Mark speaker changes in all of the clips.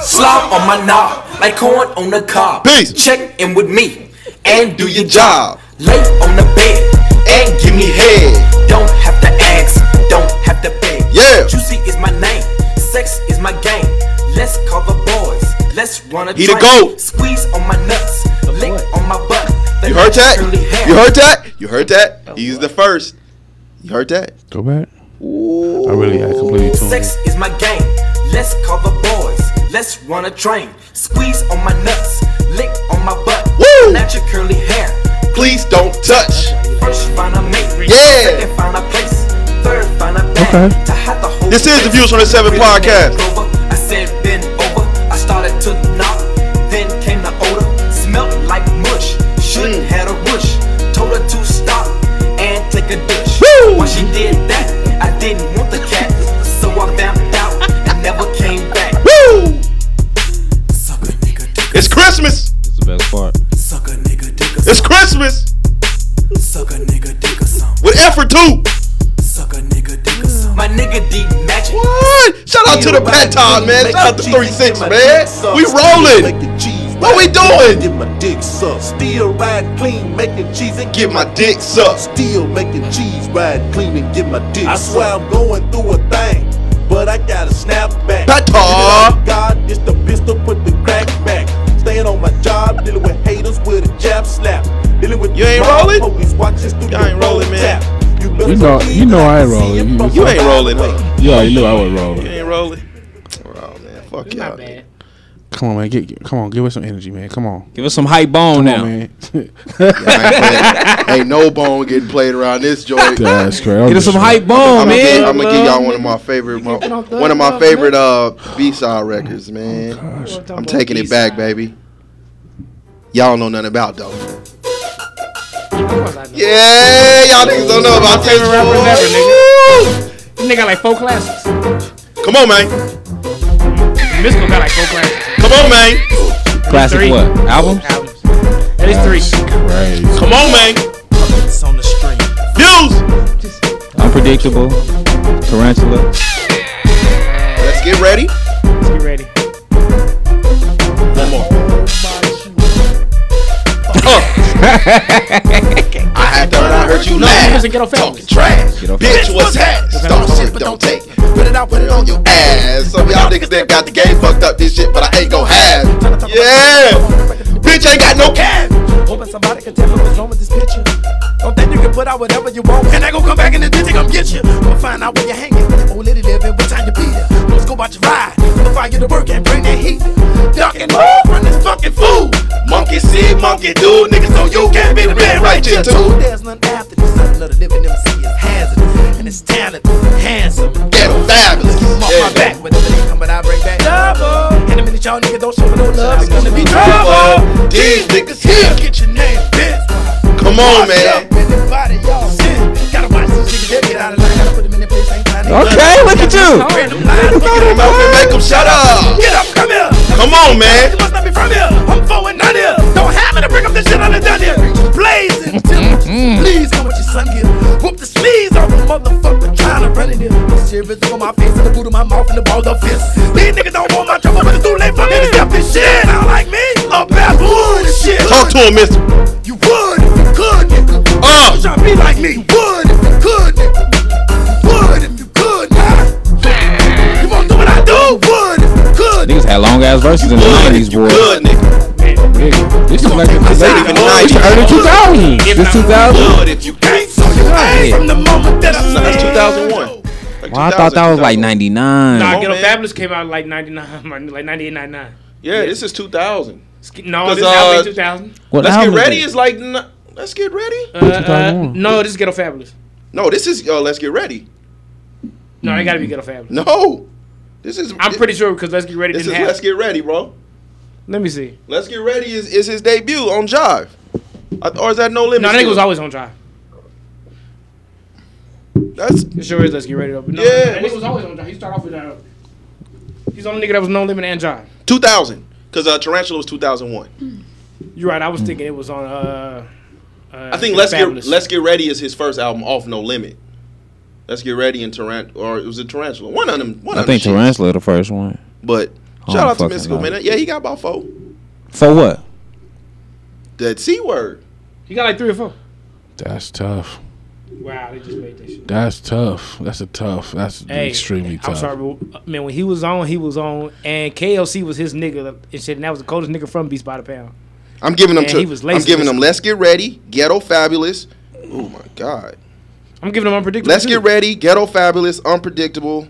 Speaker 1: Slob on my knob, like corn on the cob.
Speaker 2: Peace.
Speaker 1: Check in with me and do
Speaker 2: Do
Speaker 1: your
Speaker 2: your
Speaker 1: job.
Speaker 2: job
Speaker 1: Lay on the bed,
Speaker 2: and give me head.
Speaker 1: don't have to ask, don't have to beg.
Speaker 2: Yeah.
Speaker 1: Juicy is my name, sex is my game. Let's call the boys, let's run a
Speaker 2: He the
Speaker 1: train.
Speaker 2: GOAT.
Speaker 1: Squeeze on my nuts, lick on my butt.
Speaker 2: You heard that?
Speaker 1: Curly hair.
Speaker 2: You heard that? You heard that? He's the first. You heard that?
Speaker 3: Go back.
Speaker 2: Ooh.
Speaker 3: I really, I completely tuned in.
Speaker 1: Sex is my game. Let's call the boys. Let's run a train. Squeeze on my nuts, lick on my butt.
Speaker 2: Woo!
Speaker 1: Snatch your curly hair.
Speaker 2: Please don't touch.
Speaker 1: First find a mate.
Speaker 2: Yeah!
Speaker 1: Second find a place. Third find a bag.
Speaker 3: Okay.
Speaker 1: To hide the whole
Speaker 2: This is the
Speaker 1: place.
Speaker 2: Views from the Seven
Speaker 1: Really
Speaker 2: podcast.
Speaker 1: bent over. I said bend over. I started to knock. Then came the odor. Smelt like mush. Shouldn't had a rush. Told her to stop and take a dish.
Speaker 2: Woo!
Speaker 1: When she did that, I didn't want the cat. So I vamped out and never came back.
Speaker 2: Woo!
Speaker 1: Suck a nigga dick.
Speaker 2: It's Christmas.
Speaker 4: That's the best part.
Speaker 1: Suck a nigga dick.
Speaker 2: It's Christmas
Speaker 1: Suck a nigga dick or something.
Speaker 2: with effort too.
Speaker 1: Suck a nigga dick or something. My nigga deep magic.
Speaker 2: What? Shout out to the Pat Todd, man. Shout out to 36, man. We rolling. What we doing?
Speaker 5: Get my dick sucked. Still ride clean, making cheese and
Speaker 2: Get my dick sucked.
Speaker 5: Still making cheese, ride clean and get my dick. I swear I'm going through a thing, but I gotta snap back.
Speaker 2: Pata.
Speaker 5: Oh God, it's the pistol, put the crack back. Staying on my job, dealing with haters with a jab slap. Dealing with
Speaker 2: You ain't
Speaker 5: mob,
Speaker 2: rolling?
Speaker 5: Police watching through
Speaker 2: Y'all
Speaker 5: the
Speaker 2: ain't rolling,
Speaker 5: road
Speaker 2: man.
Speaker 5: tap. You, better
Speaker 3: You know- you know I ain't
Speaker 5: can see it
Speaker 3: rolling.
Speaker 5: from
Speaker 3: You
Speaker 2: ain't
Speaker 5: the
Speaker 2: rolling,
Speaker 5: highway.
Speaker 2: huh?
Speaker 3: You already knew I was wrong.
Speaker 2: You ain't rolling. Oh man, fuck y'all. nigga.
Speaker 3: Come on, man. Get, get- come on. Give us some energy, man. Come on.
Speaker 4: Give us some hype bone
Speaker 3: Come
Speaker 4: now.
Speaker 3: on, man.
Speaker 2: I ain't, playing. ain't no bone getting played around this joint.
Speaker 3: That's great. I'm
Speaker 4: Get us some
Speaker 3: just-
Speaker 4: hype bone,
Speaker 2: I'm
Speaker 4: man.
Speaker 2: gonna, give y'all one of my favorite, my- one of my favorite uh, B-side records,
Speaker 6: Oh,
Speaker 2: man. I'm taking it back, baby. Y'all don't know nothing about though. Yeah, y'all niggas don't know about this. Woo!
Speaker 6: Nigga got like four classes.
Speaker 2: Come on, man.
Speaker 6: Mystical got like four classes.
Speaker 2: Come on, man.
Speaker 4: Classic
Speaker 6: Three.
Speaker 4: what? Albums?
Speaker 6: Albums. At least three.
Speaker 3: Crazy.
Speaker 2: Come on, man.
Speaker 7: Puppets on the string.
Speaker 2: Views.
Speaker 4: Unpredictable. Tarantula.
Speaker 2: Let's get ready.
Speaker 6: Let's get ready.
Speaker 2: One more. I had thought I heard you
Speaker 6: You
Speaker 2: laugh.
Speaker 6: was a ghetto family.
Speaker 2: trash.
Speaker 4: Get off
Speaker 2: Bitch, what's that? Don't sip, don't take. Put it out, put it on your ass. Some of y'all niggas that got the game fucked up this shit, but I ain't gon' have. it. Yeah. Bitch, ain't got no cash.
Speaker 7: Hoping somebody can tell me what's wrong with this picture. Don't think you can put out whatever you want, and I gon' come back in the ditch and come get you. We'll find out where you're hanging, old lady living, what time you be there. Let's go watch you ride, we'll find you to work and bring the heat. Duck and move from this fucking fool. Monkey see, monkey do, niggas so you can't be the man right here too. There's none after this, nothing of the living MC is hazardous, and it's talented, handsome.
Speaker 2: Ghetto fabulous.
Speaker 7: Keep 'em off my
Speaker 2: Yeah.
Speaker 7: back, whatever they come, but I bring back double. And the minute y'all niggas don't show me no love, it's gonna be trouble.
Speaker 2: These niggas here.
Speaker 7: Get your name, bitch.
Speaker 2: Come on, man.
Speaker 4: Okay, look at you.
Speaker 2: Get them out and make them shut up.
Speaker 7: Get up, come here.
Speaker 2: Come on, man.
Speaker 7: You must not be from here. I'm forward, not here. Don't have me to bring up this shit I done done here. Blazing timbers.
Speaker 2: Mm-hmm.
Speaker 7: Please come with your son here. Whoop the sleeves off a motherfucker trying to run in here. This shit is on my face and the boot of my mouth and the balls of fist. These niggas don't want my trouble, but it's too late for me to stop this shit. Not like me. A baboon and shit.
Speaker 2: Talk to him, mister.
Speaker 7: You would if you could, nigga.
Speaker 2: Ah.
Speaker 7: Don't try to be like me. You would if you could, nigga. Would if you could, nigga. You won't do what I do. Would if you could.
Speaker 4: Niggas had long ass verses in the
Speaker 2: Good,
Speaker 4: nineties, boy.
Speaker 2: good, nigga.
Speaker 4: Nigga, This is like the
Speaker 2: It's not even
Speaker 4: late this the
Speaker 2: 90s.
Speaker 4: early two thousands. This two thousand.
Speaker 2: Good if you can't.
Speaker 7: Ain't so you ain't from the moment that I
Speaker 2: No, that's
Speaker 7: said.
Speaker 2: 2001. Like
Speaker 4: Well, I thought that was like
Speaker 2: 2000.
Speaker 4: ninety
Speaker 6: Nah,
Speaker 4: nine.
Speaker 2: on,
Speaker 6: Ghetto
Speaker 2: man.
Speaker 6: Fabulous came out in like 99, like 98, 99.
Speaker 2: Yeah, this is 2000.
Speaker 6: Sk- No,
Speaker 2: 'Cause,
Speaker 6: this album
Speaker 2: uh,
Speaker 6: is 2000.
Speaker 4: What
Speaker 2: Let's get
Speaker 4: album
Speaker 2: ready.
Speaker 4: it?
Speaker 2: Is like n- let's get ready.
Speaker 6: Uh, uh,
Speaker 3: 2001.
Speaker 6: no, this is Ghetto Fabulous.
Speaker 2: No, this is yo. Let's get ready.
Speaker 6: No, they gotta be Ghetto Fabulous.
Speaker 2: No, this is.
Speaker 6: I'm pretty sure because Let's Get Ready
Speaker 2: This is
Speaker 6: didn't have.
Speaker 2: let's get ready, bro.
Speaker 6: Let me see.
Speaker 2: Let's get ready is, is his debut on Jive, I- or is that No Limit?
Speaker 6: No, that nigga
Speaker 2: still?
Speaker 6: was always on drive.
Speaker 2: That's
Speaker 6: It sure is Let's Get Ready though. But no,
Speaker 2: Yeah.
Speaker 6: that nigga was always on drive. He started off with uh, he's the only nigga that was no limit and drive.
Speaker 2: 2000 because uh, Tarantula was 2001.
Speaker 6: You're right. I was thinking it was on. uh, uh
Speaker 2: I think
Speaker 6: Ghetto
Speaker 2: let's
Speaker 6: Fabulous.
Speaker 2: get let's get ready is his first album off No Limit. Let's get ready in Tarant or it was it Tarantula? One of them. One
Speaker 4: I
Speaker 2: of them
Speaker 4: think
Speaker 2: shits.
Speaker 4: Tarantula the first one.
Speaker 2: But Shout out to
Speaker 4: fucking
Speaker 2: Mystical,
Speaker 4: know.
Speaker 2: man. Yeah, he got about four.
Speaker 4: For what?
Speaker 2: That C word.
Speaker 6: He got like three or four.
Speaker 3: That's tough.
Speaker 6: Wow, they just made that shit.
Speaker 3: That's tough. That's a tough. That's
Speaker 6: Hey,
Speaker 3: extremely
Speaker 6: I'm
Speaker 3: tough.
Speaker 6: sorry, but uh, man. When he was on, he was on, and KLC was his nigga and shit. And that was the coldest nigga from Beast by the Pound.
Speaker 2: I'm giving them
Speaker 6: Man,
Speaker 2: to.
Speaker 6: he was
Speaker 2: I'm
Speaker 6: lacing
Speaker 2: giving
Speaker 6: this-
Speaker 2: them. Let's get ready. Ghetto fabulous. Oh my god.
Speaker 6: I'm giving him unpredictable.
Speaker 2: Let's
Speaker 6: too.
Speaker 2: get ready. Ghetto fabulous. Unpredictable.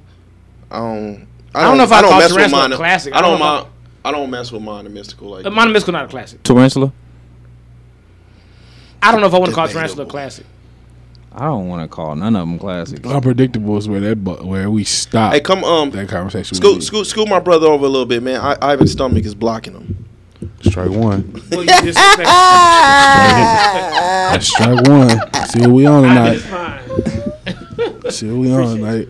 Speaker 2: Um, I don't,
Speaker 6: know if I
Speaker 2: don't
Speaker 6: thought
Speaker 2: mess with
Speaker 6: Jurassic was
Speaker 2: mine.
Speaker 6: classic.
Speaker 2: I
Speaker 6: I
Speaker 2: don't
Speaker 6: don't know if
Speaker 2: mind. I don't mess with mine and mystical like.
Speaker 6: Uh, Mono Mystical not a classic.
Speaker 4: Tarantula?
Speaker 6: I don't know if I want to call
Speaker 2: Debatable.
Speaker 6: Tarantula a classic.
Speaker 4: I don't want to call none of them classics.
Speaker 3: Unpredictable is where that bu- where we stop.
Speaker 2: hey, come um.
Speaker 3: that conversation. we
Speaker 2: Scoot,
Speaker 3: did.
Speaker 2: scoot, scoot my brother over a little bit, man. I, Ivan's stomach is blocking him.
Speaker 3: Strike one.
Speaker 6: Well, you disrespect.
Speaker 3: That's strike one. See what we on tonight.
Speaker 6: It's fine.
Speaker 3: See what we on tonight.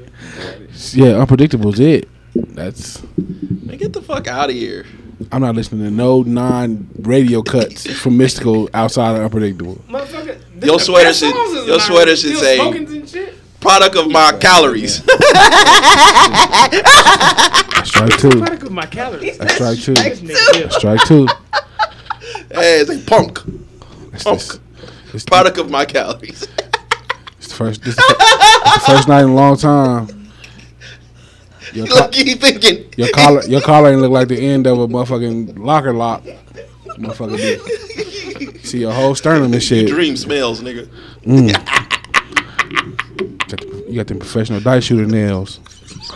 Speaker 3: Yeah, unpredictable is it. That's.
Speaker 2: Man, get the fuck out of here.
Speaker 3: I'm not listening to no non-radio cuts from Mystical outside of Unpredictable.
Speaker 6: Motherfucker, this
Speaker 2: Your
Speaker 6: the
Speaker 2: sweater
Speaker 6: best
Speaker 2: should-
Speaker 6: songs is
Speaker 2: your
Speaker 6: not
Speaker 2: sweater should
Speaker 6: still
Speaker 2: say-
Speaker 6: smokings and shit.
Speaker 2: Product of my calories.
Speaker 3: Strike two.
Speaker 6: Product of my calories.
Speaker 3: That's strike two.
Speaker 6: This nigga, yeah.
Speaker 3: Strike two.
Speaker 2: hey, it's a punk.
Speaker 3: It's,
Speaker 2: Punk.
Speaker 3: this, it's, the,
Speaker 2: Product of my calories.
Speaker 3: it's the first. This is the, it's the first night in a long time. Your, co-
Speaker 2: Look, he thinking.
Speaker 3: your collar, your collar ain't look like the end of a motherfucking locker lock. Motherfucker, be- see your whole sternum and shit.
Speaker 2: Dream smells, nigga.
Speaker 3: Got the- You got them professional dice shooter nails.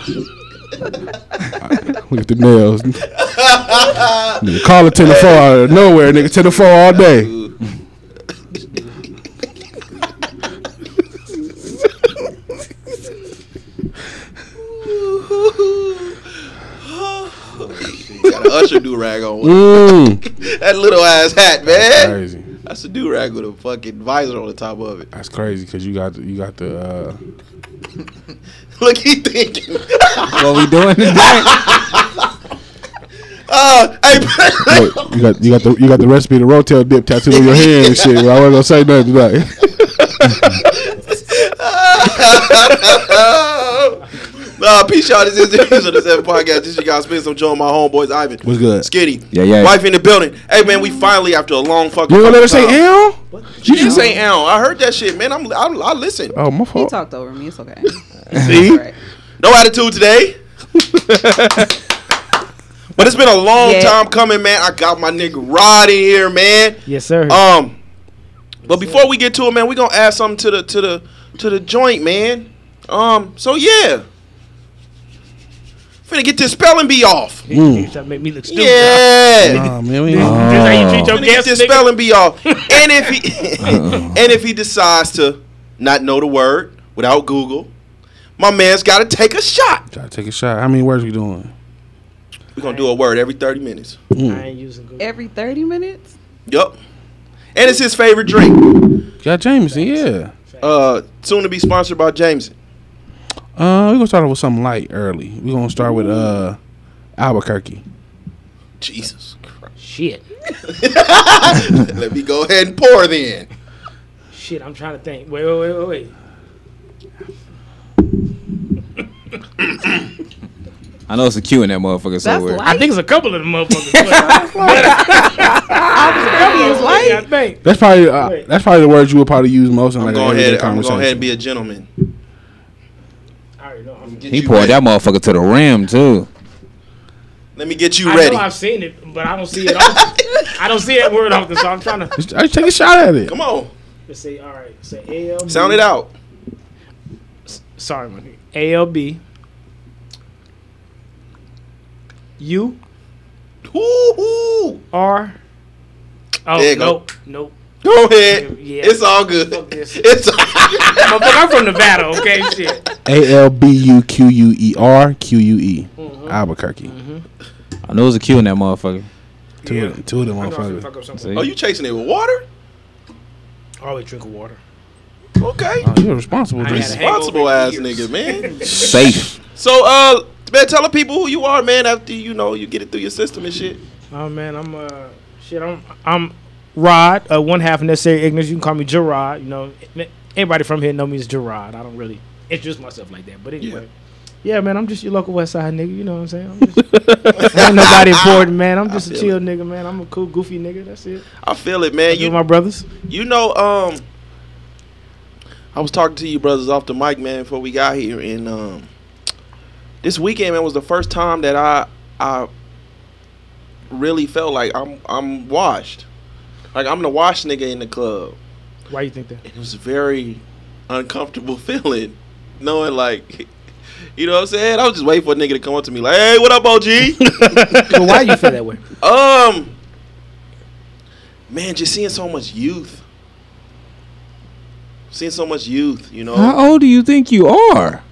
Speaker 3: Look at the nails. Nigga, Call it 10 to 4 out of nowhere, nigga. 10 to 4 all day.
Speaker 2: Got an usher do rag on.
Speaker 3: Mm.
Speaker 2: That little ass hat, man.
Speaker 3: Crazy.
Speaker 2: That's a do rag with a fucking visor on the top of it.
Speaker 3: That's crazy because you got the, you got the uh,
Speaker 2: Look, he thinking.
Speaker 4: what we doing today?
Speaker 2: Uh, hey,
Speaker 3: look, you got you got the you got the recipe to rotel dip tattooed on your hand and shit. But I wasn't gonna say nothing tonight.
Speaker 2: nah, peace y'all. This is the episode of the Seven Podcast. This is your guy Spence. I'm joining my homeboys, Ivan.
Speaker 3: What's good?
Speaker 2: Skitty.
Speaker 4: Yeah, yeah.
Speaker 2: Wife in the building. Hey, man, we finally, after a long fucking
Speaker 3: You gonna let her say
Speaker 2: time-
Speaker 3: L?
Speaker 2: She didn't say L. I heard that shit, man. I'm, I, I listen.
Speaker 3: Oh my
Speaker 7: He
Speaker 3: fault.
Speaker 7: talked over me. It's okay.
Speaker 2: See?
Speaker 7: Right.
Speaker 2: No attitude today. but it's been a long
Speaker 7: Yeah.
Speaker 2: time coming, man. I got my nigga Rod in here, man.
Speaker 6: Yes, sir.
Speaker 2: Um, but before we get to it, man, we gonna add something to the to the to the joint, man. Um, so yeah, finna get this spelling bee off.
Speaker 6: You try to make me look stupid.
Speaker 2: Yeah, Oh.
Speaker 3: Nah, man, we ain't-
Speaker 6: This how you treat your
Speaker 2: finna get
Speaker 6: guests,
Speaker 2: this
Speaker 6: nigga.
Speaker 2: spelling bee off. And if he
Speaker 3: Uh-uh.
Speaker 2: and if he decides to not know the word without Google, my man's gotta take a shot.
Speaker 3: Gotta take a shot. How many words we doing?
Speaker 2: We gonna do a word every thirty minutes.
Speaker 6: I ain't using
Speaker 2: Mm.
Speaker 6: Google.
Speaker 7: Every 30 minutes?
Speaker 2: Yep. And it's his favorite drink.
Speaker 3: Got Jameson, yeah.
Speaker 2: Uh, soon to be sponsored by Jameson.
Speaker 3: Uh, we're gonna start off with something light early. We're gonna start with uh Albuquerque.
Speaker 2: Jesus Christ.
Speaker 6: Shit.
Speaker 2: Let me go ahead and pour then.
Speaker 6: Shit, I'm trying to think. Wait, wait, wait, wait, wait.
Speaker 4: I know it's a Q in that motherfucker somewhere.
Speaker 7: light.
Speaker 6: I think it's a couple of them motherfuckers. I think, I
Speaker 7: It's light.
Speaker 6: think.
Speaker 3: That's probably uh,
Speaker 6: Wait.
Speaker 3: that's probably the word you would probably use most in
Speaker 2: I'm
Speaker 3: like
Speaker 2: going
Speaker 3: an everyday
Speaker 2: ahead. I'm going ahead
Speaker 3: conversation.
Speaker 2: and be a gentleman.
Speaker 6: I already know. I'm-
Speaker 2: Get
Speaker 4: He
Speaker 2: you
Speaker 4: poured
Speaker 2: ready.
Speaker 4: that motherfucker to the rim too.
Speaker 2: Let me get you
Speaker 6: I
Speaker 2: ready.
Speaker 6: know I've seen it, but I don't see it. Often. I don't see that word often, so I'm trying to
Speaker 3: Just- just take a shot at it.
Speaker 2: Come on,
Speaker 6: let's see. All right, say ALB.
Speaker 2: sound it out.
Speaker 6: Sorry, my nigga. ALB. U
Speaker 2: Woo-hoo.
Speaker 6: R. Oh
Speaker 2: There you go.
Speaker 6: nope, nope.
Speaker 2: Go ahead.
Speaker 6: Yeah.
Speaker 2: It's all good.
Speaker 6: Fuck this.
Speaker 2: It's
Speaker 6: Motherfucker, I'm from Nevada. Okay, shit.
Speaker 3: A L B U Q U E R Q U E. Albuquerque.
Speaker 4: I know it's a Q in that motherfucker.
Speaker 3: Two, of them, two of them
Speaker 6: I know I'm finna fuck
Speaker 3: motherfuckers.
Speaker 6: up something.
Speaker 4: See?
Speaker 2: oh, you chasing it with water?
Speaker 6: I always drink water.
Speaker 2: Okay.
Speaker 3: Oh, you're a responsible.
Speaker 6: I
Speaker 3: dude.
Speaker 6: had a hangover
Speaker 2: Responsible
Speaker 6: for
Speaker 2: ass
Speaker 6: years.
Speaker 2: nigga, man.
Speaker 4: Safe.
Speaker 2: so, uh, man, tell the people who you are, man. After you know you get it through your system and shit.
Speaker 6: Oh man, I'm uh shit. I'm I'm Rod, uh, one half of necessary ignorance. You can call me Gerard. You know, anybody from here know me as Gerard. I don't really introduce myself like that, but anyway, Yeah, man, I'm just your local West Side nigga. You know what I'm saying? I'm just, ain't nobody important, man. I'm just a chill nigga, man. I'm a cool, goofy nigga. That's it.
Speaker 2: I feel it, man.
Speaker 6: You
Speaker 2: You
Speaker 6: my brothers?
Speaker 2: you know, um, I was talking to you brothers off the mic, man, before we got here, and um, this weekend, man, was the first time that I I really felt like I'm I'm washed, like I'm the wash nigga in the club.
Speaker 6: Why you think that?
Speaker 2: it was a very uncomfortable feeling, knowing like, you know what I'm saying. I was just waiting for a nigga to come up to me like, "Hey, what up, OG?"
Speaker 6: But why you feel that way?
Speaker 2: um, man, just seeing so much youth, seeing so much youth. You know,
Speaker 4: How old do you think you are?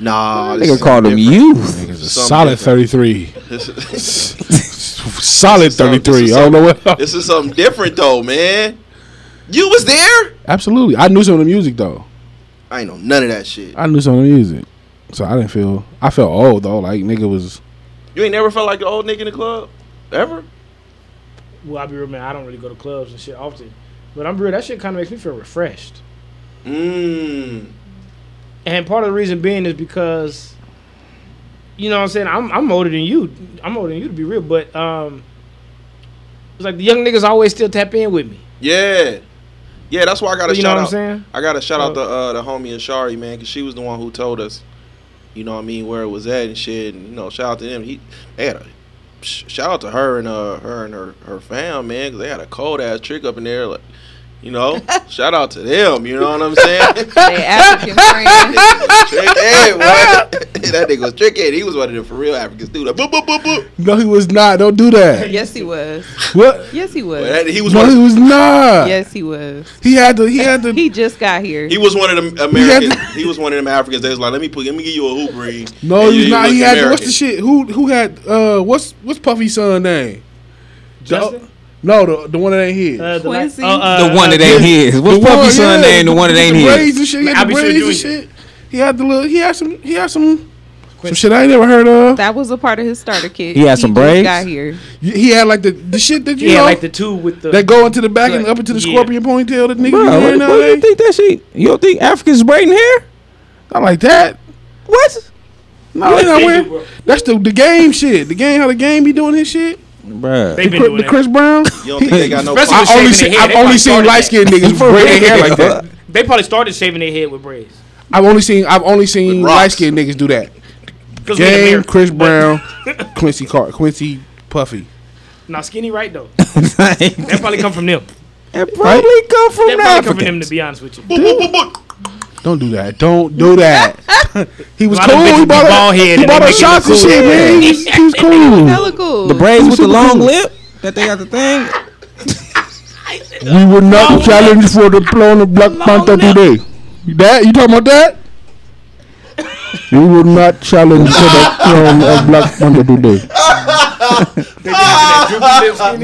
Speaker 2: nah, this
Speaker 4: Nigga
Speaker 2: is
Speaker 4: called him
Speaker 2: different.
Speaker 4: youth.
Speaker 3: It's a
Speaker 2: Something
Speaker 3: solid
Speaker 2: different.
Speaker 3: 33.
Speaker 2: This is-
Speaker 3: solid
Speaker 2: something-
Speaker 3: 33.
Speaker 2: this
Speaker 3: I
Speaker 2: is
Speaker 3: don't know what.
Speaker 2: This is something different though, man. You was there.
Speaker 3: Absolutely. I knew some of the music, though.
Speaker 2: I ain't know none of that shit.
Speaker 3: I knew some of the music. So I didn't feel. I felt old, though. Like, nigga was.
Speaker 2: You ain't never felt like the old nigga in the club, ever.
Speaker 6: Well, I'll be real, man. I don't really go to clubs and shit often. But I'm real. That shit kind of makes me feel refreshed.
Speaker 2: Mmm.
Speaker 6: And part of the reason being is because, you know what I'm saying? I'm, I'm older than you. I'm older than you, to be real. But um, it's like the young niggas always still tap in with me.
Speaker 2: Yeah. Yeah, that's why I got to
Speaker 6: You know
Speaker 2: shout
Speaker 6: what I'm
Speaker 2: out.
Speaker 6: saying?
Speaker 2: I got to shout out the
Speaker 6: Oh.
Speaker 2: uh, the homie Ashari, man, cuz she was the one who told us, you know what I mean, where it was at and shit, and you know, shout out to them. He they had a sh- shout out to her and uh her and her her fam, man, cuz they had a cold ass trick up in there like you know, shout out to them. You know what I'm saying?
Speaker 7: They African friends.
Speaker 2: Trick, hey, what? that nigga was tricky. He was one of the for real Africans, dude. Like, boop, boop, boop, boop.
Speaker 3: No, he was not. Don't do that.
Speaker 7: Yes, he was.
Speaker 3: What?
Speaker 7: Yes, he was.
Speaker 2: But that- he was
Speaker 3: No,
Speaker 2: one.
Speaker 3: he
Speaker 2: Of,
Speaker 3: was not.
Speaker 7: Yes, he was.
Speaker 3: He had to. He had to.
Speaker 7: He just got here.
Speaker 2: he was one of them Americans. He was one of them Africans. They was like, let me put, let me give you a hoop ring.
Speaker 3: No,
Speaker 2: And you-
Speaker 3: he was
Speaker 2: you
Speaker 3: not.
Speaker 2: look
Speaker 3: He had to, what's
Speaker 2: American.
Speaker 3: the shit? Who who had uh what's what's Puffy's son name? The- uh,
Speaker 6: Justin?
Speaker 3: no, the the one that ain't his.
Speaker 6: Uh, the la-
Speaker 7: Quincy?
Speaker 6: oh, uh,
Speaker 4: The one that ain't his.
Speaker 3: The
Speaker 4: What's Puffy's
Speaker 3: yeah,
Speaker 4: son name? The one that ain't
Speaker 3: the
Speaker 4: his.
Speaker 3: braids and shit. He
Speaker 6: I'll
Speaker 3: had the
Speaker 6: be sure
Speaker 3: braids and
Speaker 6: doing
Speaker 3: shit. He had the little. He had some. He had some. Some shit I ain't never heard of.
Speaker 7: that was a part of his starter kit.
Speaker 4: He had some
Speaker 7: just
Speaker 4: braids?
Speaker 7: Got here.
Speaker 3: He had like the the shit that you
Speaker 6: Yeah,
Speaker 3: know
Speaker 6: like the two with the.
Speaker 3: that go into the back and
Speaker 7: Right.
Speaker 3: up into the
Speaker 6: Yeah.
Speaker 3: scorpion ponytail. That nigga
Speaker 4: Bro,
Speaker 3: be
Speaker 4: what,
Speaker 3: wearing
Speaker 4: what do you
Speaker 3: nowadays.
Speaker 4: think that shit? You don't think Africans braiding hair?
Speaker 3: Not like that.
Speaker 4: What?
Speaker 3: No, they not wearing. That's the the game shit. The game how the game be doing his shit.
Speaker 4: Bruh.
Speaker 6: They've
Speaker 3: The,
Speaker 6: been doing
Speaker 3: the
Speaker 6: that.
Speaker 3: Chris Brown.
Speaker 2: You don't think they got no
Speaker 6: Especially-
Speaker 2: problem?
Speaker 3: I only
Speaker 6: shaving their
Speaker 3: seen,
Speaker 6: head.
Speaker 3: I've
Speaker 6: They
Speaker 3: only
Speaker 6: probably
Speaker 3: seen
Speaker 6: started
Speaker 3: light skinned niggas
Speaker 4: For
Speaker 3: braid their hair
Speaker 4: real.
Speaker 3: like that.
Speaker 6: They probably started shaving their head with braids.
Speaker 3: I've only seen I've only seen
Speaker 2: With rocks.
Speaker 3: light skinned niggas do that.
Speaker 6: 'Cause we in
Speaker 3: Game,
Speaker 6: America.
Speaker 3: Chris
Speaker 6: But-
Speaker 3: Brown, Quincy Car Quincy Puffy.
Speaker 6: Now skinny, right though.
Speaker 4: it
Speaker 6: That probably come from them.
Speaker 4: probably come
Speaker 6: That
Speaker 4: from
Speaker 6: probably come from
Speaker 4: Africa.
Speaker 6: them. To be honest with you,
Speaker 3: Don't do that. Don't do that. he was
Speaker 6: A lot of
Speaker 3: cool.
Speaker 6: bitches
Speaker 3: He
Speaker 6: be
Speaker 3: bought
Speaker 6: bald
Speaker 3: a,
Speaker 6: head
Speaker 3: he
Speaker 6: and they
Speaker 3: bought a
Speaker 6: make it
Speaker 3: shots and
Speaker 6: look
Speaker 3: shit,
Speaker 6: cool.
Speaker 3: man. He was, he was cool.
Speaker 7: Hella cool.
Speaker 4: The braids with the
Speaker 3: Super
Speaker 4: long
Speaker 3: cool.
Speaker 4: lip that they got the thing.
Speaker 3: We will not challenge for the Plona Black Panther today. That you talking about that? We will not challenge for the throne of Black Panther today.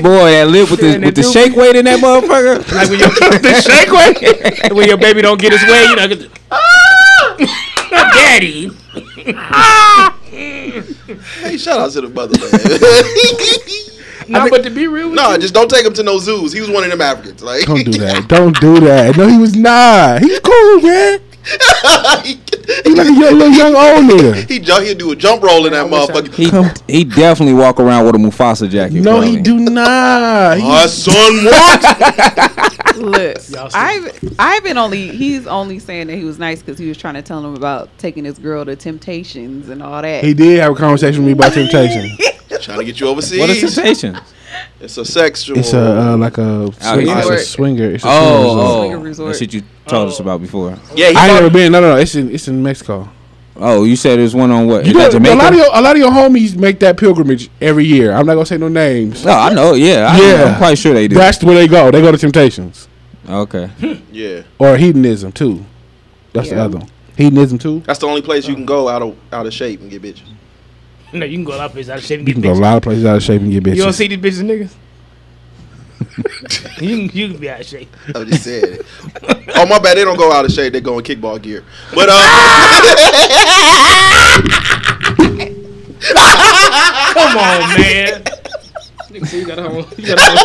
Speaker 4: Boy, that lip with the with the shake weight in that motherfucker.
Speaker 6: like when your the shake weight, when your baby don't get his way, you know. get the- Daddy,
Speaker 2: Hey, shout out to the mother. man.
Speaker 6: no, but to be real, with
Speaker 2: no, just don't take him to no zoos. He was one of them Africans. Like,
Speaker 3: Don't do that. Don't do that. No, he was not. He's cool, man.
Speaker 2: he,
Speaker 3: He like a young, little young old nigga.
Speaker 2: he, ju- he'll do a jump roll in that motherfucker.
Speaker 4: He, he definitely walk around with a Mufasa jacket.
Speaker 3: No, he
Speaker 4: probably.
Speaker 3: do not. He-
Speaker 2: My son, what?
Speaker 7: Look,
Speaker 6: Y'all see-
Speaker 7: I've Ivan only he's only saying that he was nice because he was trying to tell him about taking his girl to Temptations and all that.
Speaker 3: He did have a conversation with me about temptation.
Speaker 2: Trying to get you overseas.
Speaker 4: What is sensation?
Speaker 2: It's a sexual.
Speaker 3: It's a uh, like a, swing,
Speaker 4: yeah.
Speaker 3: it's a
Speaker 7: Resort.
Speaker 3: swinger. It's a swinger resort.
Speaker 4: Oh,
Speaker 7: Swing a
Speaker 4: oh,
Speaker 7: resort.
Speaker 4: that shit you told us about before.
Speaker 2: yeah, he
Speaker 3: I ain't
Speaker 2: bought-
Speaker 3: never been. No, no, no. It's in it's in Mexico.
Speaker 4: Oh, you said there's one on what?
Speaker 3: You
Speaker 4: Is that
Speaker 3: know, a lot of
Speaker 4: Jamaica?
Speaker 3: your a lot of your homies make that pilgrimage every year. I'm not gonna say no names.
Speaker 4: No, I know. Yeah, I
Speaker 3: Yeah.
Speaker 4: Know, I'm quite sure they do.
Speaker 3: That's where they go. They go to Temptations
Speaker 4: okay.
Speaker 2: yeah.
Speaker 3: or hedonism too. That's the
Speaker 7: Yeah.
Speaker 3: other one. Hedonism too.
Speaker 2: That's the only place you can go out of out of shape and get bitches.
Speaker 6: you, no, you can go a lot of places out of shape. And
Speaker 3: You
Speaker 6: get
Speaker 3: can go a
Speaker 6: bitches.
Speaker 3: lot of places out of shape and get
Speaker 6: You don't
Speaker 3: bitches.
Speaker 6: see these bitches niggas. you can, you can be out of shape.
Speaker 2: I'm just saying. oh my bad, they don't go out of shape. They go in kickball gear. But uh,
Speaker 6: Come on, man. Nigga, so you got on, you got on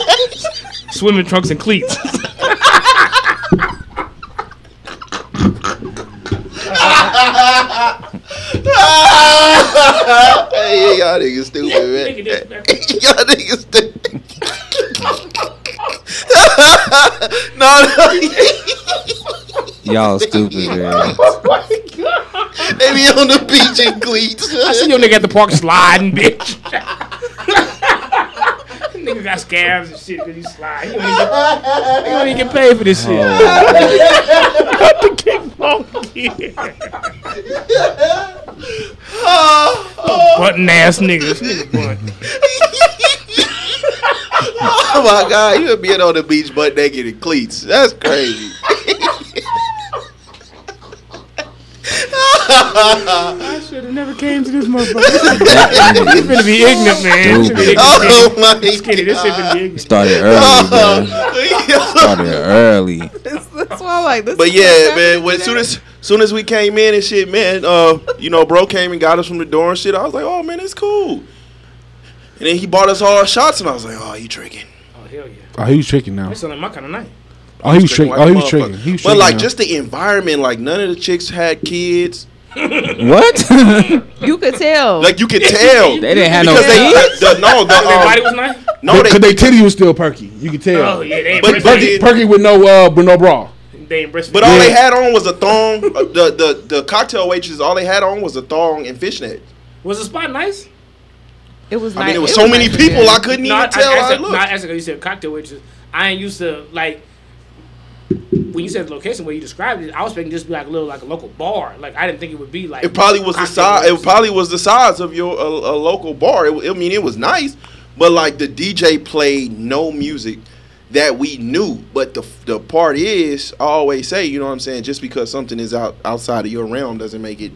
Speaker 6: swimming trunks and cleats.
Speaker 8: hey, y'all niggas stupid, man.
Speaker 9: Look at this, man.
Speaker 8: y'all niggas stupid. no, no.
Speaker 4: Y'all stupid, man.
Speaker 8: They be on the beach in cleats.
Speaker 6: I see your nigga at the park sliding, bitch. nigga got scabs and shit because he slide. He don't, even, he don't even get paid for this shit.
Speaker 2: Oh.
Speaker 6: Cut the kick monkey. Button ass niggas. Nigga butt.
Speaker 8: Oh my god, you being on the beach butt naked in cleats. That's crazy.
Speaker 6: I should have never came to this motherfucker. This finna be ignorant, man. This finna be ignorant.
Speaker 8: oh my
Speaker 6: Skinny, this shit finna be ignorant.
Speaker 4: Started early, man.
Speaker 8: god.
Speaker 4: Started early.
Speaker 7: That's that's why I'm like this.
Speaker 2: But
Speaker 7: is
Speaker 2: yeah,
Speaker 7: what
Speaker 2: man.
Speaker 7: happened
Speaker 2: When
Speaker 7: today.
Speaker 2: soon as soon as we came in and shit, man, uh, you know, bro came and got us from the door and shit. I was like, oh man, it's cool. And then he bought us all our shots, and I was like, oh, you drinking?
Speaker 6: Oh, hell yeah.
Speaker 3: Oh, he was tricking now.
Speaker 6: That sound like my kind of night.
Speaker 3: Oh, he was tricking.
Speaker 2: like
Speaker 3: Oh,
Speaker 2: a
Speaker 3: he was
Speaker 2: motherfucker.
Speaker 3: tricking. He was
Speaker 2: But
Speaker 3: tricking
Speaker 2: like,
Speaker 3: now.
Speaker 2: just the environment, like none of the chicks had kids.
Speaker 4: What?
Speaker 7: you could tell.
Speaker 2: Like you could tell
Speaker 4: they didn't have no
Speaker 2: because they
Speaker 4: kids.
Speaker 2: the, no the,
Speaker 6: Everybody
Speaker 2: um,
Speaker 6: was nice?
Speaker 2: no
Speaker 3: Cause
Speaker 2: they
Speaker 3: they titty was still perky. You could tell.
Speaker 6: Oh, yeah. They ain't
Speaker 2: But-
Speaker 6: breastfeed.
Speaker 2: but
Speaker 3: perky, perky with no uh, with no bra.
Speaker 6: they ain't breastfeed.
Speaker 2: but all they had on was a thong. uh, the the the cocktail waitress, all they had on was a thong and fishnet.
Speaker 6: Was the spot nice?
Speaker 7: it was.
Speaker 2: I
Speaker 7: nice.
Speaker 2: mean, it was
Speaker 7: It
Speaker 2: so many
Speaker 7: nice.
Speaker 2: people, I couldn't
Speaker 6: No, I, I,
Speaker 2: even tell. how
Speaker 6: I,
Speaker 2: it
Speaker 6: said, no,
Speaker 2: looked.
Speaker 6: I asked you said cocktail waitress. I ain't used to like when you said the location where you described it. I was thinking just be like a little like a local bar. Like I didn't think it would be like
Speaker 2: It probably was the
Speaker 6: cocktail
Speaker 2: size. It
Speaker 6: waitress.
Speaker 2: probably was the size of your a, a local bar. It, I mean, it was nice, but like the DJ played no music that we knew. But the the part is, I always say, you know what I'm saying? Just because something is out outside of your realm doesn't make it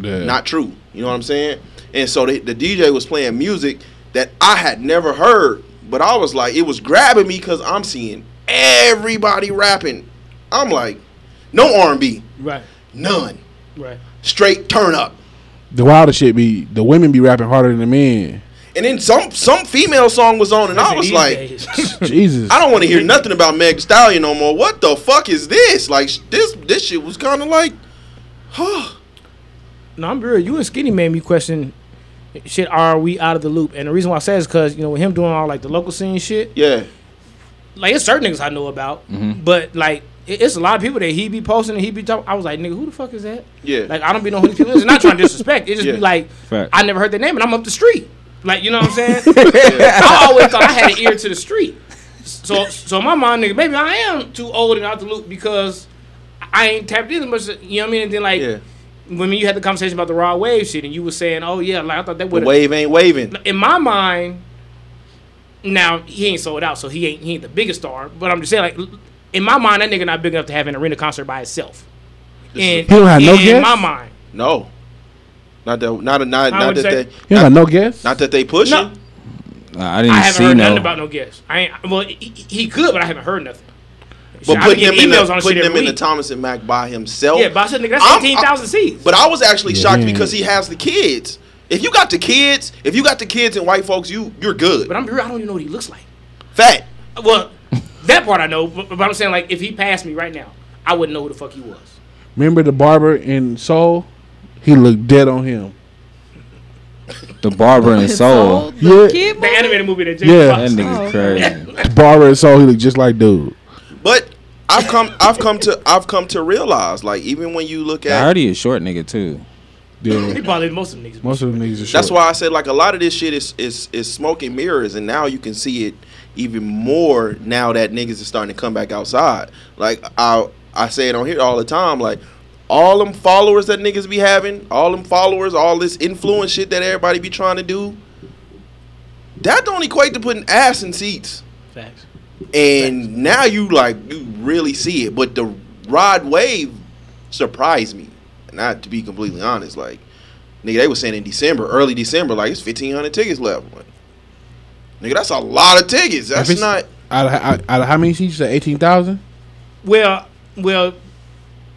Speaker 3: Yeah.
Speaker 2: not true. You know what I'm saying? And so the, the DJ was playing music that I had never heard, but I was like, it was grabbing me because I'm seeing everybody rapping. I'm like, no R&B,
Speaker 6: right,
Speaker 2: none,
Speaker 6: right.
Speaker 2: straight turn up.
Speaker 3: the wilder shit be the women be rapping harder than the men.
Speaker 2: And then some some female song was on, and I was like,
Speaker 3: Jesus.
Speaker 2: I don't want to hear nothing about Meg Thee Stallion no more. What the fuck is this? Like sh- this this shit was kind of like, huh?
Speaker 6: no, I'm real. You and Skinny made me question. Shit, are we out of the loop? And the reason why I say is because you know with him doing all like the local scene shit,
Speaker 2: Yeah,
Speaker 6: like it's certain niggas I know about,
Speaker 2: Mm-hmm.
Speaker 6: but like it- it's a lot of people that he be posting and he be talking. I was like, nigga, who the fuck is that?
Speaker 2: yeah.
Speaker 6: Like I don't be know who these people is. Not trying to disrespect. It just
Speaker 2: Yeah.
Speaker 6: be like
Speaker 4: Fact.
Speaker 6: I never heard their name, and I'm up the street. Like you know what I'm saying? I always thought I had an ear to the street. So so in my mind, nigga, maybe I am too old and out the loop because I ain't tapped in as much. as- You know what I mean? And then like
Speaker 2: Yeah.
Speaker 6: when you had the conversation about the raw wave shit, and you were saying, oh yeah, like I thought that
Speaker 2: the
Speaker 6: would
Speaker 2: wave ain't waving.
Speaker 6: in my mind, now he ain't sold out, so he ain't he ain't the biggest star. But I'm just saying, like in my mind, that nigga not big enough to have an arena concert by himself. In,
Speaker 3: He don't have no
Speaker 6: in
Speaker 3: guests?
Speaker 6: my mind,
Speaker 2: No, not that not not not
Speaker 6: would
Speaker 2: that
Speaker 6: say-
Speaker 2: they
Speaker 3: You
Speaker 2: not,
Speaker 3: got no guess.
Speaker 2: not that they pushing.
Speaker 6: No.
Speaker 4: I
Speaker 6: I
Speaker 4: didn't
Speaker 6: haven't
Speaker 4: see
Speaker 6: heard
Speaker 4: no.
Speaker 6: nothing about no guests. I ain't well, he, he could, but I haven't heard nothing. Shit,
Speaker 2: But
Speaker 6: I be
Speaker 2: putting him
Speaker 6: getting
Speaker 2: in
Speaker 6: emails
Speaker 2: the,
Speaker 6: on shit
Speaker 2: putting him
Speaker 6: every
Speaker 2: in the
Speaker 6: week.
Speaker 2: Thomas and Mac by himself.
Speaker 6: Yeah, but I said, nigga, that's
Speaker 2: I'm-
Speaker 6: eighteen thousand seats.
Speaker 2: But I was actually shocked
Speaker 3: he ain't.
Speaker 2: because he has the kids. If you got the kids, if you got the kids and white folks, you you're good.
Speaker 6: but I'm be real, I don't even know what he looks like.
Speaker 2: Fat.
Speaker 6: Well, that part I know, but, but I'm saying like if he passed me right now, I wouldn't know who the fuck he was.
Speaker 3: Remember the barber in Soul? He looked dead on him.
Speaker 4: The barber and
Speaker 7: It's
Speaker 4: soul.
Speaker 7: old, the
Speaker 3: Yeah.
Speaker 7: Kid
Speaker 6: The
Speaker 7: movie?
Speaker 6: animated movie that Jay
Speaker 3: Yeah.
Speaker 6: Fox-
Speaker 4: That
Speaker 7: Oh,
Speaker 4: nigga's
Speaker 7: okay.
Speaker 4: crazy.
Speaker 3: The barber in Soul, he looked just like dude.
Speaker 2: But I've come I've come to I've come to realize like even when you look
Speaker 4: I
Speaker 2: at
Speaker 4: heard he a short nigga too.
Speaker 3: Yeah.
Speaker 6: He probably most of the niggas.
Speaker 3: Most of them niggas are short.
Speaker 2: that's why I said like a lot of this shit is is is smoke and mirrors and now you can see it even more now that niggas is starting to come back outside. Like I I say it on here all the time like all them followers that niggas be having, all them followers, all this influence shit that everybody be trying to do, that don't equate to putting ass in seats.
Speaker 6: Facts.
Speaker 2: And now you like you really see it, but the rod wave surprised me. Not to be completely honest, like nigga, they were saying in December, early December, like it's fifteen hundred tickets left. I'm like, nigga, that's a lot of tickets.
Speaker 3: If
Speaker 2: That's
Speaker 3: it's-
Speaker 2: not
Speaker 3: Out of, out, out of how many seats? You said 18,000?
Speaker 6: Well, well,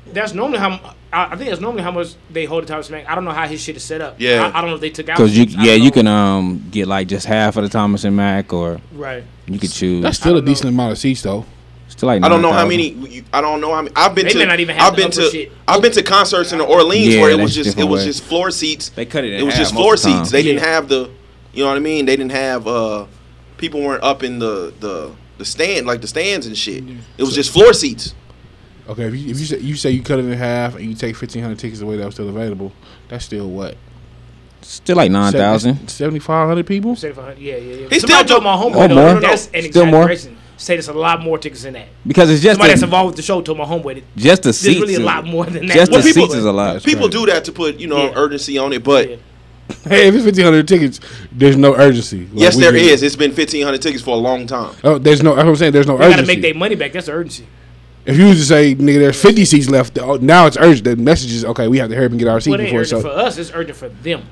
Speaker 6: that's normally how. mu- I, I think that's normally how much they hold the Thomas Mack. I don't know how his shit is set up.
Speaker 2: Yeah.
Speaker 6: I, I don't know if they took out.
Speaker 4: Cause you,
Speaker 6: seats. I
Speaker 4: yeah,
Speaker 6: don't
Speaker 4: you
Speaker 6: know.
Speaker 4: can um get like just half of the Thomas and Mac, or
Speaker 6: Right.
Speaker 4: you could choose.
Speaker 3: That's still a
Speaker 6: don't know.
Speaker 3: decent amount of seats, though.
Speaker 4: Still like
Speaker 2: I don't know how
Speaker 4: 9,000.
Speaker 2: many. you- I don't know how many. I've been
Speaker 6: They
Speaker 2: to.
Speaker 6: may not even have
Speaker 2: I've
Speaker 6: the
Speaker 2: been
Speaker 6: upper
Speaker 2: to.
Speaker 6: shit.
Speaker 2: I've been to concerts in the Orleans
Speaker 4: Yeah,
Speaker 2: where it
Speaker 4: that's
Speaker 2: was just. It
Speaker 4: different
Speaker 2: was
Speaker 4: way.
Speaker 2: just floor seats.
Speaker 4: They cut it in
Speaker 2: It was
Speaker 4: half
Speaker 2: just
Speaker 4: most
Speaker 2: floor
Speaker 4: of the time.
Speaker 2: seats. They didn't
Speaker 6: Yeah.
Speaker 2: have the. You know what I mean? They didn't have. uh People weren't up in the the the stand like the stands and shit. It was just floor seats.
Speaker 3: Okay, if you, if you say you say you cut it in half and you take fifteen hundred tickets away that was still available, that's still what
Speaker 4: Still like nine thousand.
Speaker 3: seventy five hundred people.
Speaker 6: Say 500, Yeah, yeah, yeah.
Speaker 2: He
Speaker 6: Somebody
Speaker 2: still
Speaker 6: told my homeboy
Speaker 4: Oh,
Speaker 6: though,
Speaker 4: more.
Speaker 6: that's an
Speaker 4: Still more.
Speaker 6: exaggeration. Say there's a lot more tickets than that.
Speaker 4: Because it's just
Speaker 6: Somebody that's
Speaker 4: the,
Speaker 6: involved with the show told my homeboy that
Speaker 4: just the
Speaker 6: there's
Speaker 4: seats.
Speaker 6: really a
Speaker 4: is-
Speaker 6: lot more than that.
Speaker 4: Just the
Speaker 2: Well, people-
Speaker 4: seats is a lot.
Speaker 2: People
Speaker 3: right.
Speaker 2: do that to put you know
Speaker 6: Yeah.
Speaker 2: urgency on it, but
Speaker 6: Yeah.
Speaker 3: Hey, if it's fifteen hundred tickets, there's no urgency. Like,
Speaker 2: yes,
Speaker 3: we
Speaker 2: there
Speaker 3: just-
Speaker 2: is. It's been fifteen hundred tickets for a long time.
Speaker 3: Oh, there's no. That's what I'm saying. There's no
Speaker 6: They
Speaker 3: urgency.
Speaker 6: gotta make their money back. That's the urgency.
Speaker 3: If you used to say, nigga, there's 50 seats left, oh, now it's urgent. The message is, okay, we have to hurry up and get our seat
Speaker 6: Well, it ain't
Speaker 3: before
Speaker 6: urgent
Speaker 3: so.
Speaker 6: for us. It's urgent for them.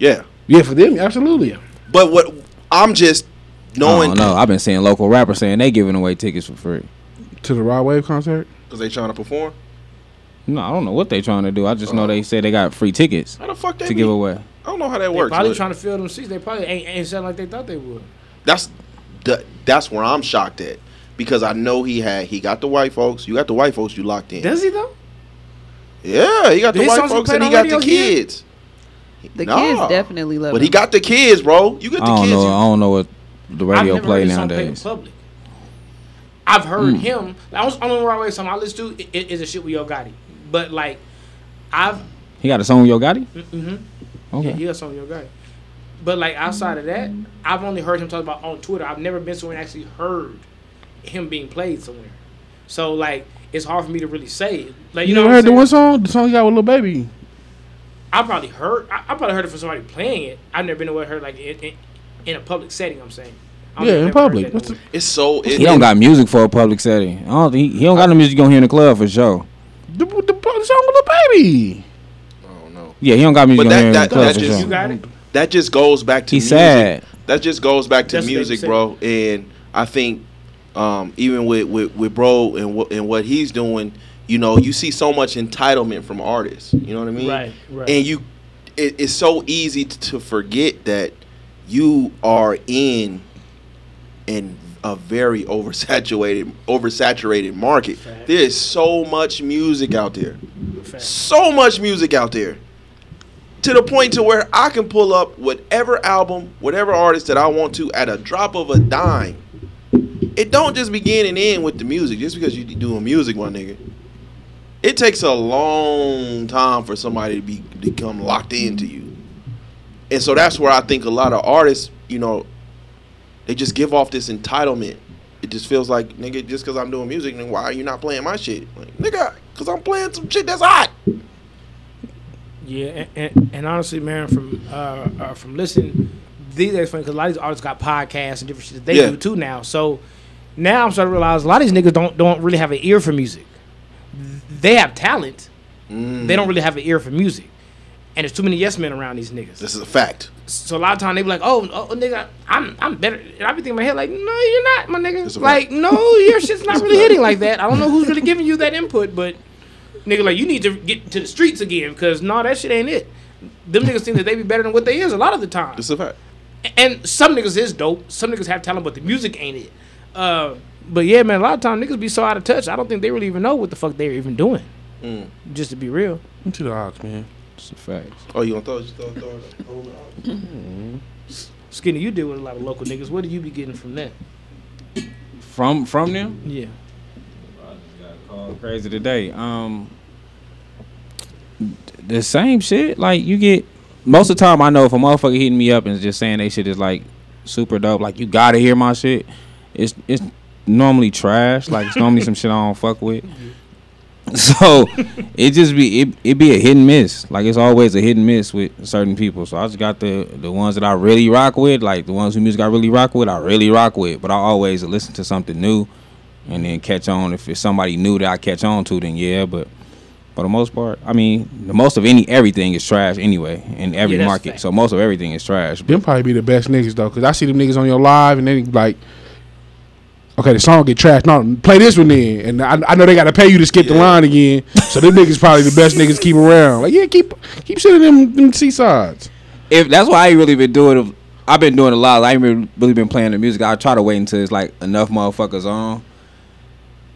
Speaker 2: Yeah,
Speaker 3: yeah, for them, absolutely.
Speaker 2: but what I'm just
Speaker 4: I
Speaker 2: knowing
Speaker 4: don't know. I've been seeing local rappers saying they giving away tickets for free.
Speaker 3: To the Raw Wave concert?
Speaker 2: because they trying to perform.
Speaker 4: No, I don't know what they trying to do. I just know they say they got free tickets
Speaker 2: How the fuck they
Speaker 4: to give
Speaker 2: be-
Speaker 4: away.
Speaker 2: I don't know how that
Speaker 6: They
Speaker 2: works.
Speaker 6: probably
Speaker 2: but-
Speaker 6: trying to fill them seats. They probably ain't, ain't sound like they thought they would.
Speaker 2: That's the, that's where I'm shocked at because I know he had he got the white folks. You got the white folks. You locked in.
Speaker 6: Does he though?
Speaker 2: yeah, he got the
Speaker 6: His
Speaker 2: white
Speaker 6: songs
Speaker 2: folks
Speaker 6: were
Speaker 2: and he
Speaker 6: played
Speaker 2: got
Speaker 6: on
Speaker 2: the
Speaker 6: radio here?
Speaker 2: kids.
Speaker 7: The
Speaker 2: Nah.
Speaker 7: kids definitely love
Speaker 2: But he
Speaker 7: him.
Speaker 2: got the kids, bro. You
Speaker 4: I
Speaker 2: got the
Speaker 4: don't
Speaker 2: kids.
Speaker 4: know.
Speaker 2: You-
Speaker 4: I don't know what the
Speaker 6: I've
Speaker 4: radio
Speaker 6: never
Speaker 4: play
Speaker 6: heard his song played in
Speaker 4: nowadays. Mm.
Speaker 6: public. I've heard him. I was on the right song I listen to i- i- is a shit with Yo Gotti. But like, I've
Speaker 4: He got a song with Yo Gotti.
Speaker 6: mm-hmm.
Speaker 4: Okay.
Speaker 6: yeah, he got some Yo Gotti. But like outside of that, I've only heard him talk about on Twitter. I've never been somewhere and actually heard him being played somewhere. So like, it's hard for me to really say. Like you,
Speaker 3: You never
Speaker 6: know, what I'm
Speaker 3: heard the
Speaker 6: saying?
Speaker 3: one song? The song he got with Lil Baby.
Speaker 6: I probably heard. I, I probably heard it from somebody playing it. I've never been aware heard like in, in, in a public setting. I'm saying. I don't
Speaker 3: Yeah,
Speaker 6: think
Speaker 3: in
Speaker 6: I've ever heard
Speaker 3: public.
Speaker 6: that
Speaker 3: What's
Speaker 6: nowhere.
Speaker 2: It's so. It,
Speaker 4: He don't
Speaker 2: it-
Speaker 4: got music for a public setting. I don't think he, he don't got no music you gonna hear in the club for sure.
Speaker 3: The, the, the song with Lil Baby.
Speaker 2: I don't know.
Speaker 4: Yeah, he don't got music
Speaker 2: But
Speaker 4: you gonna
Speaker 2: that-
Speaker 4: hear in the
Speaker 2: that-
Speaker 4: club
Speaker 2: that
Speaker 4: for
Speaker 2: just-
Speaker 6: You
Speaker 4: sure.
Speaker 6: got it.
Speaker 2: That just goes back to
Speaker 4: He's
Speaker 2: music.
Speaker 4: sad.
Speaker 2: That just goes back to
Speaker 6: That's what they
Speaker 2: music,
Speaker 6: say.
Speaker 2: bro. And I think um, even with, with with bro and what and what he's doing, you know, you see so much entitlement from artists. You know what I mean?
Speaker 6: Right, right.
Speaker 2: And you, it, it's so easy t- to forget that you are in in a very oversaturated oversaturated market.
Speaker 6: Facts.
Speaker 2: There is so much music out there
Speaker 6: Facts.
Speaker 2: so much music out there to the point to where I can pull up whatever album, whatever artist that I want to at a drop of a dime. It don't just begin and end with the music just because you doing music, my nigga. It takes a long time for somebody to be become locked into you. And so that's where I think a lot of artists, you know, they just give off this entitlement. It just feels like, nigga, just because I'm doing music, then why are you not playing my shit? Like, nigga, because I'm playing some shit that's hot.
Speaker 6: Yeah, and, and, and honestly, man, from uh, uh from listening these days, funny because a lot of these artists got podcasts and different shit that they
Speaker 2: Yeah.
Speaker 6: do too now. So now I'm starting to realize a lot of these niggas don't don't really have an ear for music. They have talent, they don't really have an ear for music, and there's too many yes men around these niggas.
Speaker 2: This is a fact.
Speaker 6: So a lot of time they be like, oh, oh, nigga, I'm I'm better. And I be thinking in my head like, no, you're not, my
Speaker 2: It's a fact.
Speaker 6: nigga. Like, no, your shit's not really hitting like that. I don't know who's really giving you that input, but nigga, like you need to get to the streets again because no, that shit ain't it. Them niggas think that they be better than what they is a lot of the time.
Speaker 2: This is a fact.
Speaker 6: And some niggas is dope. Some niggas have talent, but the music ain't it. Uh, but yeah, man, a lot of time niggas be so out of touch. I don't think they really even know what the fuck they're even doing.
Speaker 2: Mm.
Speaker 6: Just to be real.
Speaker 3: Into the odds, man.
Speaker 4: It's a fact.
Speaker 2: Oh, you gonna throw, just throw, throw it? up.
Speaker 6: Skinny, you deal with a lot of local niggas. What do you be getting from that?
Speaker 4: From from them,
Speaker 6: Yeah.
Speaker 2: Uh,
Speaker 4: crazy today. Um, the same shit. Like you get most of the time. I know if a motherfucker hitting me up and just saying they shit is like super dope. Like you gotta hear my shit. It's it's normally trash. Like it's normally some shit I don't fuck with. So it just be it, it be a hit and miss. Like it's always a hit and miss with certain people. So I just got the the ones that I really rock with, like the ones who music I really rock with, I really rock with. But I always listen to something new and then catch on. If it's somebody new that I catch on to, then yeah. But for the most part, I mean, the most of any everything is trash anyway in every
Speaker 6: that's a
Speaker 4: market.
Speaker 6: fact.
Speaker 4: So most of everything is trash.
Speaker 3: Them probably be the best niggas, though, because I see them niggas on your live and they like, okay, the song get trashed. No, play this one then. And I, I know they got to pay you to skip the line again. So them niggas probably the best niggas keep around. Like, yeah, keep keep sending them, them seasides.
Speaker 4: if that's why I ain't really been doing it. I've been doing a lot. I ain't really- really been playing the music. I try to wait until it's like enough motherfuckers on.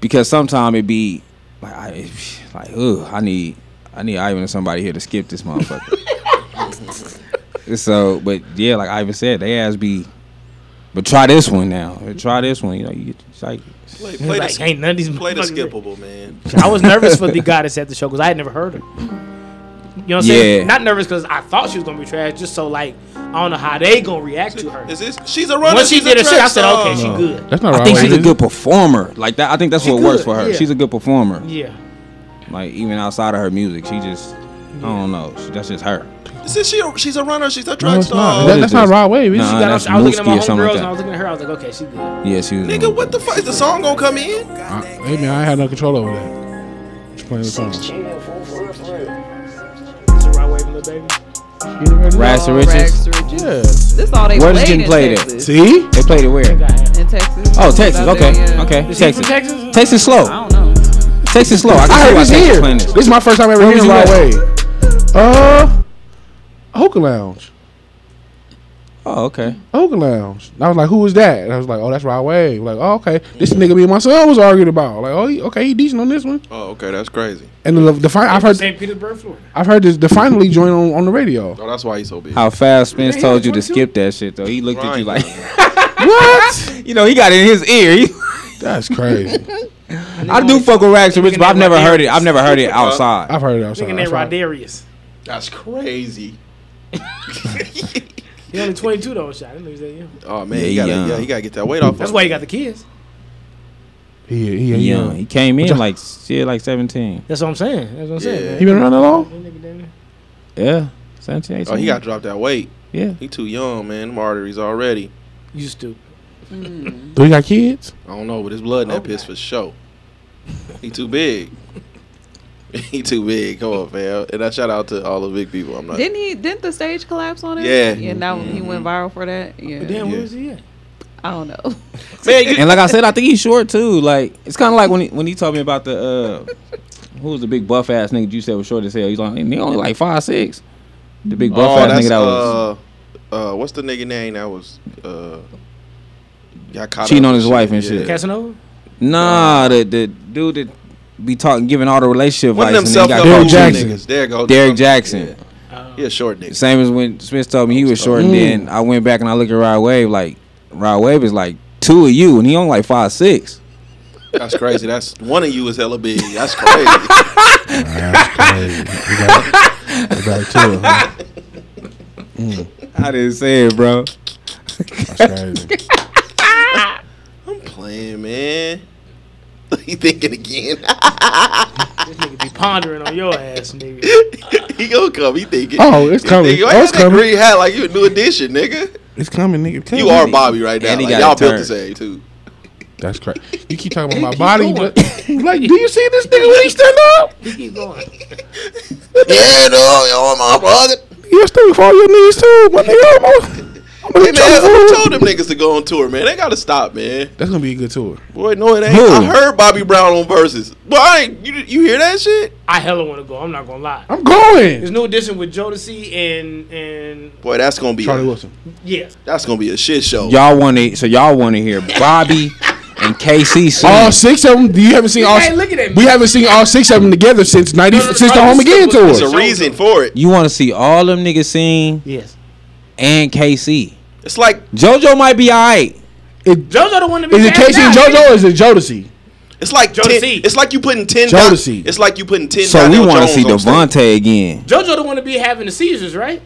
Speaker 4: because sometimes it be like I like ugh, I need I need Ivan or somebody here to skip this motherfucker. so, but yeah, like Ivan said, they ass be. But try this one now. Try this one. You know, you it's like
Speaker 2: Play,
Speaker 6: Play
Speaker 2: play
Speaker 6: like,
Speaker 2: the,
Speaker 6: ain't none of these
Speaker 2: play the
Speaker 6: motherfuckers-
Speaker 2: skippable, man.
Speaker 6: I was nervous for the goddess at the show because I had never heard her. You know what I'm
Speaker 4: Yeah.
Speaker 6: saying? Not nervous because I thought she was gonna be trash, just so like I don't know how they gonna react to her.
Speaker 2: Is this? She's a runner.
Speaker 6: Once she
Speaker 2: she's
Speaker 6: did
Speaker 2: a
Speaker 6: her shit, I
Speaker 2: track
Speaker 6: said, okay,
Speaker 2: star.
Speaker 6: she good.
Speaker 3: That's not
Speaker 4: Uh, I
Speaker 3: right.
Speaker 4: think she's a good performer. Like that, I think that's
Speaker 6: She
Speaker 4: what
Speaker 6: good,
Speaker 4: works for her.
Speaker 6: yeah.
Speaker 4: She's a good performer.
Speaker 6: Yeah.
Speaker 4: Like even outside of her music, she just I don't know. She, that's just her.
Speaker 2: Is she? A, she's a runner. She's a
Speaker 3: No,
Speaker 2: track
Speaker 3: it's not.
Speaker 2: star.
Speaker 3: That- that's not Rod Wave.
Speaker 4: Nah,
Speaker 3: Nah.
Speaker 6: She got
Speaker 4: that's
Speaker 6: off, I was looking at my
Speaker 4: Mooski or something
Speaker 6: homegirls
Speaker 4: like
Speaker 6: and I
Speaker 4: that.
Speaker 6: was looking at her. I was like, okay, she good.
Speaker 4: Yeah, she was.
Speaker 2: Nigga, what the fuck? Is the song gonna come in?
Speaker 3: Hey man, I had no control over that. Just playing the song.
Speaker 6: Is it right waving the baby?
Speaker 4: Rags to
Speaker 7: Oh,
Speaker 4: riches.
Speaker 7: Rags to Riches.
Speaker 3: Yeah.
Speaker 7: This all they
Speaker 4: Where
Speaker 7: played
Speaker 4: did you
Speaker 7: in
Speaker 4: play that?
Speaker 7: Texas.
Speaker 3: See?
Speaker 4: They played it where?
Speaker 6: God.
Speaker 7: In Texas.
Speaker 4: Oh, Texas.
Speaker 7: Out there,
Speaker 4: Okay,
Speaker 7: yeah.
Speaker 4: okay.
Speaker 6: Is she from
Speaker 4: Texas.
Speaker 6: Texas?
Speaker 4: Texas slow.
Speaker 7: I don't know.
Speaker 4: Texas slow. I can
Speaker 3: I
Speaker 4: see
Speaker 3: heard
Speaker 4: why
Speaker 3: this
Speaker 4: Texas
Speaker 3: here.
Speaker 4: playing this.
Speaker 3: This is my first time ever hearing
Speaker 4: you
Speaker 3: Rod
Speaker 4: at?
Speaker 3: Wave. Uh, Hookah Lounge.
Speaker 4: Oh, okay.
Speaker 3: Hookah Lounge. And I was like, who is that? And I was like, oh, that's Rod Wave. Like, oh, okay. This nigga me and my son was arguing about. Like, oh, he, okay, he decent on this one.
Speaker 2: Oh, okay, that's crazy.
Speaker 3: And the, the fi- I've heard
Speaker 6: St. Petersburg, Florida.
Speaker 3: I've heard this the finally joint on, on the radio.
Speaker 2: Oh, that's why he's so big.
Speaker 4: How fast Spence
Speaker 6: Yeah,
Speaker 4: told you to
Speaker 6: that's what
Speaker 4: skip that shit though. He looked at you
Speaker 2: Right.
Speaker 4: like what? You know, he got it in his ear. He-
Speaker 3: That's crazy.
Speaker 4: I do fuck with Rags to Riches, but I've never heard it. I've never heard it outside.
Speaker 3: I've heard it outside.
Speaker 6: Nigga
Speaker 3: I've
Speaker 6: named
Speaker 3: heard-
Speaker 6: Rodarius.
Speaker 2: That's crazy.
Speaker 6: He only 22 though, shot. That nigga's that young.
Speaker 2: Oh man,
Speaker 4: Yeah,
Speaker 2: he gotta,
Speaker 4: yeah.
Speaker 2: yeah, he gotta get that weight off.
Speaker 6: That's
Speaker 2: him.
Speaker 6: why he got the kids.
Speaker 3: He, he, he,
Speaker 4: Yeah,
Speaker 3: young.
Speaker 4: he came in like shit, like seventeen.
Speaker 6: That's what I'm saying. That's what I'm
Speaker 2: Yeah.
Speaker 6: saying.
Speaker 3: he been around that long?
Speaker 6: Man.
Speaker 4: Yeah, seventeen. 18.
Speaker 2: Oh, he got to drop that weight.
Speaker 4: yeah.
Speaker 2: He too young, man. Them arteries already.
Speaker 6: You stupid.
Speaker 3: Do he got kids?
Speaker 2: I don't know, but his blood in that piss for sure. He too big. he too big. Come on, fam. And I shout out to all the big people. I'm not.
Speaker 7: Didn't he? Didn't the stage collapse on him?
Speaker 2: Yeah.
Speaker 7: Yeah. Now he
Speaker 4: Mm-hmm.
Speaker 7: went viral for that. Yeah.
Speaker 6: But damn,
Speaker 2: Yeah.
Speaker 6: where is he at?
Speaker 7: I don't know.
Speaker 2: man, you,
Speaker 4: And like I said, I think he's short too. Like it's kind of like when he, when he told me about the uh, who was the big buff ass nigga you said was short as hell. He's like he only like five six. The big
Speaker 2: oh,
Speaker 4: buff ass
Speaker 2: that's
Speaker 4: nigga that was
Speaker 2: uh, uh, what's the nigga name that was uh, got caught
Speaker 4: Cheating
Speaker 2: up
Speaker 4: on
Speaker 2: in
Speaker 4: his wife and shit.
Speaker 6: Casanova?
Speaker 4: nah the the dude that be talking giving all the relationship
Speaker 2: One of
Speaker 4: advice.
Speaker 2: them
Speaker 4: and
Speaker 2: self
Speaker 4: then he
Speaker 2: love
Speaker 3: Derrick
Speaker 4: got-
Speaker 2: Derrick Jackson.
Speaker 3: Jackson.
Speaker 2: Niggas. There you go.
Speaker 4: Derrick Jackson.
Speaker 2: Yeah, he a short nigga.
Speaker 4: Same as when Smith told me he was short. And then I went back and I looked at Rod Wave. Like Rod Wave is like two of you, and he only like five six.
Speaker 2: That's crazy. That's one of you is hella big. That's crazy.
Speaker 3: Back to it. huh?
Speaker 4: I didn't say it, bro.
Speaker 3: That's crazy.
Speaker 2: I'm playing, man. He thinking again.
Speaker 6: This nigga be pondering on your ass, nigga.
Speaker 2: he gonna come. He thinking.
Speaker 3: Oh, it's
Speaker 2: He
Speaker 3: coming.
Speaker 2: thinking, Why
Speaker 3: Oh,
Speaker 2: you
Speaker 3: it's
Speaker 2: got that
Speaker 3: coming.
Speaker 2: green hat like you a new addition, nigga?
Speaker 3: It's coming, nigga.
Speaker 2: You are Bobby right now.
Speaker 4: And he
Speaker 2: Like,
Speaker 4: got
Speaker 2: y'all
Speaker 4: it
Speaker 2: built the same
Speaker 4: turned.
Speaker 2: too.
Speaker 3: That's crazy. You keep talking about my body, but like, do you see this nigga when he stand up?
Speaker 6: He keep going.
Speaker 2: yeah, no, yo, my brother.
Speaker 3: You still fall on your knees too, my nigga. I'm on- I'm on
Speaker 2: Hey
Speaker 3: your
Speaker 2: man, who
Speaker 3: toes.
Speaker 2: told them niggas to go on tour, man? They gotta stop, man.
Speaker 3: That's gonna be a good tour.
Speaker 2: Boy, no, it ain't.
Speaker 4: Who?
Speaker 2: I heard Bobby Brown on verses, but I ain't. You, you hear that shit?
Speaker 6: I hella want to go. I'm not going to lie.
Speaker 3: I'm going.
Speaker 6: This new edition with Jodeci and, and
Speaker 2: Boy, that's gonna be
Speaker 3: Charlie
Speaker 2: a,
Speaker 3: Wilson.
Speaker 6: yeah.
Speaker 2: that's gonna be a shit show.
Speaker 4: Y'all want to so y'all want to hear Bobby and KC sing.
Speaker 3: All six of them. You haven't seen all.
Speaker 6: Hey, look at that.
Speaker 3: We haven't seen all six of them together since ninety
Speaker 6: no, no,
Speaker 3: since the
Speaker 6: no,
Speaker 3: home
Speaker 6: this
Speaker 3: again
Speaker 6: is what-
Speaker 3: tour.
Speaker 2: There's a reason for it.
Speaker 4: You want to see all them niggas sing
Speaker 6: Yes.
Speaker 4: and KC.
Speaker 2: It's like
Speaker 4: JoJo might be alright.
Speaker 6: JoJo the one to be
Speaker 3: Is it
Speaker 6: passed
Speaker 3: Casey and
Speaker 6: out.
Speaker 3: JoJo or is it Jodeci?
Speaker 2: it's like ten,
Speaker 6: Jodeci.
Speaker 2: it's like you putting ten.
Speaker 3: Jodeci.
Speaker 2: it's like you putting ten.
Speaker 4: So we
Speaker 2: want to
Speaker 4: see Devontae again.
Speaker 6: JoJo the one to be having the seizures, right?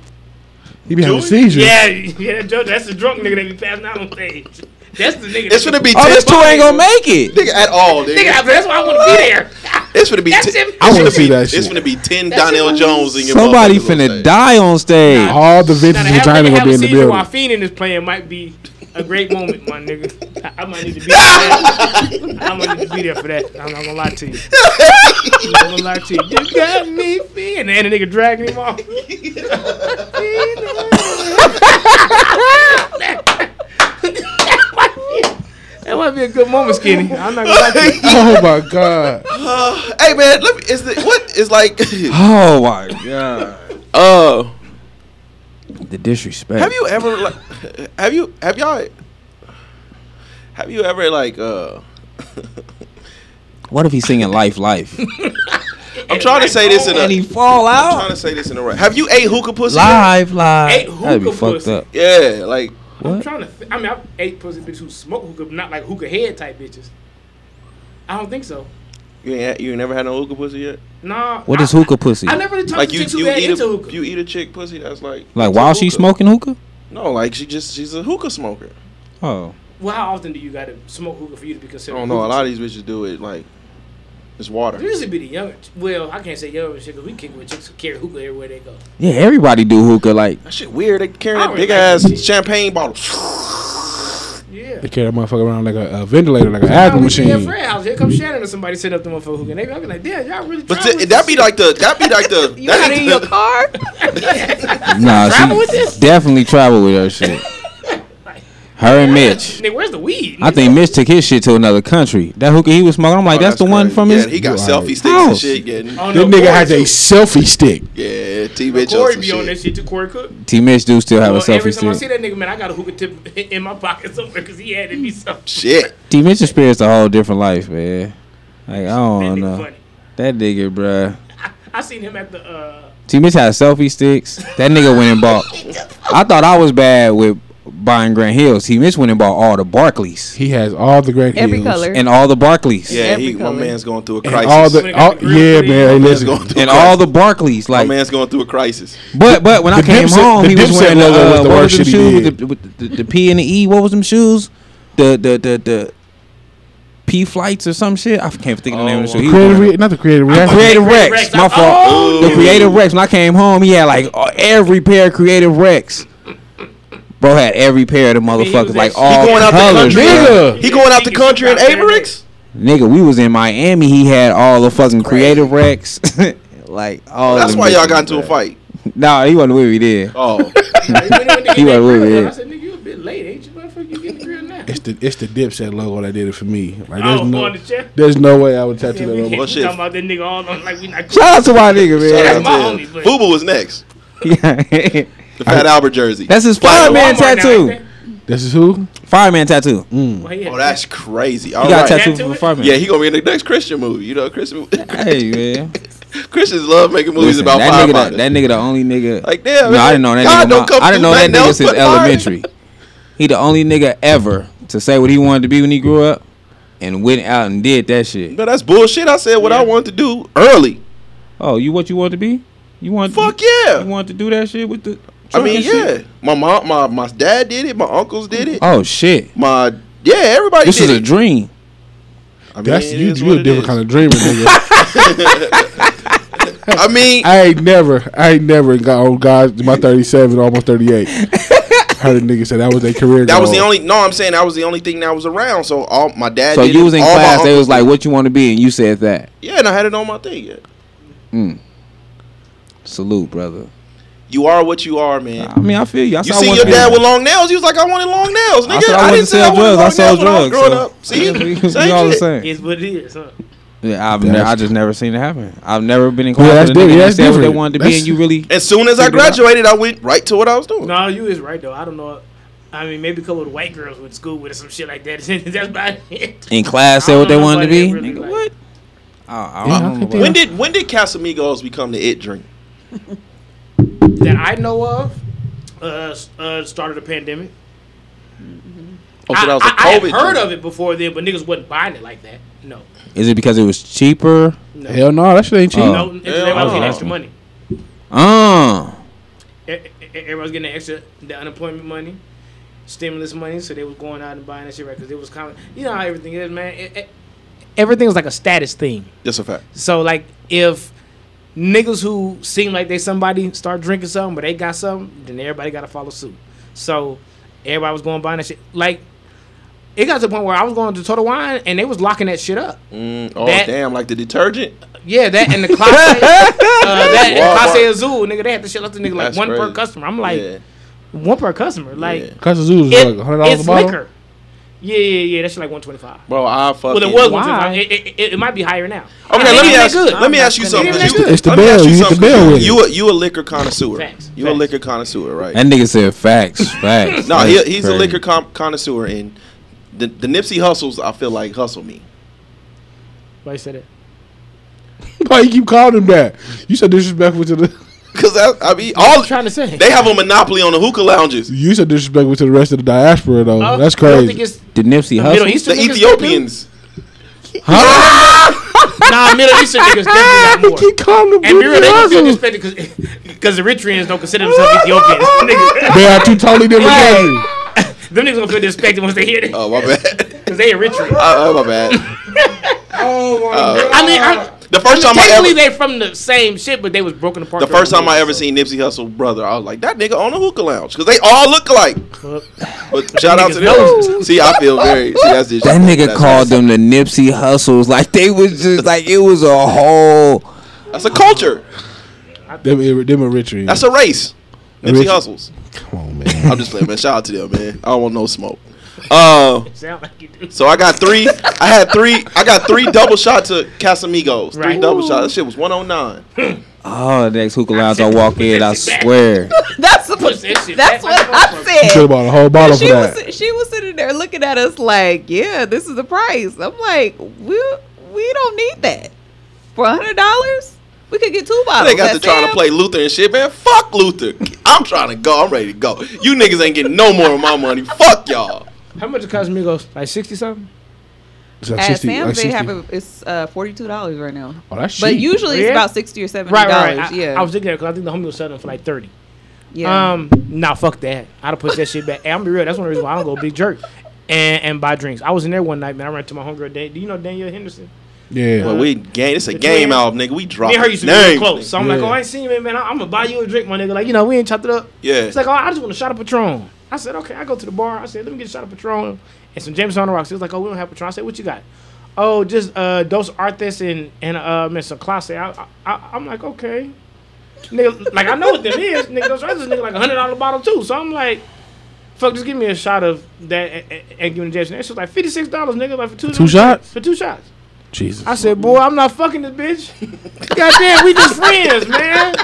Speaker 3: He be having seizures.
Speaker 6: Yeah, yeah, JoJo. That's the drunk nigga that be passing out on stage. That's the nigga.
Speaker 2: It's
Speaker 6: that-
Speaker 2: gonna be
Speaker 4: Oh,
Speaker 2: ten.
Speaker 4: this two ain't gonna make it.
Speaker 2: nigga at all,
Speaker 6: Nigga, I-
Speaker 2: nigga.
Speaker 6: that's why I want to be there.
Speaker 2: It's gonna be.
Speaker 6: That's
Speaker 2: ten-
Speaker 6: him.
Speaker 3: I want
Speaker 2: It's
Speaker 3: to
Speaker 2: gonna
Speaker 3: see
Speaker 2: be-
Speaker 3: that
Speaker 2: It's
Speaker 3: shit.
Speaker 2: gonna be ten Donnell Jones in your.
Speaker 4: Somebody
Speaker 2: motherfucking little
Speaker 4: finna
Speaker 2: thing.
Speaker 4: die on stage.
Speaker 3: All the
Speaker 6: Now,
Speaker 3: vintage
Speaker 6: to have to
Speaker 3: vagina gonna
Speaker 6: have
Speaker 3: be
Speaker 6: a
Speaker 3: in the
Speaker 6: seizure
Speaker 3: building.
Speaker 6: while Fiend is playing might be a great moment, my nigga. I- I might need to be there. I might need to be there for that. I'm not gonna lie to you. I'm not gonna lie to you. You got me feeling. And the nigga dragging him off. that might be a good moment, Skinny. I'm not gonna lie to you.
Speaker 3: Oh my god.
Speaker 2: Hey man, let me. Is the what is like?
Speaker 4: Oh my god.
Speaker 2: Uh,
Speaker 4: The disrespect.
Speaker 2: have you ever like? Have you have y'all? Have you ever like uh?
Speaker 4: What if he's singing "Life, Life"?
Speaker 2: I'm trying to say this in a.
Speaker 4: And he fall out?
Speaker 2: I'm trying to say this in a. ra- Have you ate hookah pussy?
Speaker 4: Live,
Speaker 2: yet?
Speaker 4: live. Ate hookah That'd be fucked pussy. up.
Speaker 2: Yeah, like
Speaker 6: I'm trying to. Th- I mean, I've ate pussy bitches who smoke hookah, but not like hookah head type bitches. I don't think so.
Speaker 2: you ain't you ain't never had no hookah pussy yet.
Speaker 6: Nah.
Speaker 4: What is hookah pussy?
Speaker 6: I never really talked
Speaker 2: Like
Speaker 6: to
Speaker 2: you,
Speaker 6: chicks who
Speaker 2: you
Speaker 6: had
Speaker 2: eat
Speaker 6: into
Speaker 2: a
Speaker 6: hookah.
Speaker 2: you eat a chick pussy that's like
Speaker 4: Like while she's smoking hookah?
Speaker 2: no like she just she's a hookah smoker.
Speaker 4: Oh,
Speaker 6: Well, how often do you gotta smoke hookah for you to be
Speaker 2: I
Speaker 6: considered?
Speaker 2: don't know. A
Speaker 6: hookah?
Speaker 2: lot of these bitches do it like it's water.
Speaker 6: Usually be the younger. Well, I can't say younger shit because we kick with chicks who carry hookah everywhere they go.
Speaker 4: yeah. Everybody do hookah. Like
Speaker 2: That shit weird. They carrying
Speaker 6: I
Speaker 2: that
Speaker 6: don't
Speaker 2: big
Speaker 6: really like
Speaker 2: ass
Speaker 6: that shit.
Speaker 2: champagne bottle.
Speaker 3: They carry that motherfucker around like a, a ventilator, like an asthma
Speaker 6: Yeah,
Speaker 3: machine.
Speaker 6: friend house. Here comes Shannon or somebody set up the motherfucker hookah. And they be, I be like, damn, y'all really.
Speaker 2: But
Speaker 6: trying
Speaker 2: th-
Speaker 6: with
Speaker 2: that
Speaker 6: this
Speaker 2: be like the that be like the
Speaker 6: You
Speaker 2: that
Speaker 6: got it
Speaker 2: be
Speaker 6: in
Speaker 2: the-
Speaker 6: your car?
Speaker 4: nah,
Speaker 6: Travel
Speaker 4: she
Speaker 6: with this?
Speaker 4: definitely travel with her shit. Her and Mitch.
Speaker 6: Nigga, where's the weed?
Speaker 4: I think Mitch took his shit to another country. That hookah he was smoking, I'm like,
Speaker 2: Oh,
Speaker 4: that's, the one
Speaker 2: crazy.
Speaker 4: from
Speaker 2: yeah,
Speaker 4: his.
Speaker 2: he got
Speaker 4: Right.
Speaker 2: selfie sticks and
Speaker 4: House.
Speaker 2: shit. Getting
Speaker 6: Oh,
Speaker 3: That
Speaker 6: no,
Speaker 3: nigga has a selfie stick.
Speaker 2: yeah, T bitch.
Speaker 6: Corey be on that shit too. Corey Cook.
Speaker 4: T Mitch do still have
Speaker 6: Well,
Speaker 4: a
Speaker 6: every time I
Speaker 4: selfie
Speaker 6: see
Speaker 4: stick.
Speaker 6: that nigga, man, I got a hookah tip in my pocket somewhere because he handed me something.
Speaker 2: Shit.
Speaker 4: T Mitch experienced a whole different life, man. Like I
Speaker 6: That
Speaker 4: don't
Speaker 6: nigga
Speaker 4: know
Speaker 6: funny.
Speaker 4: that nigga, bruh.
Speaker 6: I seen him at the. uh
Speaker 4: T Mitch had selfie sticks. That nigga went and bought. I thought I was bad with buying Grand Hills. T Mitch went and bought all the Barclays
Speaker 3: He has all the Grand
Speaker 7: Every
Speaker 3: Hills.
Speaker 7: color.
Speaker 4: and all the Barclays
Speaker 2: Yeah,
Speaker 7: Every
Speaker 2: he, my
Speaker 7: color.
Speaker 2: man's going through a
Speaker 3: And
Speaker 2: crisis.
Speaker 3: all the,
Speaker 6: Nigga
Speaker 3: all,
Speaker 6: got the grill
Speaker 3: yeah,
Speaker 6: green.
Speaker 3: man.
Speaker 2: man's
Speaker 3: Listen,
Speaker 2: going through
Speaker 4: and
Speaker 2: a crisis.
Speaker 4: all the Barclays.
Speaker 2: my
Speaker 4: Like,
Speaker 2: man's going through a crisis.
Speaker 4: but but when I
Speaker 3: The
Speaker 4: came
Speaker 3: Dipset-
Speaker 4: home,
Speaker 3: the
Speaker 4: he was
Speaker 3: Dipset
Speaker 4: wearing the,
Speaker 3: logo was
Speaker 4: uh,
Speaker 3: the
Speaker 4: what
Speaker 3: worst
Speaker 4: was them
Speaker 3: shit he
Speaker 4: shoes with
Speaker 3: did.
Speaker 4: the, with the, the, the P and the E. What was them shoes? The the the the P flights or some shit. I can't think of the name of the shoe. He was
Speaker 3: Creative,
Speaker 4: wearing.
Speaker 3: re- not Oh, the creative. reaction.
Speaker 4: Creative Rex.
Speaker 6: Rex.
Speaker 4: My
Speaker 6: I-
Speaker 4: fault. The Creative Rex. When I came home, he had like uh, every pair of Creative Rex. Bro had every pair of the
Speaker 6: he was
Speaker 4: motherfuckers, like
Speaker 6: actually- He
Speaker 4: all
Speaker 2: he going out
Speaker 4: colors.
Speaker 2: the
Speaker 4: bro.
Speaker 2: country.
Speaker 3: Nigga.
Speaker 2: He going out the country in Avericks.
Speaker 4: Nigga, we was in Miami. He had all the fucking Creative Rex. like all.
Speaker 2: That's
Speaker 4: them
Speaker 2: why y'all
Speaker 4: bitches,
Speaker 2: got into a
Speaker 4: bruh.
Speaker 2: fight.
Speaker 4: Nah, he wasn't with me there.
Speaker 2: Oh,
Speaker 4: He
Speaker 6: He
Speaker 4: was with it.
Speaker 6: I said, nigga, you a bit late, ain't you? Motherfucker, you getting the grill now?
Speaker 3: It's the it's the Dipset logo that did it for me. Like
Speaker 6: I
Speaker 3: there's
Speaker 6: was
Speaker 3: no
Speaker 6: on the chair.
Speaker 3: there's no way I would tattoo
Speaker 6: Yeah,
Speaker 3: that
Speaker 6: we
Speaker 3: on
Speaker 6: can't
Speaker 3: my
Speaker 2: Well,
Speaker 6: we
Speaker 2: shit.
Speaker 6: talking about that nigga all on like we not.
Speaker 4: Shout out to my nigga,
Speaker 2: shout
Speaker 4: man.
Speaker 2: out
Speaker 6: my
Speaker 2: to him.
Speaker 6: homie, but-
Speaker 2: Fubu was next.
Speaker 4: Yeah.
Speaker 2: The Fat Albert jersey.
Speaker 4: That's his
Speaker 2: Flat
Speaker 4: fireman
Speaker 6: Walmart now, ain't
Speaker 4: tattoo.
Speaker 6: that?
Speaker 3: This is who?
Speaker 4: Fireman tattoo. He
Speaker 6: Well, he had
Speaker 2: Oh, that's crazy. All
Speaker 4: got
Speaker 2: Oh, right.
Speaker 4: tattooed
Speaker 6: Tattoo
Speaker 4: from a
Speaker 6: it?
Speaker 4: fireman.
Speaker 2: Yeah, he gonna be in the next Christian movie. You know, Christian
Speaker 4: Hey man,
Speaker 2: Christians love making movies
Speaker 4: Listen,
Speaker 2: about
Speaker 4: that nigga,
Speaker 2: firefighters.
Speaker 4: the, that nigga, the only nigga.
Speaker 2: Like, damn,
Speaker 4: no,
Speaker 2: man,
Speaker 4: I didn't know that.
Speaker 2: God
Speaker 4: nigga,
Speaker 2: don't
Speaker 4: my-
Speaker 2: come
Speaker 4: I didn't
Speaker 2: through
Speaker 4: know that
Speaker 2: nothing
Speaker 4: nigga
Speaker 2: else
Speaker 4: since
Speaker 2: but fire.
Speaker 4: elementary. He the only nigga ever to say what he wanted to be when he grew up, and went out and did that shit.
Speaker 2: no, that's bullshit. I said what I wanted to do early.
Speaker 4: Oh, you what you want to be? You want
Speaker 2: Fuck
Speaker 4: You
Speaker 2: yeah.
Speaker 4: want to do that shit with the?
Speaker 2: I
Speaker 4: truck
Speaker 2: mean,
Speaker 4: and
Speaker 2: yeah.
Speaker 4: shit?
Speaker 2: My mom, my my dad did it. My uncles did it.
Speaker 4: Oh shit,
Speaker 2: My yeah, everybody
Speaker 4: this
Speaker 2: did it.
Speaker 4: is a dream.
Speaker 2: I mean,
Speaker 3: That's
Speaker 2: it
Speaker 3: you.
Speaker 2: is
Speaker 3: You
Speaker 2: what
Speaker 3: a
Speaker 2: it
Speaker 3: different
Speaker 2: is.
Speaker 3: kind of dreamer, nigga.
Speaker 2: I mean,
Speaker 3: I ain't never, I ain't never got on God. My thirty seven, almost thirty eight. Heard a nigga say that was their career.
Speaker 2: that was
Speaker 3: goal.
Speaker 2: the only. No, I'm saying that was the only thing that was around. So all my dad.
Speaker 4: So
Speaker 2: did
Speaker 4: you
Speaker 2: it,
Speaker 4: was in
Speaker 2: all my
Speaker 4: class. They
Speaker 2: uncles
Speaker 4: was like,
Speaker 2: did it.
Speaker 4: "What you want to be?" and you said that.
Speaker 2: Yeah, and I had it on my thing. Yeah.
Speaker 4: Salute, brother.
Speaker 2: You are what you are, man.
Speaker 4: I mean, I feel you. I
Speaker 2: You
Speaker 4: said I
Speaker 2: see
Speaker 4: wanted
Speaker 2: your
Speaker 4: to be-
Speaker 2: dad with long nails. He was like, I wanted long nails,
Speaker 4: I
Speaker 2: nigga.
Speaker 4: said I,
Speaker 2: I,
Speaker 4: wanted
Speaker 2: didn't
Speaker 4: to
Speaker 2: say I
Speaker 4: sell
Speaker 2: wanted
Speaker 4: drugs. I
Speaker 2: long nails
Speaker 4: sold
Speaker 2: when I was
Speaker 4: drugs.
Speaker 2: growing
Speaker 4: so-
Speaker 2: up. See,
Speaker 4: we all
Speaker 2: same
Speaker 4: the
Speaker 2: shit.
Speaker 4: same.
Speaker 6: Is what it is, huh?
Speaker 4: Yeah, I've
Speaker 3: That's-
Speaker 4: never, I just never seen it happen. I've never been in class
Speaker 3: Yeah, that's
Speaker 4: with a nigga
Speaker 3: different.
Speaker 4: that
Speaker 3: That's
Speaker 4: said what they
Speaker 3: different.
Speaker 4: wanted to be,
Speaker 3: That's-
Speaker 4: and you really
Speaker 2: As soon as I
Speaker 4: Figure it out.
Speaker 2: graduated, I went right to what I was doing.
Speaker 6: No, you is right though. I don't know. I mean, maybe a couple of the white girls went to school with or some shit like that. That's about it.
Speaker 4: in class said
Speaker 6: I
Speaker 4: what they
Speaker 6: don't know
Speaker 4: wanted to be.
Speaker 6: nobody that really
Speaker 4: Nigga,
Speaker 6: like-
Speaker 4: what? I, I
Speaker 3: Yeah, I
Speaker 4: don't know
Speaker 3: could
Speaker 4: what-
Speaker 2: When did when did Casamigos become the it drink?
Speaker 6: That I know of. Uh, s- uh started a pandemic.
Speaker 2: Oh, so that was a
Speaker 6: I, I- I had
Speaker 2: COVID
Speaker 6: heard
Speaker 2: drink.
Speaker 6: of it before then, but niggas wasn't buying it like that. No,
Speaker 4: Is it because it was cheaper?
Speaker 6: no,
Speaker 3: Hell no, that shit ain't cheap.
Speaker 4: Oh.
Speaker 6: no. Everybody was getting extra money.
Speaker 4: Oh,
Speaker 6: E- e- e- Everybody was getting the extra the unemployment money, stimulus money, so they was going out and buying that shit right because it was common. You know how everything is, man. E- e- everything was like a status thing.
Speaker 2: That's a fact.
Speaker 6: So like if niggas who seem like they somebody start drinking something but they got something, then everybody gotta follow suit. So everybody was going buying that shit. Like it got to the point where I was going to Total Wine and they was locking that shit up.
Speaker 2: Mm, oh
Speaker 6: That-
Speaker 2: damn, like the detergent.
Speaker 6: Yeah, that and the Clase, uh, that
Speaker 2: Walmart.
Speaker 6: and Clase Azul, nigga, they had to shit up the nigga like
Speaker 2: That's
Speaker 6: one per
Speaker 2: crazy.
Speaker 6: customer. I'm like
Speaker 2: yeah.
Speaker 6: one per customer, like
Speaker 2: Yeah.
Speaker 3: Cause the zoo was
Speaker 6: it,
Speaker 3: like hundred dollars a
Speaker 6: it's
Speaker 3: bottle.
Speaker 6: liquor. Yeah, yeah, yeah. That's like one twenty five.
Speaker 2: bro, I fucking.
Speaker 6: Well, it was one
Speaker 7: Why?
Speaker 6: twenty five. It, it, it, it might be higher now.
Speaker 2: Okay, let
Speaker 6: It
Speaker 2: me
Speaker 6: ain't that
Speaker 2: ask.
Speaker 6: good.
Speaker 2: Let me ask you something.
Speaker 6: It's the-
Speaker 2: You-
Speaker 3: it's the
Speaker 2: let me ask
Speaker 3: bell. You hit the
Speaker 2: something, 'cause
Speaker 3: bell with it.
Speaker 2: You a, you a liquor connoisseur.
Speaker 6: Facts,
Speaker 2: You a
Speaker 6: facts.
Speaker 2: liquor connoisseur, right?
Speaker 4: that nigga said facts, facts.
Speaker 2: no,
Speaker 4: That's
Speaker 2: he, he's a
Speaker 4: crazy.
Speaker 2: liquor com- connoisseur, and the the Nipsey hustles. I feel like hustle me.
Speaker 6: Why you said that?
Speaker 3: Why you keep calling him that? You so disrespectful to the.
Speaker 2: Cause I, I be all
Speaker 6: trying to say
Speaker 2: they have a monopoly on the hookah lounges.
Speaker 3: You so disrespectful to the rest of the diaspora though.
Speaker 6: Oh,
Speaker 3: That's
Speaker 6: you don't
Speaker 3: crazy.
Speaker 6: think it's-
Speaker 4: The Nipsey
Speaker 6: The
Speaker 4: Hussle.
Speaker 6: Middle Eastern
Speaker 2: The
Speaker 6: niggas
Speaker 2: Ethiopians.
Speaker 6: nah, Middle Eastern niggas definitely got more.
Speaker 3: calling him
Speaker 6: And Mira, they don't feel
Speaker 3: Nipsey Hussle.
Speaker 6: disrespected because the Eritreans don't consider themselves Ethiopians. Niggas-
Speaker 3: They are two totally different
Speaker 6: Right.
Speaker 3: countries.
Speaker 6: Them niggas gonna feel disrespected once they hear that
Speaker 2: Oh my bad.
Speaker 6: because they Eritrean.
Speaker 2: oh oh, my bad.
Speaker 6: I mean, I,
Speaker 2: The Oh. first time I
Speaker 6: technically
Speaker 2: ever,
Speaker 6: they from the same shit, but they was broken apart.
Speaker 2: the first time I ever seen Nipsey Hussle brother, I was like, that nigga on a hookah lounge because they all look alike. But shout out to them. See, I feel very. See, that's just,
Speaker 4: That nigga
Speaker 2: that's-
Speaker 4: called them the Nipsey Hustles. Like they was just like it was a whole.
Speaker 2: That's a culture.
Speaker 3: Them, them are richer.
Speaker 2: That's a race. Nipsey
Speaker 3: Rich-
Speaker 2: Hustles.
Speaker 3: Come on, man.
Speaker 2: I'm just playing, man. Shout out to them, man. I don't want no smoke. Uh,
Speaker 6: Sound like you do.
Speaker 2: so I got three. I had three. I got three double shots to Casamigos. Three
Speaker 6: Right.
Speaker 2: double shots. That shit was 109.
Speaker 4: Oh, the next hookah lounge I walk in, I swear.
Speaker 7: That's the,
Speaker 6: Push that shit
Speaker 7: that's
Speaker 6: back
Speaker 7: what
Speaker 6: like a
Speaker 7: I
Speaker 3: You should have
Speaker 7: said.
Speaker 3: bought a whole bottle for
Speaker 7: She was
Speaker 3: that.
Speaker 7: she was sitting there looking at us like, yeah, this is the price. I'm like, we we don't need that for a hundred dollars. We could get two bottles.
Speaker 2: They got to
Speaker 7: That's
Speaker 2: trying to
Speaker 7: it.
Speaker 2: play Luther and shit, man. Fuck Luther. I'm trying to go. I'm ready to go. You niggas ain't getting no more of my money. Fuck y'all.
Speaker 6: How much it cost Migos? Like sixty something.
Speaker 3: It's like
Speaker 7: At
Speaker 3: 60,
Speaker 7: Sam's,
Speaker 3: like
Speaker 7: they
Speaker 3: 60.
Speaker 7: have a, it's uh, forty two dollars right now.
Speaker 3: Oh, that's
Speaker 7: But
Speaker 3: cheap.
Speaker 7: usually it's
Speaker 6: Yeah.
Speaker 7: about sixty or seventy
Speaker 6: Right,
Speaker 7: dollars.
Speaker 6: right. right. I-
Speaker 7: Yeah,
Speaker 6: I, was thinking that because I think the homie was selling them for like thirty.
Speaker 7: yeah.
Speaker 6: Um, nah, fuck that. I'd have pushed that shit back. Hey, I'm gonna be real. That's one of the reasons why I don't go big jerk and and buy drinks. I was in there one night, man. I ran to my homegirl. Dan- Do you know Danielle Henderson?
Speaker 3: yeah.
Speaker 2: Well, we game. It's a
Speaker 6: The
Speaker 2: game
Speaker 6: twins.
Speaker 2: album, nigga. We
Speaker 6: Me
Speaker 2: dropped.
Speaker 6: and her used to be real
Speaker 2: names,
Speaker 6: close.
Speaker 2: nigga.
Speaker 6: So I'm like,
Speaker 3: Yeah.
Speaker 6: oh, I ain't seen you, man. man. I, am gonna buy you a drink, my nigga. Like, you know, we ain't chopped it up.
Speaker 2: Yeah.
Speaker 6: It's like, oh, I just want a shot of Patron. I said, okay, I go to the bar. I said, let me get a shot of Patron and some Jameson on the rocks. He was like, oh, we don't have Patron. I said, what you got? Oh, just uh, Dos Artes and and uh, Mr. Clase. I, I, I, I'm like, okay. Nigga, like I know what them is. Nigga, Dos Artes is nigga like a hundred dollar bottle too. So I'm like. Fuck, just give me a shot of that and, and, and give me Jameson. It's just like fifty six dollars, nigga, like for two
Speaker 3: Two shots?
Speaker 6: For two shots.
Speaker 3: Jesus.
Speaker 6: I said, boy, I'm not fucking this bitch. Goddamn, we just friends, man.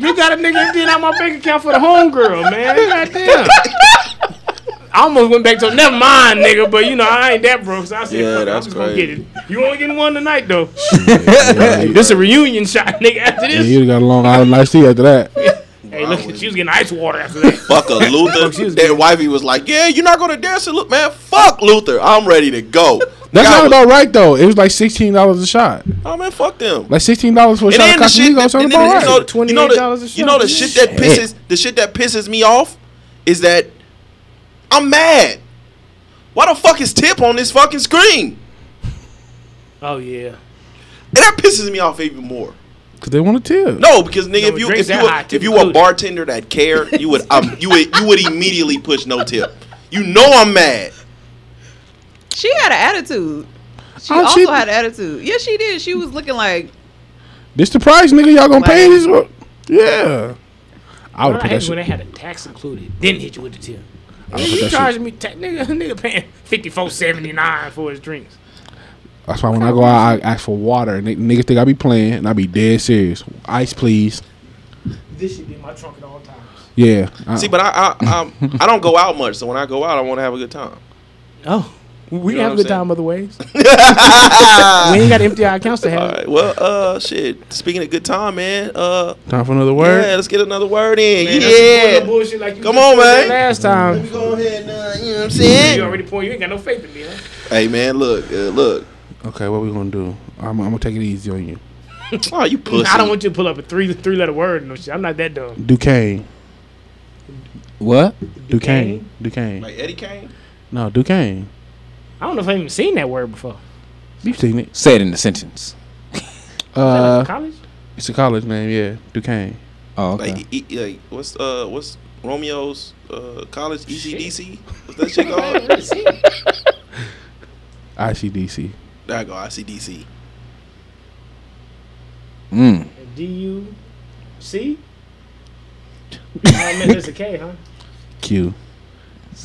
Speaker 6: You got a nigga emptying out my bank account for the homegirl, man. Goddamn. I almost went back to never mind, nigga, but you know I ain't that broke, so I said,
Speaker 2: Yeah,
Speaker 6: fuck it, I'm
Speaker 2: that's
Speaker 6: just gonna get
Speaker 2: crazy.
Speaker 6: it. You only getting one tonight though.
Speaker 3: yeah, you-
Speaker 6: This a reunion shot, nigga. After
Speaker 3: yeah,
Speaker 6: this,
Speaker 3: you got a long island iced tea after that.
Speaker 6: hey, look, she was getting ice water after that.
Speaker 2: Fuck a Luther. Their wifey was like, yeah, you're not gonna dance, and look, man. Fuck Luther. I'm ready to go.
Speaker 3: That's
Speaker 2: Guy
Speaker 3: not
Speaker 2: was-
Speaker 3: about right though. It was like sixteen dollars a shot.
Speaker 2: Oh man, fuck them.
Speaker 3: Like sixteen dollars for a
Speaker 2: And
Speaker 3: shot
Speaker 2: then
Speaker 3: of
Speaker 2: the shit,
Speaker 3: Casamigos.
Speaker 2: that,
Speaker 3: Sound
Speaker 2: and then, you
Speaker 3: about
Speaker 2: know,
Speaker 3: right.
Speaker 2: you know
Speaker 6: $28 a
Speaker 2: the,
Speaker 6: shit.
Speaker 2: you know the shit that pisses the shit that pisses me off is that I'm mad. Why the fuck is tip on this fucking screen?
Speaker 6: Oh yeah.
Speaker 2: And that pisses me off even more.
Speaker 3: Cause they want a tip.
Speaker 2: No, because nigga,
Speaker 6: No,
Speaker 2: if you
Speaker 6: drinks
Speaker 2: if you
Speaker 6: that
Speaker 2: were,
Speaker 6: high, tip
Speaker 2: if you were a
Speaker 6: included.
Speaker 2: bartender that care, you would um, you would you would immediately push no tip. You know I'm mad.
Speaker 7: she had an attitude. She
Speaker 3: Oh,
Speaker 7: also
Speaker 3: she-
Speaker 7: had an attitude. Yeah, she did. She was looking like
Speaker 3: This the price, nigga. Y'all gonna pay this? one? Yeah. I would
Speaker 6: I
Speaker 3: put that
Speaker 6: hate when they
Speaker 3: shit.
Speaker 6: had a tax included, then hit you with the tip.
Speaker 3: I would've put
Speaker 6: Nigga, you
Speaker 3: that shit-
Speaker 6: charging me, ta- nigga, nigga paying fifty four seventy nine for his drinks.
Speaker 3: That's why when I go out, I ask for water. N- niggas think I be playing, and I be dead serious. Ice, please.
Speaker 6: This should be in my trunk at all times.
Speaker 3: Yeah. Uh, I-
Speaker 2: See, but I I I'm, I don't go out much, so when I go out, I want to have a good time.
Speaker 6: Oh, we
Speaker 2: You know what
Speaker 6: have a
Speaker 2: I'm
Speaker 6: good
Speaker 2: saying?
Speaker 6: time other ways. we ain't got to empty our accounts to
Speaker 2: All
Speaker 6: have.
Speaker 2: right. Well, uh, shit. Speaking of good time, man. Uh,
Speaker 3: time for another
Speaker 2: yeah.
Speaker 3: word.
Speaker 2: Let's get another word in.
Speaker 6: Man, that's some
Speaker 2: yeah.
Speaker 6: bull- bullshit like you
Speaker 2: Come
Speaker 6: just
Speaker 2: on, man.
Speaker 6: said Last time,
Speaker 2: Go ahead, nah, you know what I'm
Speaker 6: you
Speaker 2: saying?
Speaker 6: already pointed. You ain't got no faith in me, huh?
Speaker 2: Hey, man, look, uh, look.
Speaker 3: Okay, what we gonna do? I'm, I'm gonna take it easy on you.
Speaker 2: Oh, you pussy.
Speaker 6: I don't want you to pull up a three three letter word and no shit. I'm not that dumb.
Speaker 3: Duquesne.
Speaker 4: What?
Speaker 3: Duquesne. Duquesne.
Speaker 2: Like Eddie Kane?
Speaker 3: No, Duquesne.
Speaker 6: I don't know if I even seen that word before.
Speaker 3: You've seen it.
Speaker 4: Say it in a sentence.
Speaker 3: Uh,
Speaker 6: College?
Speaker 3: it's a college name. Yeah, Duquesne.
Speaker 4: Oh,
Speaker 2: Like,
Speaker 4: okay.
Speaker 2: e- e- like, what's uh, what's Romeo's uh college ECDC? What's that shit
Speaker 6: I ain't
Speaker 2: called?
Speaker 6: really seen it.
Speaker 3: ICDC.
Speaker 2: there I go, ICDC.
Speaker 4: Mm.
Speaker 6: D U C. Oh man, that's a K, huh?
Speaker 3: Q.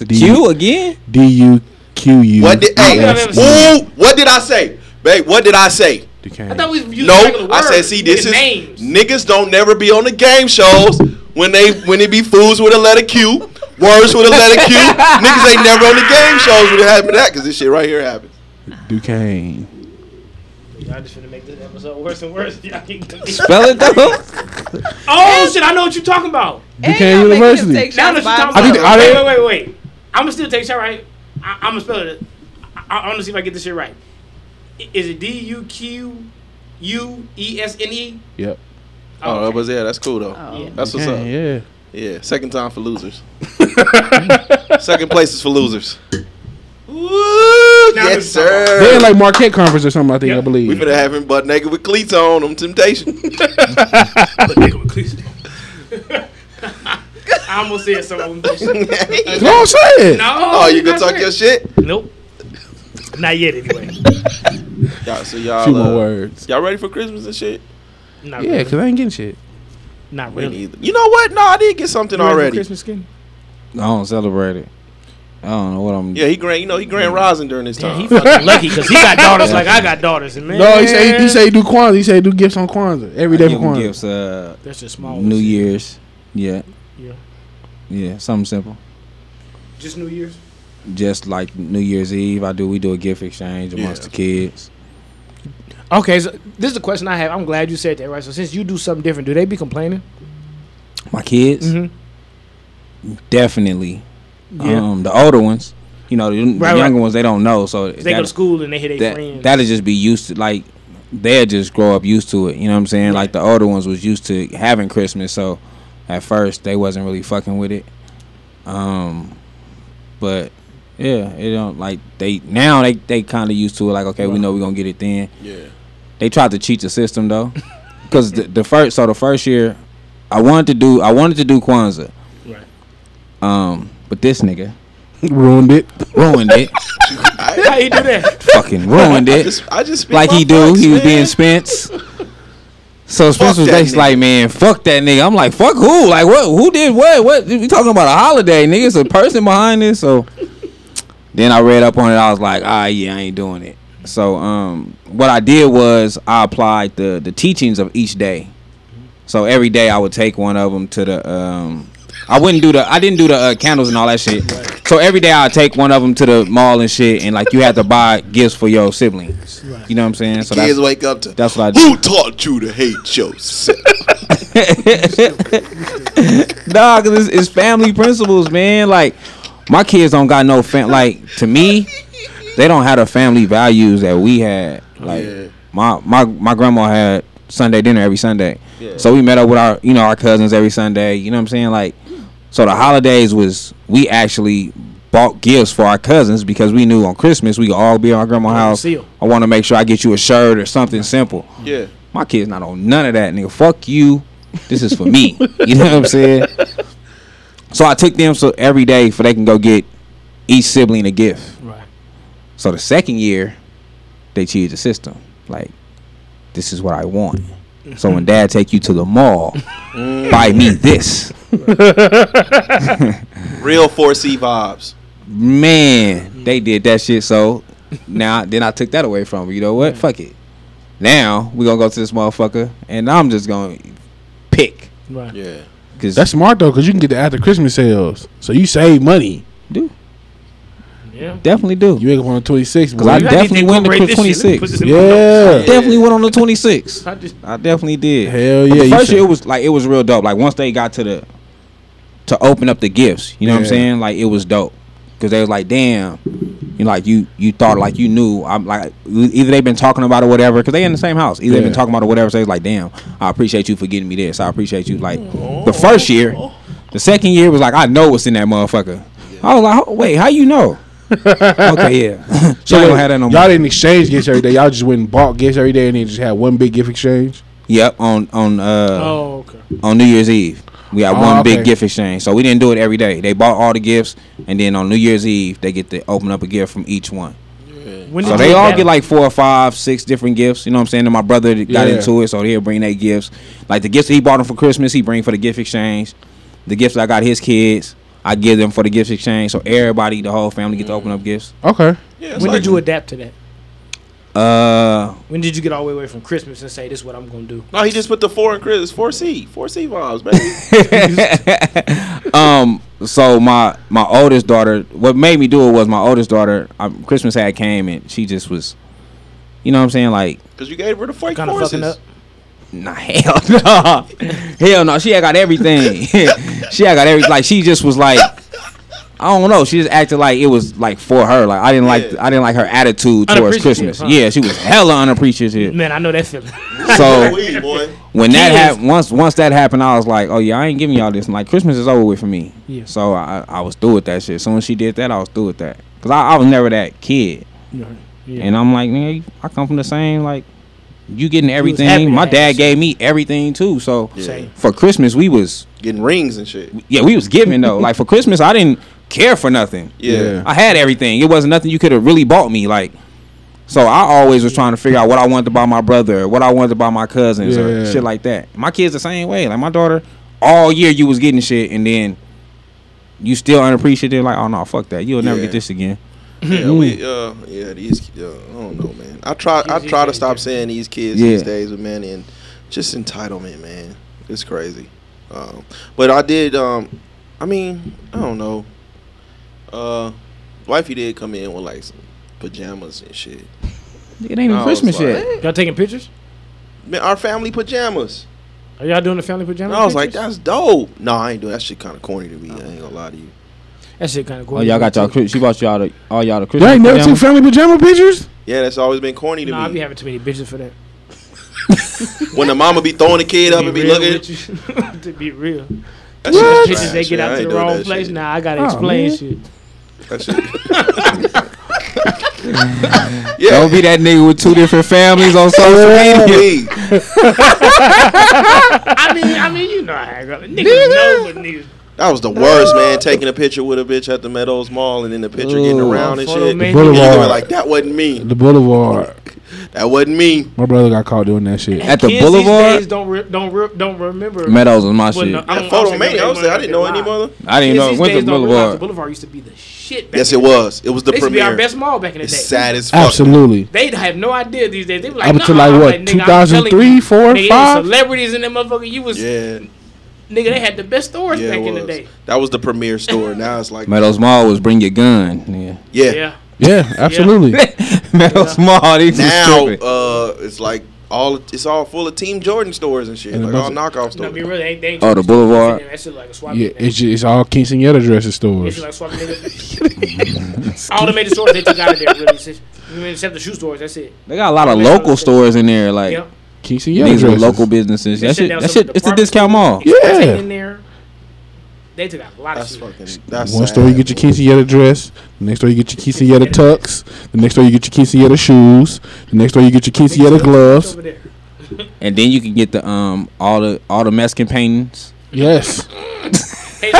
Speaker 3: D-
Speaker 4: You again?
Speaker 3: D U Q U.
Speaker 2: What did? Hey,
Speaker 6: I've never seen
Speaker 2: ooh, what did I say, babe? What did I say?
Speaker 6: I thought
Speaker 3: Duquesne.
Speaker 6: we was using
Speaker 2: No,
Speaker 6: regular
Speaker 2: I said,
Speaker 6: words,
Speaker 2: see, this
Speaker 6: nigga,
Speaker 2: is
Speaker 6: names.
Speaker 2: niggas don't never be on the game shows when they when it be fools with a letter Q, words with a letter Q. niggas ain't never on the game shows when it happened that because this shit right here happens.
Speaker 3: Duquesne.
Speaker 6: Y'all just finna make this episode worse and worse. Y'all ain't gonna-
Speaker 4: Spell it though.
Speaker 6: Oh shit! I know what you're talking about.
Speaker 10: Buchanan University.
Speaker 6: Now that you're talking
Speaker 10: I think
Speaker 6: about,
Speaker 10: they-
Speaker 6: wait,
Speaker 10: are
Speaker 6: wait, wait, wait. I'm gonna still take a shot right. I, I'm gonna spell it. I, I, I'm gonna see if I get this shit right. I- Is it D U Q U E S N E?
Speaker 3: Yep.
Speaker 2: Oh, that was yeah. That's cool though.
Speaker 6: Yeah.
Speaker 2: That's what's
Speaker 3: Dang,
Speaker 2: up.
Speaker 3: yeah.
Speaker 2: Yeah. Second time for losers. Second place is for losers. yes, sir.
Speaker 3: They're in like Marquette conference or something. I think I believe.
Speaker 2: We better have him butt naked with cleats on. on temptation.
Speaker 6: I almost said something. on this shit.
Speaker 3: Go on, say it.
Speaker 6: No.
Speaker 2: Oh, you gonna
Speaker 6: that's
Speaker 2: talk
Speaker 6: it.
Speaker 2: your shit?
Speaker 6: Nope. Not yet, anyway.
Speaker 2: Y'all, so y'all,
Speaker 3: Few more
Speaker 2: uh,
Speaker 3: words.
Speaker 2: y'all ready for Christmas and shit?
Speaker 6: Not
Speaker 3: Yeah,
Speaker 6: really.
Speaker 3: because I ain't getting shit.
Speaker 6: Not
Speaker 2: Me
Speaker 6: really.
Speaker 2: neither. You know what? No, I did get something
Speaker 6: You ready for
Speaker 2: already.
Speaker 6: Christmas skin.
Speaker 4: I don't celebrate it. I don't know what I'm.
Speaker 2: Yeah, he grand. You know, he grand rising during this
Speaker 6: Damn,
Speaker 2: time.
Speaker 6: he fucking lucky because he got daughters like I got daughters, and man,
Speaker 3: No, he say he say he do Kwanzaa. He say he do gifts on Kwanzaa every
Speaker 4: I
Speaker 3: day for
Speaker 4: give 'em
Speaker 3: Kwanzaa.
Speaker 4: gifts. Uh,
Speaker 6: that's just small.
Speaker 4: New
Speaker 6: ones.
Speaker 4: Year's. Yeah.
Speaker 6: Yeah.
Speaker 4: Yeah. Something simple.
Speaker 6: just New Year's.
Speaker 4: Just like New Year's Eve, I do. We do a gift exchange amongst the kids.
Speaker 6: Okay, so this is a question I have. I'm glad you said that, right? So since you do something different, do they be complaining?
Speaker 4: My kids,
Speaker 6: Mhm.
Speaker 4: definitely.
Speaker 6: Yeah.
Speaker 4: Um, the older ones, you know, the, the
Speaker 6: Right,
Speaker 4: younger
Speaker 6: right.
Speaker 4: ones, they don't know. So
Speaker 6: They go to school and they hit their
Speaker 4: that
Speaker 6: friends.
Speaker 4: that'll just be used to like they'll just grow up used to it. You know what I'm saying? Like the older ones was used to having Christmas, so at first they wasn't really fucking with it. Um, but yeah, it don't like they now they they kind of used to it. Like okay, we know we're gonna get it then.
Speaker 2: yeah.
Speaker 4: They tried to cheat the system though, because the, the first so the first year I wanted to do I wanted to do Kwanzaa.
Speaker 6: Right.
Speaker 4: Um, but this nigga
Speaker 3: Ruined it.
Speaker 4: ruined it.
Speaker 6: How you do that?
Speaker 4: fucking ruined
Speaker 2: I
Speaker 4: it
Speaker 2: just, I just speak
Speaker 4: like
Speaker 2: my
Speaker 4: he do.
Speaker 2: facts,
Speaker 4: he was being
Speaker 2: man.
Speaker 4: Spence. So Spence was
Speaker 2: that
Speaker 4: basically
Speaker 2: nigga.
Speaker 4: like, man, fuck that nigga. I'm like, fuck who? Like, what? Who did what? What? We talking about a holiday, nigga. It's a person behind this. So then I read up on it. I was like, ah, yeah, I ain't doing it. So um, what I did was I applied the the teachings of each day. So every day I would take one of them to the um. I wouldn't do the. I didn't do the uh, candles and all that shit. So every day I'd take one of them to the mall and shit, and like you had to buy gifts for your siblings. You know what I'm saying? So
Speaker 2: Kids
Speaker 4: that's,
Speaker 2: wake up to.
Speaker 4: that's what I
Speaker 2: Who
Speaker 4: do.
Speaker 2: taught you to hate yourself?
Speaker 4: nah, cause it's, it's family principles, man. Like my kids don't got no fam. Like to me, they don't have the family values that we had. Like
Speaker 2: Yeah.
Speaker 4: my my my grandma had Sunday dinner every Sunday.
Speaker 2: Yeah.
Speaker 4: So we met up with our you know our cousins every Sunday. You know what I'm saying? Like so the holidays was we actually bought gifts for our cousins because we knew on Christmas we could all be at our grandma's house.
Speaker 6: seal.
Speaker 4: I want to make sure I get you a shirt or something simple.
Speaker 2: yeah.
Speaker 4: My kid's not on none of that, nigga. Fuck you. This is for me. you know what I'm saying? So I took them so every day for they can go get each sibling a gift.
Speaker 6: Right.
Speaker 4: So the second year, they cheated the system. Like, this is what I want. So when dad take you to the mall, buy me this.
Speaker 2: Real 4C vibes.
Speaker 4: Man, they did that shit. So now then I took that away from her. You know what? Fuck it. Now we gonna go to this motherfucker and I'm just gonna pick.
Speaker 6: Right.
Speaker 2: Yeah.
Speaker 4: Cause
Speaker 3: That's smart though, cause you can get the after Christmas sales, so you save money.
Speaker 6: Yeah.
Speaker 4: definitely do.
Speaker 3: You wake up on the twenty sixth.
Speaker 4: Cause I
Speaker 3: Yeah,
Speaker 6: You gotta
Speaker 4: definitely
Speaker 6: need to
Speaker 4: went to
Speaker 6: incorporate this shit. Let me
Speaker 4: 26.
Speaker 6: put this in my notes.
Speaker 3: yeah.
Speaker 4: definitely went on the 26.
Speaker 6: I just-
Speaker 4: I definitely did.
Speaker 3: Hell
Speaker 4: But
Speaker 3: yeah,
Speaker 4: The
Speaker 3: you
Speaker 4: first year
Speaker 3: should.
Speaker 4: it was like it was real dope. Like once they got to the to open up the gifts, you know what I'm
Speaker 3: Yeah.
Speaker 4: saying? Like it was dope because they was like, damn, you like you you thought like you knew. I'm like e, either they've been talking about it or whatever because they in the same house. Either they've been
Speaker 3: Yeah.
Speaker 4: talking about it or whatever. So it's like, damn, I appreciate you for getting me this. I appreciate you. Like the first year, the second year was like I know what's in that motherfucker. I was like, "Ho- wait, how you know? okay, yeah. so I
Speaker 3: wait,
Speaker 4: don't have that no more.
Speaker 3: y'all didn't exchange gifts every day. Y'all just went and bought gifts every day, and then just had one big gift exchange.
Speaker 4: Yep, on on uh
Speaker 6: Oh, okay.
Speaker 4: on New Year's Eve. We got
Speaker 3: Oh,
Speaker 4: one big
Speaker 3: okay.
Speaker 4: gift exchange. So we didn't do it every day. They bought all the gifts and then on New Year's Eve they get to open up a gift from each one.
Speaker 6: When
Speaker 4: So
Speaker 6: did
Speaker 4: they
Speaker 6: you
Speaker 4: all
Speaker 6: that?
Speaker 4: get like four or five, six different gifts. You know what I'm saying? And my brother that got
Speaker 3: Yeah.
Speaker 4: into it, so he'll bring their gifts. Like the gifts that he bought him for Christmas, he bring for the gift exchange. The gifts I got his kids, I give them for the gift exchange. So everybody, the whole family, get to open up gifts.
Speaker 3: Okay.
Speaker 2: Yeah, it's
Speaker 6: When
Speaker 2: like,
Speaker 6: did you adapt to that?
Speaker 4: Uh,
Speaker 6: When did you get all the way away from Christmas and say this is what I'm gonna do?
Speaker 2: No, he just put the four in Chris. 4C. 4C vibes, baby.
Speaker 4: um so my my oldest daughter what made me do it was my oldest daughter um, christmas had came and she just was You know what I'm saying? Like,
Speaker 2: Cause you gave her the fake
Speaker 6: Kinda fucking
Speaker 2: forces.
Speaker 6: up.
Speaker 4: nah, hell no, hell no. She had got everything. she had got every like. She just was like, I don't know. She just acted like it was like for her. Like I didn't like I didn't like her attitude towards
Speaker 6: Unappreciative,
Speaker 4: Christmas.
Speaker 6: huh?
Speaker 4: Yeah, she was hella unappreciative.
Speaker 6: Man, I know that feeling.
Speaker 4: So-
Speaker 2: boy.
Speaker 4: when that
Speaker 6: Kids.
Speaker 4: happened, once once that happened, I was like, oh yeah, I ain't giving y'all this. And, like Christmas is over with for me.
Speaker 6: Yeah.
Speaker 4: So I I was through with that shit. As soon as she did that, I was through with that. Cause I, I was never that kid.
Speaker 6: Yeah.
Speaker 4: And I'm like, man, I come from the same like. You getting
Speaker 6: happy to
Speaker 4: everything. My
Speaker 6: have
Speaker 4: dad
Speaker 6: it.
Speaker 4: gave me everything too. So
Speaker 6: Same.
Speaker 4: for Christmas, we was
Speaker 2: Getting rings and shit.
Speaker 4: yeah, we was giving though. like for Christmas, I didn't care for nothing.
Speaker 2: Yeah.
Speaker 4: I had everything. It wasn't nothing you could have really bought me. Like, so I always was trying to figure out what I wanted to buy my brother, or what I wanted to buy my cousins, or
Speaker 3: Yeah.
Speaker 4: shit like that. My kids the same way. Like my daughter, all year you was getting shit, and then you still unappreciative. Like, oh no, fuck that. You'll never
Speaker 2: Yeah.
Speaker 4: get this again.
Speaker 2: Yeah, we, uh,
Speaker 6: Mm-hmm.
Speaker 2: yeah, these, uh, I don't know, man. I try, I try to stop saying these kids these
Speaker 4: Yeah.
Speaker 2: days, but man, and just entitlement, man, it's crazy. Um, but I did, um, I mean, I don't know. Uh, wifey did come in with like some pajamas and shit.
Speaker 4: It ain't even
Speaker 2: I was
Speaker 4: Christmas
Speaker 2: like-
Speaker 4: yet.
Speaker 6: Y'all taking pictures?
Speaker 2: Man, our family pajamas.
Speaker 6: Are y'all doing the family pajamas?
Speaker 2: And I was like, that's dope. No, I ain't doing that shit. Kind of corny to me. I ain't gonna lie to you.
Speaker 6: that shit kind of cool.
Speaker 4: Oh, y'all got y'all. Chris- She bought y'all the all y'all
Speaker 3: Y'all
Speaker 4: the Christmas.
Speaker 3: ain't never seen
Speaker 4: pajamas?
Speaker 3: family pajama pictures?
Speaker 2: Yeah, that's always been corny to
Speaker 6: Nah, I be
Speaker 2: me.
Speaker 6: having too many bitches for that.
Speaker 2: When the mama be throwing the kid up and be
Speaker 6: real
Speaker 2: looking,
Speaker 6: with you. to be real,
Speaker 2: that shit is
Speaker 6: bitches they
Speaker 2: trash,
Speaker 6: get
Speaker 2: yeah, I
Speaker 6: out to
Speaker 2: ain't
Speaker 6: the
Speaker 2: doing
Speaker 6: wrong
Speaker 2: that
Speaker 6: place.
Speaker 2: shit.
Speaker 6: Nah, I gotta
Speaker 3: Oh,
Speaker 6: explain
Speaker 3: man.
Speaker 6: shit.
Speaker 2: That shit. yeah.
Speaker 4: Don't be that nigga with two different families on social media.
Speaker 2: Hey,
Speaker 6: I mean, I mean, you know how I go. Niggas know, but niggas
Speaker 2: that was the worst, man. Taking a picture with a bitch at the Meadows Mall and then the picture getting
Speaker 4: Ooh.
Speaker 2: around and
Speaker 6: Photo
Speaker 2: shit.
Speaker 6: man.
Speaker 2: And you
Speaker 3: Boulevard.
Speaker 2: going like, that wasn't me.
Speaker 3: The Boulevard.
Speaker 2: That wasn't me.
Speaker 3: My brother got caught doing that shit.
Speaker 4: At the
Speaker 6: kids these
Speaker 4: Boulevard,
Speaker 6: days don't re- don't re- don't remember.
Speaker 4: Meadows was my
Speaker 6: Well,
Speaker 4: shit.
Speaker 6: no, I
Speaker 2: That
Speaker 6: don't-
Speaker 2: photo
Speaker 6: don't
Speaker 2: man,
Speaker 6: think
Speaker 2: I was like, I
Speaker 6: everyone
Speaker 2: didn't know
Speaker 6: got
Speaker 2: any
Speaker 6: that
Speaker 2: mother.
Speaker 4: I didn't
Speaker 6: Kids
Speaker 4: know it
Speaker 6: these
Speaker 4: went to
Speaker 6: days don't realize
Speaker 4: Boulevard.
Speaker 6: The Boulevard used to be the shit. Back
Speaker 2: Yes,
Speaker 6: in
Speaker 2: it
Speaker 6: the day.
Speaker 2: was. It was the
Speaker 6: They used to be our
Speaker 2: premiere.
Speaker 6: best mall back in the
Speaker 2: It's
Speaker 6: day.
Speaker 2: sad as fuck.
Speaker 3: Absolutely.
Speaker 6: They have no idea these days. They were like,
Speaker 3: Up
Speaker 6: nah,
Speaker 3: until, like,
Speaker 6: I'm
Speaker 3: what,
Speaker 6: nigga, I'm telling
Speaker 3: 2003,
Speaker 6: you,
Speaker 3: four,
Speaker 6: nigga, it was
Speaker 3: five?
Speaker 6: Celebrities in that motherfucker. You was
Speaker 2: Yeah,
Speaker 6: nigga. They had the best stores
Speaker 2: yeah,
Speaker 6: back
Speaker 2: it
Speaker 6: in the
Speaker 2: was.
Speaker 6: day.
Speaker 2: That was the premiere store. Now it's like,
Speaker 4: Meadows Mall was bring your gun. Yeah.
Speaker 2: yeah.
Speaker 6: Yeah,
Speaker 3: Yeah, absolutely.
Speaker 4: Meadows Mall. These was
Speaker 2: Now
Speaker 4: tripping.
Speaker 2: uh, it's like all it's all full of Team Jordan stores and shit,
Speaker 3: And a
Speaker 2: like all
Speaker 3: bunch
Speaker 2: knockoff
Speaker 6: no, be
Speaker 2: stores.
Speaker 6: real. They, they ain't
Speaker 4: Oh, the Boulevard.
Speaker 6: That shit like a swap.
Speaker 3: Yeah,
Speaker 6: meet,
Speaker 3: it's just, it's all quinceanera dresses
Speaker 6: It's
Speaker 3: stores.
Speaker 6: like swap nigga. All the major stores they took out of there, really. It's just- I mean, Except the shoe stores, that's it.
Speaker 4: They got a lot of local stores in there, like
Speaker 6: Yep.
Speaker 3: Quinceanera
Speaker 4: these are
Speaker 3: dresses.
Speaker 4: local businesses.
Speaker 6: They
Speaker 4: That
Speaker 6: shut
Speaker 4: shit,
Speaker 6: down
Speaker 4: that
Speaker 6: some
Speaker 4: shit, it's a
Speaker 6: department
Speaker 4: discount mall.
Speaker 3: Yeah.
Speaker 6: They in there. They took out a lot of
Speaker 2: That's
Speaker 6: shit.
Speaker 2: fucking. That's
Speaker 3: One
Speaker 2: sad,
Speaker 3: store you get your quinceanera dress. The next store you get your quinceanera tux. The next store you get your quinceanera shoes. The next store you get your quinceanera gloves.
Speaker 6: Over there.
Speaker 4: And then you can get the um all the all the Mexican paintings,
Speaker 3: Yes.
Speaker 6: Hey,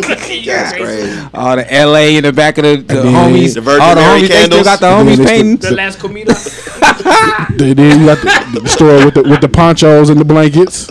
Speaker 2: That's crazy.
Speaker 4: all the L.A. in the back of the, the
Speaker 3: then-
Speaker 4: homies,
Speaker 2: The Virgin
Speaker 4: all the
Speaker 2: Mary
Speaker 4: homies. They
Speaker 2: candles.
Speaker 4: still got the
Speaker 3: And then
Speaker 4: homies
Speaker 3: it's the-
Speaker 4: paintings.
Speaker 6: The last comida.
Speaker 3: Then then you got the, the store with the with the ponchos and the blankets.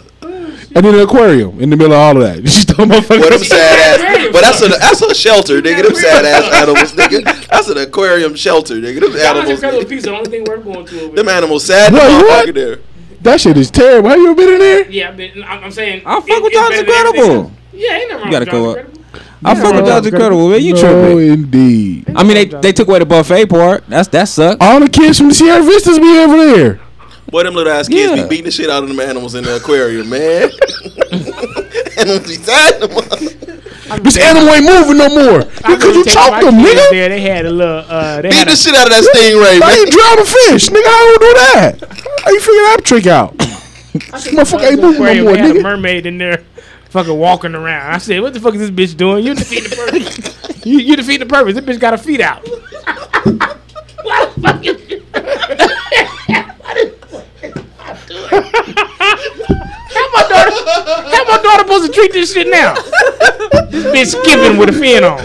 Speaker 3: And then the aquarium in the middle of all of that. Just throw
Speaker 2: But them
Speaker 3: motherfuckers.
Speaker 2: sad ass.
Speaker 6: Aquarium
Speaker 2: But that's a that's a shelter, nigga. Them sad ass animals, nigga. That's an aquarium shelter, nigga. Them
Speaker 6: That was
Speaker 2: animals.
Speaker 6: incredible
Speaker 2: nigga.
Speaker 6: piece. The only thing we're going to over
Speaker 2: Them
Speaker 6: there.
Speaker 2: animals sad.
Speaker 3: Wait,
Speaker 2: Wait,
Speaker 3: what?
Speaker 2: what? There.
Speaker 3: That shit is terrible. Have you ever been in there?
Speaker 6: Yeah, but I'm, I'm saying.
Speaker 4: I
Speaker 6: it-
Speaker 4: fuck with
Speaker 6: it's
Speaker 4: Jobs
Speaker 6: better than everything
Speaker 4: Incredible.
Speaker 6: else. Yeah, ain't nothing wrong
Speaker 4: gotta
Speaker 6: with
Speaker 4: go
Speaker 6: Jobs
Speaker 4: up.
Speaker 6: Incredible.
Speaker 4: I fuck with Jobs Incredible, man. You
Speaker 3: no,
Speaker 4: tripping?
Speaker 3: indeed.
Speaker 4: I mean, they they took away the buffet part. That's that
Speaker 6: Oh,
Speaker 4: sucked.
Speaker 3: All the kids from the Sierra Vistas be over there.
Speaker 2: Boy, them little ass kids
Speaker 4: Yeah.
Speaker 2: be beating the shit out of them animals in the aquarium, man. and them be sad.
Speaker 3: This animal ain't moving no more. Because you chopped them, nigga.
Speaker 6: There, they had a little. Uh, they
Speaker 2: Beat
Speaker 6: had
Speaker 2: the
Speaker 6: a,
Speaker 2: shit out of that stingray,
Speaker 3: I ain't
Speaker 2: man.
Speaker 3: drown a fish, nigga. How you do that? How you figure that trick out? Motherfucker ain't moving no
Speaker 6: aquarium.
Speaker 3: more,
Speaker 6: they had a
Speaker 3: nigga.
Speaker 6: mermaid in there, fucking walking around. I said, "What the fuck is this bitch doing? You defeating the purpose. you, you defeating the purpose. This bitch got her feet out." Why the fuck is- How my daughter? How my daughter supposed to treat this shit now? This bitch skipping with a fin on.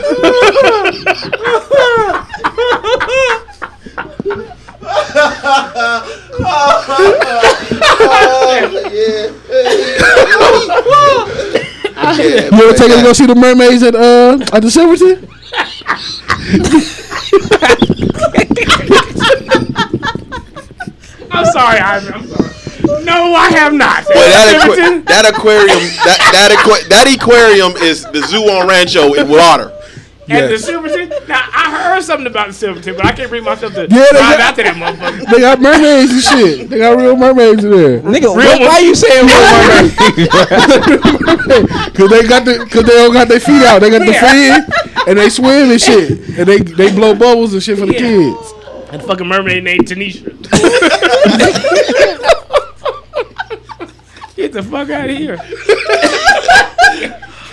Speaker 2: Yeah,
Speaker 3: You ever take us to go see the mermaids at uh at the Silverton?
Speaker 6: I'm sorry, Ivan. I'm sorry. No, I have not.
Speaker 2: Boy, that, aqua-
Speaker 6: Everton?
Speaker 2: that aquarium, that that, aqua- that aquarium is the zoo on Rancho in water.
Speaker 6: And the
Speaker 3: Yes.
Speaker 6: Silverton. Now I heard something about the Silverton, but I can't bring myself to
Speaker 11: Yeah, they
Speaker 6: drive
Speaker 11: got-
Speaker 6: out to that motherfucker.
Speaker 11: They got mermaids and shit. They got real mermaids in there. Nigga,
Speaker 6: what- why you
Speaker 11: saying real mermaids? Cause they got the, cause they all got their feet out. They got the fin and they swim and shit, and they they blow bubbles and shit for the kids.
Speaker 6: And fucking mermaid named Tanisha. Get the fuck out of here.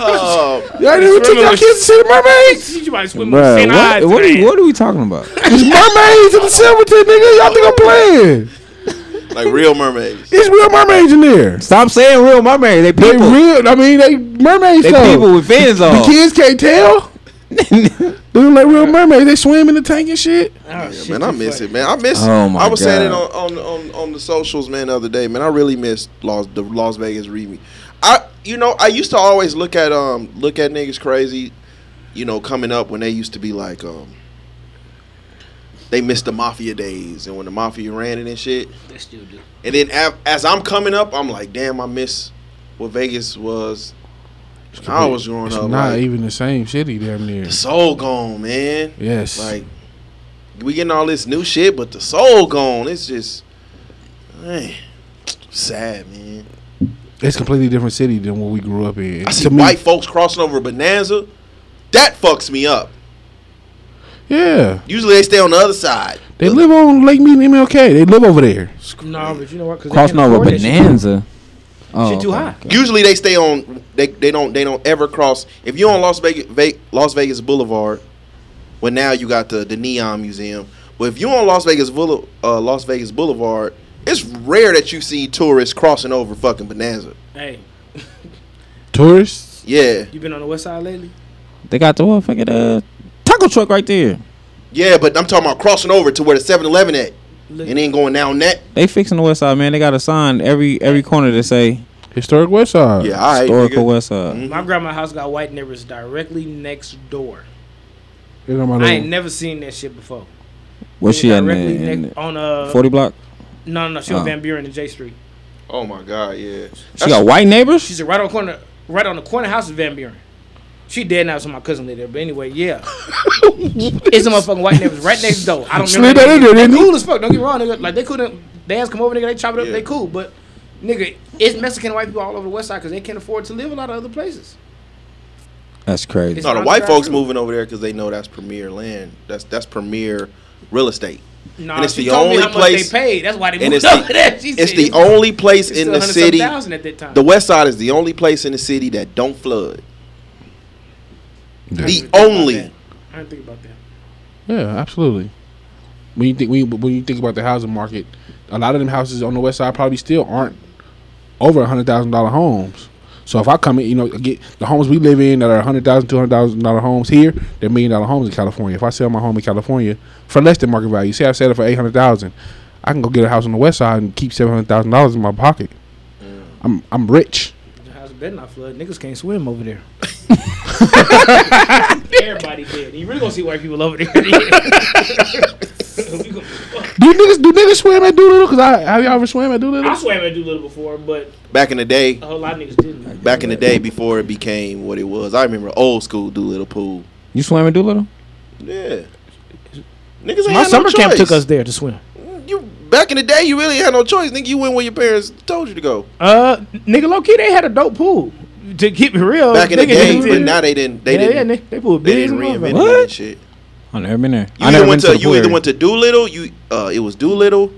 Speaker 2: Oh,
Speaker 11: Y'all never took your kids to see the mermaids?
Speaker 6: You might swim with
Speaker 4: Bruh,
Speaker 6: St.
Speaker 4: what, what, are, what are we talking about?
Speaker 11: It's mermaids in the Silverton, nigga. Y'all think I'm playing?
Speaker 2: like real mermaids.
Speaker 11: It's real mermaids in there.
Speaker 4: Stop saying real mermaid. They
Speaker 11: They
Speaker 4: people.
Speaker 11: real. I mean, they mermaids.
Speaker 4: They
Speaker 11: though.
Speaker 4: people with fins
Speaker 11: The
Speaker 4: on.
Speaker 11: kids can't tell. they look like real mermaids. They swim in the tank and shit.
Speaker 2: Yeah, man, I miss it, man. I miss.
Speaker 4: Oh, my
Speaker 2: I was saying it
Speaker 4: God.
Speaker 2: on, on on on the socials, man, the other day, man. I really miss Las the Las Vegas readme. I you know I used to always look at um look at niggas crazy, you know, coming up when they used to be like um. They missed the mafia days and when the mafia ran it and shit.
Speaker 12: They still do.
Speaker 2: And then av- as I'm coming up, I'm like, damn, I miss what Vegas was. when I was growing
Speaker 3: It's
Speaker 2: up.
Speaker 3: not
Speaker 2: like,
Speaker 3: even the same city damn near.
Speaker 2: the soul gone, man.
Speaker 3: Yes.
Speaker 2: Like we getting all this new shit, but the soul gone. It's just man, sad, man.
Speaker 3: It's completely different city than what we grew up in.
Speaker 2: I
Speaker 3: To
Speaker 2: see
Speaker 3: me-
Speaker 2: white folks crossing over Bonanza. That fucks me up.
Speaker 3: Yeah,
Speaker 2: Usually they stay on the other side.
Speaker 3: they live on Lake Mead and MLK. They live over there.
Speaker 6: No, but you know what? 'Cause they
Speaker 4: Crossing
Speaker 6: can't
Speaker 4: over
Speaker 6: afford that shit.
Speaker 4: Bonanza. Oh,
Speaker 6: Shit too
Speaker 4: okay.
Speaker 6: high.
Speaker 2: Usually they stay on. They they don't they don't ever cross. If you're on Las Vegas Ve- Las Vegas Boulevard, well now you got the the Neon Museum. But if you're on Las Vegas Boule- uh, Las Vegas Boulevard, it's rare that you see tourists crossing over fucking Bonanza.
Speaker 6: Hey,
Speaker 3: Tourists.
Speaker 2: Yeah,
Speaker 6: you been on the west side lately?
Speaker 4: They got the motherfucking uh, taco truck right there.
Speaker 2: yeah, but I'm talking about crossing over to where the 7-Eleven at, and then going down that.
Speaker 4: They fixing the west side, man. They got a sign every every corner that say
Speaker 3: Historic West Side.
Speaker 2: Yeah, all right. Mm-hmm.
Speaker 4: historical
Speaker 2: nigga.
Speaker 4: west side.
Speaker 6: My grandma's house got white neighbors directly next door.
Speaker 3: They got my
Speaker 6: I ain't
Speaker 3: little-
Speaker 6: never seen that shit before.
Speaker 4: What's Oh. she at in,
Speaker 6: Directly
Speaker 4: the- in
Speaker 6: next- on
Speaker 4: the
Speaker 6: uh
Speaker 4: 40 block?
Speaker 6: No, no, no. She on
Speaker 4: Oh.
Speaker 6: Van Buren and J Street.
Speaker 2: Oh my God, yeah.
Speaker 4: She got white neighbors?
Speaker 6: She's right on corner, right on the corner house of Van Buren. She dead now, so my cousin live there. But anyway, yeah, it's a motherfucking white neighbors right next door. I don't
Speaker 3: Slid
Speaker 6: remember.
Speaker 3: that in there,
Speaker 6: They
Speaker 3: didn't
Speaker 6: cool as fuck. Don't get me wrong, nigga. Like they couldn't. They ass come over, nigga. They chop it up.
Speaker 2: Yeah.
Speaker 6: They cool, but nigga, it's Mexican white people all over the west side because they can't afford to live a lot of other places.
Speaker 4: That's crazy.
Speaker 2: No, the white folks moving over there because they know that's premier land. That's that's premier real estate.
Speaker 6: Nah,
Speaker 2: And it's
Speaker 6: she
Speaker 2: the
Speaker 6: told me
Speaker 2: only
Speaker 6: how
Speaker 2: place-
Speaker 6: much they paid. That's why they
Speaker 2: And
Speaker 6: moved
Speaker 2: it's
Speaker 6: over there.
Speaker 2: the,
Speaker 6: She
Speaker 2: it's
Speaker 6: said
Speaker 2: the only place
Speaker 6: it's
Speaker 2: in
Speaker 6: still
Speaker 2: the
Speaker 6: 100-something
Speaker 2: city.
Speaker 6: thousand at that time.
Speaker 2: The West Side is the only place in the city that don't flood. The only.
Speaker 6: I didn't think about that.
Speaker 3: Yeah, absolutely. When you think when you, when you think about the housing market, a lot of them houses on the west side probably still aren't over a hundred thousand dollar homes. So if I come in, you know, get the homes we live in that are hundred thousand, two hundred thousand dollar homes here, they're million dollar homes in California. If I sell my home in California for less than market value, say I sell it for eight hundred thousand, I can go get a house on the west side and keep seven hundred thousand dollars in my pocket. I'm I'm rich.
Speaker 6: The house better not flood. Niggas can't swim over there. Everybody dead. You really gonna see white people over there? We gonna-
Speaker 3: Do niggas do niggas swim at Doolittle? Cause I have y'all ever swam at Doolittle?
Speaker 6: I swam at Doolittle before, but
Speaker 2: Back in the day,
Speaker 6: a whole lot of niggas didn't.
Speaker 2: back in the day before it became what it was, I remember old school Doolittle Pool.
Speaker 4: You swam in Doolittle?
Speaker 2: Yeah. Niggas ain't
Speaker 6: My
Speaker 2: had
Speaker 6: summer
Speaker 2: no
Speaker 6: camp
Speaker 2: choice.
Speaker 6: took us there to swim.
Speaker 2: You back in the day, you really had no choice. Nigga, you went where your parents told you to go.
Speaker 6: Uh, nigga, low key they had a dope pool. To keep it real,
Speaker 2: Back in the
Speaker 6: Oh, nigga,
Speaker 2: day,
Speaker 6: niggas
Speaker 2: but
Speaker 6: did-
Speaker 2: now they didn't. They
Speaker 6: yeah,
Speaker 2: didn't.
Speaker 6: yeah, they, they pool
Speaker 2: they
Speaker 6: big.
Speaker 2: didn't
Speaker 6: as a
Speaker 2: reinvent
Speaker 6: motherfucker.
Speaker 2: it and shit.
Speaker 4: I never been there.
Speaker 2: You
Speaker 4: I
Speaker 2: either
Speaker 4: never
Speaker 2: went
Speaker 4: been
Speaker 2: to,
Speaker 4: the
Speaker 2: you
Speaker 4: pool
Speaker 2: either
Speaker 4: area.
Speaker 2: went to Doolittle. You uh, it was Doolittle,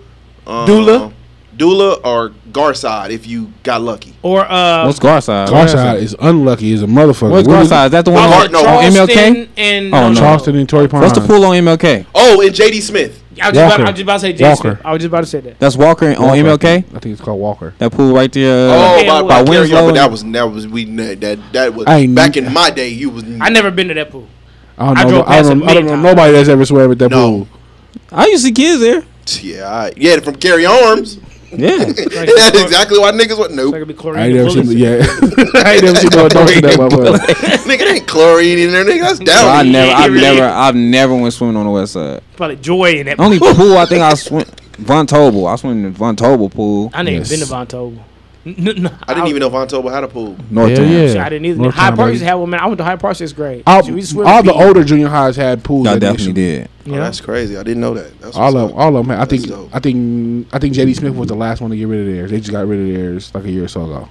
Speaker 2: um,
Speaker 6: Doula?
Speaker 2: Doula or Garside if you got lucky.
Speaker 6: Or uh,
Speaker 4: What's Garside?
Speaker 3: Garside is unlucky as a motherfucker.
Speaker 4: What's
Speaker 3: What is it?
Speaker 4: Garside? Is that the one
Speaker 2: Well,
Speaker 4: on,
Speaker 2: no,
Speaker 4: on MLK?
Speaker 6: Charleston And uh,
Speaker 4: Oh,
Speaker 6: no, no, no.
Speaker 3: Charleston and Torrey Pines.
Speaker 4: What's the pool on MLK?
Speaker 2: Oh, and JD Smith.
Speaker 6: I was, just about, I
Speaker 3: Walker.
Speaker 6: was just about to say Jason.
Speaker 3: Walker.
Speaker 6: I was just about to say that.
Speaker 4: That's Walker on
Speaker 3: Walker.
Speaker 4: MLK?
Speaker 3: I think it's called Walker.
Speaker 4: That pool right there.
Speaker 2: Oh,
Speaker 4: uh,
Speaker 2: my,
Speaker 6: by- by
Speaker 2: by Winslow,
Speaker 4: Winslow
Speaker 2: but that
Speaker 4: and-
Speaker 2: was that was we ne- that that was
Speaker 3: I ain't
Speaker 2: back
Speaker 3: knew-
Speaker 2: in my day. You was
Speaker 6: I never been to that pool.
Speaker 3: I
Speaker 6: I
Speaker 3: don't know.
Speaker 6: drove
Speaker 3: I
Speaker 6: past
Speaker 3: don't,
Speaker 6: it
Speaker 3: know, I don't know
Speaker 6: many
Speaker 3: nobody that's ever swam at that
Speaker 2: No.
Speaker 3: pool.
Speaker 4: I used to see kids there.
Speaker 2: yeah, I, yeah, from Gary Arms.
Speaker 4: Yeah.
Speaker 2: That's exactly why niggas went.
Speaker 6: So I
Speaker 2: Nope,
Speaker 6: could be
Speaker 3: I
Speaker 6: chlorinated
Speaker 3: ain't never
Speaker 6: bullets.
Speaker 3: seen. Yeah, I ain't never seen no adults in that motherfucker.
Speaker 2: nigga, there ain't chlorine in there. Nigga, that's
Speaker 4: So I
Speaker 2: down.
Speaker 4: never,
Speaker 6: yeah,
Speaker 4: I
Speaker 6: really.
Speaker 4: never, I've never went swimming on the west side.
Speaker 6: Probably joy in that.
Speaker 4: Only pool I think I swim Von Tobel. I swim in Von Tobel pool.
Speaker 6: I never
Speaker 3: Yes.
Speaker 6: been to Von Tobel.
Speaker 2: I didn't even know Von Tobel had a pool. Oh,
Speaker 10: North Town.
Speaker 6: Shit, I didn't either.
Speaker 10: North
Speaker 6: High
Speaker 10: Town,
Speaker 6: Park
Speaker 10: baby.
Speaker 6: used to have one, man. I went to High Park sixth
Speaker 2: Oh,
Speaker 6: grade.
Speaker 3: All,
Speaker 6: Shit, we swim
Speaker 3: all the
Speaker 6: beat.
Speaker 3: older junior highs had pools.
Speaker 4: I
Speaker 3: at the
Speaker 4: definitely did.
Speaker 2: Oh, that's crazy. I didn't know that. That's
Speaker 3: all
Speaker 2: what's
Speaker 3: of
Speaker 2: up.
Speaker 3: all of them. I think
Speaker 2: That's dope.
Speaker 3: I think I think JD Smith was the last one to get rid of theirs. They just got rid of theirs like a year or so ago.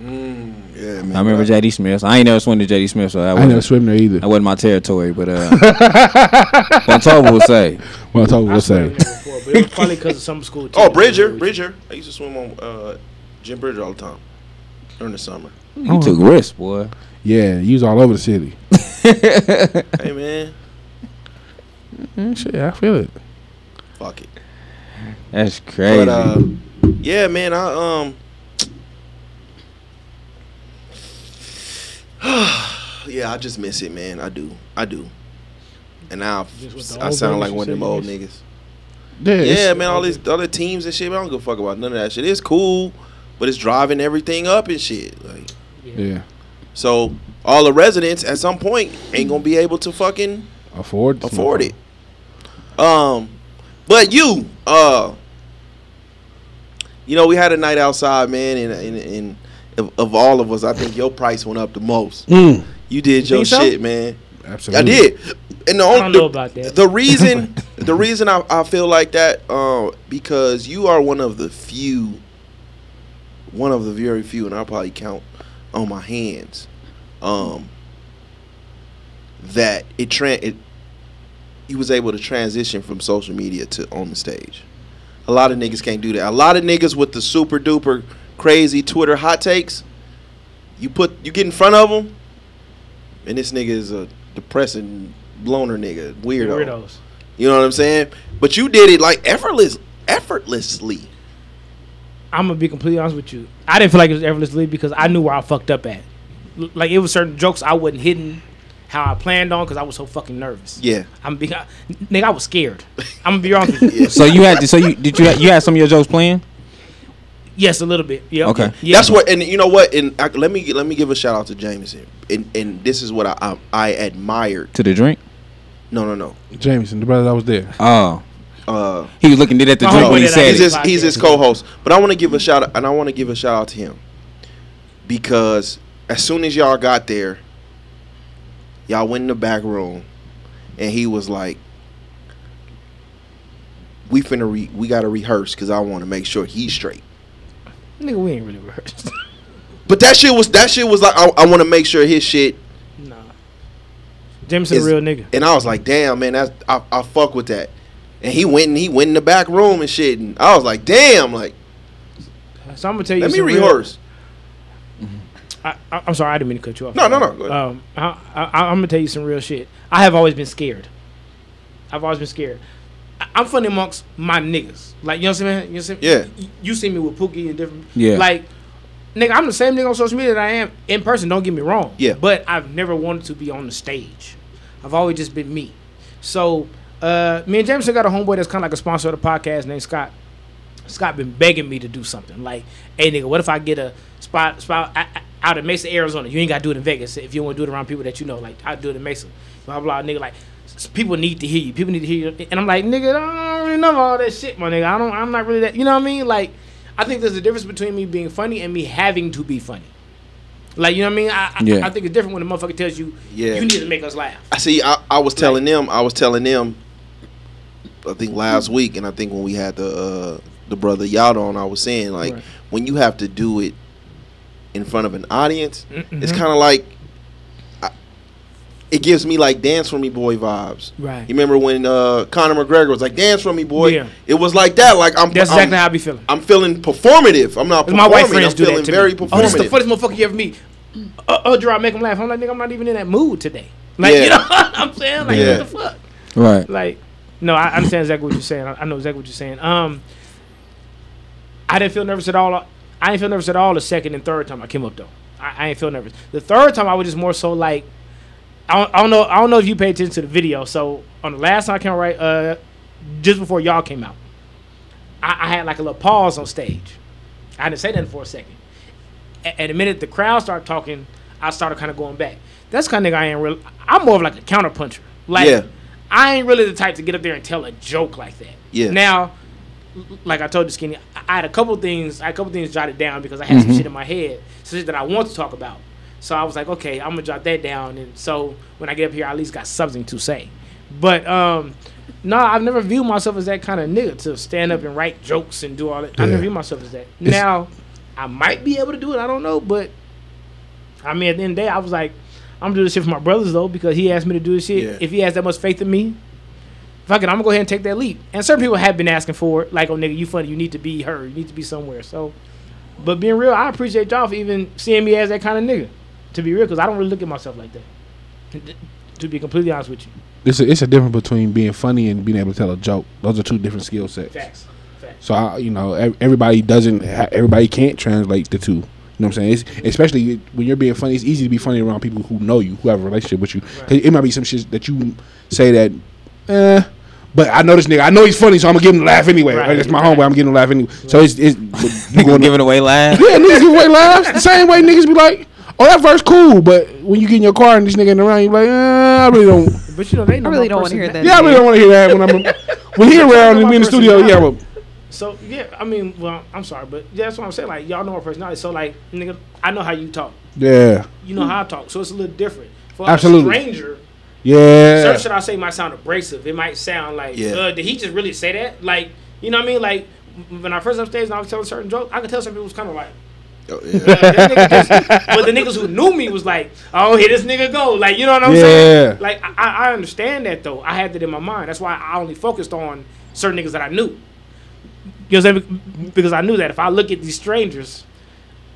Speaker 2: Mm, yeah, man.
Speaker 4: I remember J.D. Smith. I ain't never swim to J.D. Smith, so
Speaker 3: I
Speaker 4: that
Speaker 3: ain't never
Speaker 4: wasn't,
Speaker 3: swim there either.
Speaker 4: that wasn't my territory. But uh, Montalvo would say,
Speaker 3: Well, I told you what I say.
Speaker 6: Before, but it was probably because of some school. Team.
Speaker 2: Oh, Bridger. Bridger. I used to swim on uh, Jim Bridger all the time during the summer.
Speaker 4: "You took risks, boy."
Speaker 3: Yeah, you was all over the city.
Speaker 2: hey, man.
Speaker 3: Mm, shit, I feel it.
Speaker 2: Fuck it.
Speaker 4: That's crazy.
Speaker 2: But uh, yeah, man. I um. yeah, I just miss it, man. I do. I do. And now
Speaker 6: Just with the
Speaker 2: I
Speaker 6: old
Speaker 2: sound
Speaker 6: niggas
Speaker 2: like
Speaker 6: you
Speaker 2: one of
Speaker 6: said
Speaker 2: them
Speaker 6: you
Speaker 2: old
Speaker 6: miss.
Speaker 2: niggas.
Speaker 3: Yeah, it's-
Speaker 2: Yeah, man, all these other teams and shit. But I don't give a fuck about none of that shit. It's cool, but it's driving everything up and shit. Like,
Speaker 3: yeah.
Speaker 2: so all the residents at some point ain't gonna be able to fucking
Speaker 3: Afford this
Speaker 2: afford it. Um, but you, uh, you know, we had a night outside, man, and and, and of, of all of us, I think your price went up the most.
Speaker 3: motherfucker.
Speaker 2: You did your
Speaker 6: think so?
Speaker 2: shit, man.
Speaker 3: Mm,
Speaker 4: Hmm.
Speaker 2: I
Speaker 3: absolutely.
Speaker 2: did, and the
Speaker 6: I
Speaker 2: only
Speaker 6: don't know about that.
Speaker 2: the reason the reason I, I feel like that uh, because you are one of the few one of the very few and I'll probably count on my hands um, that it, tran it you was able to transition from social media to on the stage. A lot of niggas can't do that. A lot of niggas with the super duper crazy Twitter hot takes, you put you get in front of them, and this nigga is a depressing loner nigga, weirdo.
Speaker 6: Weirdos.
Speaker 2: You know what I'm saying? But you did it like effortless, effortlessly.
Speaker 6: I'm gonna be completely honest with you. I didn't feel like it was effortlessly because I knew where I fucked up at. L- Like it was certain jokes I wasn't hitting how I planned on because I was so fucking nervous.
Speaker 2: Yeah.
Speaker 6: I'm being, I, nigga, I was scared. I'm gonna be honest with you.
Speaker 4: So you had to. So you did you ha- you had some of your jokes playing?
Speaker 6: Yes, a little bit. Yeah.
Speaker 4: Okay.
Speaker 6: Yeah.
Speaker 2: That's what, and you know what? And I, let me let me give a shout out to Jameson. And and this is what I I, I admired.
Speaker 4: To the drink?
Speaker 2: No, no, no.
Speaker 3: Jameson, the brother that was there.
Speaker 4: Oh,
Speaker 2: Uh,
Speaker 4: he was looking dead at the
Speaker 6: Oh,
Speaker 4: drink when he
Speaker 6: yeah,
Speaker 4: said
Speaker 2: he's
Speaker 4: it.
Speaker 2: his, he's his co-host. But I want to give a shout out, and I want to give a shout out to him because as soon as y'all got there, y'all went in the back room, and he was like, "We finna re- we gotta rehearse because I want to make sure he's straight."
Speaker 6: Nigga, we ain't really rehearsed.
Speaker 2: But that shit was that shit was like I, I want to make sure his shit,
Speaker 6: nah. Jameson, a
Speaker 2: Is-
Speaker 6: real nigga.
Speaker 2: and I was like, "Damn, man, that's I, I fuck with that." And he went and he went in the back room and shit, and I was like, "Damn, like
Speaker 6: So I'm gonna tell you.
Speaker 2: let me
Speaker 6: some real-
Speaker 2: rehearse."
Speaker 6: I, I, I'm sorry, I didn't mean to cut you off.
Speaker 2: No, no, no, go ahead.
Speaker 6: Um, I, I, I'm gonna tell you some real shit. I have always been scared. I've always been scared. I, I'm funny amongst my niggas. Like you know what I'm saying? You know what I'm saying? You, you see me with Pookie and different.
Speaker 4: Yeah.
Speaker 6: Like, nigga, I'm the same nigga on social media that I am in person. Don't get me wrong.
Speaker 2: Yeah.
Speaker 6: But I've never wanted to be on the stage. I've always just been me. So, uh, me and Jameson got a homeboy that's kind of like a sponsor of the podcast named Scott. Scott been begging me to do something. Like, hey nigga, what if I get a spot spot I, I- out of Mesa, Arizona? You ain't gotta do it in Vegas if you want to do it around people that you know. Like, I do it in Mesa. Blah blah. Nigga, like, s- people need to hear you. People need to hear you. And I'm like, nigga, I don't really know all that shit, my nigga. I don't. I'm not really that. You know what I mean? Like, I think there's a difference between me being funny and me having to be funny. Like, you know what I mean? I, I,
Speaker 4: Yeah.
Speaker 6: I think it's different when a motherfucker tells you,
Speaker 2: Yeah.
Speaker 6: you need to make us laugh.
Speaker 2: I see. I, I was telling them. I was telling them. I think last week, and I think when we had the uh, the brother Yada on, I was saying like
Speaker 6: Right.
Speaker 2: when you have to do it in front of an audience,
Speaker 6: Mhm.
Speaker 2: it's kind of like I, it gives me like dance for me boy vibes.
Speaker 6: Right.
Speaker 2: You remember when uh, Conor McGregor was like dance for me boy?
Speaker 6: Yeah.
Speaker 2: It was like that. Like I'm.
Speaker 6: That's
Speaker 2: I'm,
Speaker 6: exactly how I be feeling.
Speaker 2: I'm feeling performative. I'm not performing.
Speaker 6: my white friends
Speaker 2: I'm
Speaker 6: do
Speaker 2: feeling
Speaker 6: that to
Speaker 2: very
Speaker 6: me.
Speaker 2: performative.
Speaker 6: Oh, this is the funniest motherfucker you ever meet. Uh, uh, Gerard, make him laugh. I'm like, nigga, I'm not even in that mood today. Like,
Speaker 2: Yeah.
Speaker 6: you know what I'm saying? Like,
Speaker 2: Yeah.
Speaker 6: what the fuck?
Speaker 4: Right.
Speaker 6: Like, no, I understand exactly what you're saying. I, I know exactly what you're saying. Um, I didn't feel nervous at all. I didn't feel nervous at all the second and third time I came up though. I, I didn't feel nervous. The third time I was just more so like, I don't, I don't know. I don't know if you paid attention to the video. So on the last time I came right, uh, just before y'all came out, I, I had like a little pause on stage. I didn't say nothing for a second. A- and the minute the crowd started talking, I started kind of going back. That's the kind of nigga I ain't real. I'm more of like a counterpuncher. Like
Speaker 2: Yeah.
Speaker 6: I ain't really the type to get up there and tell a joke like that.
Speaker 2: Yeah.
Speaker 6: Now, like I told you, Skinny, I- I had a couple things, I had a couple things jotted down because I had some
Speaker 13: Mhm.
Speaker 6: shit in my head, some shit that I want to talk about. So I was like, okay, I'm gonna jot that down, and so when I get up here, I at least got something to say. But um, no, I've never viewed myself as that kind of nigga to stand up and write jokes and do all that. I
Speaker 13: Yeah.
Speaker 6: never view myself as that.
Speaker 13: It's-
Speaker 6: now, I might be able to do it. I don't know, but I mean, at the end of the day, I was like, I'm doing this shit for my brothers though because he asked me to do this shit.
Speaker 13: Yeah.
Speaker 6: If he has that much faith in me, fuck it, I'm gonna go ahead and take that leap. And certain people have been asking for it, like, oh nigga, you funny, you need to be heard, you need to be somewhere. So, but being real, I appreciate y'all for even seeing me as that kind of nigga. To be real, because I don't really look at myself like that. To be completely honest with you,
Speaker 3: It's a, it's a difference between being funny and being able to tell a joke. Those are two different skill sets.
Speaker 6: facts.
Speaker 3: So I, you know, ev- everybody doesn't, ha- everybody can't translate the two. You know what I'm saying? It's, especially when you're being funny, it's easy to be funny around people who know you, who have a relationship with you. 'Cause It might be some shit that you say that, eh, but I know this nigga. I know he's funny, so I'm gonna give him a laugh anyway. Right. That's my homeboy. I'm giving him a laugh anyway. So it's it's you going
Speaker 4: giving away laughs.
Speaker 3: Yeah, niggas give away laughs. The same way niggas be like, "Oh, that verse cool," but when you get in your car and this nigga in the around, you be like, eh, "I really don't."
Speaker 6: But you know, they know
Speaker 7: I really don't want to hear that.
Speaker 3: Yeah, I really don't want to hear that when I'm when he around and we in the studio. Yeah, but
Speaker 6: So yeah, I mean, well, I'm sorry, but yeah, that's what I'm saying. Like y'all know my personality, so like nigga, I know how you talk.
Speaker 3: yeah,
Speaker 6: You
Speaker 7: Hmm.
Speaker 6: know how I talk, so it's a little different. For
Speaker 3: Absolutely.
Speaker 6: a stranger,
Speaker 3: yeah.
Speaker 6: Certain shit I say might sound abrasive. It might sound like,
Speaker 3: Yeah.
Speaker 6: uh, did he just really say that? Like, you know what I mean? Like, when I first upstairs and I was telling certain jokes, I could tell some people was kind of like,
Speaker 3: Oh,
Speaker 6: uh, that nigga just- but the niggas who knew me was like, oh, here this nigga go. Like, you know what I'm
Speaker 13: Yeah.
Speaker 6: saying? Like, I- I, I understand that though. I had that in my mind. That's why I only focused on certain niggas that I knew. You know what I'm saying? Because I knew that if I look at these strangers,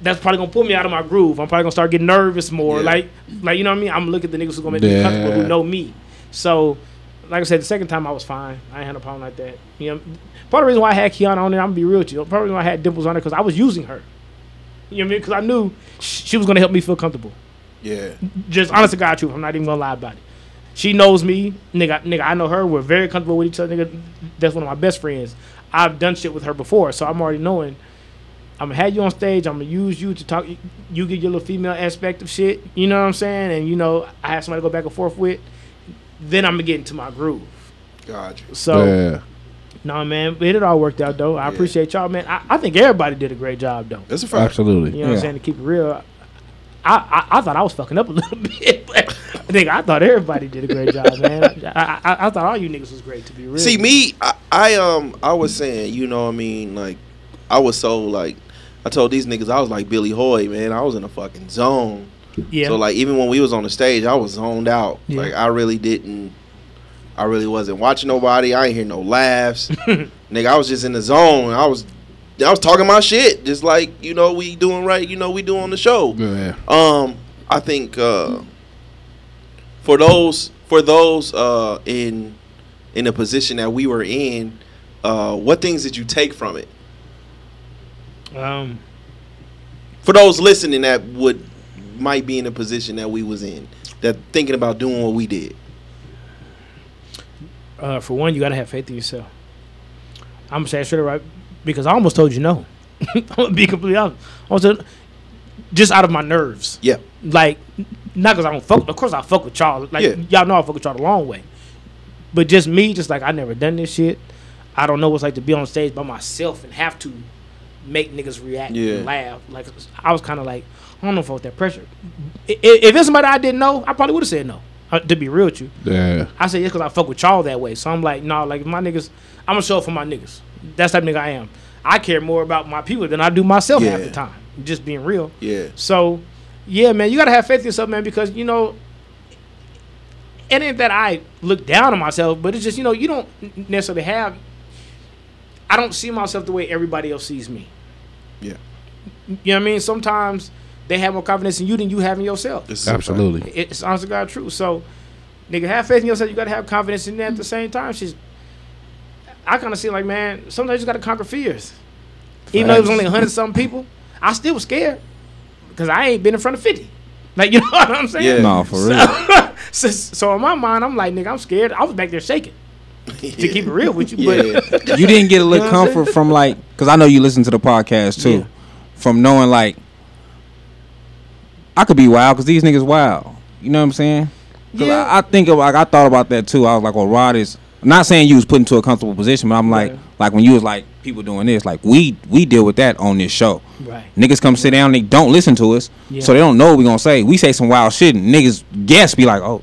Speaker 6: that's probably gonna pull me out of my groove. I'm probably gonna start getting nervous more. Like, like you know what I mean? I'm looking at the niggas who's gonna make me comfortable
Speaker 13: Yeah.
Speaker 6: who know me. So, like I said, the second time I was fine. I ain't had a problem like that. You know, part of the reason why I had Kiana on there, I'm gonna be real with you. Part of the reason why I had Dimples on there because I was using her. You know what I mean? Because I knew sh- she was gonna help me feel comfortable.
Speaker 5: Yeah.
Speaker 6: Just honest to God truth. I'm not even gonna lie about it. She knows me, nigga. Nigga, I know her. We're very comfortable with each other. Nigga, that's one of my best friends. I've done shit with her before, so I'm already knowing. I'm gonna have you on stage. I'm gonna use you to talk. You get your little female aspect of shit. You know what I'm saying? And you know, I have somebody to go back and forth with. Then I'm gonna get into my groove.
Speaker 5: Gotcha.
Speaker 6: So.
Speaker 3: Yeah.
Speaker 6: No man, but it all worked out though. I appreciate y'all, man. I, I think everybody did a great job though.
Speaker 5: That's a
Speaker 3: fact. Absolutely.
Speaker 6: You know what
Speaker 3: Yeah.
Speaker 6: I'm saying? To keep it real, I, I I thought I was fucking up a little bit, but I think I thought everybody did a great job, man. I, I I thought all you niggas was great to be real.
Speaker 2: See me, I, I um, I was saying, you know, what I mean, like, I was so like, I told these niggas, I was like Billy Hoy, man. I was in a fucking zone.
Speaker 6: Yeah.
Speaker 2: So like, even when we was on the stage, I was zoned out. Like, I really didn't, I really wasn't watching nobody. I ain't hear no laughs, nigga. I was just in the zone. I was, I was talking my shit, just like you know we doing right. You know we doing the show.
Speaker 3: Yeah.
Speaker 2: Um, I think uh, for those for those uh, in in the position that we were in, uh, what things did you take from it?
Speaker 6: Um,
Speaker 2: For those listening that would might be in the position that we was in, that thinking about doing what we did.
Speaker 6: uh, for one, you gotta have faith in yourself. I'm gonna say it straight up, right because I almost told you no. I'm gonna be completely honest. I was just out of my nerves.
Speaker 2: Yeah.
Speaker 6: Like, not because I don't fuck. Of course, I fuck with y'all. Like,
Speaker 13: Yeah.
Speaker 6: y'all know I fuck with y'all the long way. But just me, just like I never done this shit. I don't know what's like to be on stage by myself and have to make niggas react
Speaker 13: Yeah.
Speaker 6: and laugh. Like I was kind of like, I don't know if I was that pressure. I- i- If it's somebody I didn't know, I probably would have said no. uh, To be real with you,
Speaker 3: Yeah.
Speaker 6: I say yes because I fuck with y'all that way. So I'm like, nah, like my niggas, I'm gonna show up for my niggas. That's the type of nigga I am. I care more about my people than I do myself half the
Speaker 13: Yeah.
Speaker 6: time. Just being real.
Speaker 2: Yeah.
Speaker 6: So, yeah, man, you gotta have faith in yourself, man, because you know, it ain't that I look down on myself, but it's just you know you don't n- necessarily have. I don't see myself the way everybody else sees me.
Speaker 2: Yeah.
Speaker 6: You know what I mean? Sometimes they have more confidence in you than you have in yourself.
Speaker 2: This
Speaker 3: is a Absolutely. fact.
Speaker 6: It- It's honest to God true. So, nigga, have faith in yourself. You gotta have confidence in that at the same time. She's. I kind of see like man, sometimes you gotta conquer fears. Even though it was
Speaker 13: Facts.
Speaker 6: only hundred something people, I still was scared because I ain't been in front of fifty. Like you know what I'm saying?
Speaker 4: Yeah. Nah, for real.
Speaker 6: so, so in my mind, I'm like, nigga, I'm scared. I was back there shaking. To keep it real with you,
Speaker 4: Yeah.
Speaker 6: but
Speaker 4: you didn't get a little
Speaker 6: You know what I'm
Speaker 4: comfort from like because I know you listen to the podcast too, from knowing like I could be wild because these niggas wild. You know what I'm saying? 'Cause I, I think of, like I thought about that too. I was like, well, Rod is I'm not saying you was put into a comfortable position, but I'm like, like when you was like people doing this, like we we deal with that on this show.
Speaker 6: Right.
Speaker 4: Niggas come sit down, they don't listen to us,
Speaker 6: Yeah.
Speaker 4: so they don't know what we gonna say. We say some wild shit, and niggas guess be like, oh,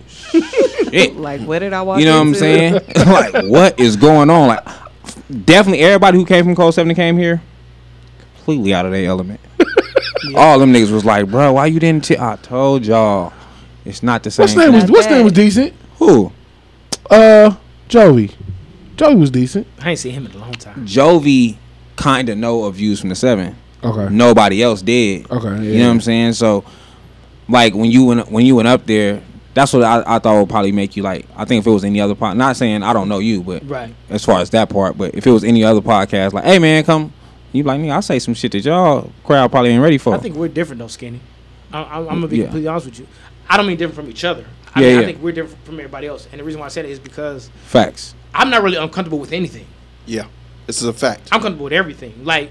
Speaker 7: like, where did I walk
Speaker 4: you know what I'm
Speaker 7: into?
Speaker 4: saying? like, what is going on? Like, definitely everybody who came from Cold Seven that came here, completely out of their element. All them niggas was like, bro, why you didn't? T- I told y'all, it's not the same.
Speaker 3: What's name was
Speaker 4: thing."
Speaker 3: what's name was decent?
Speaker 4: Who?
Speaker 3: Uh, Joey. Joey was decent.
Speaker 6: I ain't seen him in a long time.
Speaker 4: Jovi kind of know of views from the seven.
Speaker 3: Okay.
Speaker 4: Nobody else did.
Speaker 3: Okay,
Speaker 4: You
Speaker 3: yeah.
Speaker 4: know what I'm saying? So, like when you went when you went up there, that's what I, I thought would probably make you like. I think if it was any other pod, not saying I don't know you, but
Speaker 6: Right.
Speaker 4: as far as that part. But if it was any other podcast, like, hey man, come, you like me? I say some shit that y'all crowd probably ain't ready for.
Speaker 6: I think we're different though, Skinny. I, I, I'm gonna be
Speaker 4: Yeah.
Speaker 6: completely honest with you. I don't mean different from each other. I,
Speaker 4: Yeah,
Speaker 6: mean, I
Speaker 4: yeah.
Speaker 6: think we're different from everybody else. And the reason why I said it is because
Speaker 4: Facts.
Speaker 6: I'm not really uncomfortable with anything.
Speaker 2: Yeah, this is a fact.
Speaker 6: I'm comfortable with everything. Like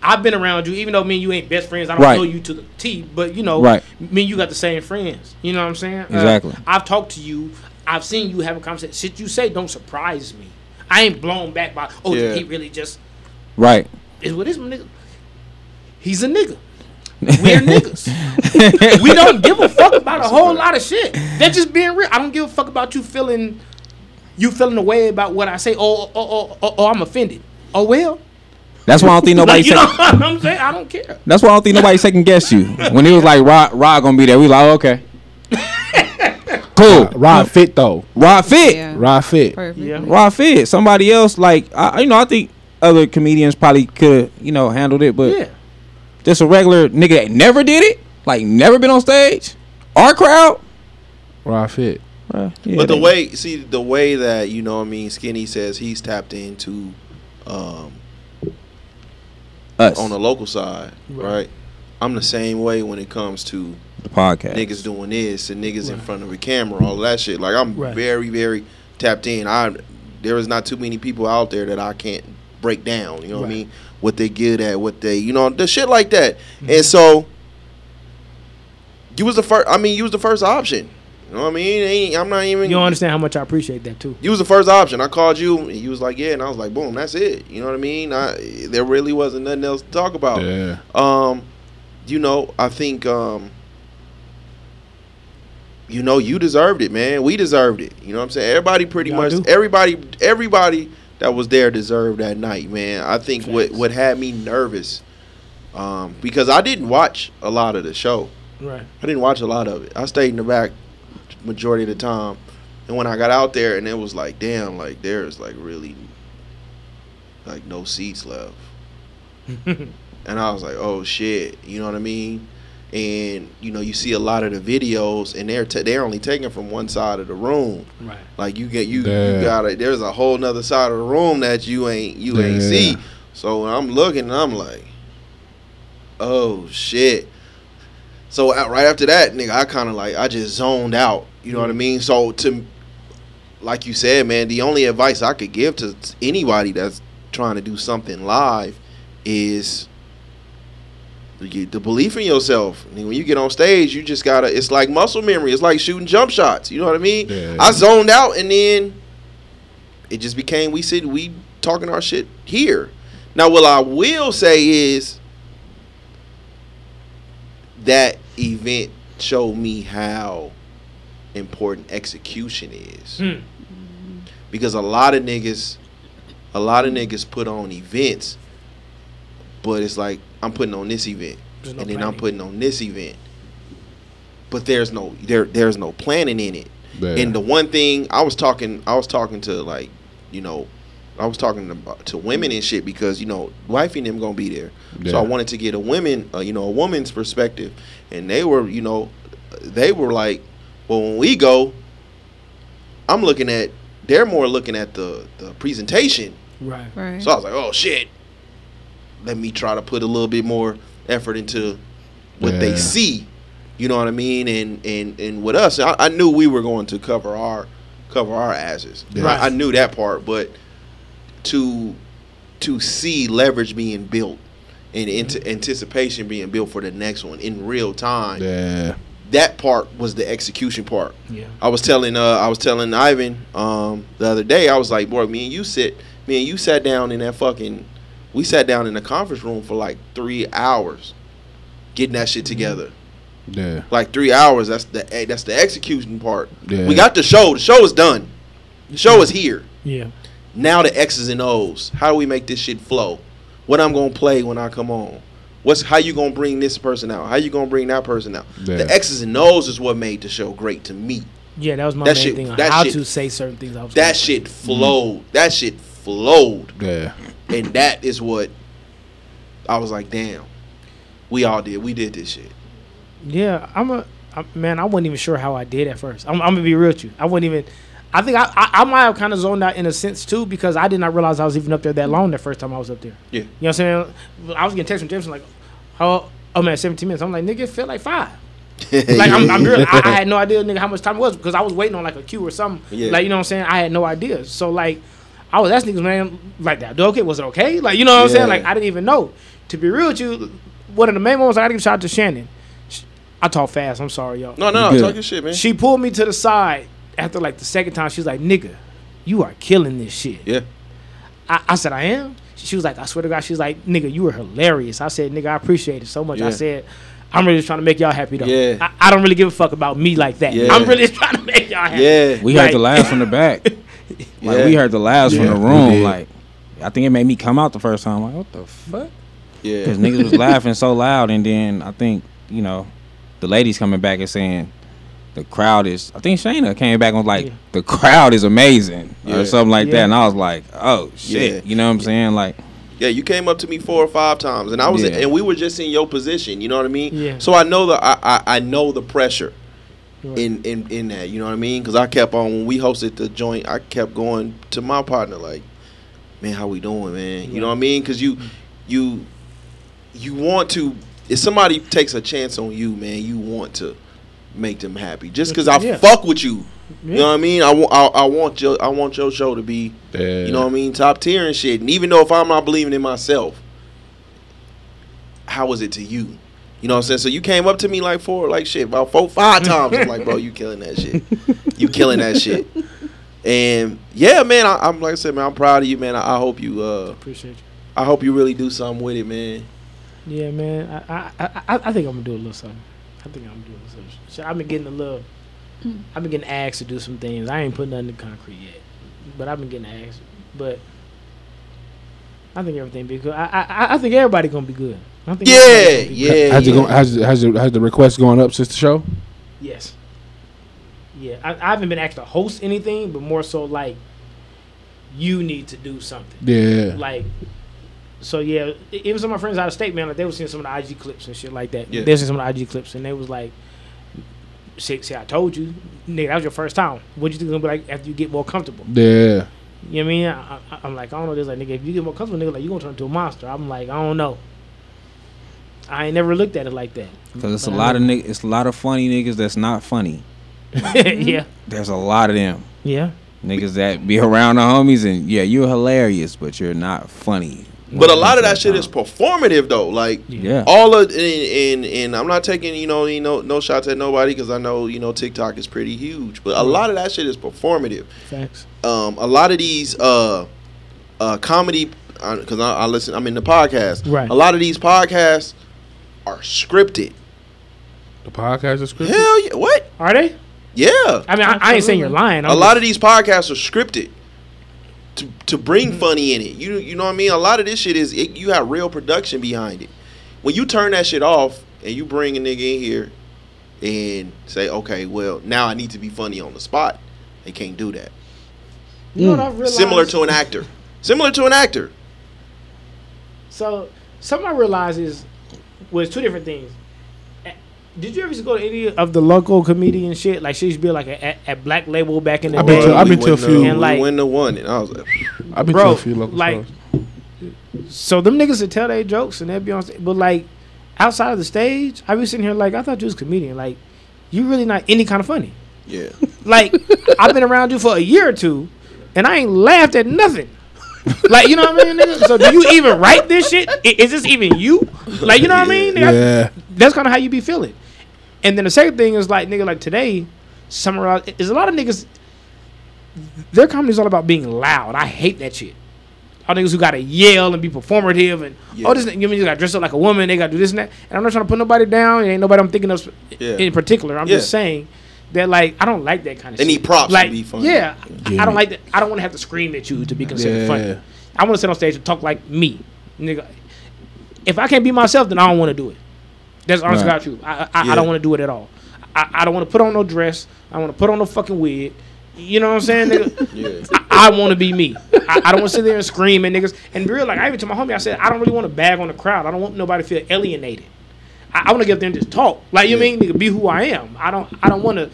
Speaker 6: I've been around you, even though me and you ain't best friends. I don't
Speaker 4: Right.
Speaker 6: know you to the T, but you know,
Speaker 4: Right.
Speaker 6: me and you got the same friends. You know what I'm saying? Uh,
Speaker 4: Exactly.
Speaker 6: I've talked to you. I've seen you have a conversation. Shit you say don't surprise me. I ain't blown back by. Oh,
Speaker 4: Yeah.
Speaker 6: he really just
Speaker 4: Right.
Speaker 6: is what is my nigga. He's a nigga. We're niggas. we don't give a fuck about a whole lot of shit. That's just being real. I don't give a fuck about you feeling you feeling away about what I say. Oh, oh, oh, oh, oh I'm offended. Oh well.
Speaker 4: That's why I don't think nobody.
Speaker 6: Like, you
Speaker 4: take-
Speaker 6: know what I'm saying? I don't care.
Speaker 4: That's why I don't think nobody second guessed you. When it was like Rod, Rod gonna be there, we like oh, okay, cool.
Speaker 3: Rod fit though.
Speaker 4: Rod fit.
Speaker 3: Rod fit.
Speaker 6: Yeah.
Speaker 4: Rod fit. Somebody else like I, you know I think other comedians probably could you know handled it, but
Speaker 6: Yeah.
Speaker 4: just a regular nigga that never did it, like never been on stage, our crowd.
Speaker 3: Rod fit.
Speaker 2: but the way see the way that you know what I mean Skinny says he's tapped into um
Speaker 4: Us.
Speaker 2: on the local side, right. I'm the same way when it comes to
Speaker 4: the podcast,
Speaker 2: niggas doing this and niggas in front of a camera, all that shit. Like I'm
Speaker 6: Right.
Speaker 2: very very tapped in. I there is not too many people out there that I can't break down, you know what I
Speaker 6: Right.
Speaker 2: mean? What they good at, what they, you know, the shit like that.
Speaker 6: Mm-hmm.
Speaker 2: And so you was the first I mean, you was the first option. You know what I mean? Ain't- I'm not even
Speaker 6: You don't understand how much I appreciate that too.
Speaker 2: you was the first option. I called you, and you was like, "Yeah," and I was like, "Boom, that's it." You know what I mean? I, there really wasn't nothing else to talk about.
Speaker 3: Yeah.
Speaker 2: Um, you know, I think, um, you know, you deserved it, man. We deserved it. You know what I'm saying? Everybody, pretty
Speaker 6: Y'all
Speaker 2: much,
Speaker 6: do.
Speaker 2: everybody, everybody that was there deserved that night, man. I think what what had me nervous, um, because I didn't watch a lot of the show.
Speaker 6: Right.
Speaker 2: I didn't watch a lot of it. I stayed in the back majority of the time. And when I got out there and it was like, damn, like there's like really like no seats left. and I was like, oh shit, you know what I mean? And you know, you see a lot of the videos and they're ta they're only taken from one side of the room.
Speaker 6: Right.
Speaker 2: Like you get you,
Speaker 3: Yeah.
Speaker 2: you got it. There's a whole nother side of the room that you ain't you ain't
Speaker 3: Yeah.
Speaker 2: see. So I'm looking and I'm like, oh shit. So uh, right after that, nigga, I kind of like I just zoned out. You know what I mean? So to like you said, man, the only advice I could give to anybody that's trying to do something live is you- the belief in yourself. I mean, when you get on stage, you just gotta. It's like muscle memory. It's like shooting jump shots. You know what I mean?
Speaker 3: Yeah.
Speaker 2: I zoned out, and then it just became we sit we talking our shit here. Now, what I will say is that event showed me how important execution is.
Speaker 6: Hmm.
Speaker 2: Because a lot of niggas, a lot of niggas put on events, but it's like I'm putting on this event,
Speaker 6: There's no
Speaker 2: and then I'm
Speaker 6: planning.
Speaker 2: putting on this event, but there's no there there's no planning in it.
Speaker 3: Yeah.
Speaker 2: And the one thing I was talking, I was talking to like, you know, I was talking to, to women and shit because you know, wifey and them gonna be there, so
Speaker 3: Yeah.
Speaker 2: I wanted to get a women, uh, you know, a woman's perspective, and they were, you know, they were like, well, when we go, I'm looking at, they're more looking at the the presentation,
Speaker 6: Right.
Speaker 7: Right.
Speaker 2: so I was like, oh shit, let me try to put a little bit more effort into what
Speaker 3: Yeah.
Speaker 2: they see. You know what I mean? And and and with us, I, I knew we were going to cover our cover our asses.
Speaker 3: Yeah.
Speaker 2: I, I knew that part, but to to see leverage being built and into anticipation being built for the next one in real time
Speaker 3: Yeah.
Speaker 2: that part was the execution part.
Speaker 6: Yeah.
Speaker 2: I was telling uh I was telling Ivan um the other day I was like, boy, me and you sit, me and you sat down in that fucking, we sat down in the conference room for like three hours, getting that
Speaker 3: Mm-hmm.
Speaker 2: shit together.
Speaker 3: Yeah.
Speaker 2: Like three hours. That's the eh, that's the execution part.
Speaker 3: Yeah. Mm-hmm.
Speaker 2: We got the show. The show is done. The show is here.
Speaker 6: Yeah.
Speaker 2: Now the X's and O's. How do we make this shit flow? What I'm gonna play when I come on? What's how you gonna bring this person out? How you gonna bring that person out?
Speaker 3: Yeah.
Speaker 2: The X's and O's is what made the show great to me.
Speaker 6: Yeah, that was my
Speaker 2: That
Speaker 6: main
Speaker 2: shit-
Speaker 6: thing. on
Speaker 2: that
Speaker 6: how
Speaker 2: shit-
Speaker 6: to say certain things. I was
Speaker 2: That shit flowed. That shit flowed,
Speaker 3: Yeah.
Speaker 2: and that is what I was like. Damn, we all did. We did this shit.
Speaker 6: Yeah, I'm a I, man. I wasn't even sure how I did at first. I'm, I'm gonna be real with you. I wasn't even. I think I, I, I might have kind of zoned out in a sense too because I did not realize I was even up there that long the first time I was up there.
Speaker 2: Yeah.
Speaker 6: You know what I'm saying? I was getting text from Jameson like, "How? Oh man, 17 minutes." I'm like, "Nigga, it felt like five. like I'm, I'm real. I, I had no idea, nigga, how much time it was because I was waiting on like a cue or something.
Speaker 2: Yeah.
Speaker 6: Like you know what I'm saying? I had no idea. So like, I was asking niggas, man, like that. Okay, was it okay? Like you know what I'm
Speaker 2: Yeah.
Speaker 6: saying? Like I didn't even know. To be real with you, one of the main moments I got to give a shout out to Shannon. Sh- I talk fast. I'm sorry, y'all.
Speaker 2: No, no,
Speaker 4: You
Speaker 2: no.
Speaker 4: good.
Speaker 2: Talk your shit, man.
Speaker 6: She pulled me to the side after like the second time. She's like, nigga, you are killing this shit.
Speaker 2: yeah.
Speaker 6: I, I said, I am. She was like, I swear to God, she's like, nigga, you were hilarious. I said, nigga, I appreciate it so much.
Speaker 2: Yeah.
Speaker 6: I said, I'm really just trying to make y'all happy though.
Speaker 2: Yeah.
Speaker 6: I, I don't really give a fuck about me like that.
Speaker 2: Yeah.
Speaker 6: I'm really just trying to make y'all happy.
Speaker 2: Yeah.
Speaker 4: We
Speaker 6: Like-
Speaker 4: heard the laughs from the back. Like
Speaker 2: Yeah.
Speaker 4: we heard the laughs
Speaker 3: Yeah,
Speaker 4: from the
Speaker 3: we
Speaker 4: room.
Speaker 3: did.
Speaker 4: Like I think it made me come out the first time. Like what the fuck?
Speaker 2: Yeah.
Speaker 4: Because niggas was laughing so loud, and then I think you know the ladies coming back and saying the crowd is. I think Shayna came back and was like
Speaker 6: Yeah.
Speaker 4: the crowd is amazing
Speaker 2: Yeah.
Speaker 4: or something like
Speaker 6: Yeah.
Speaker 4: that, and I was like, oh shit,
Speaker 2: Yeah.
Speaker 4: you know what I'm saying? Like
Speaker 2: Yeah, you came up to me four or five times, and I was,
Speaker 4: Yeah.
Speaker 2: and we were just in your position. You know what I mean?
Speaker 6: Yeah.
Speaker 2: So I know the, I, I, I know the pressure
Speaker 6: Right.
Speaker 2: in, in, in that. You know what I mean? Because I kept on when we hosted the joint, I kept going to my partner like, "Man, how we doing, man? You know what I mean? Because you, you, you want to. If somebody takes a chance on you, man, you want to make them happy. Just because I
Speaker 6: Yeah.
Speaker 2: fuck with you, you
Speaker 6: Yeah.
Speaker 2: know what I mean? I want, I, I want your, I want your show to be.
Speaker 3: Yeah.
Speaker 2: You know what I mean? Top tier and shit. And even though if I'm not believing in myself, how is it to you? You know what I'm saying? So you came up to me like four, like shit, about four, five times. I'm like, bro, you killing that shit. You killing that shit. And yeah, man, I, I'm like I said, man, I'm proud of you, man. I, I hope you, uh,
Speaker 6: Appreciate you.
Speaker 2: I hope you really do something with it, man.
Speaker 6: Yeah, man. I, I, I, I I think I'm gonna do a little something. I think I'm gonna do a little something. Shit, I've been getting a little. I've been getting asked to do some things. I ain't put nothing in concrete yet, but I've been getting asked. But I think everything be good. I, I, I- I think everybody gonna be good. I think everybody
Speaker 2: Yeah,
Speaker 6: gonna be good.
Speaker 2: yeah,
Speaker 3: Has, it go,
Speaker 2: yeah.
Speaker 3: has, has, has the request gone up since the show?
Speaker 6: Yes. Yeah, I, I haven't been asked to host anything, but more so like you need to do something.
Speaker 3: Yeah.
Speaker 6: Like, so yeah, e- even some of my friends out of state, man, like they were seeing some of the IG clips and shit like that.
Speaker 2: Yeah.
Speaker 6: They were seeing some of the IG clips, and they was like, "Shit, see, I told you, nigga, that was your first time. What you think it's gonna be like after you get more comfortable?"
Speaker 3: yeah.
Speaker 6: You know what I mean? I, I, I'm like, I don't know. This like, nigga, if you get more comfortable, nigga, like you gonna turn into a monster. I'm like, I don't know. I ain't never looked at it like that.
Speaker 4: because it's a lot of niggas, it's a lot of funny niggas that's not funny.
Speaker 6: yeah,
Speaker 4: There's a lot of them.
Speaker 6: yeah.
Speaker 4: Niggas that be around the homies and yeah, you're hilarious, but you're not funny.
Speaker 2: But a lot of that shit is performative though. Like
Speaker 4: Yeah.
Speaker 2: all of and, and and I'm not taking you know you know no shots at nobody because I know you know TikTok is pretty huge. But a lot of that shit is performative.
Speaker 6: Facts.
Speaker 2: um, a lot of these uh, uh, comedy because I, I listen i'm in the podcast
Speaker 6: Right.
Speaker 2: a lot of these podcasts are scripted
Speaker 3: The podcast is scripted?
Speaker 2: hell yeah what
Speaker 6: Are they?
Speaker 2: yeah
Speaker 6: I mean, I, I ain't saying you're lying.
Speaker 2: a lot of these podcasts are scripted to, to bring
Speaker 6: Mm-hmm.
Speaker 2: funny in it you you know what i mean a lot of this shit is it, you have real production behind it when you turn that shit off and you bring a nigga in here and say okay well now i need to be funny on the spot they can't do that
Speaker 6: you know what I've realized?
Speaker 2: similar to an actor similar to an actor
Speaker 6: So something I realized is was two different things. A- Did you ever just go to any of the local comedian shit? Like she used to be like a, at, at Black Label back in the
Speaker 3: I've
Speaker 6: day.
Speaker 3: been to- I've
Speaker 2: We
Speaker 3: been to a
Speaker 2: went
Speaker 3: few.
Speaker 2: we
Speaker 6: And, like-
Speaker 2: uh, went to one, and I was like,
Speaker 3: I've been to
Speaker 6: Bro,
Speaker 3: a few local
Speaker 6: like-
Speaker 3: shows.
Speaker 6: so them niggas would tell their jokes and they'd be on stage. But like outside of the stage, I be sitting here like I thought you was a comedian. Like you really not any kind of funny.
Speaker 2: yeah,
Speaker 6: Like I've been around you for a year or two, and I ain't laughed at nothing. Like you know what I mean? Nigga? So do you even write this shit? I- Is this even you? Like you know what I mean? Nigga, I-
Speaker 3: Yeah.
Speaker 6: that's kind of how you be feeling. And then the second thing is like nigga, like today, summarize is a lot of niggas. Their comedy is all about being loud. I hate that shit. All niggas who gotta yell and be performative and oh this you mean you gotta dress up like a woman, they gotta do this and that. And I'm not trying to put nobody down. It ain't nobody I'm thinking of
Speaker 2: Yeah.
Speaker 6: in particular. I'm
Speaker 2: Yeah.
Speaker 6: just saying that like I don't like that kind of.
Speaker 2: They
Speaker 6: shit.
Speaker 2: need props to
Speaker 6: Like,
Speaker 2: be funny.
Speaker 6: Yeah, I- I
Speaker 2: Yeah.
Speaker 6: don't like that. I don't want to have to scream at you to be considered
Speaker 2: Yeah.
Speaker 6: funny. I want to sit on stage and talk like me, nigga. If I can't be myself, then I don't want to do it. That's honest
Speaker 14: Right.
Speaker 6: about you. I I, I
Speaker 14: Yeah.
Speaker 6: don't want to do it at all. I, I don't want to put on no dress. I want to put on no fucking wig. You know what I'm saying, nigga? I, want to be me. I, I don't want to sit there and scream at niggas. And be real, like I even told my homie, I said I don't really want to bag on the crowd. I don't want nobody to feel alienated. I, I want to get up there and just talk. Like you mean, nigga, be who I am. I don't I don't want to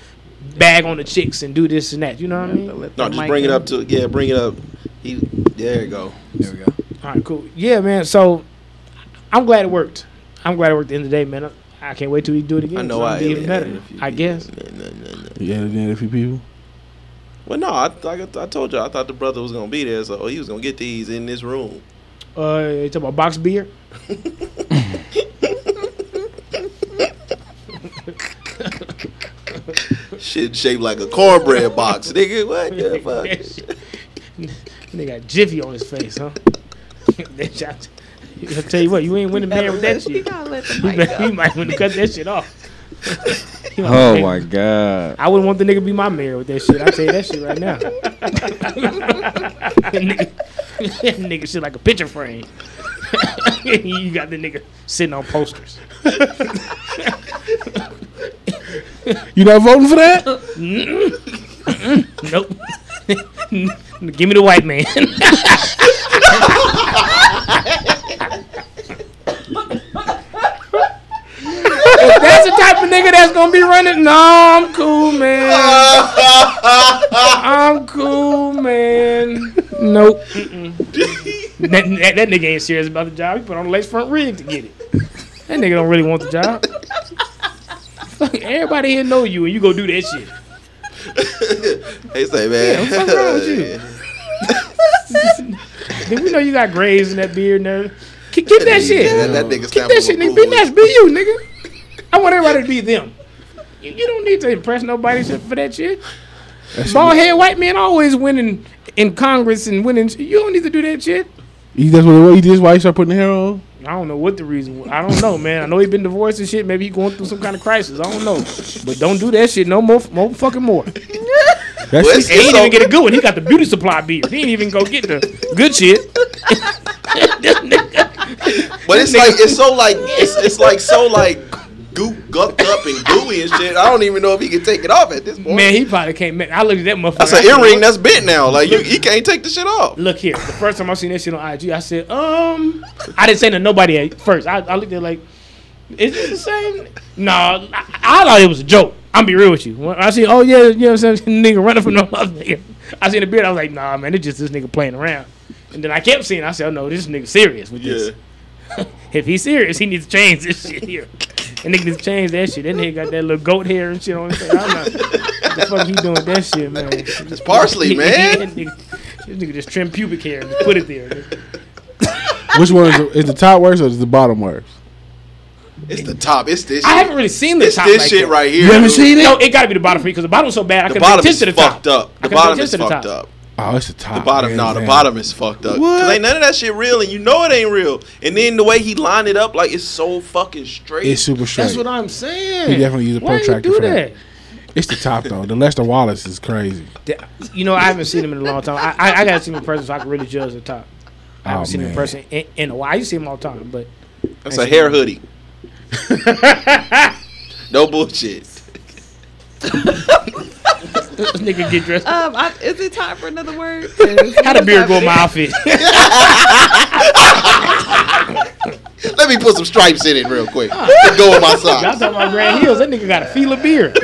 Speaker 6: bag on the chicks and do this and that. You know what I mean?
Speaker 2: No, just bring it up to yeah, bring it up. He, there you go. There we go.
Speaker 6: All right, cool. Yeah, man. So I'm glad it worked. I'm glad it worked. At the end of the day, man. I, I can't wait till we do it again.
Speaker 2: I know
Speaker 6: 'cause it'll
Speaker 2: I
Speaker 6: be even
Speaker 2: alienated
Speaker 6: better. I guess.
Speaker 3: You added in a few people.
Speaker 2: Well, no, I, I, I told you I thought the brother was gonna be there, so he was gonna get these in this room.
Speaker 6: Uh, you talking about box beer?
Speaker 2: Shit shaped like a cornbread box, nigga. What the fuck?
Speaker 6: Nigga got Jiffy on his face, huh? That shot- I tell you what, you ain't winning man with that shit. You
Speaker 7: mic
Speaker 6: bet-
Speaker 7: go.
Speaker 6: you might want to cut that shit off. You might
Speaker 4: Oh
Speaker 6: wanna-
Speaker 4: my god.
Speaker 6: I wouldn't want the nigga to be my mayor with that shit. I tell you that shit right now. nigga, nigga shit like a picture frame. you got the nigga sitting on posters.
Speaker 3: You not voting for that?
Speaker 6: Mm-mm. Mm-mm. nope. Give me the white man. if that's the type of nigga that's gonna be running, no, I'm cool, man. I'm cool, man. Nope. Mm-mm. that, that, that nigga ain't serious about the job. He put on a lakefront rig to get it. That nigga don't really want the job. Fuck, Everybody here know you, and you go do that shit.
Speaker 2: They say,
Speaker 6: Yeah,
Speaker 2: man.
Speaker 6: what's wrong with you? Did we know you got grays in that beard and everything? Keep, keep that shit.
Speaker 2: Yeah, that nigga
Speaker 6: keep that shit, nigga. Be nice. Be you, nigga. I want everybody to be them. You, you don't need to impress nobody shit for that shit. Bald head white man always winning in Congress and winning. sh- You don't need to do that shit.
Speaker 3: He, that's what he did. That's why he started putting the hair on.
Speaker 6: I don't know what the reason. was. I don't know, man. I know he been divorced and shit. Maybe he going through some kind of crisis. I don't know, but don't do that shit no more. More fucking more.
Speaker 3: That's
Speaker 6: he ain't even get a good one. He got the beauty supply beard. He ain't even go get the good shit.
Speaker 2: But it's like it's so like it's, it's like so like goo gucked up and gooey and shit. I don't even know if he can take it off at this point.
Speaker 6: Man, he probably can't. Man, I looked at that motherfucker.
Speaker 2: that's an earring that's bent now. Like you, he can't take the shit off.
Speaker 6: Look here. The first time I seen that shit on IG, I said, um, I didn't say to nobody at first. I, I looked at it like, is this the same? No, I, I thought it was a joke. I'm be real with you. When I see, oh yeah, you know what I'm saying, nigga running from no other nigga. I seen the beard. I was like, nah, man, it's just this nigga playing around. And then I kept seeing. I said, oh no, this nigga serious with this. if he's serious, he needs to change this shit here. And nigga needs to change that shit. That nigga got that little goat hair and shit on his face. I don't know. what the fuck he doing with that shit, man? It's
Speaker 2: parsley, man.
Speaker 6: this nigga just trim pubic hair and put it there. nigga.
Speaker 3: Which one is the, is the top worst or is the bottom worst?
Speaker 2: It's the top. It's this.
Speaker 6: I
Speaker 2: shit.
Speaker 6: haven't really seen the
Speaker 2: It's
Speaker 6: top
Speaker 2: this
Speaker 6: like
Speaker 2: shit
Speaker 6: that.
Speaker 2: right here. You haven't seen it?
Speaker 6: No, it got to be the bottom for me because the bottom was so bad. I
Speaker 2: The
Speaker 6: could
Speaker 2: bottom
Speaker 6: attention
Speaker 2: is
Speaker 6: to the top.
Speaker 2: fucked up.
Speaker 6: I
Speaker 2: The
Speaker 6: couldn't pay
Speaker 2: bottom
Speaker 6: attention
Speaker 2: is
Speaker 6: to the
Speaker 2: fucked
Speaker 6: top.
Speaker 2: up.
Speaker 3: Oh, it's the top.
Speaker 2: The bottom,
Speaker 3: man.
Speaker 2: no, the
Speaker 3: Damn.
Speaker 2: bottom is fucked up. Cause ain't none of that shit real, and you know it ain't real. And then the way he lined it up, like it's so fucking straight.
Speaker 3: It's super straight.
Speaker 6: That's what I'm saying.
Speaker 3: He definitely used a
Speaker 6: Why you
Speaker 3: protractor
Speaker 6: do
Speaker 3: for that. It's the top though. The Lester Wallace is crazy.
Speaker 6: that? You know, I haven't seen him in a long time. I, I, I got to see him in person so I can really judge the top. I haven't
Speaker 3: Oh,
Speaker 6: seen him in
Speaker 3: man.
Speaker 6: person in, in a while. I used to see him all the time, but
Speaker 2: That's a hair hoodie. no bullshit.
Speaker 6: this nigga get dressed.
Speaker 7: Um, I, is it time for another word?
Speaker 6: How the beard go in my outfit?
Speaker 2: Let me put some stripes in it real quick. To go with my
Speaker 6: Ah. Y'all
Speaker 2: socks.
Speaker 6: talking about Grand Hills? That nigga got a feel of beard.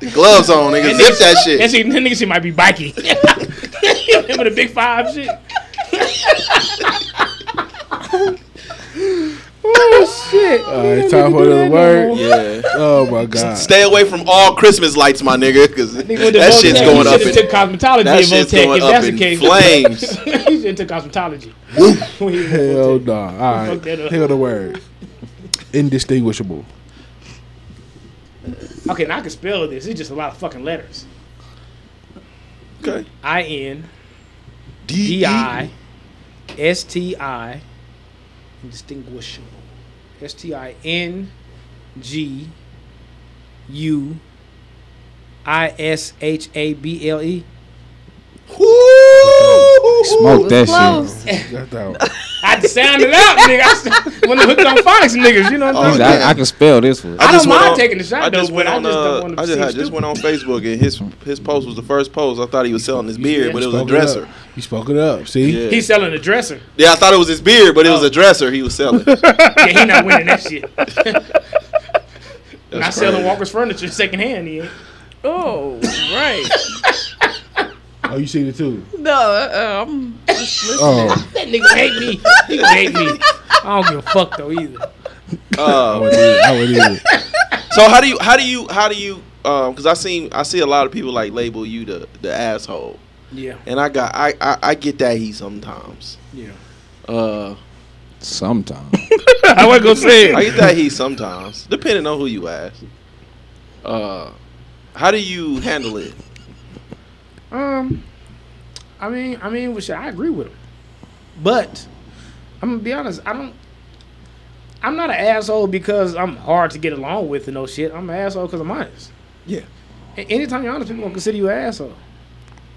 Speaker 2: The gloves on, nigga. Zip that
Speaker 6: That,
Speaker 2: shit.
Speaker 6: shit, that nigga shit might be biking. you remember the big five shit? Oh shit!
Speaker 3: All right, time for another word.
Speaker 2: Yeah.
Speaker 3: Oh my god.
Speaker 2: Stay away from all Christmas lights, my nigga, because that
Speaker 6: Nigga went to Votech.
Speaker 2: shit's
Speaker 6: He
Speaker 2: going up.
Speaker 6: shoulda
Speaker 2: in-
Speaker 6: took cosmetology
Speaker 2: that
Speaker 6: at
Speaker 2: shit's
Speaker 6: Votech,
Speaker 2: going
Speaker 6: if
Speaker 2: up
Speaker 6: that's the
Speaker 2: in
Speaker 6: case.
Speaker 2: flames.
Speaker 6: he should have took cosmetology. When he was at
Speaker 3: Hell
Speaker 6: Votech.
Speaker 3: nah. All right.
Speaker 6: Fuck that up.
Speaker 3: Hell the word. Indistinguishable.
Speaker 6: Okay, now I can spell this. It's just a lot of fucking letters.
Speaker 2: Okay.
Speaker 6: I N
Speaker 2: E.
Speaker 6: D I S T I distinguishable. S T I N G U I S H A B L E.
Speaker 4: Smoke that shit.
Speaker 6: I had to sound it out, nigga. I s- when the hooked on phonics niggas, you know what I'm
Speaker 4: I,
Speaker 6: saying?
Speaker 4: I can spell this one.
Speaker 6: I
Speaker 2: just
Speaker 6: don't
Speaker 2: went
Speaker 6: mind
Speaker 2: on-
Speaker 6: taking the shot,
Speaker 2: I just
Speaker 6: though,
Speaker 2: went
Speaker 6: but I
Speaker 2: on.
Speaker 6: just don't
Speaker 2: uh,
Speaker 6: want him
Speaker 2: I
Speaker 6: to
Speaker 2: just
Speaker 6: seem
Speaker 2: I just went on Facebook and his his post was the first post. I thought he was selling his beard, but it was a
Speaker 3: Spoke it up.
Speaker 2: dresser.
Speaker 3: You spoke it up. See?
Speaker 2: Yeah.
Speaker 6: He's selling a dresser.
Speaker 2: Yeah, I thought it was his beard, but it was
Speaker 6: Oh.
Speaker 2: a dresser he was selling.
Speaker 6: Yeah, he not winning that shit. Not
Speaker 2: That's
Speaker 6: selling
Speaker 2: crazy.
Speaker 6: Walker's furniture secondhand. He ain't.
Speaker 7: Oh, right.
Speaker 3: Oh, you seen it too.
Speaker 7: no, uh, um,
Speaker 3: Oh.
Speaker 6: That nigga hate me. He gonna hate me. I don't give a fuck though either.
Speaker 3: I
Speaker 2: Uh,
Speaker 3: wouldn't either. I wouldn't either.
Speaker 2: so how do you how do you how do you um? Because I seen I see a lot of people like label you the the asshole,
Speaker 6: Yeah,
Speaker 2: and I got I I, I get that he sometimes.
Speaker 6: yeah.
Speaker 2: Uh,
Speaker 4: Sometimes.
Speaker 6: I wasn't gonna say
Speaker 2: I get that he sometimes, depending on who you ask. Uh, how do you handle it?
Speaker 6: Um, I mean, I mean, which I agree with him, but I'm gonna be honest. I don't. I'm not an asshole because I'm hard to get along with and no shit. I'm an asshole because I'm honest.
Speaker 2: Yeah.
Speaker 6: A- anytime you're honest, people gonna consider you an asshole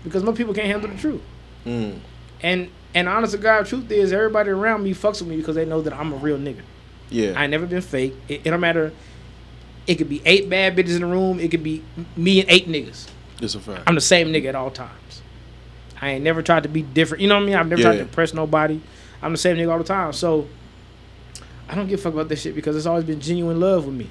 Speaker 6: because most people can't handle the truth.
Speaker 2: Mm.
Speaker 6: And and honest to God, truth is everybody around me fucks with me because they know that I'm a real nigga. I
Speaker 2: Yeah.
Speaker 6: ain't never been fake. It, it don't matter. It could be eight bad bitches in the room. It could be me and eight niggas.
Speaker 2: It's a fact.
Speaker 6: I'm the same nigga at all times. I ain't never tried to be different. You know what I mean? I've never tried to
Speaker 2: Yeah.
Speaker 6: impress nobody. I'm the same nigga all the time. So I don't give a fuck about this shit because it's always been genuine love with me.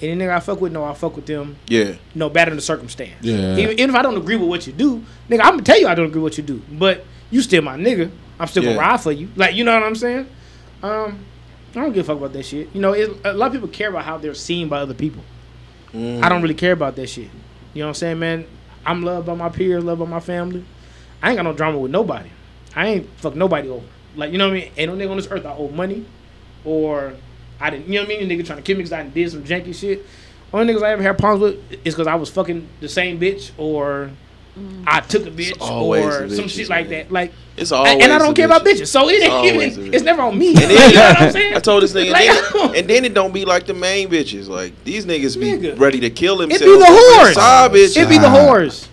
Speaker 6: Any nigga I fuck with, no, I fuck with them
Speaker 2: Yeah.
Speaker 6: no matter the circumstance.
Speaker 3: Yeah.
Speaker 6: Even, even if I don't agree with what you do, nigga, I'm gonna tell you I don't agree with what you do. But you still my nigga. I'm still gonna
Speaker 2: Yeah.
Speaker 6: ride for you. Like you know what I'm saying? Um, I don't give a fuck about that shit. You know, it, a lot of people care about how they're seen by other people.
Speaker 2: Mm-hmm.
Speaker 6: I don't really care about that shit. You know what I'm saying, man? I'm loved by my peers, loved by my family. I ain't got no drama with nobody. I ain't fuck nobody over. Like you know what I mean? Ain't no nigga on this earth I owe money, or I didn't. You know what I mean? A nigga trying to kill me because I done did some janky shit. Only niggas I ever had problems with is because I was fucking the same bitch or I took a bitch
Speaker 2: always
Speaker 6: or
Speaker 2: the
Speaker 6: some
Speaker 2: bitches,
Speaker 6: shit like
Speaker 2: man.
Speaker 6: that. Like,
Speaker 2: It's
Speaker 6: a-
Speaker 2: always.
Speaker 6: and I
Speaker 2: a
Speaker 6: don't care about bitches, so it ain't
Speaker 2: always a
Speaker 6: even.
Speaker 2: bitch.
Speaker 6: It's never on me.
Speaker 2: then-
Speaker 6: you know what I'm saying?
Speaker 2: I told this nigga,
Speaker 6: Like,
Speaker 2: and, then, and then it don't be like the main bitches. Like these niggas be
Speaker 6: Nigga.
Speaker 2: ready to kill
Speaker 6: it
Speaker 2: themselves.
Speaker 6: be the
Speaker 2: over
Speaker 6: whores.
Speaker 2: Side bitch.
Speaker 6: It be the whores.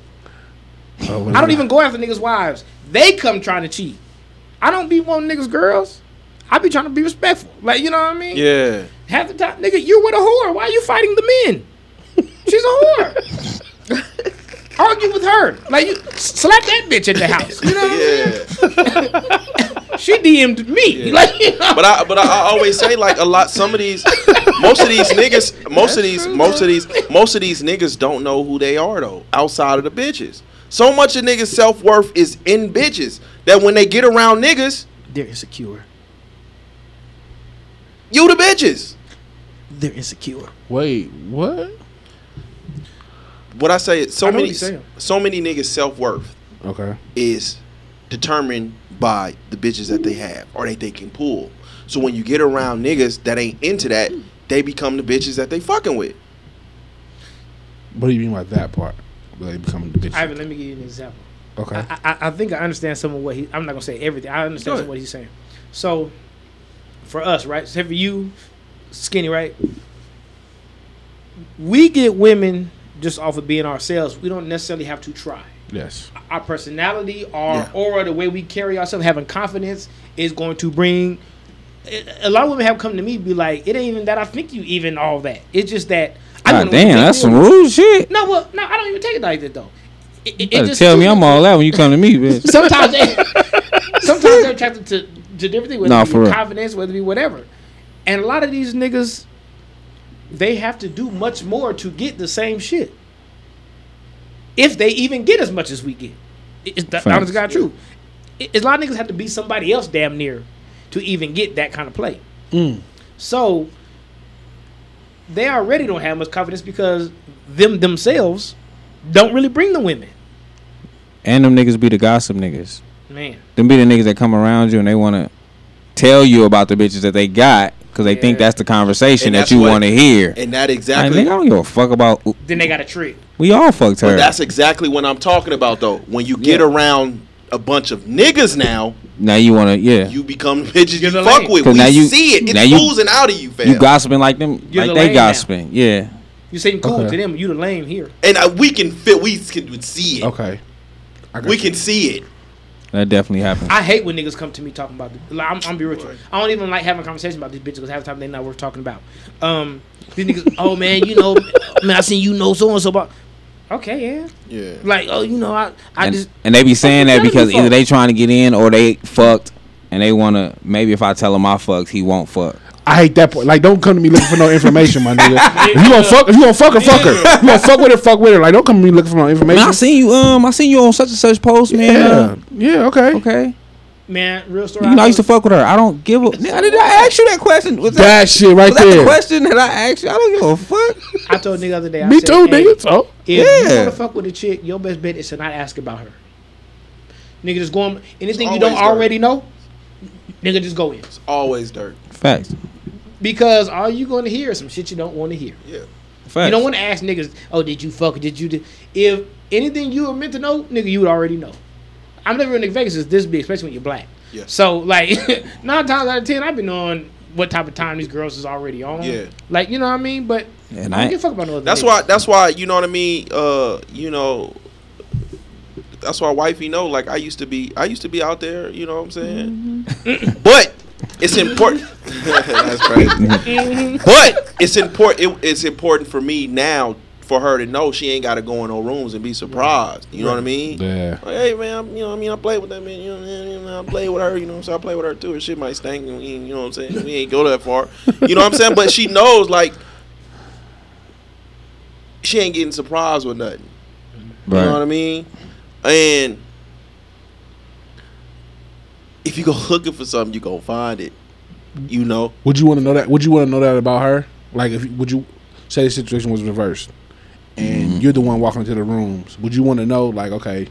Speaker 3: Oh,
Speaker 6: I don't even go after niggas' wives. They come trying to cheat. I don't be wanting niggas' girls. I be trying to be respectful. Like, you know what I mean?
Speaker 2: yeah.
Speaker 6: Half the time, nigga, you're with a whore. Why are you fighting the men? She's a whore. Argue with her. Like, you slap that bitch at the house. You know what I'm saying?
Speaker 2: Yeah,
Speaker 6: She DM'd me.
Speaker 2: Yeah.
Speaker 6: Like, you know,
Speaker 2: but I but I, I always say like a lot. Some of these, most of these niggas, most of these, most of these, most of these niggas don't know who they are though. Outside of the bitches, so much of niggas' self worth is in bitches that when they get around niggas,
Speaker 6: they're insecure.
Speaker 2: you the bitches.
Speaker 6: They're insecure.
Speaker 3: Wait, what?
Speaker 2: What I say is
Speaker 6: I
Speaker 2: so
Speaker 6: know what
Speaker 2: many
Speaker 6: you're saying.
Speaker 2: so many niggas' self worth
Speaker 3: Okay.
Speaker 2: is determined by the bitches that they have or that they can pull. So when you get around niggas that ain't into that, they become the bitches that they fucking with.
Speaker 3: What do you mean by that part? Where they become bitches.
Speaker 6: Ivan, let me give you an example.
Speaker 3: okay.
Speaker 6: I, I, I think I understand some of what he. I'm not gonna say everything. I understand some of what he's saying. So, for us, right? So for you, skinny, right? We get women just off of being ourselves. We don't necessarily have to try.
Speaker 3: yes.
Speaker 6: Our personality, our
Speaker 2: Yeah.
Speaker 6: aura, the way we carry ourselves, having confidence is going to bring. A a lot of women have come to me be like, "It ain't even that I think you even all that. It's just that." I
Speaker 4: God
Speaker 6: don't know what you
Speaker 4: damn,
Speaker 6: think
Speaker 4: that's
Speaker 6: you
Speaker 4: some
Speaker 6: are."
Speaker 4: rude shit.
Speaker 6: No, well, no, I don't even take it like that though. It, it- it
Speaker 4: Better
Speaker 6: just-
Speaker 4: tell me I'm all out when you come to me, bitch.
Speaker 6: sometimes they, sometimes they're attracted to, to different things, whether
Speaker 4: Nah,
Speaker 6: it be
Speaker 4: for
Speaker 6: your
Speaker 4: real.
Speaker 6: confidence, whether it be whatever. And a lot of these niggas, they have to do much more to get the same shit. If they even get as much as we get, It- it's the honest to God true. It- it's a lot of niggas have to be somebody else damn near to even get that kind of play.
Speaker 4: Mm.
Speaker 6: So they already don't have much confidence because them themselves don't really bring the women.
Speaker 4: And them niggas be the gossip niggas.
Speaker 6: Man.
Speaker 4: Them be the niggas that come around you and they want to tell you about the bitches that they got because they think that's the conversation
Speaker 2: And
Speaker 4: that
Speaker 2: that's
Speaker 4: you
Speaker 2: what-
Speaker 4: want to hear.
Speaker 2: And that
Speaker 4: Like,
Speaker 2: exactly.
Speaker 4: nigga, I don't give a fuck about.
Speaker 6: Then they got a trick.
Speaker 4: We all fucked
Speaker 2: But
Speaker 4: her.
Speaker 2: that's exactly what I'm talking about, though. When you get around a bunch of niggas now,
Speaker 4: Now you want to, yeah.
Speaker 2: you become bitches you fuck with.
Speaker 4: Cause
Speaker 2: We
Speaker 4: now you-
Speaker 2: see it.
Speaker 4: now
Speaker 2: It's
Speaker 4: you-
Speaker 2: oozing out of you, fam.
Speaker 4: You gossiping like them,
Speaker 6: You're the
Speaker 4: like they
Speaker 6: lame now.
Speaker 4: gossiping. Yeah.
Speaker 6: You seem cool
Speaker 4: Okay.
Speaker 6: to them, you the lame here.
Speaker 2: and uh, we can fit. We can see it.
Speaker 3: Okay.
Speaker 2: We can see it.
Speaker 4: That definitely happened.
Speaker 6: I hate when niggas come to me talking about. The, like, I'm, I'm be real with you. I don't even like having conversations about these bitches because half the time they're not worth talking about. Um, these niggas, oh man, you know, man, I seen you know so and so about. Okay, yeah.
Speaker 2: Yeah.
Speaker 6: Like, oh, you know, I, I
Speaker 4: and,
Speaker 6: just
Speaker 4: and they be saying that
Speaker 6: telling you
Speaker 4: because either
Speaker 6: fuck.
Speaker 4: they trying to get in or they fucked, and they want to. Maybe if I tell him I fucked, he won't fuck.
Speaker 3: I hate that part. Like, don't come to me looking for no information, my nigga. If you gonna fuck, if you gonna fuck her, fuck her. If you gonna fuck with her, fuck with her. Like, don't come to me looking for no
Speaker 4: Man,
Speaker 3: information.
Speaker 4: I seen you. Um, I seen you on such and such post, man.
Speaker 3: Yeah.
Speaker 4: Yeah.
Speaker 3: Yeah, okay.
Speaker 4: Okay.
Speaker 6: man, real story.
Speaker 4: You know, I used to fuck with her. I don't give a. Nigga, did I ask you that question? Was that,
Speaker 3: That shit right
Speaker 4: was that
Speaker 3: there.
Speaker 4: the question that I asked you? I don't give a fuck.
Speaker 6: I told nigga the other day. I
Speaker 3: Me
Speaker 6: said,
Speaker 3: too,
Speaker 6: hey,
Speaker 3: nigga. So,
Speaker 6: If you
Speaker 4: Yeah.
Speaker 6: want to fuck with a chick, your best bet is to not ask about her. Nigga, just go on. Anything you
Speaker 2: always
Speaker 6: don't
Speaker 2: dirt.
Speaker 6: already know, nigga, just go in.
Speaker 2: It's always dirt.
Speaker 4: Facts.
Speaker 6: Because all you going to hear is some shit you don't want to hear.
Speaker 4: Facts.
Speaker 6: You don't want to ask niggas, oh, did you fuck? Did you? Did? If anything you were meant to know, nigga, you would already know. I'm never in Vegas is this big, especially when you're black.
Speaker 2: Yeah.
Speaker 6: So like nine times out of ten, I've been on what type of time these girls is already on.
Speaker 2: Yeah.
Speaker 6: Like you know what I mean? But
Speaker 4: And
Speaker 6: I
Speaker 4: I-
Speaker 6: don't give a fuck about no other.
Speaker 2: That's
Speaker 6: niggas.
Speaker 2: why. That's why. You know what I mean. Uh, you know. That's why wifey know. Like I used to be. I used to be out there. You know what I'm saying. but it's important. that's crazy. but it's important. It, it's important for me now for her to know she ain't got to go in no rooms and be surprised. You know what I mean.
Speaker 3: yeah.
Speaker 2: Like, hey man, I'm, you know what I mean. I play with that man. You know what I mean. I play with her. You know what I'm saying. I play with her too. Her shit might stink. And we, ain't- you know what I'm saying. We ain't go that far. You know what I'm saying. But she knows like she ain't getting surprised with nothing. You know what I mean. And if you go looking for something, you gonna find it. You know.
Speaker 3: Would you want to know that? Would you want to know that about her? Like, if would you say the situation was reversed, and you're the one walking into the rooms? Would you want to know? Like, okay,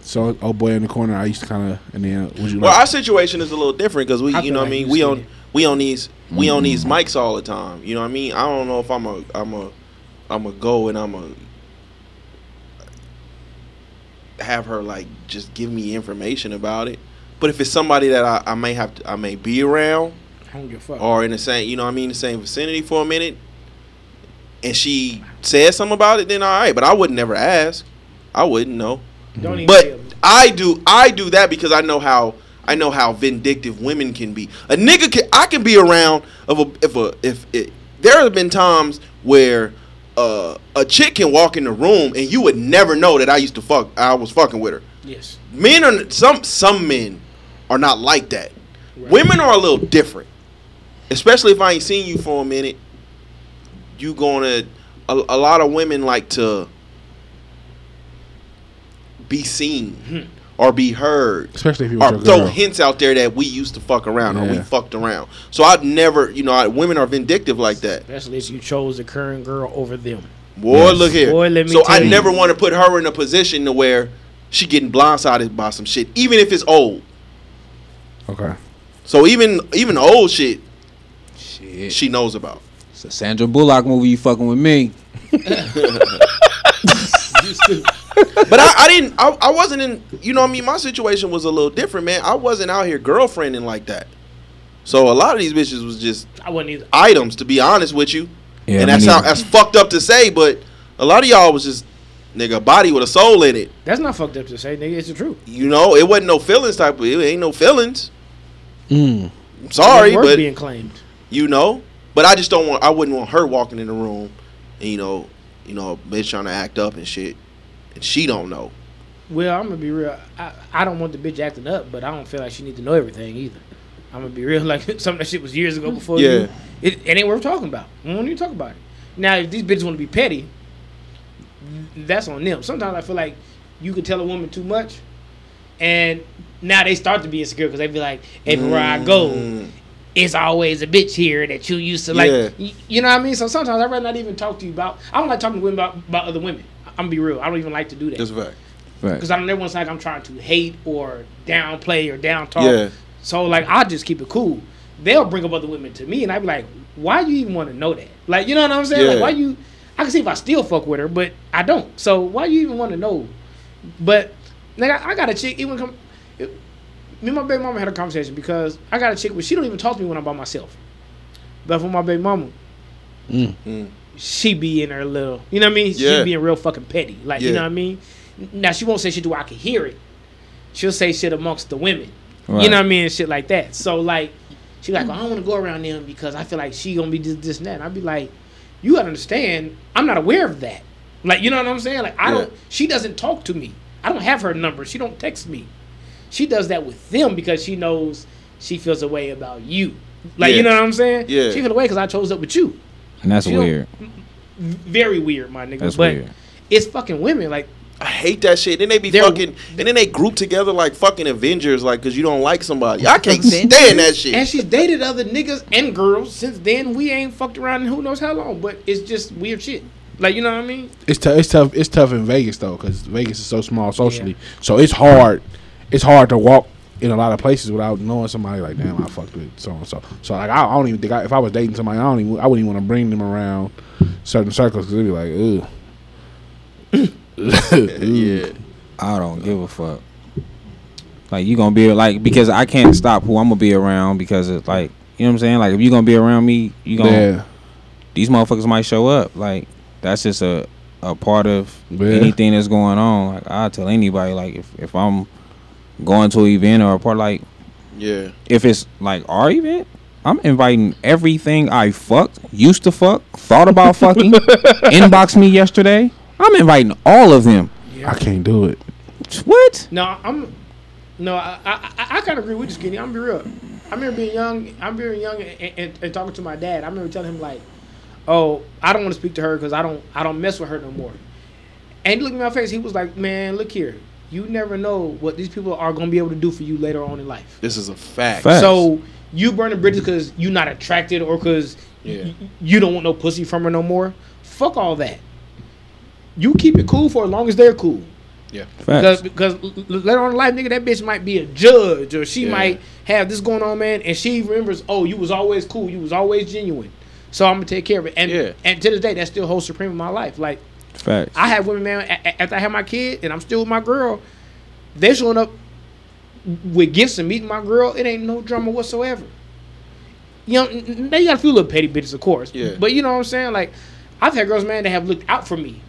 Speaker 3: so oh boy in the corner, I used to kind of, and then would you?
Speaker 2: Well,
Speaker 3: like,
Speaker 2: our situation is a little different because we,
Speaker 6: I
Speaker 2: you
Speaker 6: feel
Speaker 2: know, what I
Speaker 6: like
Speaker 2: mean,
Speaker 6: you
Speaker 2: we
Speaker 6: said
Speaker 2: on
Speaker 6: it.
Speaker 2: we on these we on these mics all the time. You know what I mean? I don't know if I'm a I'm a I'm a go and I'm a have her like just give me information about it. But if it's somebody that I, I may have to, I may be around
Speaker 6: I don't give a fuck.
Speaker 2: or in the same, you know what I mean, the same vicinity for a minute, and she says something about it, then all right. But I would never ask. I wouldn't know.
Speaker 6: don't even tell
Speaker 2: But
Speaker 6: me.
Speaker 2: I do I do that because I know how I know how vindictive women can be. A nigga can I can be around of a if a if it there have been times where uh, a chick can walk in the room and you would never know that I used to fuck I was fucking with her.
Speaker 6: Yes.
Speaker 2: Men are some some men are not like that. Women are a little different. Especially if I ain't seen you for a minute, you gonna a, a lot of women like to be
Speaker 6: Hmm.
Speaker 2: seen or be heard.
Speaker 3: especially if you was
Speaker 2: Or
Speaker 3: your
Speaker 2: throw
Speaker 3: girl.
Speaker 2: hints out there that we used to fuck around or we
Speaker 3: Yeah.
Speaker 2: fucked around. So I've never, you know, I, women are vindictive like that.
Speaker 6: Especially if you chose the current girl over them.
Speaker 2: Boy, look here.
Speaker 6: Boy, let me
Speaker 2: so I
Speaker 6: tell you.
Speaker 2: never want to put her in a position to where she getting blindsided by some shit, even if it's old.
Speaker 3: Okay.
Speaker 2: So even even old shit, she knows about.
Speaker 4: It's a Sandra Bullock movie. You fucking with me?
Speaker 2: But I, I didn't. I, I wasn't in. You know, what I mean, my situation was a little different, man. I wasn't out here girlfriending like that. So a lot of these bitches was just
Speaker 6: I wouldn't either.
Speaker 2: items, to be honest with you.
Speaker 4: Yeah,
Speaker 2: and
Speaker 4: me
Speaker 2: that's how
Speaker 4: neither.
Speaker 2: that's fucked up to say, but a lot of y'all was just nigga a body with a soul in it.
Speaker 6: That's not fucked up to say, nigga. It's the truth.
Speaker 2: You know, it wasn't no feelings type of. It ain't no feelings.
Speaker 3: Mm.
Speaker 2: I'm sorry,
Speaker 6: Your worth
Speaker 2: but
Speaker 6: being claimed.
Speaker 2: you know. But I just don't want. I wouldn't want her walking in the room, and you know, you know, a bitch trying to act up and shit, and she don't know.
Speaker 6: Well, I'm gonna be real. I, I don't want the bitch acting up, but I don't feel like she need to know everything either. I'm gonna be real. Like some of that shit was years ago before
Speaker 2: Yeah.
Speaker 6: you. It, it ain't worth talking about. We don't need to talk about it. Now, if these bitches want to be petty, that's on them. Sometimes I feel like you can tell a woman too much,
Speaker 2: Mm.
Speaker 6: and now they start to be insecure because they be like, everywhere I go, it's always a bitch here that you used to like.
Speaker 15: Yeah.
Speaker 6: y- You know what I mean? So sometimes I'd rather not even talk to you about. I don't like talking to women about, about other women. I'm gonna be real. I don't even like to do that.
Speaker 2: That's a fact.
Speaker 6: Because I don't ever want to like I'm trying to hate or downplay or down talk.
Speaker 2: Yeah.
Speaker 6: So like I just keep it cool. They'll bring up other women to me, and I'd be like, "Why you even want to know that? Like, you know what I'm saying? Like,
Speaker 15: Yeah.
Speaker 6: why you? I can see if I still fuck with her, but I don't. So why you even want to know? But like, I, I got a chick. Even come, it, me and my baby mama had a conversation because I got a chick, but she don't even talk to me when I'm by myself. But for my baby mama, she be in her little, you know what I mean?
Speaker 15: Mm. Yeah.
Speaker 6: She being real fucking petty. Like, you
Speaker 15: Yeah.
Speaker 6: know what I mean? Now, she won't say shit to where I can hear it. She'll say shit amongst the women. You
Speaker 15: Right.
Speaker 6: know what I mean? And shit like that. So, like, she like, well, I don't want to go around them because I feel like she going to be this, this, and that. And I'd be like, you got to understand, I'm not aware of that. Like, you know what I'm saying? Like, I
Speaker 15: Yeah.
Speaker 6: don't, she doesn't talk to me. I don't have her number. She don't text me. She does that with them because she knows she feels a way about you. Like,
Speaker 4: Yeah.
Speaker 6: you know what I'm saying?
Speaker 4: Yeah.
Speaker 6: She feels a way because I chose up with you
Speaker 4: And that's
Speaker 6: She don't-
Speaker 4: weird.
Speaker 6: very weird, my nigga.
Speaker 4: That's
Speaker 6: but
Speaker 4: weird.
Speaker 6: it's fucking women. Like
Speaker 2: I hate that shit. Then they be fucking, and then they group together like fucking Avengers, like because you don't like somebody. I can't stand that shit.
Speaker 6: And she's dated other niggas and girls since then. We ain't fucked around in who knows how long. But it's just weird shit. Like you know what I mean?
Speaker 3: It's tough. It's tough. It's tough in Vegas though, because Vegas is so small socially. So it's hard. It's hard to walk in a lot of places without knowing somebody. Like, damn, I fucked with so and so. So like, I, I don't even think I, if I was dating somebody, I don't even. I wouldn't even want to bring them around certain circles because they'd be like, ugh.
Speaker 4: yeah. I don't give a fuck. Like you gonna be like because I can't stop who I'm gonna be around because it's like you know what I'm saying. Like if you gonna be around me, you gonna
Speaker 3: Yeah.
Speaker 4: these motherfuckers might show up. Like that's just a a part of
Speaker 3: Yeah.
Speaker 4: anything that's going on. Like I tell anybody like if if I'm going to an event or a part like
Speaker 2: Yeah.
Speaker 4: if it's like our event, I'm inviting everything I fucked, used to fuck, thought about fucking, inboxed me yesterday. I'm inviting all of them.
Speaker 3: I can't do it.
Speaker 4: What?
Speaker 6: No, I'm. No, I I, I, I kind of agree with you, Skinny. I'm gonna be real. I remember being young. I'm very young and, and, and talking to my dad. I remember telling him like, "Oh, I don't want to speak to her because I don't I don't mess with her no more." And he looked in my face. He was like, "Man, look here. You never know what these people are gonna be able to do for you later on in life."
Speaker 2: This is a fact.
Speaker 6: So you burning bridges because you not attracted or because you don't want no pussy from her no more. Fuck all that. You keep it cool for as long as they're cool.
Speaker 2: Yeah.
Speaker 6: Because because l- l- later on in life, nigga, that bitch might be a judge or she
Speaker 15: Yeah.
Speaker 6: might have this going on, man, and she remembers, oh, you was always cool, you was always genuine. So I'm gonna take care of it. And and to this day, that still holds supreme in my life. Like
Speaker 4: Facts.
Speaker 6: I have women, man. a- a- After I had my kid, and I'm still with my girl, they showing up with gifts and meeting my girl. It ain't no drama whatsoever. You know, n- n- they got a few little petty bitches, of course.
Speaker 15: Yeah.
Speaker 6: But you know what I'm saying? Like, I've had girls, man, that have looked out for me.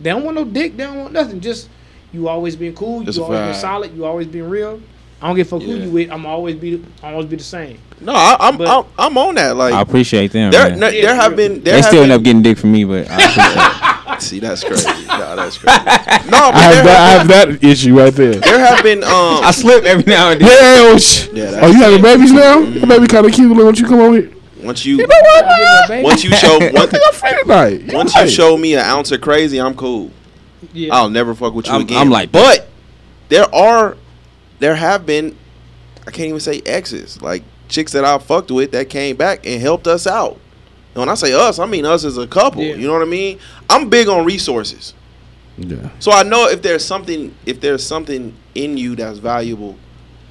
Speaker 6: They don't want no dick. They don't want nothing. Just you always been cool.
Speaker 2: That's
Speaker 6: you
Speaker 2: a
Speaker 6: always been
Speaker 2: vibe.
Speaker 6: solid. You always been real. I don't give a fuck who
Speaker 2: Yeah.
Speaker 6: you with. I'm always be I'm always be the same.
Speaker 2: no, I, I'm, I'm I'm on that. Like
Speaker 4: I appreciate them.
Speaker 2: there,
Speaker 4: man.
Speaker 2: no, there have been there
Speaker 4: they
Speaker 2: have
Speaker 4: still
Speaker 2: been,
Speaker 4: end up getting dick from me, but I appreciate
Speaker 2: See, that's crazy. no, that's crazy. No,
Speaker 3: I
Speaker 2: but
Speaker 3: have
Speaker 2: there,
Speaker 3: that. I have that issue right there.
Speaker 2: there have been um
Speaker 4: I slip every now and
Speaker 3: Yeah, oh, sh-
Speaker 2: Yeah,
Speaker 3: oh,
Speaker 2: that's-
Speaker 3: you having babies now? Your baby kind of cute. Look, Won't you come over here?
Speaker 2: once you
Speaker 6: baby.
Speaker 2: once you show
Speaker 3: I
Speaker 2: once,
Speaker 3: think I'm free tonight. You
Speaker 2: once you
Speaker 3: right.
Speaker 2: show me an ounce of crazy, I'm cool.
Speaker 6: Yeah.
Speaker 2: I'll never fuck with you Oh.
Speaker 4: I'm-
Speaker 2: again.
Speaker 4: I'm like
Speaker 2: but there are, there have been, I can't even say exes, like chicks that I fucked with that came back and helped us out. And when I say us, I mean us as a couple. You know what I mean? I'm big on resources.
Speaker 3: Yeah.
Speaker 2: So I know if there's something, if there's something in you that's valuable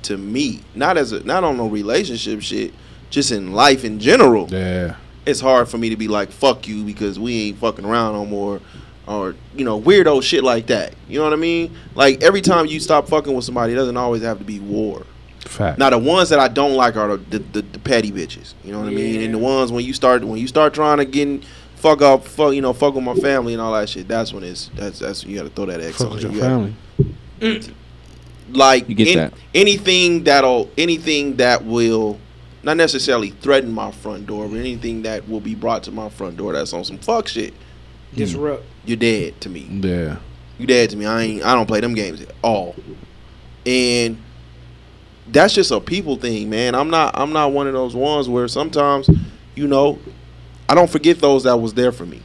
Speaker 2: to me, not as a, not on no relationship shit, just in life in general.
Speaker 3: Yeah.
Speaker 2: It's hard for me to be like fuck you because we ain't fucking around no more, or you know weirdo shit like that. You know what I mean? Like every time you stop fucking with somebody, it doesn't always have to be war.
Speaker 3: Fact.
Speaker 2: Now the ones that I don't like are the the, the, the petty bitches. You know what I mean? And the ones when you start when you start trying to get fuck up, fuck you know, fuck with my family and all that shit. That's when it's that's that's you got to throw that X
Speaker 3: Fuck
Speaker 2: on it.
Speaker 3: with your
Speaker 2: You gotta-
Speaker 3: family.
Speaker 2: like
Speaker 4: You get
Speaker 2: an-
Speaker 4: that.
Speaker 2: anything that'll anything that will not necessarily threaten my front door, but anything that will be brought to my front door that's on some fuck shit.
Speaker 6: Disrupt.
Speaker 2: You're dead to me.
Speaker 3: Yeah.
Speaker 2: You dead to me. I ain't. I don't play them games at all. And that's just a people thing, man. I'm not. I'm not one of those ones where sometimes, you know, I don't forget those that was there for me,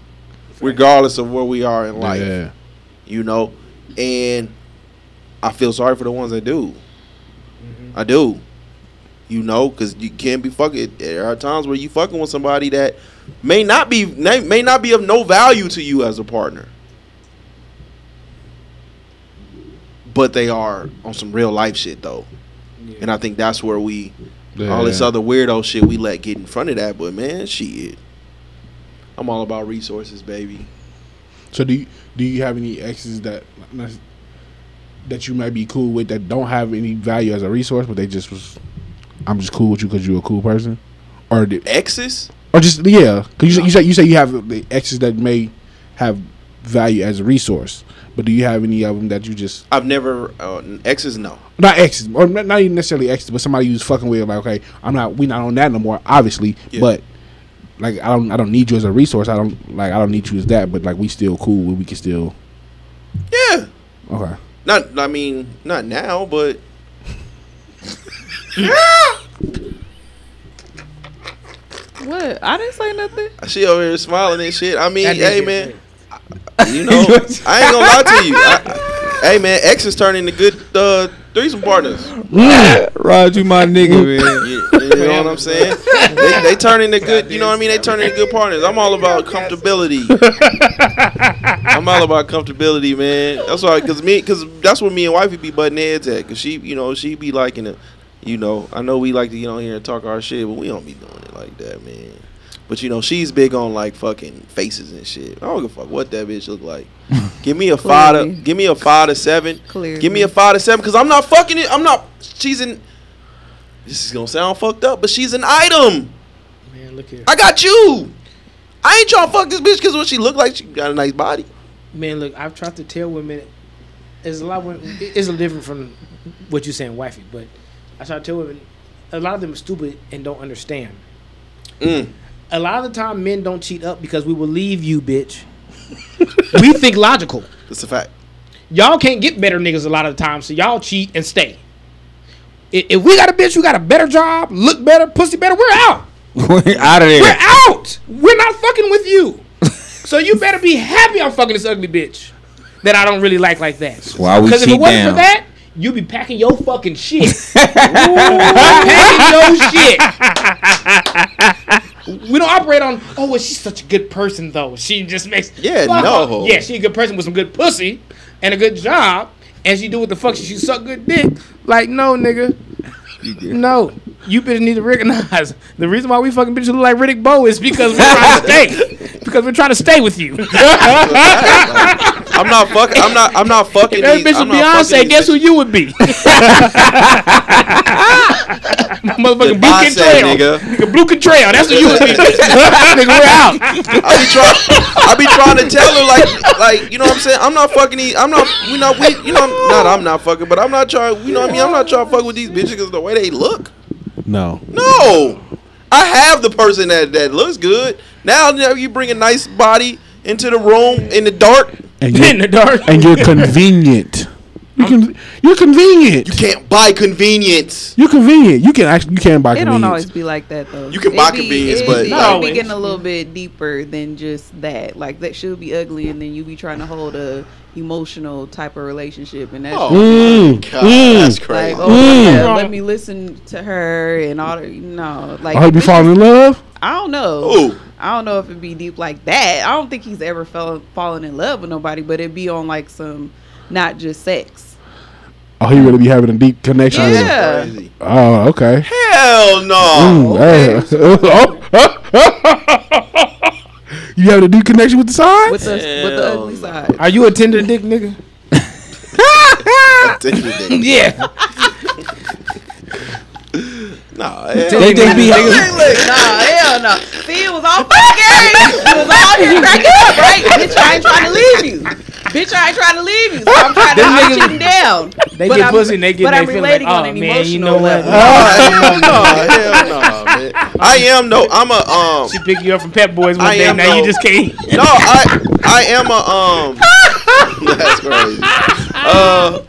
Speaker 2: regardless of where we are in life.
Speaker 3: Yeah.
Speaker 2: You know, and I feel sorry for the ones that do. I do. You know, because you can't be fucking. There are times where you fucking with somebody that may not be may, may not be of no value to you as a partner, but they are on some real life shit though, and I think that's where we all this
Speaker 16: Yeah.
Speaker 2: other weirdo shit we let get in front of that. But man, shit, I'm all about resources, baby.
Speaker 3: So do you, do you have any exes that that you might be cool with that don't have any value as a resource, but they just was I'm just cool with you because you're a cool person, or did,
Speaker 2: Exes?
Speaker 3: or just yeah, because you, say- you say you say you have the exes that may have value as a resource, but do you have any of them that you just
Speaker 2: I've never uh, exes. No,
Speaker 3: not exes, or not, not even necessarily exes, but somebody who's fucking with like, okay, I'm not, we not on that no more, obviously,
Speaker 2: Yeah.
Speaker 3: but like, I don't, I don't need you as a resource. I don't like, I don't need you as that, but like, we still cool. We, we can still,
Speaker 2: yeah,
Speaker 3: okay.
Speaker 2: not. I mean, not now, but
Speaker 7: What? I didn't say nothing.
Speaker 2: she over here smiling and shit. I mean,
Speaker 7: That
Speaker 2: hey
Speaker 7: nigga.
Speaker 2: man, I- you know, I ain't gonna lie to you. I- hey man, exes turn into good uh, threesome partners.
Speaker 4: Mm. Rod, you my nigga, man.
Speaker 2: You, you know what I'm saying? They, they turn into good. You know what I mean? They turn into good partners. I'm all about comfortability. I'm all about comfortability, man. That's why, cause me, cause that's where me and wifey be butting heads at. Cause she, you know, she be liking it. You know, I know we like to get on here and talk our shit, but we don't be doing it like that, man. But you know, she's big on like fucking faces and shit. I don't give a fuck what that bitch look like. Give me a five to, give me a five to seven. Give me a five to seven, cause I'm not fucking it. I'm not. She's in. This is gonna sound fucked up, but she's an item.
Speaker 6: Man, look here.
Speaker 2: I got you. I ain't trying to fuck this bitch because what she look like, she got a nice body.
Speaker 6: Man, look, I've tried to tell women it's a lot when it's a different from what you're saying, wifey, but I try to tell women a lot of them are stupid and don't understand. A lot of the time men don't cheat up because we will leave you, bitch. we think logical.
Speaker 2: That's a fact.
Speaker 6: Y'all can't get better niggas a lot of the time, so y'all cheat and stay. I- If we got a bitch who got a better job, look better, pussy better, we're out.
Speaker 4: out of
Speaker 6: We're
Speaker 4: there.
Speaker 6: out. We're not fucking with you. so you better be happy I'm fucking this ugly bitch that I don't really like like that.
Speaker 4: why we
Speaker 6: if it
Speaker 4: cheat
Speaker 6: wasn't
Speaker 4: down.
Speaker 6: for that, you'd be packing your fucking shit. Ooh, packing your shit. We don't operate on. Oh, well, she's such a good person though. She just makes.
Speaker 2: Yeah,
Speaker 6: fuck
Speaker 2: no.
Speaker 6: her. Yeah, she a good person with some good pussy and a good job, and she do what the fuck she, she suck good dick. Like no, nigga. No, you bitches need to recognize the reason why we fucking bitches look like Riddick Bowe is because we're trying to stay, because we're trying to stay with you.
Speaker 2: I'm not fucking. I'm not. I'm not fucking.
Speaker 6: If every
Speaker 2: these-
Speaker 6: bitch
Speaker 2: I'm
Speaker 6: was
Speaker 2: not fucking
Speaker 6: Beyonce,
Speaker 2: these
Speaker 6: guess who you would be? Motherfucking Blue
Speaker 2: Beyonce,
Speaker 6: Contrail.
Speaker 2: nigga.
Speaker 6: Nigga. Blue Contrail. That's who you would be. nigga, we're out.
Speaker 2: bitches. I be trying. I be trying to tell her like, like you know what I'm saying. I'm not fucking. These, I'm not. We not. We. You know. I'm, not. I'm not fucking. But I'm not trying. You know what I mean. I'm not trying to fuck with these bitches because the way they look.
Speaker 3: No.
Speaker 2: No, I have the person that that looks good. Now, now you bring a nice body into the room in the dark.
Speaker 3: And
Speaker 6: In the dark.
Speaker 3: and you're convenient. You can, you're convenient.
Speaker 2: You can't buy convenience.
Speaker 3: You're convenient. You can actually, you can buy
Speaker 7: It
Speaker 3: convenience.
Speaker 7: don't always be like that though.
Speaker 2: You can
Speaker 7: It
Speaker 2: buy
Speaker 7: be-
Speaker 2: convenience,
Speaker 7: it
Speaker 2: but-
Speaker 7: be,
Speaker 2: Not
Speaker 7: it be
Speaker 6: always.
Speaker 7: getting a little bit deeper than just that. Like that should be ugly, and then you be trying to hold a emotional type of relationship, and that's
Speaker 2: Oh,
Speaker 3: Mm,
Speaker 2: God, that's crazy. Mm.
Speaker 7: like, oh, yeah, let me listen to her and all. The, no, like
Speaker 3: I hope you
Speaker 7: bitches-
Speaker 3: fall in love.
Speaker 7: I don't know.
Speaker 2: Ooh.
Speaker 7: I don't know if it'd be deep like that. I don't think he's ever fell, fallen in love with nobody, but it'd be on like some not just sex.
Speaker 3: Oh, you really be having a deep connection. with-
Speaker 7: Yeah.
Speaker 2: Crazy.
Speaker 3: Oh, okay.
Speaker 2: Hell no.
Speaker 3: Mm, hey. you having a deep connection with the sign?
Speaker 7: With the with the
Speaker 2: Hell
Speaker 7: ugly
Speaker 2: no.
Speaker 7: side.
Speaker 6: Are you a tender dick, nigga? Yeah.
Speaker 2: Nah, hell
Speaker 4: They just be
Speaker 7: nah, hell no. See, it was all fucking Gary. It was all here cracking up, right? Bitch, I ain't trying to leave you. Bitch, I ain't trying to leave you. So I'm trying to
Speaker 6: Them
Speaker 7: I'm
Speaker 6: niggas-
Speaker 7: cheating down.
Speaker 6: They
Speaker 7: But
Speaker 6: get
Speaker 7: I'm-
Speaker 6: pussy and they get
Speaker 7: but
Speaker 6: they
Speaker 7: I'm
Speaker 6: feel
Speaker 7: relating
Speaker 6: like,
Speaker 7: on
Speaker 6: oh
Speaker 7: an
Speaker 6: man, you
Speaker 7: emotional
Speaker 6: know what?
Speaker 7: level.
Speaker 2: Hell no, hell no, man. I am no. I'm a um.
Speaker 6: She pick you up from Pep Boys one
Speaker 2: I
Speaker 6: day.
Speaker 2: am
Speaker 6: Now
Speaker 2: no-
Speaker 6: you just can't.
Speaker 2: No, I I am a um. That's crazy. Uh,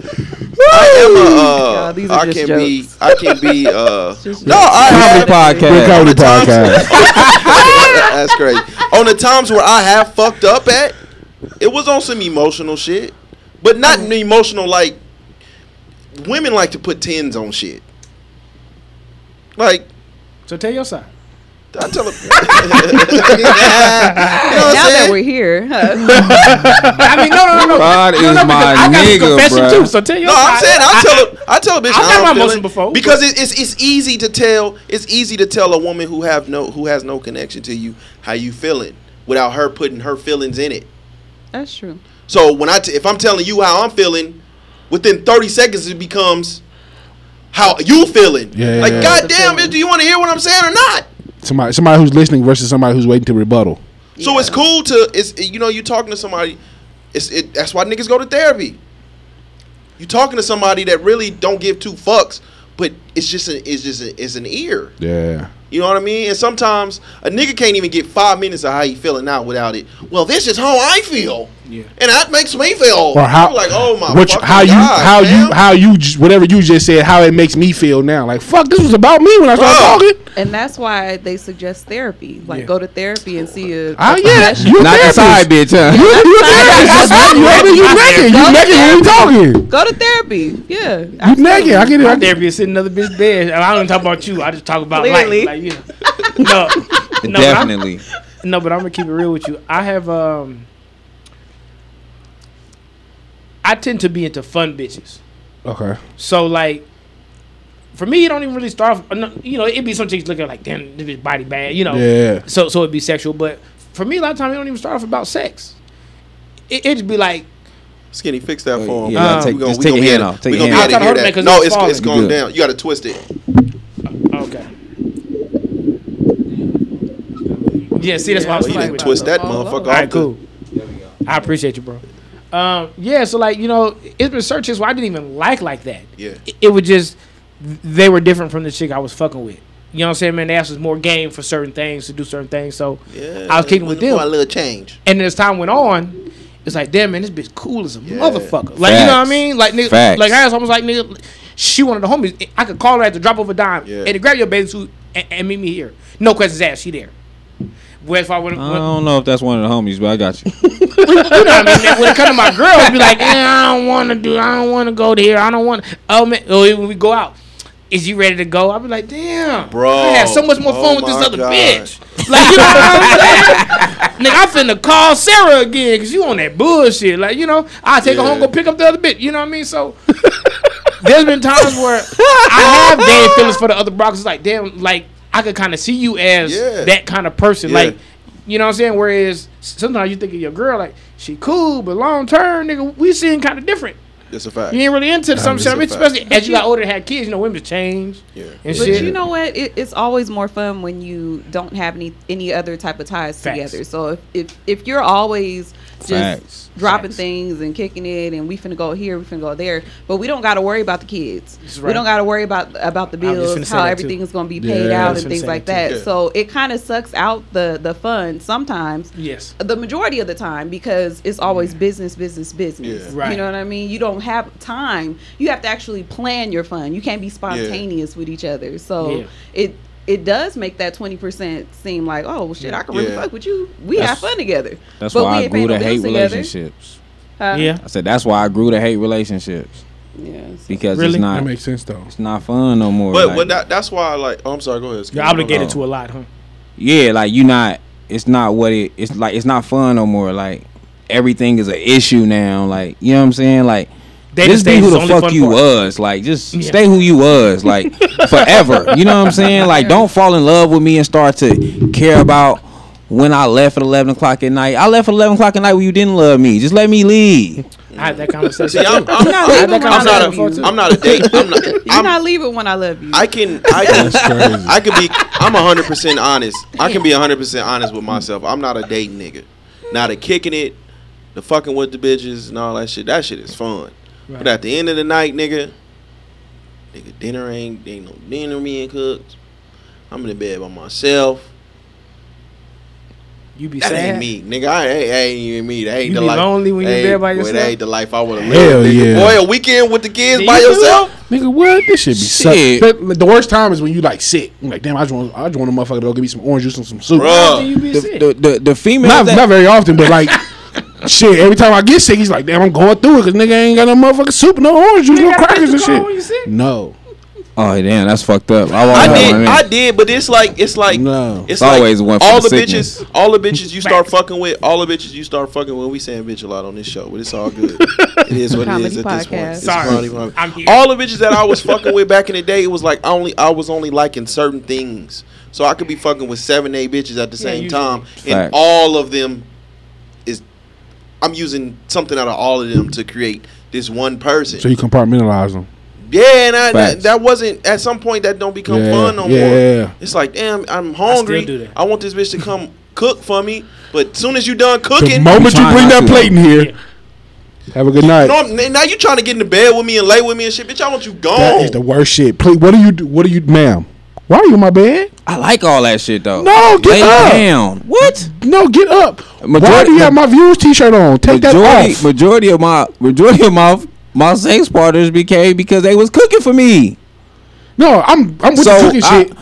Speaker 2: I am a. Uh,
Speaker 7: Y'all, these are
Speaker 2: I
Speaker 7: just
Speaker 2: can be. I can be. Uh, no,
Speaker 4: Comedy
Speaker 2: I have.
Speaker 3: Good
Speaker 4: podcast.
Speaker 3: comedy podcast.
Speaker 2: That's crazy. On the times where I have fucked up at, it was on some emotional shit, but not
Speaker 7: Mm.
Speaker 2: emotional like. Women like to put tens on shit. Like,
Speaker 6: so tell your side.
Speaker 2: I tell him.
Speaker 7: now that we're here,
Speaker 6: I mean, no, no, no, no.
Speaker 4: God
Speaker 6: no,
Speaker 4: is
Speaker 6: no, because
Speaker 4: my
Speaker 6: I got
Speaker 4: nigga,
Speaker 6: a confession
Speaker 4: bruh.
Speaker 6: too. So tell your
Speaker 2: No,
Speaker 6: side.
Speaker 2: I'm saying I tell a, I tell a bitch
Speaker 6: I've got
Speaker 2: how
Speaker 6: my
Speaker 2: I'm feeling
Speaker 6: emotions before,
Speaker 2: because it, it's it's easy to tell it's easy to tell a woman who have no who has no connection to you how you feeling without her putting her feelings in it.
Speaker 7: that's true.
Speaker 2: So when I t- if I'm telling you how I'm feeling, within 30 seconds it becomes how you feeling.
Speaker 3: Yeah, yeah,
Speaker 2: like
Speaker 3: yeah.
Speaker 2: goddamn, bitch, do you want to hear what I'm saying or not?
Speaker 3: Somebody, somebody who's listening versus somebody who's waiting to rebuttal.
Speaker 2: So it's cool to it's you know you talking to somebody. It's it, that's why niggas go to therapy. You talking to somebody that really don't give two fucks, but it's just an it's just a, it's an ear.
Speaker 3: Yeah.
Speaker 2: You know what I mean? And sometimes a nigga can't even get five minutes of how he feeling out without it. Well, this is how I feel, yeah. and that makes me feel.
Speaker 3: Or how?
Speaker 2: You're like, oh my,
Speaker 3: Which,
Speaker 2: fucking
Speaker 3: how you?
Speaker 2: God,
Speaker 3: How
Speaker 2: fam.
Speaker 3: you? How you? j- Whatever you just said, how it makes me feel now. Like fuck, this was about me when I started
Speaker 2: Bro.
Speaker 3: talking.
Speaker 7: And that's why they suggest therapy. Like, go to therapy and see a.
Speaker 3: Oh yeah,
Speaker 7: professional.
Speaker 3: you
Speaker 4: Not the
Speaker 3: therapist.
Speaker 4: side bitch, huh?
Speaker 3: You you therapist. You naked. You naked. You naked when you talking.
Speaker 7: Go to therapy. Yeah.
Speaker 3: You
Speaker 7: absolutely.
Speaker 3: naked. I get it. I
Speaker 6: I'm
Speaker 3: get
Speaker 6: there being sitting another bitch bed. And I don't even talk about you. I just talk about
Speaker 7: Clearly.
Speaker 6: life. Like, you know. No, no, but I'm-
Speaker 4: Definitely.
Speaker 6: no, but I'm gonna keep it real with you. I have um, I tend to be into fun bitches.
Speaker 3: Okay.
Speaker 6: So like, for me, it don't even really start. Off, uh, no, you know, it'd be some chicks looking like, damn, this bitch body bad. You know,
Speaker 3: Yeah.
Speaker 6: So so it'd be sexual, but for me, a lot of times it don't even start off about sex. It, it'd be like,
Speaker 2: Skinny, fix that for him.
Speaker 4: yeah,
Speaker 2: bro.
Speaker 4: yeah, take-
Speaker 2: We gonna-
Speaker 4: just
Speaker 2: we
Speaker 4: take
Speaker 2: gonna
Speaker 4: your
Speaker 2: be
Speaker 4: hand
Speaker 2: able-
Speaker 4: off. Take
Speaker 2: we
Speaker 4: your
Speaker 2: gonna
Speaker 6: hand
Speaker 2: be able to
Speaker 6: off. I'm
Speaker 2: hear
Speaker 6: trying
Speaker 2: that.
Speaker 6: to hold
Speaker 2: No,
Speaker 6: it
Speaker 2: it's
Speaker 6: back 'cause
Speaker 2: it's
Speaker 6: it's
Speaker 2: going
Speaker 4: good.
Speaker 2: down. You gotta twist it.
Speaker 6: okay, yeah. See, that's why I was
Speaker 2: Well, you
Speaker 6: playing
Speaker 2: didn't
Speaker 6: with.
Speaker 2: twist that
Speaker 7: All
Speaker 2: motherfucker
Speaker 7: over.
Speaker 6: All
Speaker 2: off.
Speaker 6: right, cool. I appreciate you, bro. Um, yeah, so like you know, it's been searches where I didn't even like like that.
Speaker 2: Yeah.
Speaker 6: it, it would just they were different from the chick I was fucking with. You know what I'm saying, man? They asked us more game for certain things to do certain things, so
Speaker 2: Yeah,
Speaker 6: I was kicking with
Speaker 2: looking
Speaker 6: them.
Speaker 2: for a little change.
Speaker 6: And then as time went on, it's like, damn man, this bitch cool as a motherfucker. Like you know what I
Speaker 4: Facts.
Speaker 6: mean? Like nigga,
Speaker 4: Facts.
Speaker 6: like I was almost like nigga, she wanted the homies. I could call her at the drop of a dime
Speaker 2: Yeah.
Speaker 6: and to grab your bathing suit and, and meet me here. No questions asked. She there. Whereas if I went,
Speaker 4: I don't know if that's one of the homies, but I got you.
Speaker 6: you know what I mean? Now, When it comes to my girls, be like, yeah, I don't want to do, I don't want to go there, I don't want. Oh man, oh, when we go out, is you ready to go? I'll be like, damn,
Speaker 2: Bro.
Speaker 6: I had so much more
Speaker 2: Oh
Speaker 6: fun with this
Speaker 2: my
Speaker 6: other
Speaker 2: God.
Speaker 6: bitch. Like, you know what I'm saying? Nigga, I'm finna call Sarah again because you on that bullshit. Like, you know, I take her home, go pick up the other bitch. You know what I mean? So. There's been times where I have bad feelings for the other Broncos. It's like, damn, like I could kind of see you as
Speaker 2: Yeah.
Speaker 6: that kind of person.
Speaker 2: Yeah.
Speaker 6: Like, you know what I'm saying? Whereas sometimes you think of your girl like she cool, but long term, nigga, we seeing kind of different.
Speaker 2: It's a fact.
Speaker 6: You ain't really into some
Speaker 2: it's
Speaker 6: shit, I
Speaker 2: a
Speaker 6: mean,
Speaker 2: fact.
Speaker 6: especially as you got older and had kids. You know, women change
Speaker 2: Yeah.
Speaker 6: and
Speaker 7: But
Speaker 6: shit.
Speaker 7: you know what? It, it's always more fun when you don't have any any other type of ties
Speaker 6: Facts.
Speaker 7: together. So if, if if you're always just
Speaker 4: Facts.
Speaker 7: dropping
Speaker 6: Facts.
Speaker 7: things and kicking it, and we finna go here, we finna go there, but we don't got to worry about the kids. We
Speaker 6: right.
Speaker 7: don't got to worry about about the
Speaker 6: was just finna
Speaker 7: bills,
Speaker 6: say
Speaker 7: how
Speaker 6: that too.
Speaker 7: everything is gonna be paid
Speaker 3: Yeah. I
Speaker 7: out,
Speaker 6: was
Speaker 7: and
Speaker 6: finna
Speaker 7: things
Speaker 6: say
Speaker 7: like
Speaker 6: that
Speaker 7: that.
Speaker 2: too. Yeah.
Speaker 7: So it kind of sucks out the the fun sometimes.
Speaker 6: Yes.
Speaker 7: The majority of the time, because it's always business, business, business.
Speaker 2: Yeah.
Speaker 6: Right.
Speaker 7: You know what I mean? You don't have time. You have to actually plan your fun. You can't be spontaneous with each other. So
Speaker 6: Yeah.
Speaker 7: it it does make that twenty percent seem like, oh well, shit, I can really
Speaker 2: Yeah.
Speaker 7: fuck with you. We
Speaker 4: That's-
Speaker 7: have fun together.
Speaker 4: That's
Speaker 7: But we
Speaker 4: why I
Speaker 7: ain't paying
Speaker 4: grew to
Speaker 7: no bills
Speaker 4: hate
Speaker 7: together.
Speaker 4: relationships.
Speaker 7: Huh?
Speaker 6: yeah,
Speaker 4: I said that's why I grew to hate relationships
Speaker 7: Yeah. so-
Speaker 4: because
Speaker 6: Really?
Speaker 4: it's
Speaker 3: That
Speaker 4: not
Speaker 3: makes sense though.
Speaker 4: it's not fun no more.
Speaker 2: But
Speaker 4: like-
Speaker 2: but that, that's why like oh, I'm sorry. Go ahead.
Speaker 6: you're
Speaker 2: Skinny.
Speaker 6: obligated
Speaker 4: Oh.
Speaker 6: to a lot, huh?
Speaker 4: yeah, like you not. It's not what it. It's like it's not fun no more. Like everything is an issue now. Like you know what I'm saying. Like
Speaker 6: Dating
Speaker 4: just be
Speaker 6: stage
Speaker 4: who
Speaker 6: is
Speaker 4: the
Speaker 6: only
Speaker 4: fuck
Speaker 6: fun
Speaker 4: you
Speaker 6: part.
Speaker 4: was. Like just
Speaker 6: Yeah.
Speaker 4: stay who you was. Like forever. You know what I'm saying. Like don't fall in love with me and start to care about when I left at 11 o'clock at night. I left at 11 o'clock at night when you didn't love me. Just let me leave.
Speaker 6: I had that conversation.
Speaker 2: See, I'm,
Speaker 6: too.
Speaker 2: I'm, I'm
Speaker 7: not leaving
Speaker 2: not,
Speaker 7: when I
Speaker 2: a-
Speaker 7: love you.
Speaker 2: I'm not a date. I'm not.
Speaker 7: You're
Speaker 2: I'm,
Speaker 7: not leaving when I love you.
Speaker 2: I can I can I can be I'm hundred percent honest. I can be hundred percent honest with myself. I'm not a dating nigga. Not a kicking it, the fucking with the bitches and all that shit. That shit is fun. But at the end of the night, nigga, nigga, dinner ain't ain't no dinner being cooked. I'm in the bed by myself.
Speaker 6: you be
Speaker 2: That
Speaker 6: sad.
Speaker 2: ain't me, nigga. I ain't, that ain't even me. That ain't
Speaker 6: You
Speaker 2: the
Speaker 6: be
Speaker 2: life.
Speaker 6: lonely when you
Speaker 2: that ain't-
Speaker 6: there by
Speaker 2: boy,
Speaker 6: yourself?
Speaker 2: That ain't the life I want to
Speaker 3: Hell
Speaker 2: live. nigga.
Speaker 3: yeah.
Speaker 2: Boy, a weekend with the kids
Speaker 6: Yeah,
Speaker 2: by
Speaker 6: you do
Speaker 2: yourself.
Speaker 3: Nigga, what? This should be suck.
Speaker 4: Shit.
Speaker 3: That- The worst time is when you like sick. you like, damn, I just want, I just want a motherfucker to go give me some orange juice and some soup.
Speaker 2: Bruh.
Speaker 6: You be
Speaker 4: The
Speaker 6: sick.
Speaker 4: the the, the female
Speaker 3: Not,
Speaker 4: that,
Speaker 3: not very often, but like, shit. Every time I get sick, he's like, damn, I'm going through it because nigga ain't got no motherfucking soup, no orange juice, no
Speaker 6: gotta take
Speaker 3: crackers
Speaker 6: the
Speaker 3: and
Speaker 6: call when you
Speaker 3: shit.
Speaker 6: sick.
Speaker 3: No,
Speaker 4: Oh damn, that's fucked up. I, walked
Speaker 2: I
Speaker 4: out,
Speaker 2: did,
Speaker 4: man.
Speaker 2: I did, but it's like it's like it's,
Speaker 4: It's
Speaker 2: like
Speaker 4: always one for
Speaker 2: all
Speaker 4: the
Speaker 2: the,
Speaker 4: sickness.
Speaker 2: bitches, all the bitches you start fucking with, all the bitches you start fucking with. We saying bitch a lot on this show, but it's all good. it is what
Speaker 7: Comedy
Speaker 2: it is at this point.
Speaker 7: podcast.
Speaker 2: It's
Speaker 7: Sorry.
Speaker 2: comedy podcast.
Speaker 7: I'm here.
Speaker 2: all the bitches that I was fucking with back in the day, it was like only I was only liking certain things, so I could be fucking with seven, eight bitches at the same
Speaker 6: usually.
Speaker 2: time,
Speaker 4: Facts.
Speaker 2: and all of them is I'm using something out of all of them to create this one person.
Speaker 3: So you compartmentalize them.
Speaker 2: Yeah, and I, that,
Speaker 3: Facts.
Speaker 2: that wasn't at some point that don't become
Speaker 3: Yeah,
Speaker 2: fun no
Speaker 3: yeah,
Speaker 2: more.
Speaker 3: yeah, yeah.
Speaker 2: It's like, damn, I'm
Speaker 6: still do
Speaker 2: hungry.
Speaker 6: that.
Speaker 2: I, want this bitch to come cook for me. But soon as you done cooking,
Speaker 3: The moment you bring that plate in here, have a good night.
Speaker 2: no, I'm- now you trying to get in the bed with me and lay with me and shit, bitch. I want you gone.
Speaker 3: That is the worst shit. Please, what do you do? What do you, ma'am? Why are you in my bed?
Speaker 4: I like all that shit though.
Speaker 3: No, get
Speaker 4: Lay
Speaker 3: up.
Speaker 4: down. What?
Speaker 3: No, get up. Why
Speaker 4: Majority-
Speaker 3: do you have my views T-shirt on? Take
Speaker 4: majority,
Speaker 3: that off.
Speaker 4: majority of my majority of my my sex partners became because they was cooking for me.
Speaker 3: No, I'm I'm with
Speaker 4: so
Speaker 3: the cooking
Speaker 4: I,
Speaker 3: shit.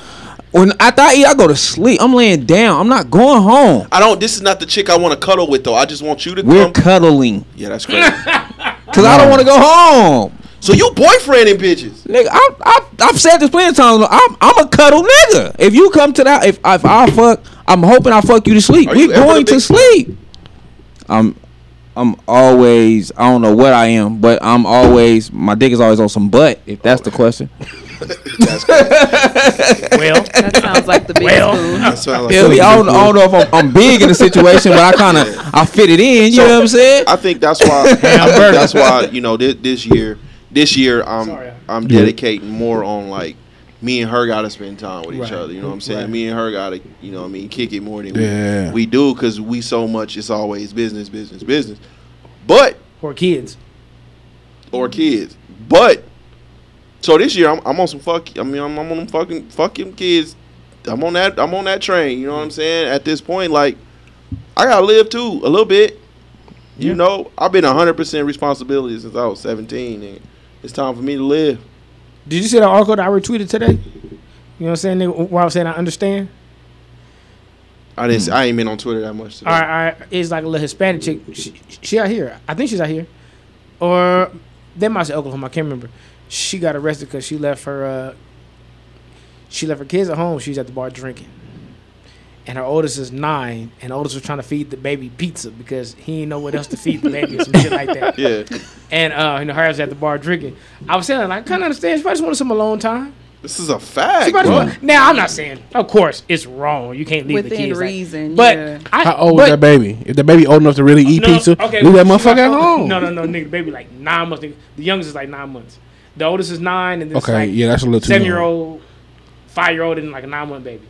Speaker 4: When I thought I go to sleep, I'm laying down. I'm not going home.
Speaker 2: I don't. This is not the chick I want to cuddle with though. I just want you to
Speaker 4: We're
Speaker 2: come.
Speaker 4: cuddling
Speaker 2: yeah, that's crazy.
Speaker 4: because I don't want to go home.
Speaker 2: so you boyfriending bitches?
Speaker 4: Nigga, I, I, I've said this plenty of times. I'm, I'm a cuddle nigga. If you come to that, if if I fuck, I'm hoping I fuck you to sleep.
Speaker 2: Are
Speaker 4: We're
Speaker 2: you ever
Speaker 4: going
Speaker 2: the
Speaker 4: to
Speaker 2: big-
Speaker 4: sleep. I'm, I'm always. I don't know what I am, but I'm always. My dick is always on some butt. If that's the question.
Speaker 6: Well,
Speaker 7: That sounds like the big
Speaker 6: well,
Speaker 2: That's what I like.
Speaker 4: Yeah, I, don't, I don't know if I'm, I'm big in the situation, but I kind of I fit it in. You
Speaker 2: So-
Speaker 4: know what I'm saying?
Speaker 2: I think that's why. I think that's why you know this, this year. This year I'm I'm dedicating more on like me and her gotta spend time with each
Speaker 6: Right.
Speaker 2: other. You know what I'm saying? Me and her gotta you know what I mean kick it more than
Speaker 3: Yeah.
Speaker 2: we, we do because we so much. It's always business, business, business. But
Speaker 6: or kids.
Speaker 2: or kids. But so this year I'm, I'm on some fuck. I mean I'm, I'm on them fucking fucking kids. I'm on that I'm on that train. You know what I'm saying? At this point, like I gotta live too a little bit. You know I've been 100 percent responsibility since I was 17, and it's time for me to live.
Speaker 6: Did you see that article that I retweeted today? You know what I'm saying? nigga? Why I'm saying I understand.
Speaker 2: I didn't. I ain't been on Twitter that much. Today.
Speaker 6: Mm. All right, all right. It's like a little Hispanic chick. She, she out here. I think she's out here, or they might say Oklahoma. I can't remember. She got arrested because she left her. Uh, she left her kids at home. She was at the bar drinking, and her oldest is nine, and oldest was trying to feed the baby pizza because he ain't know what else to feed the baby or some shit like that.
Speaker 2: Yeah,
Speaker 6: And uh, and her ass at the bar drinking. I was saying like, I kind of understand. She probably just wanted some alone time.
Speaker 2: this is a fact.
Speaker 6: She probably
Speaker 2: bro.
Speaker 6: just wanted- now I'm not saying, of course, it's wrong. You can't leave the
Speaker 7: within
Speaker 6: kids. like-
Speaker 7: reason.
Speaker 6: but
Speaker 7: yeah.
Speaker 6: I,
Speaker 3: How old
Speaker 6: but,
Speaker 3: is that baby? If the baby old enough to really eat
Speaker 6: No,
Speaker 3: pizza,
Speaker 6: okay,
Speaker 3: leave that
Speaker 6: she
Speaker 3: motherfucker
Speaker 6: got
Speaker 3: at
Speaker 6: older-
Speaker 3: home.
Speaker 6: No, no, no, nigga, baby like nine months. Nigga. The youngest is like nine months. The oldest is nine, and then
Speaker 3: Okay, yeah, that's a little too
Speaker 6: seven year old, five year old, and like a nine month baby.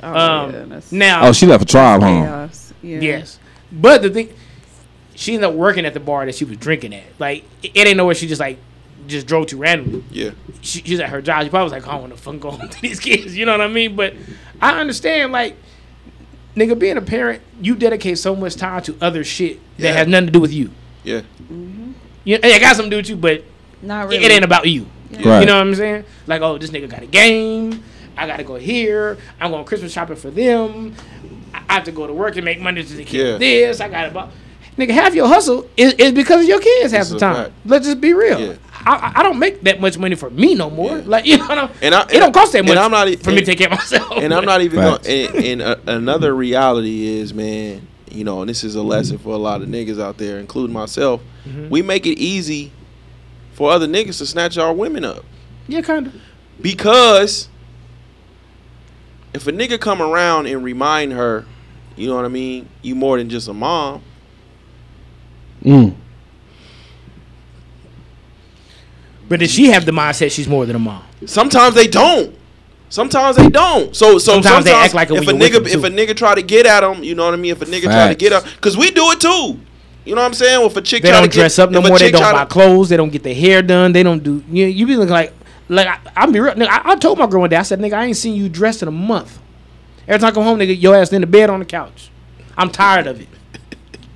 Speaker 7: Oh,
Speaker 6: Um,
Speaker 7: yeah, that's
Speaker 6: now,
Speaker 4: oh, she left a tribe home.
Speaker 7: chaos. Yeah.
Speaker 6: yes, but the thing, she ended up working at the bar that she was drinking at. Like it, it ain't nowhere she just like just drove to randomly.
Speaker 2: Yeah,
Speaker 6: She, she's at her job. She probably was like, I don't want to fucking go home to these kids. You know what I mean? But I understand, like, nigga, being a parent, you dedicate so much time to other shit
Speaker 2: Yeah.
Speaker 6: that has nothing to do with you.
Speaker 2: yeah.
Speaker 6: You know, it got something to do with you, but
Speaker 7: Not
Speaker 6: it-
Speaker 7: really.
Speaker 6: it ain't about you.
Speaker 4: Right.
Speaker 6: You know what I'm saying? Like, oh, this nigga got a game. I gotta go here. I'm going Christmas shopping for them. I I have to go to work and make money to the kids.
Speaker 2: Yeah.
Speaker 6: This I gotta buy. Nigga, half your hustle is, is because of your kids half
Speaker 2: It's
Speaker 6: the
Speaker 2: a
Speaker 6: time.
Speaker 2: fact.
Speaker 6: Let's just be real.
Speaker 2: Yeah.
Speaker 6: I, I- I don't make that much money for me no more.
Speaker 2: Yeah.
Speaker 6: Like you know, what I'm-
Speaker 2: And I-
Speaker 6: it
Speaker 2: and-
Speaker 6: don't cost that
Speaker 2: and
Speaker 6: much
Speaker 2: I'm not e-
Speaker 6: for me to
Speaker 2: and-
Speaker 6: take care of myself.
Speaker 2: and I'm not e even going.
Speaker 4: Facts.
Speaker 2: And, and uh, another reality is, man, you know, and this is a lesson for a lot of niggas out there, including myself. We make it easy for other niggas to snatch our women up
Speaker 6: yeah, kind of.
Speaker 2: because if a nigga come around and remind her, you know what I mean, you more than just a mom.
Speaker 3: Mm.
Speaker 6: But does she have the mindset she's more than a mom?
Speaker 2: Sometimes they don't. Sometimes they don't. So so sometimes,
Speaker 6: Sometimes they act like it
Speaker 2: if a
Speaker 6: when you're
Speaker 2: nigga
Speaker 6: with them,
Speaker 2: if a nigga try to get at them, you know what I mean. If a nigga try to
Speaker 4: Facts.
Speaker 2: get up, because we do it too. You know what I'm saying? If a chick
Speaker 6: They
Speaker 2: try
Speaker 6: don't
Speaker 2: to get-
Speaker 6: dress up no
Speaker 2: if a
Speaker 6: more. They
Speaker 2: chick
Speaker 6: don't
Speaker 2: try to-
Speaker 6: buy clothes. They don't get their hair done. They don't do. You you be looking like like I, I'm be real. Nigga, I, I told my girl one day. I said, "Nigga, I ain't seen you dressed in a month. Every time I come home, nigga, your ass in the bed on the couch. I'm tired of it.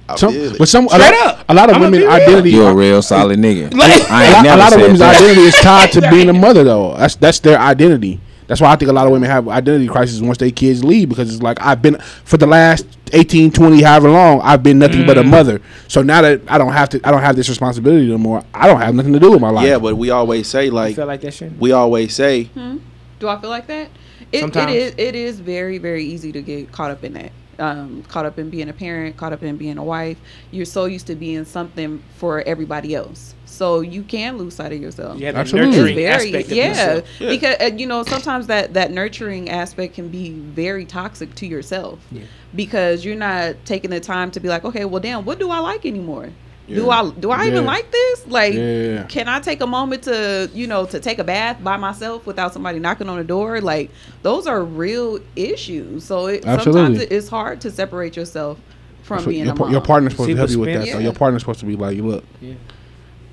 Speaker 2: I
Speaker 3: Some,
Speaker 2: feel it.
Speaker 3: but some a
Speaker 6: Straight
Speaker 3: lot,
Speaker 6: up.
Speaker 3: a lot of
Speaker 6: I'ma be
Speaker 3: women
Speaker 6: real.
Speaker 3: identity.
Speaker 4: You a
Speaker 3: a,
Speaker 4: real solid nigga.
Speaker 6: Like-
Speaker 4: I
Speaker 3: lot,
Speaker 4: ain't
Speaker 3: a
Speaker 4: never
Speaker 3: lot of
Speaker 4: said
Speaker 3: women's
Speaker 4: that.
Speaker 3: identity is tied to being a mother, though. That's that's their identity. That's why I think a lot of women have identity crises once their kids leave because it's like I've been for the last 18, 20, however long I've been nothing but a
Speaker 2: Mm.
Speaker 3: mother. So now that I don't have to, I don't have this responsibility no more. I don't have nothing to do with my life.
Speaker 2: Yeah, but we always say like,
Speaker 14: feel like that shit?
Speaker 2: we always say
Speaker 7: Hmm? Do I feel like that? It, it
Speaker 2: Sometimes.
Speaker 7: is. It is very, very easy to get caught up in that. Um, caught up in being a parent, caught up in being a wife. You're so used to being something for everybody else, so you can lose sight of yourself.
Speaker 6: Yeah, that Absolutely. nurturing
Speaker 7: It's
Speaker 6: aspect of
Speaker 7: yeah,
Speaker 6: yourself. Yeah.
Speaker 7: because uh, you know sometimes that that nurturing aspect can be very toxic to yourself
Speaker 6: Yeah.
Speaker 7: because you're not taking the time to be like, okay, well, damn, what do I like anymore? Do
Speaker 6: Yeah.
Speaker 7: I do I even
Speaker 6: Yeah.
Speaker 7: like this? Like,
Speaker 6: Yeah.
Speaker 7: can I take a moment to, you know, to take a bath by myself without somebody knocking on the door? Like, those are real issues. So it, sometimes
Speaker 3: Absolutely.
Speaker 7: it- it's hard to separate yourself from
Speaker 3: That's what
Speaker 7: being
Speaker 3: your,
Speaker 7: a
Speaker 3: par-
Speaker 7: mom.
Speaker 3: your partner's supposed
Speaker 7: See,
Speaker 3: to
Speaker 7: but
Speaker 3: help you with
Speaker 7: Spence-
Speaker 3: that. though.
Speaker 7: Yeah.
Speaker 3: Your partner's supposed to be like, look,
Speaker 7: Yeah.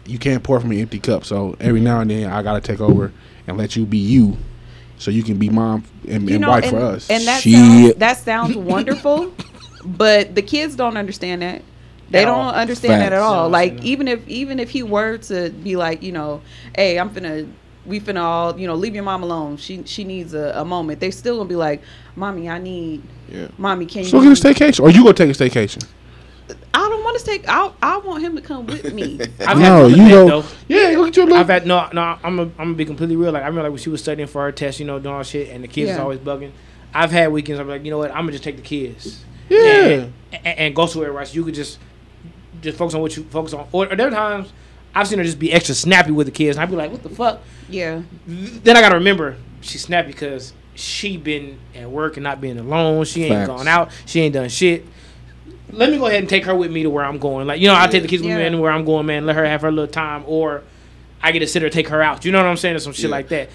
Speaker 3: you can't pour from an empty cup. So every now and then, I gotta take over and let you be you, so you can be mom and,
Speaker 7: you
Speaker 3: and
Speaker 7: know,
Speaker 3: wife
Speaker 7: and,
Speaker 3: for us.
Speaker 7: and that
Speaker 3: Shit.
Speaker 7: sounds, that sounds wonderful, but the kids don't understand that. They
Speaker 6: At
Speaker 7: don't
Speaker 6: all.
Speaker 7: understand that at
Speaker 6: Facts.
Speaker 7: all.
Speaker 6: No,
Speaker 7: like even if even if he were to be like, you know, hey, I'm finna we finna all, you know, leave your mom alone. She she needs a, a moment. They still gonna be like, Mommy, I need
Speaker 3: Yeah.
Speaker 7: mommy, can
Speaker 3: So
Speaker 7: you
Speaker 3: get a staycation, or you go take a staycation.
Speaker 7: I don't want to take I I want him to come with me.
Speaker 6: I've
Speaker 3: No,
Speaker 6: had
Speaker 3: you
Speaker 6: you
Speaker 3: know-
Speaker 6: though.
Speaker 3: Yeah, look at your
Speaker 6: I've had no, no. I'm a, I'm gonna be completely real. Like I remember, like when she was studying for her test, you know, doing all shit, and the kids is
Speaker 3: Yeah.
Speaker 6: always bugging. I've had weekends. I'm like, you know what? I'm gonna just take the kids.
Speaker 3: Yeah.
Speaker 6: And, and, and go somewhere right. So you could just, just focus on what you focus on. Or, or there are times I've seen her just be extra snappy with the kids, and I'd be like, what the fuck?
Speaker 7: Yeah.
Speaker 6: Then I gotta remember she's snappy because she been at work and not being alone. She ain't
Speaker 3: Facts.
Speaker 6: gone out. She ain't done shit. Let me go ahead and take her with me to where I'm going. Like you know, I will take the kids with
Speaker 3: Yeah.
Speaker 6: me anywhere I'm going, man. Let her have her little time, or I get to sit her, take her out. You know what I'm saying? Or some shit
Speaker 3: Yeah.
Speaker 6: like that.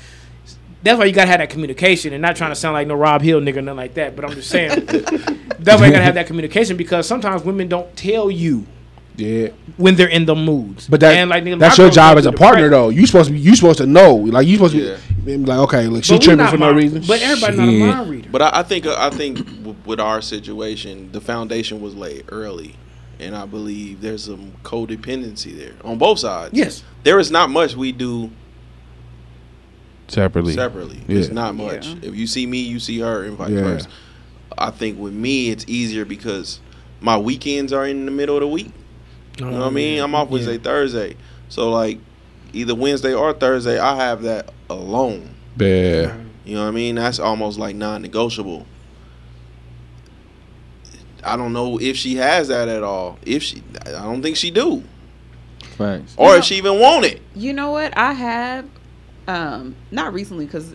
Speaker 6: That's why you gotta have that communication and not trying to sound like no Rob Hill nigga, nothing like that. But I'm just saying, that's why you gotta have that communication because sometimes women don't tell you
Speaker 3: Yeah.
Speaker 6: when they're in the moods.
Speaker 3: But that,
Speaker 6: And, like, nigga,
Speaker 3: that's
Speaker 6: my
Speaker 3: your
Speaker 6: girls
Speaker 3: job
Speaker 6: go
Speaker 3: as a
Speaker 6: through
Speaker 3: partner
Speaker 6: depression.
Speaker 3: though. You supposed to be, you supposed to know. Like you supposed to be, be like, okay, look, she
Speaker 2: But we
Speaker 3: tripping
Speaker 2: not
Speaker 3: for no
Speaker 2: mind-
Speaker 3: reason.
Speaker 6: but everybody not a
Speaker 3: Shit.
Speaker 6: mind reader.
Speaker 2: But I, I think I think w- with our situation, the foundation was laid early, and I believe there's some codependency there on both sides.
Speaker 6: Yes.
Speaker 2: there is not much we do
Speaker 3: Separately.
Speaker 2: separately.
Speaker 3: Yeah.
Speaker 2: It's not much. If you see me, you see her, and vice
Speaker 3: Yeah.
Speaker 2: versa. I think with me, it's easier because my weekends are in the middle of the week. You know what I mean? I'm off Wednesday, Thursday, so like either Wednesday or Thursday, I have that alone.
Speaker 3: Yeah.
Speaker 2: You know what I mean? That's almost like non-negotiable. I don't know if she has that at all. If she, I don't think she do,
Speaker 4: Facts.
Speaker 2: or if she even want it.
Speaker 7: You know what? I have, um, not recently, cause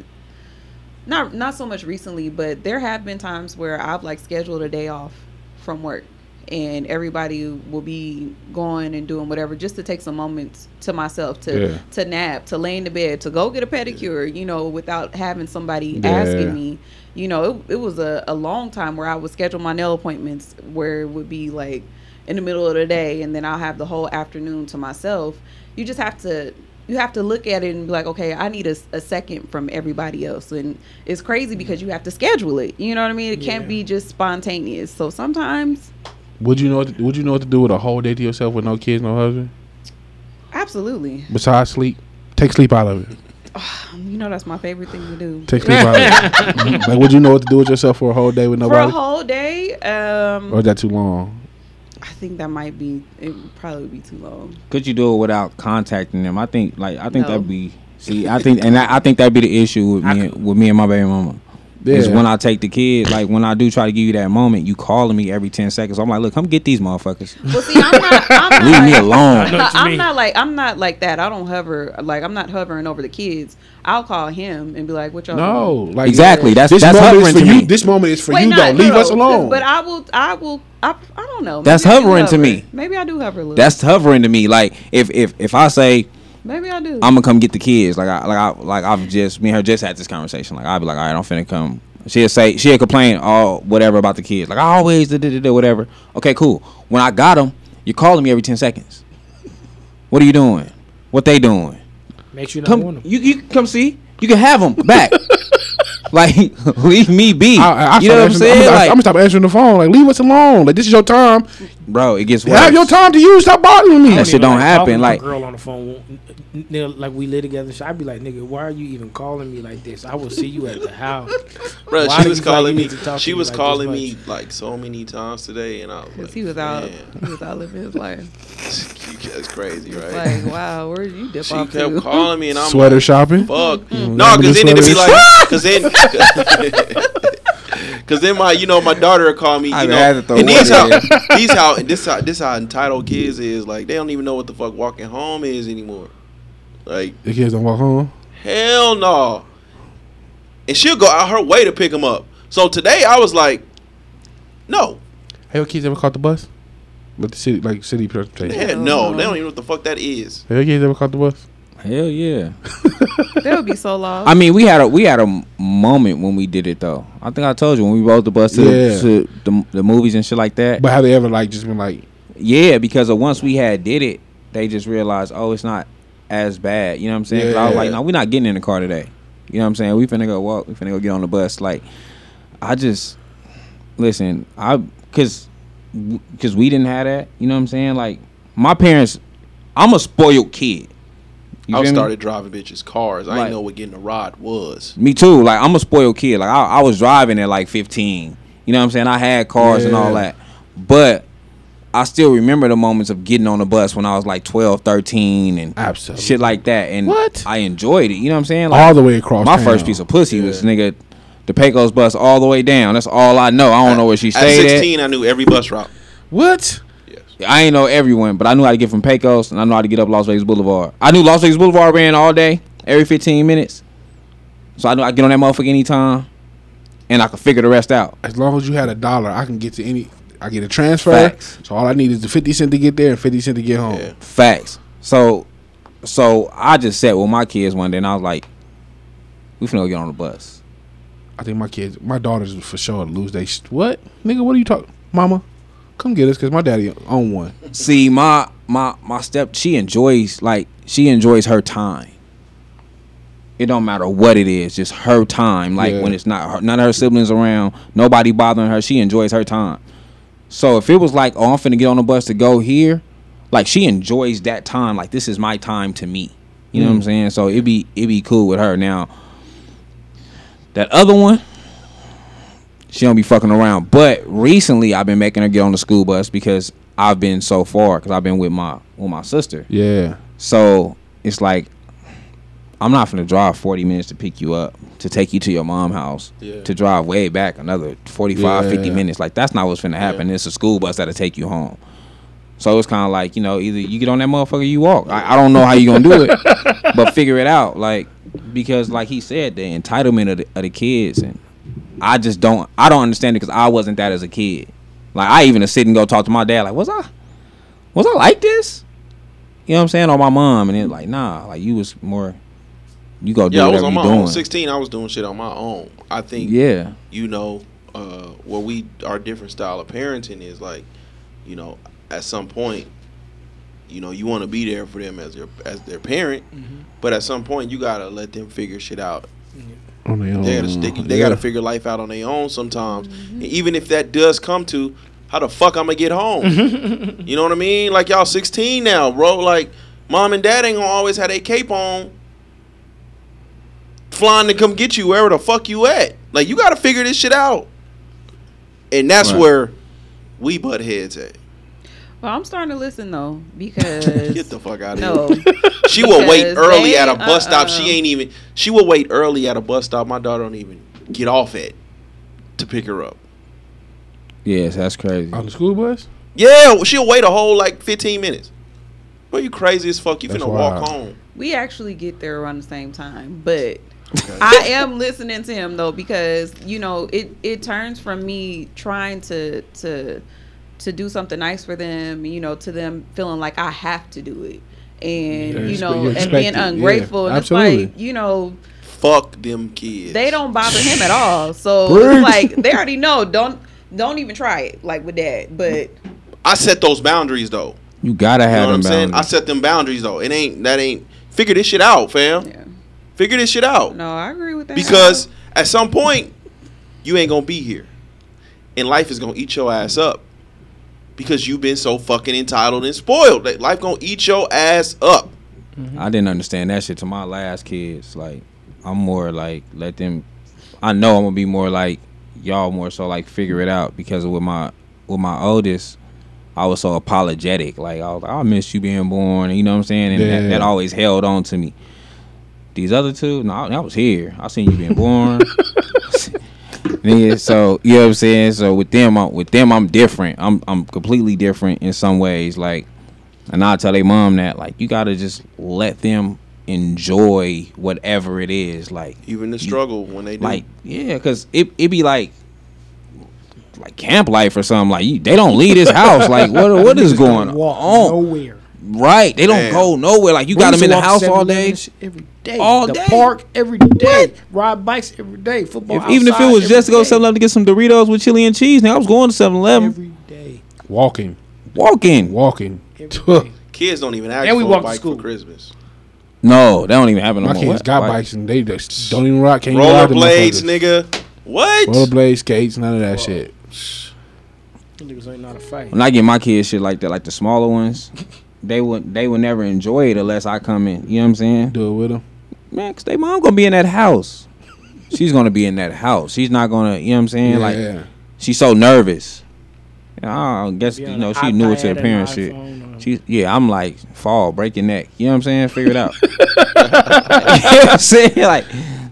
Speaker 7: not not so much recently, but there have been times where I've like scheduled a day off from work, and everybody will be going and doing whatever just to take some moments to myself to
Speaker 6: Yeah.
Speaker 7: to nap, to lay in the bed, to go get a pedicure, you know, without having somebody
Speaker 6: Yeah.
Speaker 7: asking me. You know, it, it was a, a long time where I would schedule my nail appointments where it would be like in the middle of the day and then I'll have the whole afternoon to myself. You just have to you have to look at it and be like, okay, I need a, s- a second from everybody else. And it's crazy because you have to schedule it. You know what I mean? It can't be just spontaneous. So sometimes,
Speaker 3: Would you know? What to, would you know what to do with a whole day to yourself with no kids, no husband?
Speaker 7: absolutely.
Speaker 3: Besides sleep, take sleep out of it.
Speaker 7: You know, that's my favorite thing to do.
Speaker 3: Take sleep out of it. like, would you know what to do with yourself for a whole day with
Speaker 7: For a
Speaker 3: nobody?
Speaker 7: whole day, um,
Speaker 3: or is that too long?
Speaker 7: I think that might be, it would probably be too long.
Speaker 4: Could you do it without contacting them? I think like I think
Speaker 7: No.
Speaker 4: that'd be see I think and I, I think that'd be the issue with me with me and my baby mama. Is
Speaker 3: Yeah.
Speaker 4: when I take the kid, like when I do try to give you that moment, you calling me every ten seconds. I'm like, look, come get these motherfuckers.
Speaker 7: Well, see, I'm not. I'm
Speaker 4: Leave
Speaker 7: not
Speaker 4: me
Speaker 7: like-
Speaker 4: alone. I know what you
Speaker 7: I'm
Speaker 4: mean.
Speaker 7: not like. I'm not like that. I don't hover. Like I'm not hovering over the kids. I'll call him and be like, "What y'all?"
Speaker 3: No,
Speaker 7: doing?
Speaker 3: like
Speaker 4: Exactly, that's-
Speaker 3: this
Speaker 4: that's
Speaker 3: moment is
Speaker 4: hovering
Speaker 3: for
Speaker 4: to
Speaker 3: you.
Speaker 4: me.
Speaker 3: This moment is for
Speaker 7: Wait,
Speaker 3: you
Speaker 7: not-
Speaker 3: though. Leave us
Speaker 7: no,
Speaker 3: alone.
Speaker 7: But I will. I will. I. I don't know.
Speaker 4: That's
Speaker 7: Maybe I do
Speaker 4: hovering to
Speaker 7: hover.
Speaker 4: me.
Speaker 7: Maybe I do hover a little.
Speaker 4: That's hovering to me. Like if if if I say
Speaker 7: Maybe I do.
Speaker 4: I'm gonna come get the kids, like I like I like I've just me and her just had this conversation. Like I'll be like, all right, I'm finna come. She'll say she'll complain all whatever about the kids. Like I always did did- did whatever. Okay, cool. When I got them, you're calling me every ten seconds. What are you doing? What they doing?
Speaker 6: Make sure you don't
Speaker 4: Come,
Speaker 6: want them.
Speaker 4: you you can come see. You can have them back. Like, leave me be.
Speaker 3: I, I
Speaker 4: you know what I'm saying?
Speaker 3: I'm,
Speaker 4: like,
Speaker 3: gonna stop answering the phone. Like, leave us alone. Like, this is your time.
Speaker 4: bro, it gets
Speaker 3: Have
Speaker 4: worse.
Speaker 3: your time to you. Stop bothering me.
Speaker 4: That shit don't happen. Like,
Speaker 6: girl on the phone, won't- n- n- like we live together, so I'd be like, "Nigga, why are you even calling me like this? I will see you at the house."
Speaker 2: Bro,
Speaker 6: Why
Speaker 2: she
Speaker 6: do
Speaker 2: was
Speaker 6: you feel like
Speaker 2: calling
Speaker 6: you
Speaker 2: me.
Speaker 6: need to talk to
Speaker 2: She
Speaker 6: me
Speaker 2: was
Speaker 6: like this
Speaker 2: calling
Speaker 6: much?
Speaker 2: me like so many times today, and I was like,
Speaker 7: he was out.
Speaker 2: "Man,
Speaker 7: He was out living his life.
Speaker 2: you guys crazy, right?"
Speaker 7: Like, wow, where did you dip
Speaker 2: She
Speaker 7: off
Speaker 2: kept
Speaker 7: to?
Speaker 2: calling me, and I'm
Speaker 3: Sweater
Speaker 2: like,
Speaker 3: shopping?
Speaker 2: Fuck,
Speaker 3: Mm.
Speaker 2: no, because then it'd be
Speaker 3: Sweaters.
Speaker 2: like, because then, because then my, you know, my daughter would call me, you
Speaker 4: I
Speaker 2: know,
Speaker 4: had to throw
Speaker 2: and these how,
Speaker 4: water
Speaker 2: these how, and this how, this how entitled kids is. Like they don't even know what the fuck walking home is anymore. Like
Speaker 3: The kids don't walk home.
Speaker 2: Hell no. And she'll go out her way to pick him up. So today I was like, no,
Speaker 3: Hey, your kids ever caught the bus? But the city, like city transportation.
Speaker 2: hell no. They don't even know what the fuck that is.
Speaker 3: Have your kids ever caught the bus?
Speaker 4: hell yeah.
Speaker 7: That would be so long.
Speaker 4: I mean, we had a we had a moment when we did it though. I think I told you when we rode the bus to,
Speaker 3: Yeah.
Speaker 4: to the, the movies and shit like that.
Speaker 3: But have they ever like just been like,
Speaker 4: Yeah, because of once we had did it, they just realized, oh, it's not as bad. You know what I'm saying? 'Cause I was
Speaker 3: Yeah.
Speaker 4: like, no, we're not getting in the car today. You know what I'm saying? We finna go walk. We finna go get on the bus. Like, I just listen. I cause cause we didn't have that. You know what I'm saying? Like, my parents. I'm a spoiled kid. You
Speaker 2: I
Speaker 4: feel me?
Speaker 2: started driving bitches' cars. I
Speaker 4: Like-
Speaker 2: didn't know what getting a rod was.
Speaker 4: Me too. Like I'm a spoiled kid. Like I, I was driving at like 15. You know what I'm saying? I had cars and all
Speaker 3: Yeah.
Speaker 4: that. But I still remember the moments of getting on the bus when I was like 12, 13 and
Speaker 3: Absolutely.
Speaker 4: shit like that. And
Speaker 3: What?
Speaker 4: I enjoyed it. You know what I'm saying? Like
Speaker 3: all the way across?
Speaker 4: my
Speaker 3: town.
Speaker 4: first piece of pussy was nigga the Pecos bus all the way down. That's all I know. I don't know where she
Speaker 2: At
Speaker 4: stayed at.
Speaker 2: 16, I knew every bus route.
Speaker 3: What?
Speaker 4: I ain't know everyone, but I knew how to get from Pecos and I knew how to get up Las Vegas Boulevard. I knew Las Vegas Boulevard ran all day, every 15 minutes. So I knew I get on that motherfucker anytime and I could figure the rest out.
Speaker 3: As long as you had a dollar, I can get to any. I get a transfer.
Speaker 4: Facts.
Speaker 3: So all I need is the fifty cent to get there and fifty cent to get home.
Speaker 2: Yeah.
Speaker 4: Facts. So so I just sat with my kids one day and I was like, we finna go get on the bus.
Speaker 3: I think my kids, my daughters, for sure lose they. Sh- what nigga? What are you talking, Mama? Come get us, cause my daddy own one.
Speaker 4: See, my my my step she enjoys like she enjoys her time. It don't matter what it is, just her time. Like
Speaker 3: Yeah.
Speaker 4: when it's not her, none of her siblings around, nobody bothering her. She enjoys her time. So if it was like, oh, I'm finna get on the bus to go here, like she enjoys that time. Like this is my time to me. You know what I'm saying? So it'd be it be cool with her. Now that other one, she don't be fucking around. But recently, I've been making her get on the school bus because I've been so far because I've been with my with my sister.
Speaker 3: Yeah.
Speaker 4: So it's like I'm not gonna drive 40 minutes to pick you up to take you to your mom house
Speaker 2: Yeah.
Speaker 4: to drive way back another 45 50
Speaker 3: Yeah.
Speaker 4: minutes. Like that's not what's finna happen. It's a school bus that'll take you home. So it's kind of like you know either you get on that motherfucker or you walk. I, I don't know how you gonna do it, but figure it out. Like because like he said, the entitlement of the, of the kids and I just don't I don't understand it because I wasn't that as a kid. Like I even sit and go talk to my dad like was I was I like this? You know what I'm saying? Or my mom and it's like nah, like you was more you go do
Speaker 2: Yeah, I was
Speaker 4: whatever
Speaker 2: on
Speaker 4: you
Speaker 2: my
Speaker 4: doing.
Speaker 2: own. 16, I was doing shit on my own. I think
Speaker 4: Yeah.
Speaker 2: you know, uh, what we our different style of parenting is like, you know, at some point, you know, you want to be there for them as their as their parent, but at some point, you gotta let them figure shit out.
Speaker 3: On their own.
Speaker 2: They gotta stick. They
Speaker 3: Mm-hmm. Yeah.
Speaker 2: gotta figure life out on their own sometimes.
Speaker 7: Mm-hmm.
Speaker 2: And even if that does come to, how the fuck I'm gonna get home? you know what I mean? Like y'all 16 now, bro. Like mom and dad ain't gonna always have their cape on, flying to come get you wherever the fuck you at. Like you gotta figure this shit out. And that's
Speaker 4: Right.
Speaker 2: where we butt heads at.
Speaker 7: well, I'm starting to listen though because
Speaker 2: Get the fuck out of
Speaker 7: no,
Speaker 2: here. She will wait
Speaker 7: Because
Speaker 2: early
Speaker 7: they-
Speaker 2: at a bus stop. She
Speaker 7: uh-uh.
Speaker 2: ain't even. She will wait early at a bus stop. My daughter don't even get off at to pick her up.
Speaker 4: Yes, that's crazy.
Speaker 3: On the school bus.
Speaker 2: Yeah, well, she'll wait a whole like 15 minutes. Well, you crazy as fuck. You
Speaker 3: That's
Speaker 2: finna walk
Speaker 3: wild.
Speaker 2: home.
Speaker 7: we actually get there around the same time, but. I am listening to him though because you know it it turns from me trying to to to do something nice for them, you know, to them feeling like I have to do it. And
Speaker 3: Yeah,
Speaker 7: you
Speaker 3: you
Speaker 7: know,
Speaker 3: expect
Speaker 7: and being
Speaker 3: it, yeah,
Speaker 7: ungrateful and it's
Speaker 3: absolutely.
Speaker 7: like, you know,
Speaker 2: Fuck them kids.
Speaker 7: they don't bother him at all. So
Speaker 3: Word.
Speaker 7: it's like they already know. Don't don't even try it like with that. But
Speaker 2: I set those boundaries though.
Speaker 4: You gotta
Speaker 2: You know
Speaker 4: have
Speaker 2: what I'm
Speaker 4: them
Speaker 2: saying? I
Speaker 4: boundaries.
Speaker 2: set them boundaries though. It ain't that ain't figure this shit out, fam.
Speaker 7: yeah.
Speaker 2: Figure this shit out
Speaker 7: no, I agree with that.
Speaker 2: because At some point, you ain't gonna be here, and life is gonna eat your ass up because you've been so fucking entitled and spoiled. Like, Life gonna eat your ass up.
Speaker 4: Mm-hmm. I didn't understand that shit to my last kids. Like, I'm more like let them. I know I'm gonna be more like y'all more so like figure it out because with my with my oldest, I was so apologetic. Like I was like, I miss you being born. You know what I'm saying? And that,
Speaker 3: Yeah.
Speaker 4: that always held on to me. These other two, no, I, I was here. I seen you being born. Yeah, so you know what I'm saying. So with them, I'm, with them, I'm different. I'm I'm completely different in some ways. Like, and I tell their mom that like you gotta just let them enjoy whatever it is. Like
Speaker 2: even the struggle when they do.
Speaker 4: like yeah, because it it be like like camp life or something. Like you, they don't leave this house. Like what what is going on?
Speaker 6: Nowhere.
Speaker 4: Right, they don't
Speaker 6: Damn.
Speaker 4: go nowhere. Like you
Speaker 6: We
Speaker 4: got
Speaker 6: used
Speaker 4: them
Speaker 6: to
Speaker 4: in the
Speaker 6: walk
Speaker 4: house
Speaker 6: seven
Speaker 4: all day.
Speaker 6: lanes Every day.
Speaker 4: All
Speaker 6: the
Speaker 4: day.
Speaker 6: park every day. Ride bikes every day. Football.
Speaker 4: If- even if it
Speaker 6: outside
Speaker 4: was
Speaker 6: every
Speaker 4: just to go
Speaker 6: day.
Speaker 4: 7 Eleven to get some Doritos with chili and cheese, now I was going to 7 Eleven.
Speaker 3: Walking.
Speaker 4: Walking.
Speaker 3: Walking.
Speaker 2: Kids don't even ask
Speaker 6: And we
Speaker 2: for a
Speaker 6: walk to
Speaker 2: bike
Speaker 6: school.
Speaker 2: for Christmas.
Speaker 4: No, they don't even have it no
Speaker 3: My
Speaker 4: more.
Speaker 3: kids
Speaker 4: What?
Speaker 3: got
Speaker 4: Like,
Speaker 3: bikes and they just don't even rock. Can't even ride them
Speaker 2: Rollerblades,
Speaker 3: motherfuckers.
Speaker 2: nigga. What?
Speaker 3: Rollerblades, skates, none of that shit.
Speaker 6: Niggas ain't not a fight.
Speaker 4: When I get my kids shit like that, like the smaller ones, they would they would never enjoy it unless I come in. You know what I'm saying?
Speaker 3: Do it with them.
Speaker 4: Man, cause they mom gonna be in that house. She's gonna be in that house. She's not gonna. You know what I'm saying?
Speaker 3: Yeah.
Speaker 4: Like she's so nervous. And I guess you know she newer to her parents shit. She yeah, I'm like fall, break your neck. You know what I'm saying? Figure it out. you know what I'm saying? Like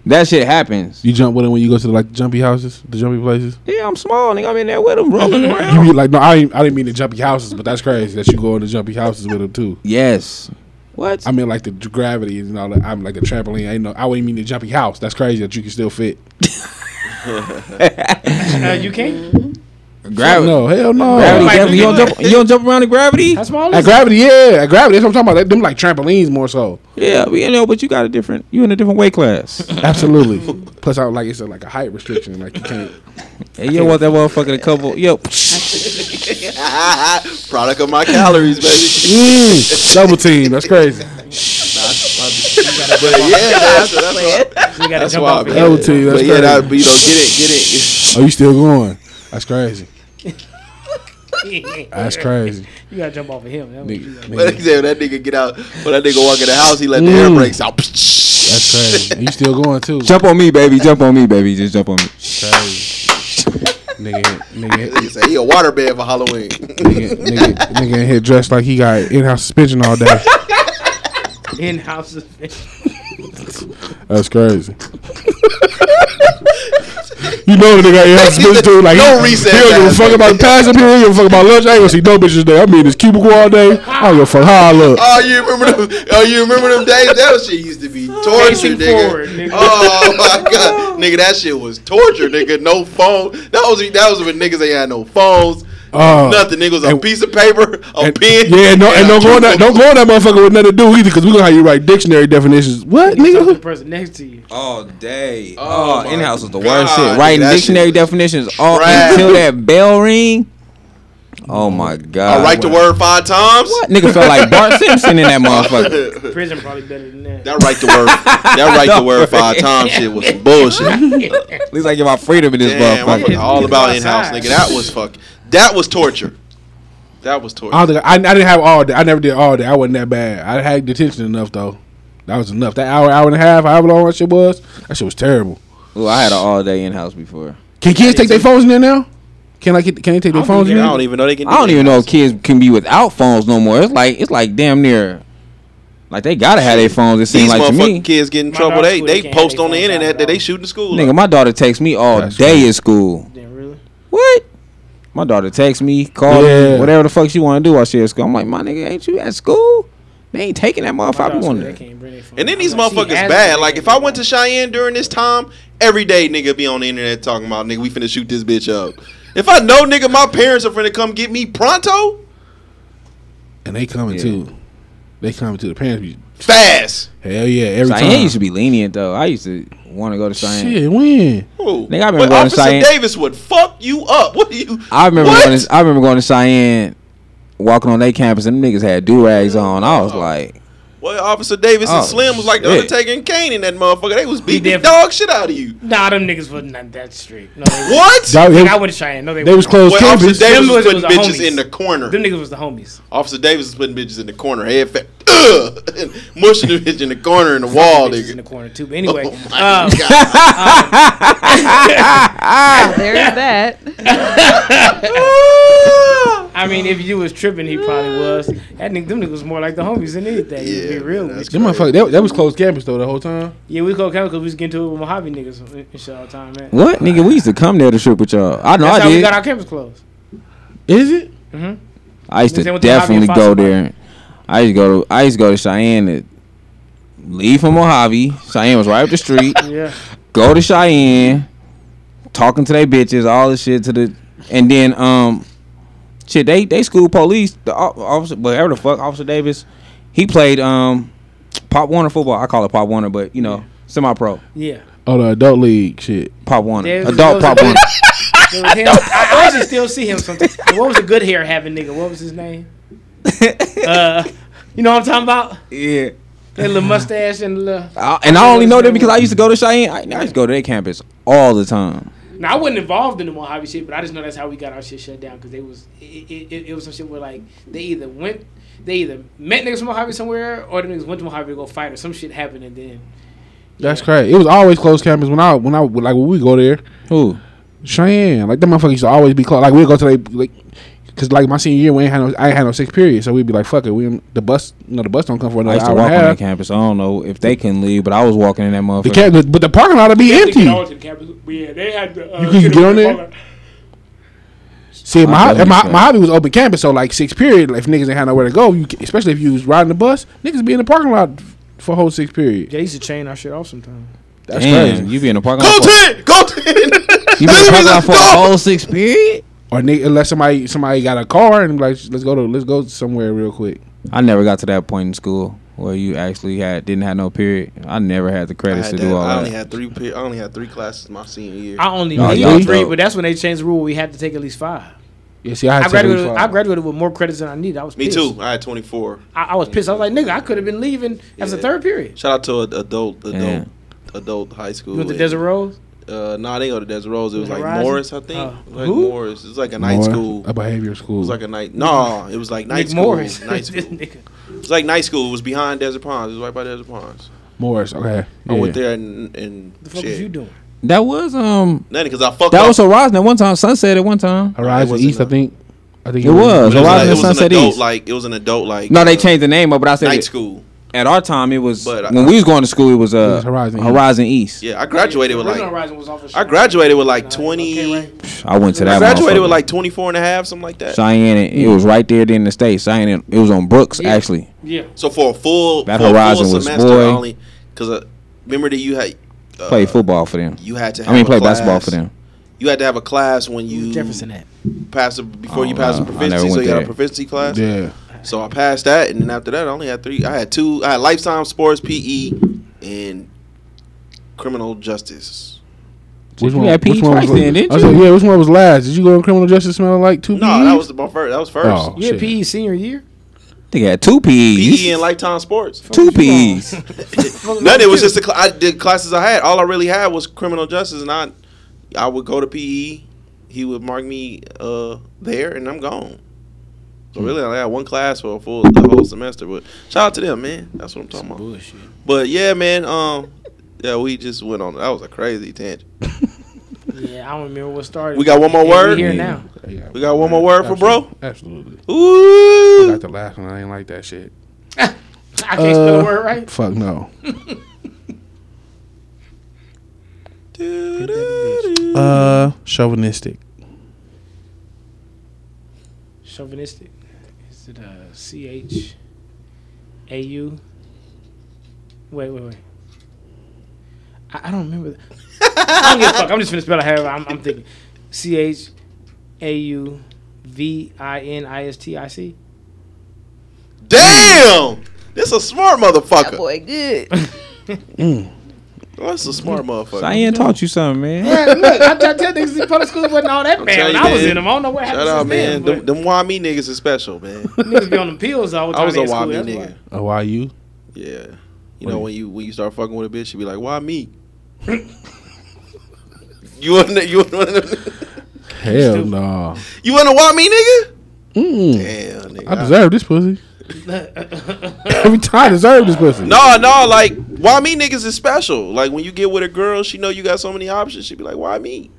Speaker 4: that shit happens.
Speaker 3: You jump with them when you go to like jumpy houses, the jumpy places.
Speaker 4: Yeah, I'm small, nigga. I'm in there with them rolling around.
Speaker 3: You be like, no, I ain't, I didn't mean the jumpy houses, but that's crazy that you go to jumpy houses with them too.
Speaker 4: Yes. What?
Speaker 3: I mean, like the d- gravity and all that. I'm like the trampoline. I ain't know. I wouldn't mean the jumpy house. That's crazy that you can still fit.
Speaker 6: Uh, you can't.
Speaker 4: Gravity.
Speaker 3: No, hell no.
Speaker 4: Gravity,
Speaker 3: Like,
Speaker 4: gravity. You don't jump. You don't jump around the gravity.
Speaker 6: That's my
Speaker 3: at
Speaker 6: only.
Speaker 3: gravity, yeah, at gravity. That's what I'm talking about. Like, them like trampolines more so.
Speaker 4: Yeah, we in there, but you got a different. You in a different weight class.
Speaker 3: Absolutely. Plus, I am like it's a, like a height restriction. Like you can't.
Speaker 4: Hey, you want that motherfucker to couple? Yo,
Speaker 16: Product of my calories, baby.
Speaker 3: Mm, double team. That's crazy.
Speaker 16: but yeah, that's, that's why.
Speaker 6: You gotta
Speaker 2: That's
Speaker 6: jump
Speaker 2: why,
Speaker 6: off.
Speaker 2: man.
Speaker 6: it.
Speaker 3: Double team. That's
Speaker 2: But yeah,
Speaker 3: crazy.
Speaker 2: that, but you know, get it, get it.
Speaker 3: Are Oh, you still going? That's crazy. That's crazy.
Speaker 6: You gotta jump off of him. That was-
Speaker 3: Nigga,
Speaker 16: But
Speaker 3: nigga,
Speaker 16: he said when that nigga get out, when that nigga walk in the house, he let the
Speaker 3: Mm.
Speaker 16: air brakes out.
Speaker 3: that's crazy. And You still going too?
Speaker 4: jump on me, baby. Jump on me, baby. Just jump on me.
Speaker 3: Crazy. Nigga, nigga,
Speaker 16: Nigga say he a waterbed for Halloween.
Speaker 3: nigga, nigga, nigga in here dressed like he got in house suspension all day.
Speaker 6: In house.
Speaker 3: That's crazy. you know the nigga in house suspension too. Like
Speaker 16: No
Speaker 3: he,
Speaker 16: recess
Speaker 3: He don't give a
Speaker 16: pass,
Speaker 3: fuck
Speaker 16: nigga.
Speaker 3: about the past up here. He don't give a fuck about lunch. I ain't gonna see no bitches there. I mean, this cubicle all day. I don't give a fuck how I look.
Speaker 16: Oh, you remember them? Oh, you remember them days? That shit used to be torture,
Speaker 6: Facing
Speaker 16: nigga.
Speaker 6: forward, nigga.
Speaker 16: Oh my god, nigga, that shit was torture, nigga. No phone. That was that was when niggas ain't had no phones.
Speaker 3: Oh.
Speaker 16: nothing. Niggas a
Speaker 3: And-
Speaker 16: piece of paper, a
Speaker 3: And-
Speaker 16: pen.
Speaker 3: yeah, no, and
Speaker 16: a
Speaker 3: don't go on that.
Speaker 16: truthful-
Speaker 3: Don't go on that motherfucker with nothing to do either, because we gonna have you write dictionary definitions. What,
Speaker 6: Talk to the
Speaker 3: nigga?
Speaker 6: person next to you.
Speaker 4: All day. Oh,
Speaker 16: my
Speaker 4: in house was the
Speaker 16: God,
Speaker 4: worst shit.
Speaker 16: dude,
Speaker 4: Writing
Speaker 16: that shit
Speaker 4: dictionary
Speaker 16: was
Speaker 4: definitions all
Speaker 16: trash.
Speaker 4: until that bell ring. Oh my god.
Speaker 16: I write the word five times.
Speaker 4: What? Nigga felt like Bart Simpson in that motherfucker.
Speaker 6: Prison probably better than that.
Speaker 16: That write the word. That write the word five times. Shit was some bullshit.
Speaker 4: At least I get my freedom in this
Speaker 16: Damn, I
Speaker 4: motherfucker.
Speaker 16: was all about in house,
Speaker 6: outside.
Speaker 16: nigga. That was fuck. That was torture. That was torture.
Speaker 3: I, don't think I, I didn't have all day. I never did all day. I wasn't that bad. I had detention enough though. That was enough. That hour, hour and a half, however long that shit was, that shit was terrible.
Speaker 4: Ooh, I had an all day in house before.
Speaker 3: Can kids take their phones in there now? Can like can they take their phones in
Speaker 2: I
Speaker 3: there?
Speaker 2: don't even know they can. Do
Speaker 4: I don't
Speaker 2: that.
Speaker 4: even know if kids can be without phones no more. It's like it's like damn near like they gotta have their phones, it seems
Speaker 2: These
Speaker 4: like to me.
Speaker 2: motherfucking kids get in
Speaker 6: My
Speaker 2: trouble.
Speaker 6: daughter's
Speaker 2: They
Speaker 6: school,
Speaker 2: they
Speaker 6: they can't
Speaker 2: post
Speaker 6: have
Speaker 2: on the
Speaker 6: their phones
Speaker 2: internet
Speaker 6: out
Speaker 2: that they
Speaker 6: at all.
Speaker 2: shooting school.
Speaker 4: Nigga, my daughter texts me all
Speaker 3: That's
Speaker 4: day at school.
Speaker 6: Then really.
Speaker 4: What? My daughter texts me, call
Speaker 3: Yeah.
Speaker 4: me, whatever the fuck she want to do while she at school. I'm like, my nigga, ain't you at school? They ain't taking that
Speaker 6: Talk
Speaker 4: motherfucker
Speaker 6: to
Speaker 4: on
Speaker 6: her, they
Speaker 4: there.
Speaker 6: can't bring their phone.
Speaker 16: And then
Speaker 6: I'm
Speaker 16: these
Speaker 6: like, she
Speaker 16: motherfuckers
Speaker 6: has
Speaker 16: bad.
Speaker 6: it.
Speaker 16: Like if I went to Cheyenne during this time, every day nigga be on the internet talking about nigga we finna shoot this bitch up. If I know nigga my parents are finna come get me pronto,
Speaker 3: And they coming
Speaker 4: Yeah.
Speaker 3: too. They coming to the parents. be-
Speaker 16: fast.
Speaker 3: Hell yeah, every time.
Speaker 4: Cheyenne used to be lenient though. I used to want to go to Cheyenne.
Speaker 3: Shit, when?
Speaker 16: Ooh.
Speaker 4: Nigga, I remember
Speaker 16: but
Speaker 4: going to
Speaker 16: Officer
Speaker 4: Cheyenne-
Speaker 16: Davis would fuck you up. What do you?
Speaker 4: I remember
Speaker 16: What?
Speaker 4: going. To, I remember going to Cheyenne, walking on their campus, and them niggas had do rags on. I was like,
Speaker 2: Well, Officer Davis
Speaker 14: Oh,
Speaker 2: and Slim was like the
Speaker 14: shit.
Speaker 2: Undertaker and Kane in that motherfucker. They was beating the dog shit out of you.
Speaker 6: Nah, them niggas wasn't that- that strict. No, they
Speaker 2: What?
Speaker 6: Like,
Speaker 2: They-
Speaker 6: I went to Cheyenne. No, they,
Speaker 2: they was
Speaker 6: wasn't.
Speaker 2: closed Well, Officer campus. Davis
Speaker 6: Them
Speaker 2: was
Speaker 6: niggas
Speaker 2: putting
Speaker 6: the
Speaker 2: bitches in the corner.
Speaker 6: Them niggas was the homies.
Speaker 2: Officer Davis was putting bitches in the corner, head fat, ugh, and mushing the bitch in the corner in the wall, nigga. In the
Speaker 6: corner too. But anyway,
Speaker 16: Oh
Speaker 6: uh,
Speaker 2: um,
Speaker 7: There's Ah, that.
Speaker 6: I mean, if you was tripping, he probably was. That nigga, them niggas was more like the homies than anything. Yeah, be real. with you.
Speaker 3: Them motherfucker, that, that was closed campus though the whole time.
Speaker 6: Yeah, we called chemical. We was getting to it with Mojave niggas and shit all the time, man.
Speaker 4: What nigga? We used to come there to trip with y'all. I know
Speaker 6: That's
Speaker 4: I
Speaker 6: how
Speaker 4: did.
Speaker 6: we got our campus closed.
Speaker 3: Is it?
Speaker 6: Mm-hmm.
Speaker 4: I used to
Speaker 6: Then with the Mojave
Speaker 4: definitely
Speaker 6: and
Speaker 4: go
Speaker 6: Foster
Speaker 4: there. I used to go to I used to go to Cheyenne to leave from Mojave. Cheyenne was right up the street.
Speaker 6: Yeah.
Speaker 4: Go to Cheyenne, talking to they bitches, all this shit to the and then um shit, they they school police, the o- officer whatever the fuck, Officer Davis, he played um Pop Warner football. I call it Pop Warner, but you know, semi pro.
Speaker 6: Yeah.
Speaker 3: Oh, the adult league shit.
Speaker 4: Pop Warner.
Speaker 6: There was-
Speaker 4: Adult
Speaker 6: there
Speaker 4: Pop
Speaker 6: was a-
Speaker 4: Warner.
Speaker 6: there was him. I, I actually still see him sometimes. What was the good hair having nigga? What was his name? uh, you know what I'm talking about?
Speaker 4: Yeah.
Speaker 6: That little mustache and little.
Speaker 4: I- and I only know that because I used to go to Cheyenne. I, I used to go to their campus all the time.
Speaker 6: Now I wasn't involved in the Mojave shit, but I just know that's how we got our shit shut down because they was it, it, it, it was some shit where like they either went they either met niggas from Mojave somewhere or the niggas went to Mojave to go fight or some shit happened and then
Speaker 3: That's crazy. It was always closed campus when I when I like when we go there.
Speaker 4: Who?
Speaker 3: Cheyenne. Like that motherfucker used to always be closed. Like we'd go to like like cause like my senior year we ain't had no I ain't had no sixth period, so we'd be like fuck it. We don't- the bus no the bus don't come for
Speaker 4: I
Speaker 3: another
Speaker 4: used to
Speaker 3: hour
Speaker 4: walk
Speaker 3: and
Speaker 4: on
Speaker 3: a
Speaker 4: that
Speaker 3: half.
Speaker 4: campus. I don't know if they can leave, but I was walking in that motherfucker.
Speaker 3: The camp, but the parking lot would be empty. You
Speaker 6: yeah they had the, uh,
Speaker 3: couldn't get on there. See,
Speaker 6: I'm
Speaker 3: my,
Speaker 6: glad
Speaker 3: my,
Speaker 6: you
Speaker 3: my hobby was open campus, so like sixth period, like, if niggas ain't had nowhere to go, you, ca- especially if you was riding the bus, niggas be in the parking lot for whole sixth period.
Speaker 6: Yeah, they used to chain our shit off sometimes.
Speaker 3: That's
Speaker 4: Damn,
Speaker 3: crazy.
Speaker 4: You be in the parking
Speaker 3: Go
Speaker 4: lot. for-
Speaker 2: Go to
Speaker 4: You been talking about for a whole six period?
Speaker 3: Or nigga, unless somebody somebody got a car and like let's go to let's go somewhere real quick.
Speaker 4: I never got to that point in school where you actually had didn't have no period. I never had the
Speaker 2: I,
Speaker 4: credits
Speaker 2: had
Speaker 4: to
Speaker 2: that,
Speaker 4: do all
Speaker 2: I only
Speaker 4: that.
Speaker 2: had three. pe- I only had three classes my senior year.
Speaker 6: I only
Speaker 4: Oh,
Speaker 6: knew
Speaker 4: y'all
Speaker 6: three,
Speaker 4: dope.
Speaker 6: but that's when they changed the rule. We had to take at least five.
Speaker 3: Yeah, see, I
Speaker 6: I,
Speaker 3: had to take at least five.
Speaker 6: graduated. I graduated with more credits than I needed. I was
Speaker 2: Me
Speaker 6: pissed.
Speaker 2: too. I had twenty four.
Speaker 6: I, I was pissed. I was like, nigga, I could have been leaving as a third period.
Speaker 2: Shout out to ad- adult, adult,
Speaker 4: Yeah.
Speaker 2: adult high school.
Speaker 6: You went to
Speaker 2: And,
Speaker 6: Desert Rose?
Speaker 2: Uh, nah, they go to Desert Rose. It was like
Speaker 6: Horizon?
Speaker 2: Morris, I think.
Speaker 6: Oh.
Speaker 2: like
Speaker 6: Who?
Speaker 2: Morris. It's like a night
Speaker 3: Morris,
Speaker 2: school.
Speaker 3: a behavior
Speaker 2: It
Speaker 3: school.
Speaker 2: was like a night. No, it was like night
Speaker 6: Nick
Speaker 2: school.
Speaker 6: Morris.
Speaker 2: Night
Speaker 6: This
Speaker 2: school.
Speaker 6: nigga.
Speaker 2: It was like night school. It was behind Desert Ponds. It was right by Desert Ponds.
Speaker 3: Morris, okay.
Speaker 2: I went
Speaker 3: yeah.
Speaker 2: there and and
Speaker 6: The fuck
Speaker 2: shit.
Speaker 6: was you doing?
Speaker 4: That was um.
Speaker 2: Nothing because I fucked
Speaker 4: That
Speaker 2: up.
Speaker 4: was Horizon at one time. Sunset at one time.
Speaker 3: Horizon East, I think. I think
Speaker 4: It was.
Speaker 2: But it was,
Speaker 4: Horizon
Speaker 2: like, it
Speaker 4: and
Speaker 2: was
Speaker 4: Sunset
Speaker 2: an adult,
Speaker 4: East.
Speaker 2: Like it was an adult. Like
Speaker 4: No, they
Speaker 2: uh,
Speaker 4: changed the name up, but I said
Speaker 2: night
Speaker 4: it-
Speaker 2: school.
Speaker 4: At our time, it was
Speaker 2: But I-
Speaker 4: when we was going to school. It was uh
Speaker 3: was Horizon
Speaker 4: Horizon,
Speaker 3: East.
Speaker 4: East.
Speaker 2: Yeah, I graduated with
Speaker 6: Original
Speaker 2: like
Speaker 6: Horizon was off of
Speaker 2: I graduated with like twenty.
Speaker 4: I went to that.
Speaker 2: I graduated with
Speaker 4: motherfucker.
Speaker 2: like 24 and a half, something like that.
Speaker 4: Cheyenne. and- It was right there in the state. Cheyenne. and- It was on Brooks actually.
Speaker 6: Yeah.
Speaker 2: So for a full,
Speaker 4: That
Speaker 2: for a full
Speaker 4: Horizon was
Speaker 2: semester,
Speaker 4: boy.
Speaker 2: I only because uh, remember that you had uh,
Speaker 4: Played football for them.
Speaker 2: You had to. Have
Speaker 4: I
Speaker 2: a
Speaker 4: mean, play
Speaker 2: class.
Speaker 4: basketball for them.
Speaker 2: You had to have a class when you
Speaker 6: Jefferson at
Speaker 2: passed a, before you
Speaker 4: Oh,
Speaker 2: passed a
Speaker 4: no, I never
Speaker 2: proficiency. So
Speaker 4: went
Speaker 2: you had a
Speaker 4: there.
Speaker 2: proficiency class.
Speaker 3: Yeah.
Speaker 2: So I passed that, and then after that, I only had three. I had two. I had lifetime sports, PE, and criminal justice.
Speaker 3: Which
Speaker 4: You
Speaker 3: one?
Speaker 4: had P.
Speaker 3: Which one was
Speaker 4: Price then, didn't
Speaker 3: I said,
Speaker 4: you?
Speaker 3: yeah. Which one was last? Did you go to criminal justice smelling like two?
Speaker 2: No, that was my first. That was first.
Speaker 3: Mm-hmm. Oh,
Speaker 6: You had PE senior year?
Speaker 4: They had two PEs.
Speaker 2: PE E and lifetime sports.
Speaker 4: Two PEs.
Speaker 2: None. It was just the cl- I did classes I had. All I really had was criminal justice, and I I would go to PE. He would mark me uh, there, and I'm gone. So really, I had one class for a full the whole semester. But shout out to them, man. That's what I'm talking about. But yeah, man. Um, yeah, we just went on. That was a crazy tangent.
Speaker 6: Yeah, I don't remember what started.
Speaker 2: We got one more
Speaker 6: Yeah, we
Speaker 2: word?
Speaker 6: here now.
Speaker 2: We got one more word for bro.
Speaker 3: Absolutely.
Speaker 2: Ooh.
Speaker 3: I got the last one. I ain't like that shit.
Speaker 6: I can't
Speaker 2: Uh,
Speaker 6: spell the word right.
Speaker 3: Fuck no. uh, chauvinistic.
Speaker 6: Chauvinistic. Is it uh C H A U? Wait, wait, wait. I, I don't remember. th- I don't give a fuck. I'm just gonna spell it however I'm, I'm thinking. C H A U V I N I S T I C.
Speaker 2: Damn. This a smart
Speaker 7: That
Speaker 2: motherfucker.
Speaker 7: boy good.
Speaker 2: Oh, This a smart motherfucker.
Speaker 4: Cheyenne taught you something, man.
Speaker 6: Yeah, look, I, I tell niggas in public school wasn't all that
Speaker 2: I'm
Speaker 6: bad.
Speaker 2: telling
Speaker 6: When
Speaker 2: you,
Speaker 6: I was
Speaker 2: man.
Speaker 6: in them. I don't know what happened.
Speaker 2: Shout out,
Speaker 6: since then,
Speaker 2: man.
Speaker 6: but-
Speaker 2: Them, them why me niggas is special, man.
Speaker 6: Niggas be on them pills all the time.
Speaker 2: I was a
Speaker 6: in school,
Speaker 2: YB
Speaker 6: that's
Speaker 2: nigga.
Speaker 6: why.
Speaker 3: Oh, why you?
Speaker 2: Yeah. You
Speaker 4: What
Speaker 2: know
Speaker 4: do
Speaker 2: when you when you start fucking with a bitch, she be like, "Why me?" you wanna you wanna
Speaker 3: Hell no.
Speaker 2: you wanna why me, nigga?
Speaker 3: Mm.
Speaker 2: Damn, nigga.
Speaker 3: I deserve this pussy. Every time I deserve this pussy.
Speaker 2: No, no, like why me niggas is special. Like when you get with a girl, she know you got so many options. She be like, "Why me?"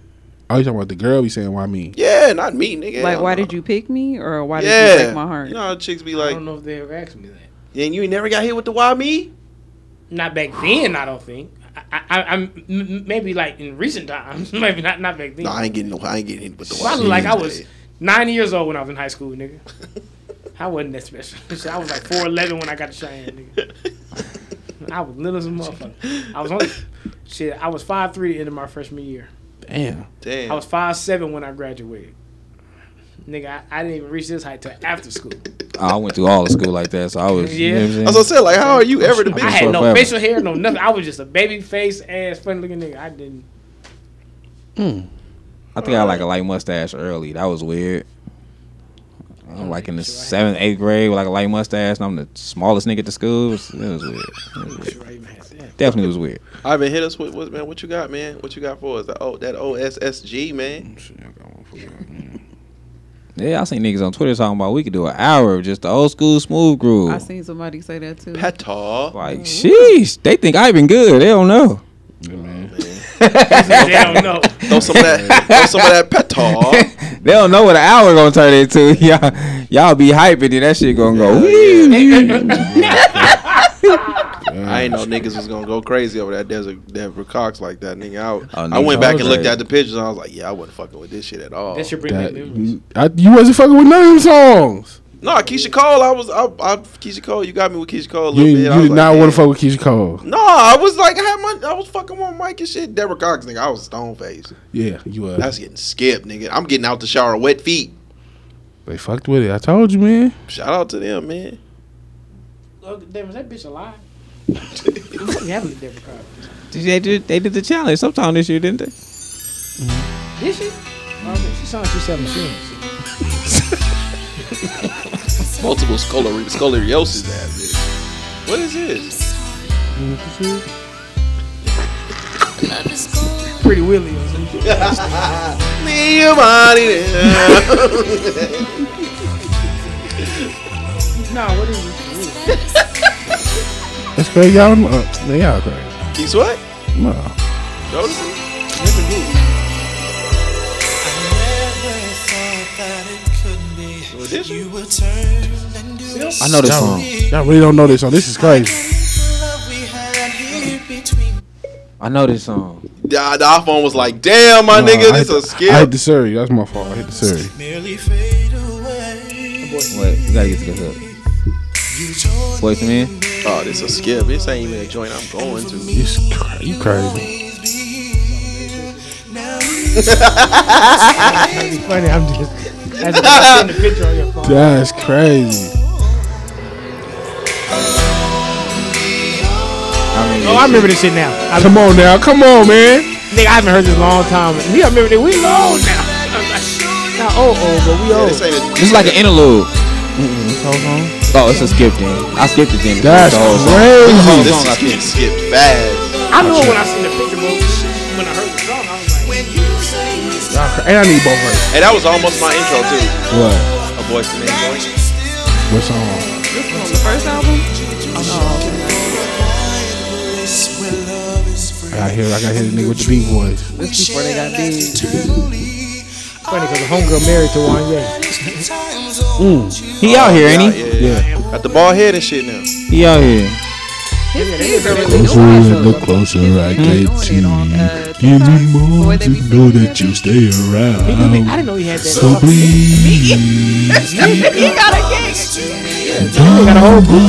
Speaker 3: Oh, you talking about the girl? Be saying why me?
Speaker 2: Yeah, not me, nigga.
Speaker 7: like,
Speaker 2: Hell
Speaker 7: why
Speaker 2: no.
Speaker 7: did you pick me, or why
Speaker 2: yeah.
Speaker 7: did you break my heart?
Speaker 2: You know how chicks be like,
Speaker 6: I don't know if they ever asked me that.
Speaker 2: "And you ain't never got hit with the why me?"
Speaker 6: Not back then, I don't think. I, I, I m- m- maybe like in recent times, maybe not not back then.
Speaker 2: No, I ain't getting no. I ain't getting hit with the
Speaker 6: I
Speaker 2: why.
Speaker 6: look
Speaker 2: me.
Speaker 6: like I was nine years old when I was in high school, nigga. I wasn't that special. Shit, I was like four eleven when I got to Cheyenne, nigga. I was little as a motherfucker. I was only shit. I was five three at the end of my freshman year.
Speaker 4: Damn.
Speaker 2: Damn.
Speaker 6: I was five seven when I graduated. Nigga, I, I didn't even reach this height till after school.
Speaker 4: I went through all the school like that, so I was.
Speaker 6: Yeah.
Speaker 4: You know what I'm saying?
Speaker 2: That's what I said. Like, how are
Speaker 6: Oh,
Speaker 2: you ever the
Speaker 4: I
Speaker 2: bitch?
Speaker 6: I had no
Speaker 4: Forever.
Speaker 6: facial hair, no nothing. I was just a baby face ass funny looking nigga. I didn't.
Speaker 4: I think I like a light mustache early. That was weird. I'm like in the seventh, eighth grade with like a light mustache, and I'm the smallest nigga at the school. It was, it was weird. It was weird. Definitely was weird.
Speaker 2: I haven't hit us with what man? What you got, man? What you got for us? The, oh, that OSSG, man.
Speaker 4: Yeah, I seen niggas on Twitter talking about we could do an hour of just the old school smooth groove.
Speaker 7: I seen somebody say that too.
Speaker 2: Petar.
Speaker 4: Like, sheesh, they think I been good. They don't know.
Speaker 6: they don't know.
Speaker 2: Throw some of that. throw some of that petar.
Speaker 4: They don't know what an hour gonna turn into. Y'all, y'all be hyping, and that shit gonna
Speaker 2: Oh,
Speaker 4: go.
Speaker 2: I ain't know niggas was gonna go crazy over that Desert Deborah Cox like that nigga. I,
Speaker 4: Oh,
Speaker 2: I
Speaker 4: nigga,
Speaker 2: went back
Speaker 4: I was
Speaker 2: and looked
Speaker 4: like-
Speaker 2: at the pictures. and I was like, yeah, I wasn't fucking with this shit at all.
Speaker 6: That should bring back memories.
Speaker 3: That, I, you wasn't fucking with none of them songs.
Speaker 2: No, Keisha Cole. I was. I, I Keisha Cole. You got me with Keisha Cole a
Speaker 3: You,
Speaker 2: little
Speaker 3: you
Speaker 2: bit.
Speaker 3: did
Speaker 2: I was like,
Speaker 3: not want
Speaker 2: "Damn."
Speaker 3: to fuck with Keisha Cole.
Speaker 2: No, I was like, I had my. I was fucking on Mike and shit. Deborah Cox, nigga. I was stone faced.
Speaker 3: Yeah, you was.
Speaker 2: That's getting skipped, nigga. I'm getting out the shower wet feet.
Speaker 3: they fucked with it. I told you, man.
Speaker 2: Shout out to them, man.
Speaker 6: Oh, damn, is that bitch alive? what fucking happened to Deborah Carter?
Speaker 4: They did, they did the challenge sometime this year, didn't they?
Speaker 6: Did she? Oh, she signed two seven machines.
Speaker 2: Multiple scolari- scoliosis, that bitch. What is this?
Speaker 6: Pretty Willie or some shit.
Speaker 2: Leave your body there.
Speaker 6: No, what is it?
Speaker 3: That's crazy. Y'all, uh, man, y'all crazy.
Speaker 2: Keith Sweat?
Speaker 3: No.
Speaker 2: Jodeci?
Speaker 4: I know this song.
Speaker 3: Y'all really don't know this song. This is crazy.
Speaker 4: I know this song.
Speaker 2: The, the iPhone was like, damn, my
Speaker 3: Nah,
Speaker 2: nigga,
Speaker 3: I
Speaker 2: this
Speaker 3: hit
Speaker 2: a
Speaker 3: the- I hit
Speaker 2: skip.
Speaker 3: the Surrey. That's my fault. I hit the Surrey.
Speaker 4: Wait, we gotta get to the hook. Boys to men.
Speaker 2: Oh, this a skip. This ain't even a joint I'm going to.
Speaker 3: It's cra- you crazy.
Speaker 6: That'd be funny. I'm just. I just seen the picture on your phone.
Speaker 3: That's crazy.
Speaker 6: Oh, I remember this shit now. I,
Speaker 3: Come on now. Come on, man.
Speaker 6: nigga, I haven't heard this in a long time. We remember that. We old now. Not old, old, but we old.
Speaker 2: This ain't a,
Speaker 4: This is like an interlude. Oh, it's a skip then. I skipped it then.
Speaker 3: That's
Speaker 4: The whole song. The
Speaker 3: crazy.
Speaker 4: whole
Speaker 2: this is
Speaker 4: song I skipped.
Speaker 2: getting skipped fast.
Speaker 6: I know when I seen the picture, but when I heard the song, I was like,
Speaker 3: Y'all cra- and I need both verses.
Speaker 2: And that was almost my intro, too.
Speaker 3: What?
Speaker 2: A voice to man voice.
Speaker 3: What song?
Speaker 7: On the first album, Oh,
Speaker 3: I got here. I got hit a nigga with the beat voice.
Speaker 7: this before they got big.
Speaker 6: funny because the homegirl married to Wanye.
Speaker 4: He out here, ain't he?
Speaker 2: Yeah, yeah, yeah. Got the bald head and shit now.
Speaker 4: He out here.
Speaker 7: His kids are really doing it.
Speaker 3: the closer I get to
Speaker 7: Doing it on uh,
Speaker 3: Give
Speaker 7: TikTok.
Speaker 3: me
Speaker 7: The
Speaker 3: more
Speaker 7: way they
Speaker 3: to
Speaker 7: be
Speaker 3: know
Speaker 7: singing
Speaker 3: that you stay
Speaker 6: He do be-
Speaker 3: around.
Speaker 6: I didn't know he had that.
Speaker 3: Um, So please,
Speaker 7: it. He got a gig.
Speaker 3: got a whole group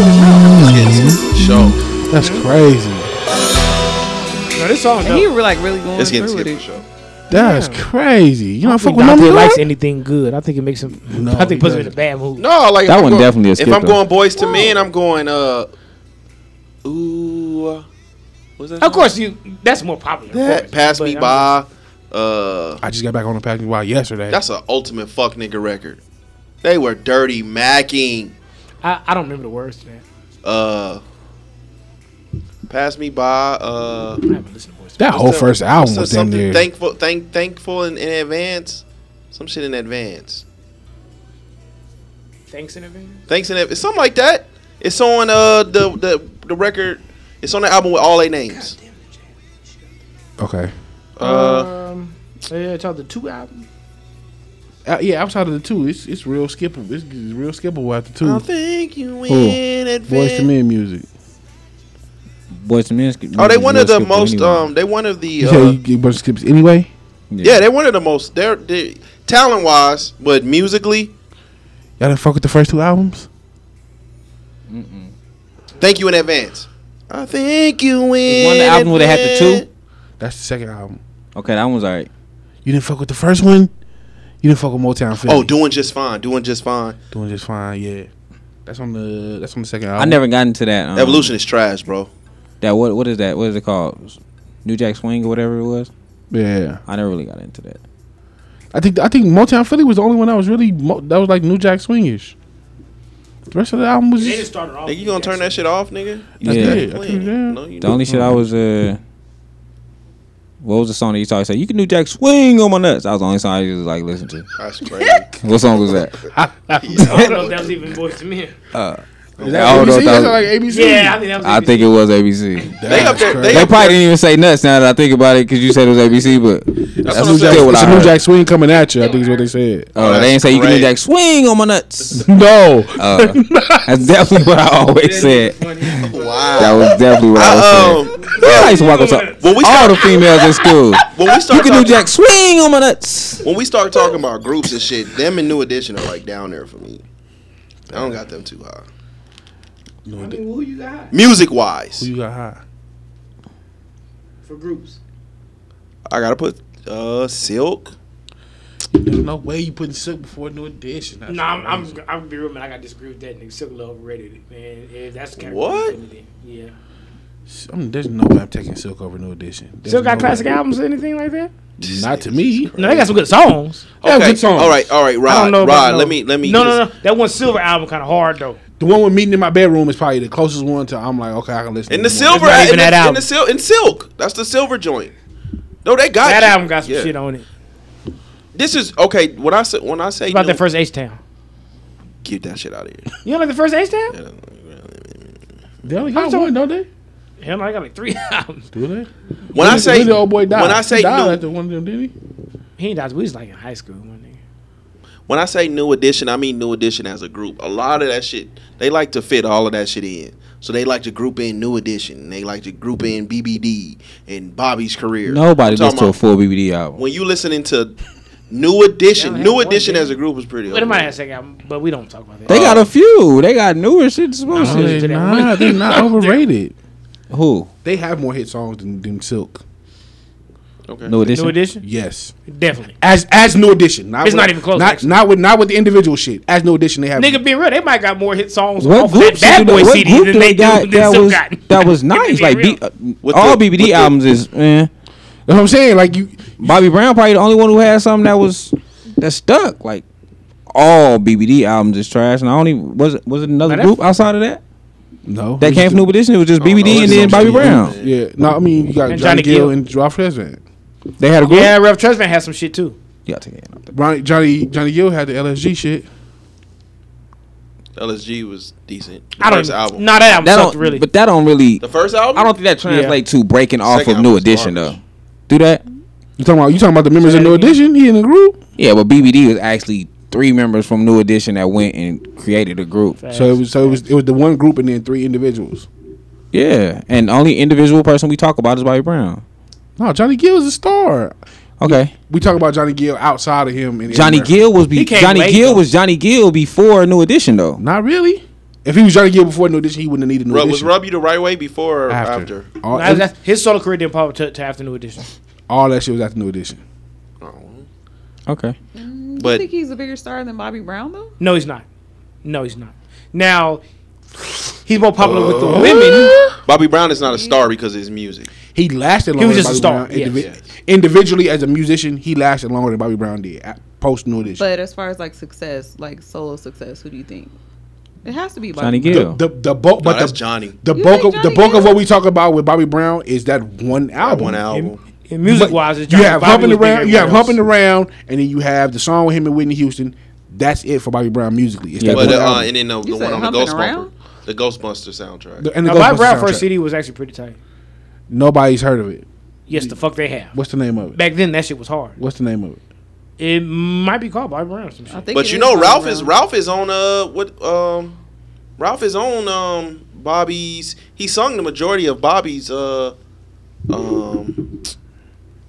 Speaker 4: Mm-hmm.
Speaker 2: Show.
Speaker 3: That's crazy.
Speaker 6: No, this song
Speaker 7: And he
Speaker 6: dope.
Speaker 7: were like really going
Speaker 2: It's
Speaker 7: through
Speaker 2: getting
Speaker 7: with
Speaker 2: skipped
Speaker 7: it.
Speaker 2: for sure.
Speaker 3: That's crazy. You don't fuck
Speaker 6: He
Speaker 3: with none of
Speaker 6: Dante
Speaker 3: them.
Speaker 6: likes anything good. I think it makes him.
Speaker 3: No,
Speaker 6: I think
Speaker 3: he
Speaker 6: puts him in a
Speaker 3: doesn't.
Speaker 6: bad mood.
Speaker 2: No, like
Speaker 4: That
Speaker 2: if I'm
Speaker 4: one
Speaker 2: going-
Speaker 4: definitely a skip,
Speaker 2: If I'm
Speaker 4: though.
Speaker 2: going boys to men, I'm going uh, ooh, what's that?
Speaker 6: Of course, you. That's more popular. of
Speaker 2: Pa-
Speaker 6: course,
Speaker 2: pass
Speaker 6: but
Speaker 2: me
Speaker 6: I'm-
Speaker 2: by. Uh,
Speaker 3: I just got back on the package wild yesterday.
Speaker 2: that's an ultimate fuck nigga record. They were dirty macking.
Speaker 6: I, I don't remember the words to that.
Speaker 2: Uh, Pass Me By. Uh,
Speaker 3: That whole first album was damn
Speaker 2: something
Speaker 3: near.
Speaker 2: thankful, thank, thankful in, in advance. Some shit in advance.
Speaker 6: Thanks in advance.
Speaker 2: Thanks in advance. It's something like that. It's on uh the the, the record. It's on the album with all they names.
Speaker 3: Okay.
Speaker 2: Uh,
Speaker 6: um, yeah, it's all the two album.
Speaker 3: Uh, yeah, outside of the two, it's it's real skippable. It's, it's real skippable after
Speaker 4: hmm.
Speaker 3: two.
Speaker 2: I think you
Speaker 3: Who?
Speaker 2: in advance.
Speaker 3: Voice to Men music.
Speaker 4: Boys to men.
Speaker 2: Oh, they one of the most. Um, they one of the.
Speaker 3: You
Speaker 2: Uh,
Speaker 3: say you get a bunch of skips anyway.
Speaker 2: yeah. they one of the most. They're, they talent wise, but musically,
Speaker 3: Y'all didn't fuck with the first two albums.
Speaker 2: thank you in advance. I thank you in.
Speaker 4: One of the album where they had the
Speaker 2: advance.
Speaker 4: two.
Speaker 3: That's the second album.
Speaker 4: Okay, that one's alright.
Speaker 3: You didn't fuck with the first one. You didn't fuck with Motown. Philly.
Speaker 2: Oh, doing just fine. Doing just fine.
Speaker 4: Uh-huh.
Speaker 3: doing just fine. Yeah, that's on the that's on the second album.
Speaker 4: I never got into that. um,
Speaker 2: Evolution is trash, bro.
Speaker 4: That what what is that? What is it called? New Jack Swing or whatever it was.
Speaker 3: Yeah,
Speaker 4: I never really got into that.
Speaker 3: I think I think Motown Philly was the only one that was really mo- that was like New Jack Swingish. The rest of the album was
Speaker 6: They
Speaker 3: just,
Speaker 6: just started off.
Speaker 2: Nigga, you gonna turn that shit off, nigga?
Speaker 4: Yeah.
Speaker 3: Yeah, I think, yeah.
Speaker 2: No, you
Speaker 4: The only
Speaker 2: not.
Speaker 4: shit I was uh, what was the song that you always say? You can do Jack Swing on my nuts. That was the only song I used to like listen to.
Speaker 2: That's crazy.
Speaker 4: What song was that?
Speaker 6: I don't know if that was even voice to me.
Speaker 3: Is
Speaker 4: I
Speaker 3: that
Speaker 4: don't know
Speaker 3: ABC?
Speaker 4: if that
Speaker 3: That's
Speaker 4: was-
Speaker 3: like ABC.
Speaker 6: Yeah, I think that was.
Speaker 4: I
Speaker 6: even-
Speaker 4: think it was ABC.
Speaker 2: They up there. They,
Speaker 4: They
Speaker 2: up
Speaker 4: probably didn't even say nuts now that I think about it because you said it was ABC, but uh,
Speaker 2: what
Speaker 4: that's,
Speaker 2: I'm
Speaker 4: still
Speaker 2: saying.
Speaker 4: what
Speaker 3: It's
Speaker 4: I
Speaker 3: a New
Speaker 4: heard.
Speaker 3: Jack Swing coming at you. I think is what they said.
Speaker 4: Oh,
Speaker 2: Oh,
Speaker 4: they ain't say you can do
Speaker 2: great.
Speaker 4: Jack Swing on my nuts.
Speaker 3: No,
Speaker 4: Uh, that's definitely what I always said.
Speaker 2: there. Wow.
Speaker 4: That was definitely what I was saying.
Speaker 2: um,
Speaker 4: Yeah, I used to walk up to
Speaker 2: when we
Speaker 4: all
Speaker 2: start,
Speaker 4: the females in school.
Speaker 2: when we
Speaker 4: You
Speaker 2: start
Speaker 4: can do
Speaker 2: talking,
Speaker 4: Jack Swing on my nuts.
Speaker 2: when we start talking about groups and shit, them and New Edition are like down there for me. I don't got them too high.
Speaker 6: I mean, who you got
Speaker 2: Music wise,
Speaker 3: you got high.
Speaker 6: for groups?
Speaker 2: I gotta put uh Silk.
Speaker 3: There's no way you putting silk before New Edition. That's
Speaker 6: No, I'm, I'm,
Speaker 3: crazy.
Speaker 6: I'm gonna be real, man. I gotta disagree with that nigga. Silk Love overrated, man. If that's the kind of
Speaker 2: What?
Speaker 6: group, then- Yeah.
Speaker 3: I mean, there's no way I'm taking silk over New Edition. There's
Speaker 6: Silk got
Speaker 3: no
Speaker 6: classic
Speaker 3: way.
Speaker 6: albums or anything like that?
Speaker 3: Not to me.
Speaker 6: No, they got some good songs.
Speaker 3: They have good songs.
Speaker 2: All right, all right, Rod.
Speaker 6: I don't know. about
Speaker 2: Rod,
Speaker 6: no-
Speaker 2: let me let me.
Speaker 6: No, no, no. That one Silver album kind of hard though.
Speaker 3: The one with meeting in my bedroom is probably the closest one to I'm like, okay, I can listen.
Speaker 2: In
Speaker 3: to
Speaker 2: the
Speaker 3: more.
Speaker 2: silver,
Speaker 6: not
Speaker 2: in
Speaker 6: even
Speaker 2: the,
Speaker 6: that
Speaker 2: in
Speaker 6: album.
Speaker 2: the sil- in Silk. That's the silver joint. No, they got
Speaker 6: That
Speaker 2: you.
Speaker 6: album got some
Speaker 2: Yeah.
Speaker 6: shit on it.
Speaker 2: This is okay. When I say when I say
Speaker 6: What about
Speaker 2: new-
Speaker 6: that first H Town?
Speaker 2: get that shit out of here.
Speaker 6: You don't like the first H Town?
Speaker 3: They only got
Speaker 6: I'm talking-
Speaker 3: one, don't they?
Speaker 6: Hell, no, I got like three albums.
Speaker 3: Do they?
Speaker 2: When I say
Speaker 3: the old boy
Speaker 2: when
Speaker 3: died.
Speaker 2: I say
Speaker 3: he died
Speaker 2: new,
Speaker 3: after one of them, didn't he?
Speaker 6: He ain't died. We was like in high school, my nigga.
Speaker 2: When I say new edition, I mean new edition as a group. A lot of that shit, they like to fit all of that shit in. So they like to group in new edition. and They like to group in BBD and Bobby's career.
Speaker 4: Nobody
Speaker 2: I'm talking
Speaker 4: listens to a
Speaker 2: about
Speaker 4: full BBD album.
Speaker 2: When you listening to new edition,
Speaker 6: They only
Speaker 2: new
Speaker 6: had one,
Speaker 2: edition
Speaker 6: didn't
Speaker 2: as a group is pretty.
Speaker 6: Well, they might
Speaker 2: overrated.
Speaker 6: have a second album, but we don't talk about that.
Speaker 4: They got a few. They got newer shit. Supposed
Speaker 3: No,
Speaker 4: to.
Speaker 3: they're
Speaker 6: to that
Speaker 3: not.
Speaker 6: one.
Speaker 3: They're not overrated.
Speaker 4: Who?
Speaker 3: They have more hit songs than, than Silk.
Speaker 4: No edition.
Speaker 6: New edition?
Speaker 3: Yes,
Speaker 6: Definitely.
Speaker 3: as as New Edition. Not
Speaker 6: It's
Speaker 3: with-
Speaker 6: not even close,
Speaker 3: Not,
Speaker 6: actually.
Speaker 3: not with not with the individual shit. As New Edition, they have.
Speaker 6: Nigga, being real, they might got more hit songs
Speaker 4: What
Speaker 6: off
Speaker 4: group
Speaker 6: that Bad Boy
Speaker 4: what
Speaker 6: CD
Speaker 4: group
Speaker 6: than
Speaker 4: do
Speaker 6: they do
Speaker 4: got
Speaker 6: than
Speaker 4: that
Speaker 6: Silk
Speaker 4: was
Speaker 6: got.
Speaker 4: that was
Speaker 6: If
Speaker 4: nice?
Speaker 6: they
Speaker 4: Like
Speaker 6: real.
Speaker 4: B, uh, all
Speaker 2: the-
Speaker 4: BBD
Speaker 2: with the-
Speaker 4: albums is. Eh.
Speaker 3: That's what I'm saying. Like you,
Speaker 4: Bobby Brown probably the only one who had something that was that stuck. Like all BBD albums is trash, and I only was it, was it another
Speaker 6: Now that-
Speaker 4: group outside of that
Speaker 3: no,
Speaker 4: that came from New Edition. It was just BBD and then Bobby Brown.
Speaker 3: Yeah, no, I mean you got
Speaker 6: And
Speaker 3: Johnny,
Speaker 6: Johnny
Speaker 3: Gill
Speaker 6: Gill.
Speaker 3: and Ralph Tresvant.
Speaker 4: They had a group.
Speaker 6: Yeah, Rev Tresvant had some shit too.
Speaker 4: You gotta take it out.
Speaker 3: Ronnie, Johnny Johnny Gill had the LSG shit.
Speaker 2: LSG was decent. The
Speaker 6: I don't.
Speaker 2: first album.
Speaker 6: Not that album
Speaker 4: That
Speaker 6: sucked
Speaker 4: don't
Speaker 6: really.
Speaker 4: really, but that don't really.
Speaker 2: the first album.
Speaker 4: I don't think that translates to breaking off
Speaker 2: Second
Speaker 4: of New
Speaker 2: album's
Speaker 4: Edition
Speaker 2: garbage.
Speaker 4: though. Do that?
Speaker 3: You talking about you talking about the members of New Edition? He in the group,
Speaker 4: Yeah, but BBD was actually three members from New Edition that went and created a group.
Speaker 3: so it was so it was it was the one group and then three individuals.
Speaker 4: Yeah, and the only individual person we talk about is Bobby Brown.
Speaker 3: No, Johnny Gill is a star.
Speaker 4: Okay,
Speaker 3: We talk about Johnny Gill outside of him and
Speaker 4: Johnny
Speaker 3: everywhere.
Speaker 4: Gill was be,
Speaker 6: He came
Speaker 4: Johnny
Speaker 6: late,
Speaker 4: Gill
Speaker 6: though.
Speaker 4: was Johnny Gill before New Edition though.
Speaker 3: Not really. If he was Johnny Gill before New Edition, he wouldn't have needed New
Speaker 2: Rub, was
Speaker 3: Edition.
Speaker 2: Rub You the Right Way before or after?
Speaker 3: All,
Speaker 6: Nah, that's- his solo career didn't pop up to, to after New Edition.
Speaker 3: all that shit was after New Edition.
Speaker 4: Okay,
Speaker 7: I
Speaker 2: But
Speaker 7: think he's a bigger star than Bobby Brown though.
Speaker 6: No, he's not. No, he's not. Now, he's more popular with the
Speaker 3: Uh,
Speaker 6: women.
Speaker 2: Bobby Brown is not a star because of his music.
Speaker 3: He lasted longer
Speaker 6: He was
Speaker 3: than
Speaker 6: just a
Speaker 3: Bobby
Speaker 6: star,
Speaker 3: Brown.
Speaker 6: yes.
Speaker 3: Indivi- Individually, as a musician, he lasted longer than Bobby Brown did post New Edition.
Speaker 7: But as far as like success, like solo success, who do you think? It has to be
Speaker 4: Johnny Gill.
Speaker 3: The, the, the bulk, but
Speaker 2: that's
Speaker 3: the,
Speaker 2: Johnny.
Speaker 3: The
Speaker 7: You
Speaker 3: bulk,
Speaker 7: think
Speaker 3: of, the
Speaker 7: Johnny
Speaker 3: bulk of
Speaker 7: Gill?
Speaker 3: what we talk about with Bobby Brown is that one album.
Speaker 2: one album.
Speaker 6: And music wise, it's
Speaker 3: you
Speaker 6: Johnny
Speaker 3: have
Speaker 6: Bobby
Speaker 3: humping
Speaker 6: was bigger
Speaker 3: around,
Speaker 6: than
Speaker 3: you have
Speaker 6: everyone
Speaker 3: humping around, and then you have the song with him and Whitney Houston. That's it for Bobby Brown musically. It's
Speaker 4: Yeah,
Speaker 3: that
Speaker 2: Well,
Speaker 3: one
Speaker 2: the, uh,
Speaker 3: album.
Speaker 2: and then the, the
Speaker 7: said
Speaker 2: one on the
Speaker 7: Humpin'
Speaker 2: Ghostbuster,
Speaker 7: Around?
Speaker 2: the Ghostbuster soundtrack.
Speaker 3: The- and the
Speaker 6: else. Now, Bobby
Speaker 3: Ghostbusters
Speaker 6: Brown's
Speaker 3: soundtrack.
Speaker 6: first CD was actually pretty tight.
Speaker 3: Nobody's heard of it.
Speaker 6: Yes, the fuck they have.
Speaker 3: What's the name of it?
Speaker 6: Back then, that shit was hard.
Speaker 3: What's the name of it?
Speaker 6: It might be called Bobby Brown. or Some
Speaker 7: I
Speaker 6: shit.
Speaker 7: think
Speaker 2: but
Speaker 7: it
Speaker 2: you
Speaker 7: is
Speaker 2: know,
Speaker 7: Bobby
Speaker 2: Ralph is
Speaker 7: Brown.
Speaker 2: Ralph is on uh what um, Ralph is on um Bobby's. He sung the majority of Bobby's uh um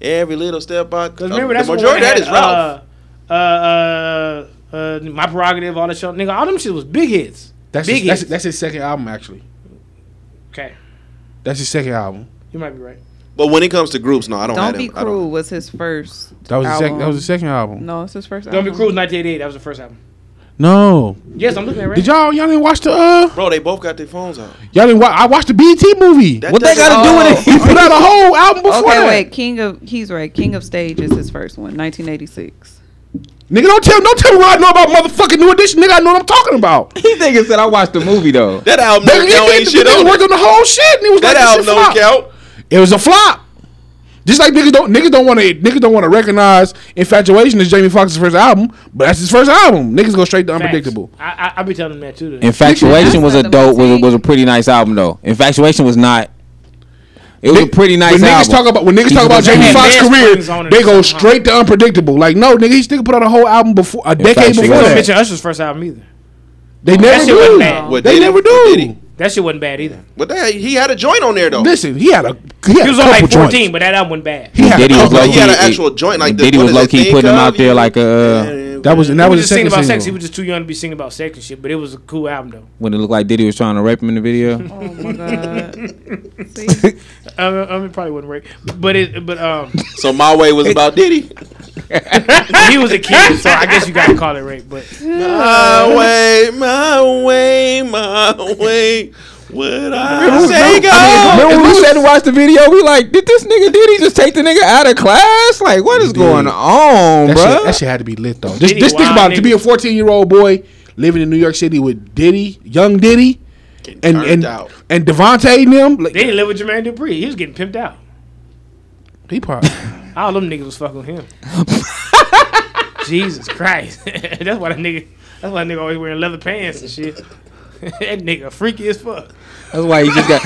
Speaker 2: every little step I. uh,
Speaker 6: Because remember, that's
Speaker 2: the
Speaker 6: when
Speaker 2: majority
Speaker 6: we
Speaker 2: that
Speaker 6: had,
Speaker 2: is Ralph.
Speaker 6: Uh, uh, uh, uh, my prerogative, all that shit, nigga. All them shit was big hits.
Speaker 3: That's
Speaker 6: big
Speaker 3: his, that's,
Speaker 6: hits.
Speaker 3: that's his second album actually.
Speaker 6: okay,
Speaker 3: That's his second album.
Speaker 6: you might be right.
Speaker 2: but when it comes to groups, no, I don't. have
Speaker 7: Don't be
Speaker 2: them. I don't-
Speaker 7: cruel was his first.
Speaker 3: That was his
Speaker 7: album.
Speaker 3: second. That was his second album.
Speaker 7: No, it's his first.
Speaker 6: Don't be
Speaker 7: album.
Speaker 6: cruel. 1988. That was the first album.
Speaker 3: No,
Speaker 6: Yes, I'm looking at it right.
Speaker 3: did y'all y'all didn't watch the uh
Speaker 2: Bro, they both got their phones out.
Speaker 3: y'all didn't wa- I watched the BT movie.
Speaker 2: That Oh.
Speaker 4: What they
Speaker 2: doesn't-
Speaker 4: gotta do with
Speaker 3: He
Speaker 4: it?
Speaker 3: put out a whole album before
Speaker 7: Okay,
Speaker 3: that.
Speaker 7: wait. King of he's right. King of Stage is his first one, 1986.
Speaker 3: Nigga, don't tell don't tell me what I know about motherfucking New Edition. Nigga, I know what I'm talking about.
Speaker 4: He thinking said I watched the movie though.
Speaker 2: That album
Speaker 3: Nigga,
Speaker 2: don't
Speaker 3: he
Speaker 2: count ain't
Speaker 3: did- the
Speaker 2: shit
Speaker 3: nigga
Speaker 2: on it.
Speaker 3: worked on the whole shit. And it was
Speaker 2: That
Speaker 3: like,
Speaker 2: album
Speaker 3: this shit
Speaker 2: don't
Speaker 3: flop.
Speaker 2: count.
Speaker 3: It was a flop. Just like niggas don't niggas don't want to niggas don't want to recognize infatuation as Jamie Foxx's first album, but that's his first album. Niggas go straight to
Speaker 6: Facts.
Speaker 3: unpredictable.
Speaker 6: I, I I be telling them that too. though.
Speaker 4: Infatuation was a
Speaker 7: That's not the
Speaker 4: dope was a,
Speaker 7: movie.
Speaker 4: was a pretty nice album though. Infatuation was not. It was a
Speaker 3: Nigg-
Speaker 4: pretty nice
Speaker 3: when
Speaker 4: album.
Speaker 3: Niggas talk about when niggas
Speaker 4: He
Speaker 3: talk about
Speaker 4: was a
Speaker 3: Jamie
Speaker 4: man.
Speaker 3: Foxx's
Speaker 6: Mad Springs on
Speaker 3: career,
Speaker 6: it Uh-huh.
Speaker 3: they go
Speaker 6: somehow.
Speaker 3: straight to unpredictable. Like no, nigga, he still put out a whole album before a decade
Speaker 4: Infatuation.
Speaker 3: before
Speaker 6: Niggas don't
Speaker 4: Yeah.
Speaker 6: mention
Speaker 3: that.
Speaker 6: Usher's first album either.
Speaker 3: They never
Speaker 6: shit wasn't bad.
Speaker 3: do.
Speaker 2: What,
Speaker 3: They
Speaker 2: Diddy?
Speaker 3: never
Speaker 2: What,
Speaker 3: do.
Speaker 2: Diddy?
Speaker 6: That shit wasn't bad either.
Speaker 2: But that, he had a joint on there though.
Speaker 3: Listen, he had a he had
Speaker 6: He was
Speaker 3: a
Speaker 6: on
Speaker 3: couple
Speaker 6: like 14,
Speaker 3: joints.
Speaker 6: but that album wasn't bad.
Speaker 3: He had
Speaker 4: Diddy
Speaker 3: a
Speaker 4: was
Speaker 3: couple.
Speaker 2: Like,
Speaker 4: low
Speaker 2: he had an
Speaker 4: key-
Speaker 2: actual joint like this.
Speaker 4: Diddy
Speaker 2: What
Speaker 4: was
Speaker 2: is that
Speaker 4: low key
Speaker 2: thing
Speaker 4: putting him
Speaker 2: called?
Speaker 4: out there like a uh,
Speaker 3: That was and
Speaker 6: He
Speaker 3: that
Speaker 6: was
Speaker 3: was
Speaker 6: just
Speaker 3: the
Speaker 6: singing
Speaker 3: second
Speaker 6: about sex. He
Speaker 3: single.
Speaker 6: was just too young to be singing about sex and shit. But it was a cool album though.
Speaker 4: when it looked like Diddy was trying to rape him in the video.
Speaker 7: Oh my god. See,
Speaker 6: Uh, um, it probably wouldn't work. But it, but um,
Speaker 2: So my way was about Diddy.
Speaker 6: he was a kid, so I guess you gotta call it rape. But
Speaker 2: My way, my way, my way. What I say go.
Speaker 4: Remember when we sat and watched the video? We like, did this nigga Diddy just take the nigga out of class? Like, what is going
Speaker 3: That
Speaker 4: on,
Speaker 3: shit, that
Speaker 4: bro?
Speaker 3: shit had to be lit though. Just,
Speaker 6: Diddy
Speaker 3: just think
Speaker 6: wild
Speaker 3: about it. To
Speaker 6: nigga.
Speaker 3: be a 14 year old boy living in New York City with Diddy, young Diddy, and
Speaker 2: turned
Speaker 3: and
Speaker 2: out.
Speaker 3: and Devontae and them.
Speaker 6: they
Speaker 3: Like,
Speaker 6: didn't live with Jermaine Dupri. He was getting pimped out.
Speaker 3: he probably
Speaker 6: All them niggas was fucking with him. Jesus Christ, that's why that nigga. That's why that nigga always wearing leather pants and shit. that nigga freaky as fuck.
Speaker 4: That's why he just got.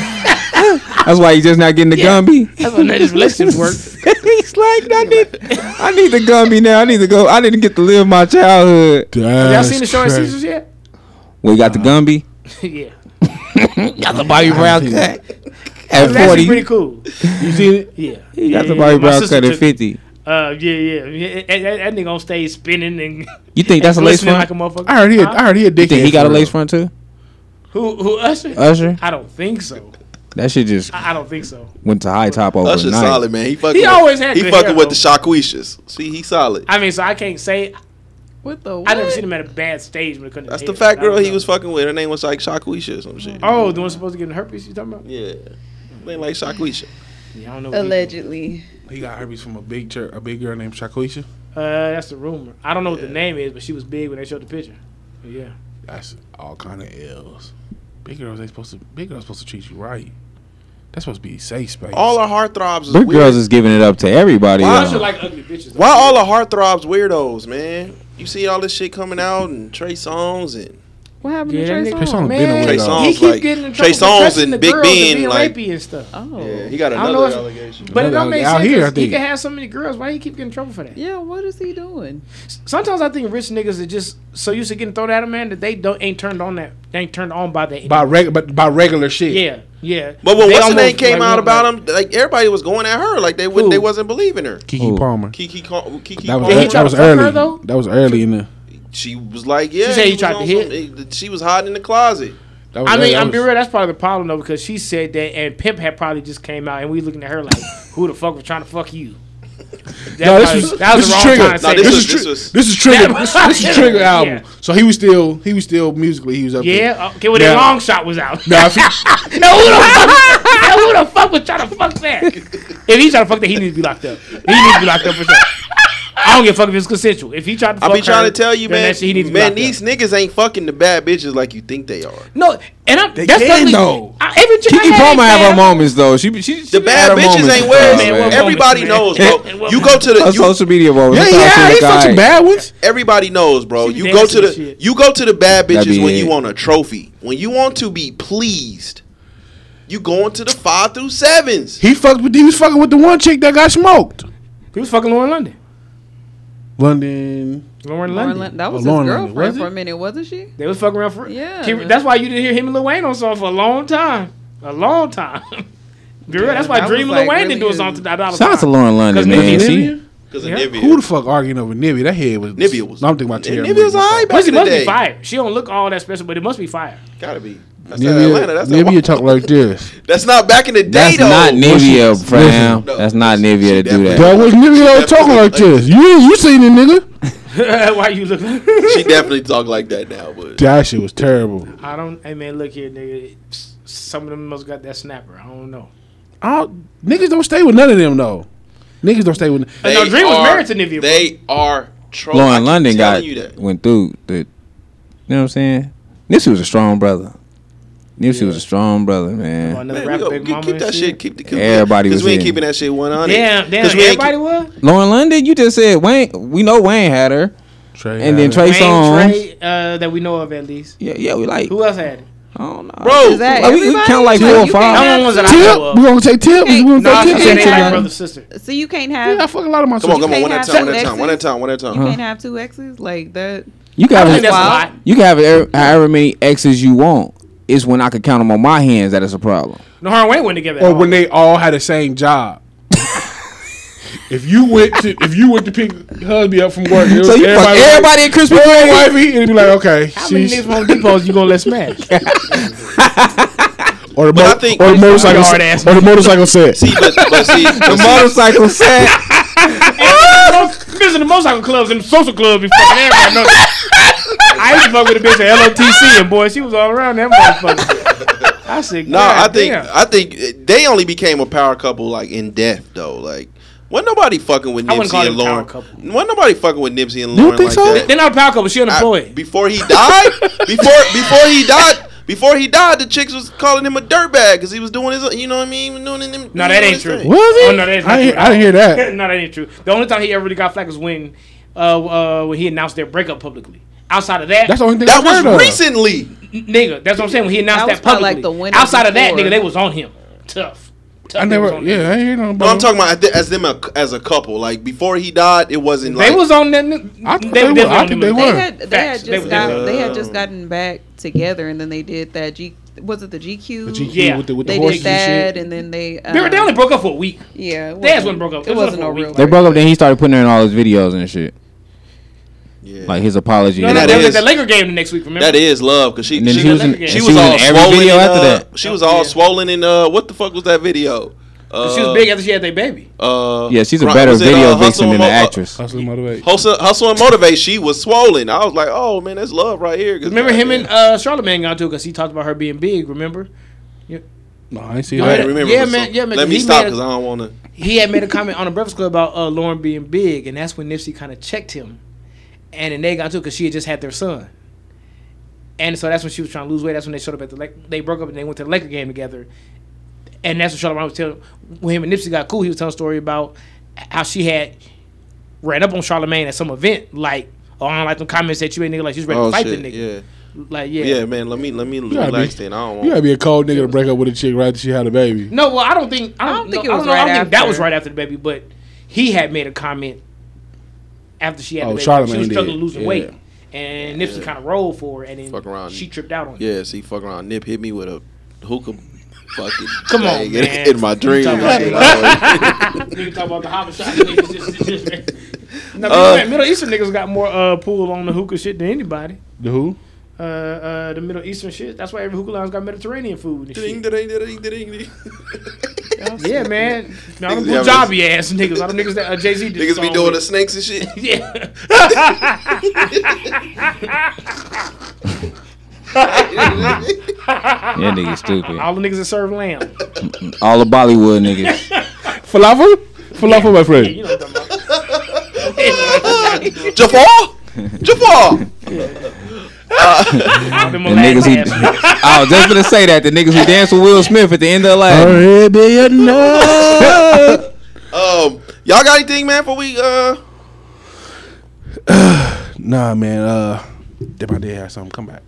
Speaker 4: that's why he just not getting the Gumby.
Speaker 6: That's why none of his relationships work.
Speaker 4: He's like, I need, I need the Gumby now. I need to go. I didn't get to live my childhood.
Speaker 6: Y'all seen the show in Caesars yet?
Speaker 4: We got the Gumby.
Speaker 6: yeah,
Speaker 4: Got the Bobby Brown cut at
Speaker 6: that's actually
Speaker 4: forty.
Speaker 6: pretty cool.
Speaker 3: You seen it?
Speaker 6: Yeah,
Speaker 4: He got the Bobby
Speaker 6: Yeah, my
Speaker 4: Brown
Speaker 6: sister
Speaker 4: cut at
Speaker 6: took-
Speaker 4: fifty.
Speaker 6: Uh, yeah, yeah, yeah. That, that- that nigga on stage spinning and
Speaker 4: You think that's a lace
Speaker 6: listening
Speaker 4: front?
Speaker 6: like a motherfucker.
Speaker 3: I heard he.
Speaker 6: Huh?
Speaker 3: I heard he a
Speaker 4: you
Speaker 3: dickhead.
Speaker 4: think he got a
Speaker 3: for real.
Speaker 4: lace front too?
Speaker 6: Who who Usher?
Speaker 4: Usher?
Speaker 6: I don't think so.
Speaker 4: That shit just
Speaker 6: I, I don't think so.
Speaker 4: went to high top overnight.
Speaker 2: Usher solid man. He fucking.
Speaker 6: He
Speaker 2: with-
Speaker 6: always had
Speaker 2: He
Speaker 6: good
Speaker 2: fucking
Speaker 6: hair,
Speaker 2: with the Shaquishas. See, he solid.
Speaker 6: I mean, so I can't say
Speaker 7: what the?
Speaker 6: I never
Speaker 7: what?
Speaker 6: seen him at a bad stage when it comes to
Speaker 2: That's the
Speaker 6: hair,
Speaker 2: fat
Speaker 6: but I
Speaker 2: girl
Speaker 6: don't
Speaker 2: he
Speaker 6: know.
Speaker 2: was fucking with. Her name was like Shaquisha or some shit.
Speaker 6: Oh, the one supposed to get herpes? You talking about?
Speaker 2: Yeah, name like Shaquisha.
Speaker 6: Yeah, I don't know. what he-
Speaker 7: Allegedly,
Speaker 3: He got herpes from a big chur a big girl named Shaquisha.
Speaker 6: Uh, that's the rumor. I don't know what the name is, but she was big when they showed the picture. But yeah.
Speaker 3: That's all kind of ills. Big girls ain't supposed to. Big girls supposed to treat you right. That's supposed to be safe space.
Speaker 2: All our heartthrobs is
Speaker 4: Big
Speaker 2: weird.
Speaker 4: girls is giving it up to everybody.
Speaker 2: Why
Speaker 4: though.
Speaker 2: Usher
Speaker 6: Usher like ugly bitches.
Speaker 2: Why all our heartthrobs weirdos, man? You see all this shit coming out and Trey songs and
Speaker 7: what happened
Speaker 6: Yeah,
Speaker 7: to Trey
Speaker 6: that nigga-
Speaker 3: Trey Songz
Speaker 7: Songz?
Speaker 3: been a
Speaker 6: Man,
Speaker 2: Trey
Speaker 3: weirdo.
Speaker 2: Songz.
Speaker 6: he keep
Speaker 2: like-
Speaker 6: getting in
Speaker 2: Trey
Speaker 6: trouble
Speaker 2: Songz
Speaker 6: for touching
Speaker 2: and
Speaker 6: the
Speaker 2: Big
Speaker 6: girls
Speaker 2: Ben,
Speaker 6: being
Speaker 2: like-
Speaker 6: rapey and stuff.
Speaker 7: Oh,
Speaker 2: yeah,
Speaker 7: yeah.
Speaker 2: he got
Speaker 6: I don't
Speaker 2: another
Speaker 6: know if-
Speaker 2: allegation.
Speaker 6: But it don't make
Speaker 3: Out
Speaker 6: sense.
Speaker 3: here, I
Speaker 6: 'cause he
Speaker 3: think.
Speaker 6: can have so many girls. Why he keep getting in trouble for that?
Speaker 7: What is he doing?
Speaker 6: Sometimes I think rich niggas are just so used to getting thrown at a man that they don't ain't turned on that they ain't turned on by that.
Speaker 3: by reg, but by regular shit.
Speaker 6: yeah, yeah.
Speaker 2: But when
Speaker 6: They
Speaker 2: what's her name
Speaker 6: almost,
Speaker 2: came
Speaker 6: like,
Speaker 2: out
Speaker 6: want,
Speaker 2: about
Speaker 6: like-
Speaker 2: him, like everybody was going at her, like they would,
Speaker 6: Who?
Speaker 2: they wasn't believing her.
Speaker 3: Kiki
Speaker 4: Ooh.
Speaker 3: Palmer.
Speaker 2: Kiki, Cal- Kiki
Speaker 3: That was,
Speaker 6: Yeah, he
Speaker 2: Palmer,
Speaker 6: tried
Speaker 3: that
Speaker 6: to
Speaker 3: was
Speaker 6: fuck her,
Speaker 3: early.
Speaker 6: though?
Speaker 3: That was early in the.
Speaker 2: she was like, yeah,
Speaker 6: She said he
Speaker 2: was
Speaker 6: tried to
Speaker 2: on
Speaker 6: hit.
Speaker 2: some- eh, she was hiding in the closet.
Speaker 3: That was
Speaker 6: I mean,
Speaker 3: early.
Speaker 6: I'm
Speaker 3: That
Speaker 6: be
Speaker 3: was-
Speaker 6: real. That's probably the problem though, because she said that, and Pimp had probably just came out, and we looking at her like, "Who the fuck was trying to fuck you?" That
Speaker 3: No, this
Speaker 6: probably-
Speaker 3: was
Speaker 6: that was
Speaker 3: this
Speaker 6: the
Speaker 3: is
Speaker 6: wrong
Speaker 3: trigger.
Speaker 6: time to
Speaker 2: No,
Speaker 6: say
Speaker 2: this
Speaker 6: that.
Speaker 2: was-
Speaker 3: is tri-
Speaker 2: was-
Speaker 3: this is trigger.
Speaker 6: That
Speaker 3: This,
Speaker 6: was-
Speaker 3: this is trigger
Speaker 6: Yeah.
Speaker 3: album. So he was still he was still musically he was up. there.
Speaker 6: Yeah, uh, okay. Well, the
Speaker 3: Now-
Speaker 6: long shot was out.
Speaker 3: Now, if he,
Speaker 6: now, who the fuck? now, who the fuck was trying to fuck that? If he trying to fuck that, he needs to be locked up. He needs to be locked up for sure. I don't give a fuck if it's consensual. If he tried to, fuck
Speaker 2: I be trying to
Speaker 6: her,
Speaker 2: tell you,
Speaker 6: then
Speaker 2: man.
Speaker 6: that shit, he needs to be
Speaker 2: man,
Speaker 6: locked up.
Speaker 2: these niggas ain't fucking the bad bitches like you think they are.
Speaker 6: No, and I'm
Speaker 2: They
Speaker 6: that's
Speaker 2: can,
Speaker 6: something-
Speaker 2: though.
Speaker 6: I, every chick
Speaker 4: Kiki
Speaker 6: I had
Speaker 4: Palmer
Speaker 6: ain't
Speaker 4: have her
Speaker 6: bad.
Speaker 4: moments though. She, she, she
Speaker 2: The bad
Speaker 4: had her
Speaker 2: bitches
Speaker 4: moments,
Speaker 2: ain't wearing.
Speaker 4: man.
Speaker 2: Everybody knows, bro. You go to the
Speaker 4: Her
Speaker 2: you,
Speaker 4: social media moments. That's how I feel like, all right.
Speaker 3: ones.
Speaker 2: Everybody knows, bro.
Speaker 4: be
Speaker 2: You go to
Speaker 4: dancing
Speaker 2: the
Speaker 4: and shit.
Speaker 2: you go to the bad
Speaker 4: That
Speaker 2: bitches
Speaker 4: be
Speaker 2: when
Speaker 4: it.
Speaker 2: you want a trophy. When you want to be pleased, you going to the five through sevens.
Speaker 3: He fucked with. He was fucking with the one chick that got smoked.
Speaker 6: He was fucking Lauren London.
Speaker 3: London.
Speaker 6: Lauren
Speaker 7: Lauren
Speaker 6: London.
Speaker 7: Lon- that was
Speaker 3: Oh, Lauren
Speaker 7: his
Speaker 3: London,
Speaker 7: girlfriend
Speaker 3: was
Speaker 7: for a minute, wasn't she?
Speaker 6: They was fucking around for
Speaker 7: Yeah.
Speaker 6: He- that's why you didn't hear him and Lil Wayne on song for a long time, a long time. Be real,
Speaker 17: Yeah,
Speaker 6: that's why
Speaker 17: that
Speaker 6: Dream and
Speaker 17: was,
Speaker 6: Lil
Speaker 17: like,
Speaker 6: Wayne
Speaker 17: really
Speaker 6: didn't do a
Speaker 17: good.
Speaker 6: song to that dollar.
Speaker 4: Shout out to Lauren London, man. She,
Speaker 2: Because
Speaker 6: Yeah.
Speaker 2: of Nivea.
Speaker 3: Who the fuck arguing over Nivea? That head was
Speaker 2: Nivea was-
Speaker 3: No, I'm thinking about Terry.
Speaker 2: Nivea was alright back
Speaker 6: Pussy
Speaker 2: in the
Speaker 6: must be
Speaker 2: day.
Speaker 6: fire. She don't look all that special, but it must be fire.
Speaker 2: Gotta be. That's not Atlanta.
Speaker 3: Nivea,
Speaker 2: That's,
Speaker 3: Nivea
Speaker 2: not,
Speaker 3: talk like this.
Speaker 2: that's not back in the day
Speaker 4: that's
Speaker 2: though.
Speaker 4: not Nivea,
Speaker 3: Listen,
Speaker 4: fam. That's not Nivea to do that.
Speaker 3: That was Nivea that talking like this. You you seen it, nigga?
Speaker 6: why you looking?
Speaker 2: She definitely talk like that now, but
Speaker 3: That shit was terrible.
Speaker 6: I don't. Hey man, look here, nigga. S- Some of them must got that snapper. I don't know.
Speaker 3: I don't, niggas don't stay with none of them though. Niggas don't stay with.
Speaker 6: no,
Speaker 2: they
Speaker 6: Dream was
Speaker 2: are-
Speaker 6: married to Nivea, bro.
Speaker 2: They are trolling.
Speaker 4: Lauren London got
Speaker 2: you that.
Speaker 4: went through the. You know what I'm saying? Nipsey was a strong brother. Nipsey was a strong brother,
Speaker 6: Oh,
Speaker 4: man.
Speaker 6: another
Speaker 2: Man, we
Speaker 6: rapper,
Speaker 2: go-
Speaker 6: Big
Speaker 2: keep,
Speaker 6: Mama
Speaker 2: keep
Speaker 6: and
Speaker 2: that
Speaker 6: shit.
Speaker 2: shit. Keep the keep
Speaker 4: Everybody
Speaker 2: because
Speaker 4: was
Speaker 2: we ain't
Speaker 4: in.
Speaker 2: keeping that shit one hundred.
Speaker 6: Damn, damn.
Speaker 2: we ain't
Speaker 6: Everybody
Speaker 2: keep-
Speaker 6: was.
Speaker 4: Lauren London, you just said Wayne. We know Wayne had her, and then Trey
Speaker 6: Wayne,
Speaker 4: Songz.
Speaker 6: Trey, uh, that we know of at least.
Speaker 4: Yeah, yeah, we like.
Speaker 6: Who else had it?
Speaker 4: I don't know.
Speaker 2: bro.
Speaker 7: Is that
Speaker 4: Like, we- we
Speaker 7: everybody?
Speaker 4: count like
Speaker 7: Like,
Speaker 4: four or
Speaker 7: you
Speaker 4: five.
Speaker 7: can't
Speaker 6: I'm
Speaker 7: have
Speaker 6: the ones that I
Speaker 7: two-
Speaker 3: Tip.
Speaker 6: know
Speaker 3: We
Speaker 6: of.
Speaker 3: gonna say Tip. We gonna say
Speaker 6: Nah, she
Speaker 3: Tip.
Speaker 6: said they like
Speaker 4: Tip.
Speaker 6: brother sister.
Speaker 7: So you can't
Speaker 3: Yeah, I
Speaker 7: have
Speaker 3: fucking a lot of my
Speaker 2: Come on, come on.
Speaker 7: can't
Speaker 2: One at a
Speaker 7: have
Speaker 2: time. One at a time.
Speaker 7: sexes.
Speaker 2: One at a time. One at a
Speaker 7: you
Speaker 4: Uh-huh.
Speaker 2: time.
Speaker 7: can't have two exes like that.
Speaker 4: You
Speaker 6: I
Speaker 4: got
Speaker 6: think that's a
Speaker 7: Wow.
Speaker 6: lot.
Speaker 4: You can have er- however many X's you want. It's when I can count them on my hands that it's a problem.
Speaker 6: No, her and Wayne went together. at
Speaker 3: Or
Speaker 6: all.
Speaker 3: Oh, when they all had the same job. if you went to if you went to pick husband up from work, it was
Speaker 4: So you fuck
Speaker 3: everybody,
Speaker 4: everybody at Krispy
Speaker 3: everybody
Speaker 4: Kreme.
Speaker 3: wifey, it'd be like okay,
Speaker 6: How many niggas
Speaker 3: she's-
Speaker 6: from Home Depot's you gonna let smash?
Speaker 3: or the,
Speaker 2: But
Speaker 3: mo-
Speaker 2: I think-
Speaker 3: or the motorcycle,
Speaker 6: Hard ass.
Speaker 3: or the motorcycle set.
Speaker 2: See, but, but see, but
Speaker 4: The
Speaker 2: see-
Speaker 4: motorcycle set.
Speaker 6: Niggas in the motorcycle clubs and the social club be fucking everybody. know that. I used to fuck with a bitch at LOTC and boy, she was all around that motherfucker. I said,
Speaker 2: No, I think
Speaker 6: I,
Speaker 2: I think they only became a power couple like in death though. Like, wasn't nobody fucking with
Speaker 6: I wouldn't call
Speaker 2: Nipsey and
Speaker 6: them power
Speaker 2: Lauren?
Speaker 6: couple.
Speaker 2: Wasn't nobody fucking with Nipsey and Lauren
Speaker 3: think
Speaker 2: like
Speaker 3: so?
Speaker 2: that?
Speaker 6: they're not a power couple. She
Speaker 2: I-
Speaker 6: unemployed.
Speaker 2: before he died, before before he died, before he died, the chicks was calling him a dirtbag because he was doing his, you know what I mean? He was Doing him,
Speaker 6: no,
Speaker 2: doing
Speaker 6: that ain't
Speaker 2: his
Speaker 6: true.
Speaker 2: thing.
Speaker 3: Was it?
Speaker 6: Oh, no, that is not
Speaker 3: I,
Speaker 6: true
Speaker 3: didn't- I
Speaker 6: at
Speaker 3: didn't hear that.
Speaker 6: no, that ain't true. The only time he ever really got flack was when, uh, uh, when he announced their breakup publicly. Outside of that,
Speaker 3: That's the only thing
Speaker 2: That
Speaker 3: I've heard
Speaker 2: was
Speaker 3: of.
Speaker 2: recently.
Speaker 6: nigga, that's what I'm saying. When he announced
Speaker 7: That was
Speaker 6: that,
Speaker 7: probably
Speaker 6: publicly,
Speaker 7: like the winter
Speaker 6: outside of that,
Speaker 7: before.
Speaker 6: nigga, they was on him. Tough. Tough
Speaker 3: I
Speaker 6: they was
Speaker 3: never.
Speaker 6: on him.
Speaker 3: Yeah, I ain't hear nothing
Speaker 2: No,
Speaker 3: about.
Speaker 2: I'm talking about as- as them a, as a couple. Like before he died, it wasn't
Speaker 6: They
Speaker 2: like
Speaker 6: was on that.
Speaker 3: I
Speaker 6: I
Speaker 3: thought they
Speaker 6: they, they,
Speaker 3: were-
Speaker 6: they,
Speaker 3: I think they
Speaker 6: they
Speaker 3: were.
Speaker 6: were.
Speaker 3: Sure.
Speaker 7: They had they
Speaker 6: Facts.
Speaker 7: had
Speaker 6: They
Speaker 7: just
Speaker 6: were-
Speaker 7: got
Speaker 6: they
Speaker 7: they had just gotten back together, and then they did that G. Was it the GQ?
Speaker 3: The GQ
Speaker 6: Yeah.
Speaker 3: with the with the
Speaker 7: They
Speaker 3: horses
Speaker 7: did
Speaker 3: and
Speaker 7: that,
Speaker 3: shit.
Speaker 7: and then they. Um,
Speaker 6: They were down and broke up for a week.
Speaker 7: Yeah, it
Speaker 6: They had
Speaker 7: wasn't-
Speaker 6: one broke up.
Speaker 7: It,
Speaker 6: It was
Speaker 7: wasn't
Speaker 6: for
Speaker 7: no
Speaker 6: a week.
Speaker 7: real.
Speaker 4: They broke up. Then he started putting her in all his videos and shit.
Speaker 2: Yeah.
Speaker 4: Like his apology.
Speaker 6: No,
Speaker 4: and
Speaker 6: no,
Speaker 2: that
Speaker 6: they
Speaker 4: all.
Speaker 6: was
Speaker 2: is-
Speaker 6: at that Laker game the next week. Remember?
Speaker 2: That is love because she
Speaker 4: And then
Speaker 2: she,
Speaker 4: she was
Speaker 2: was,
Speaker 4: in-
Speaker 2: she,
Speaker 4: and
Speaker 2: was, all
Speaker 4: every
Speaker 2: swollen
Speaker 4: video
Speaker 2: in,
Speaker 4: after
Speaker 2: uh,
Speaker 4: that.
Speaker 2: She was all
Speaker 6: Yeah.
Speaker 2: swollen in uh what the fuck was that video? Uh,
Speaker 6: She was big after she had their baby.
Speaker 2: Uh,
Speaker 4: Yeah, she's a
Speaker 2: Gr-
Speaker 4: better
Speaker 2: was it,
Speaker 4: video
Speaker 2: uh, Hustle
Speaker 4: vixen
Speaker 2: and
Speaker 4: than an
Speaker 2: Mo- uh,
Speaker 4: actress.
Speaker 3: Hustle and motivate.
Speaker 2: Hustle, hustle and motivate. She was swollen. I was like, oh man, that's love right here. 'cause
Speaker 6: Remember him
Speaker 2: goddamn-
Speaker 6: and uh, Charlamagne got to because he talked about her being big. Remember?
Speaker 3: No, I ain't see
Speaker 6: Go
Speaker 2: I
Speaker 3: that.
Speaker 2: didn't remember.
Speaker 6: Yeah,
Speaker 2: what's
Speaker 6: man,
Speaker 2: up.
Speaker 6: yeah, man,
Speaker 2: Let
Speaker 6: 'cause
Speaker 2: me
Speaker 6: he
Speaker 2: stop
Speaker 6: made a-
Speaker 2: because I don't want to.
Speaker 6: He had made a comment on the Breakfast Club about uh, Lauren being big, and that's when Nipsey kind of checked him. And then they got to because she had just had their son. And so that's when she was trying to lose weight. That's when they showed up at the Laker. They broke up and they went to the Laker game together. And that's when Charlamagne was telling when him and Nipsey got cool. He was telling a story about how she had ran up on Charlamagne at some event, like oh I don't like them comments that you made, nigga. Like she's ready
Speaker 2: Oh
Speaker 6: to fight
Speaker 2: shit.
Speaker 6: the nigga.
Speaker 2: Yeah.
Speaker 6: Like yeah.
Speaker 2: yeah, man. Let me let me
Speaker 3: gotta be-
Speaker 2: relax. Then I don't
Speaker 3: You gotta
Speaker 2: want.
Speaker 3: be a cold nigga to break up with a chick right after she had a baby.
Speaker 6: No, well I don't think I don't, think it was I don't, know, I
Speaker 7: right
Speaker 6: don't think that was
Speaker 7: after.
Speaker 6: right after the baby, but he had made a comment after she had
Speaker 3: Oh,
Speaker 6: the baby.
Speaker 3: Charlamagne
Speaker 6: she was struggling
Speaker 3: did.
Speaker 6: losing
Speaker 3: Yeah.
Speaker 6: weight. And Nipsey kind of rolled for her, and then
Speaker 2: Fuck around.
Speaker 6: she tripped out on him.
Speaker 2: Yeah, see, fuck around. Nip hit me with a hookah. Fucking
Speaker 6: Come on,
Speaker 2: thing
Speaker 6: man.
Speaker 2: in, in my dream. and
Speaker 6: Talk
Speaker 2: shit.
Speaker 6: Nigga talk about the hopper shot. niggas just- just- just- Now,
Speaker 2: Uh,
Speaker 6: Middle Eastern niggas got more uh, pull on the hookah shit than anybody.
Speaker 3: The who?
Speaker 6: Uh, uh, the Middle Eastern shit. That's why every hookah line's got Mediterranean food and
Speaker 2: Ding,
Speaker 6: shit.
Speaker 2: ding, ding, ding, ding.
Speaker 6: Yeah, man. Now, them
Speaker 2: Niggas
Speaker 6: Punjabi ass niggas. All them niggas that uh, Jay Z did.
Speaker 2: Niggas be
Speaker 6: song
Speaker 2: doing
Speaker 6: with.
Speaker 2: the snakes and shit.
Speaker 6: Yeah.
Speaker 4: Yeah, nigga, stupid.
Speaker 6: All the niggas that serve lamb.
Speaker 4: All the Bollywood niggas.
Speaker 3: Falafel? Falafel, my friend.
Speaker 6: You know what I'm talking about.
Speaker 2: Jafar? Jafar.
Speaker 4: Uh, the niggas who, I was just gonna say that the niggas who danced with Will Smith at the end of last.
Speaker 10: Arabian Nights.
Speaker 2: um, y'all got anything, man? For we uh,
Speaker 3: Nah, man. Uh, if I did have something, come back.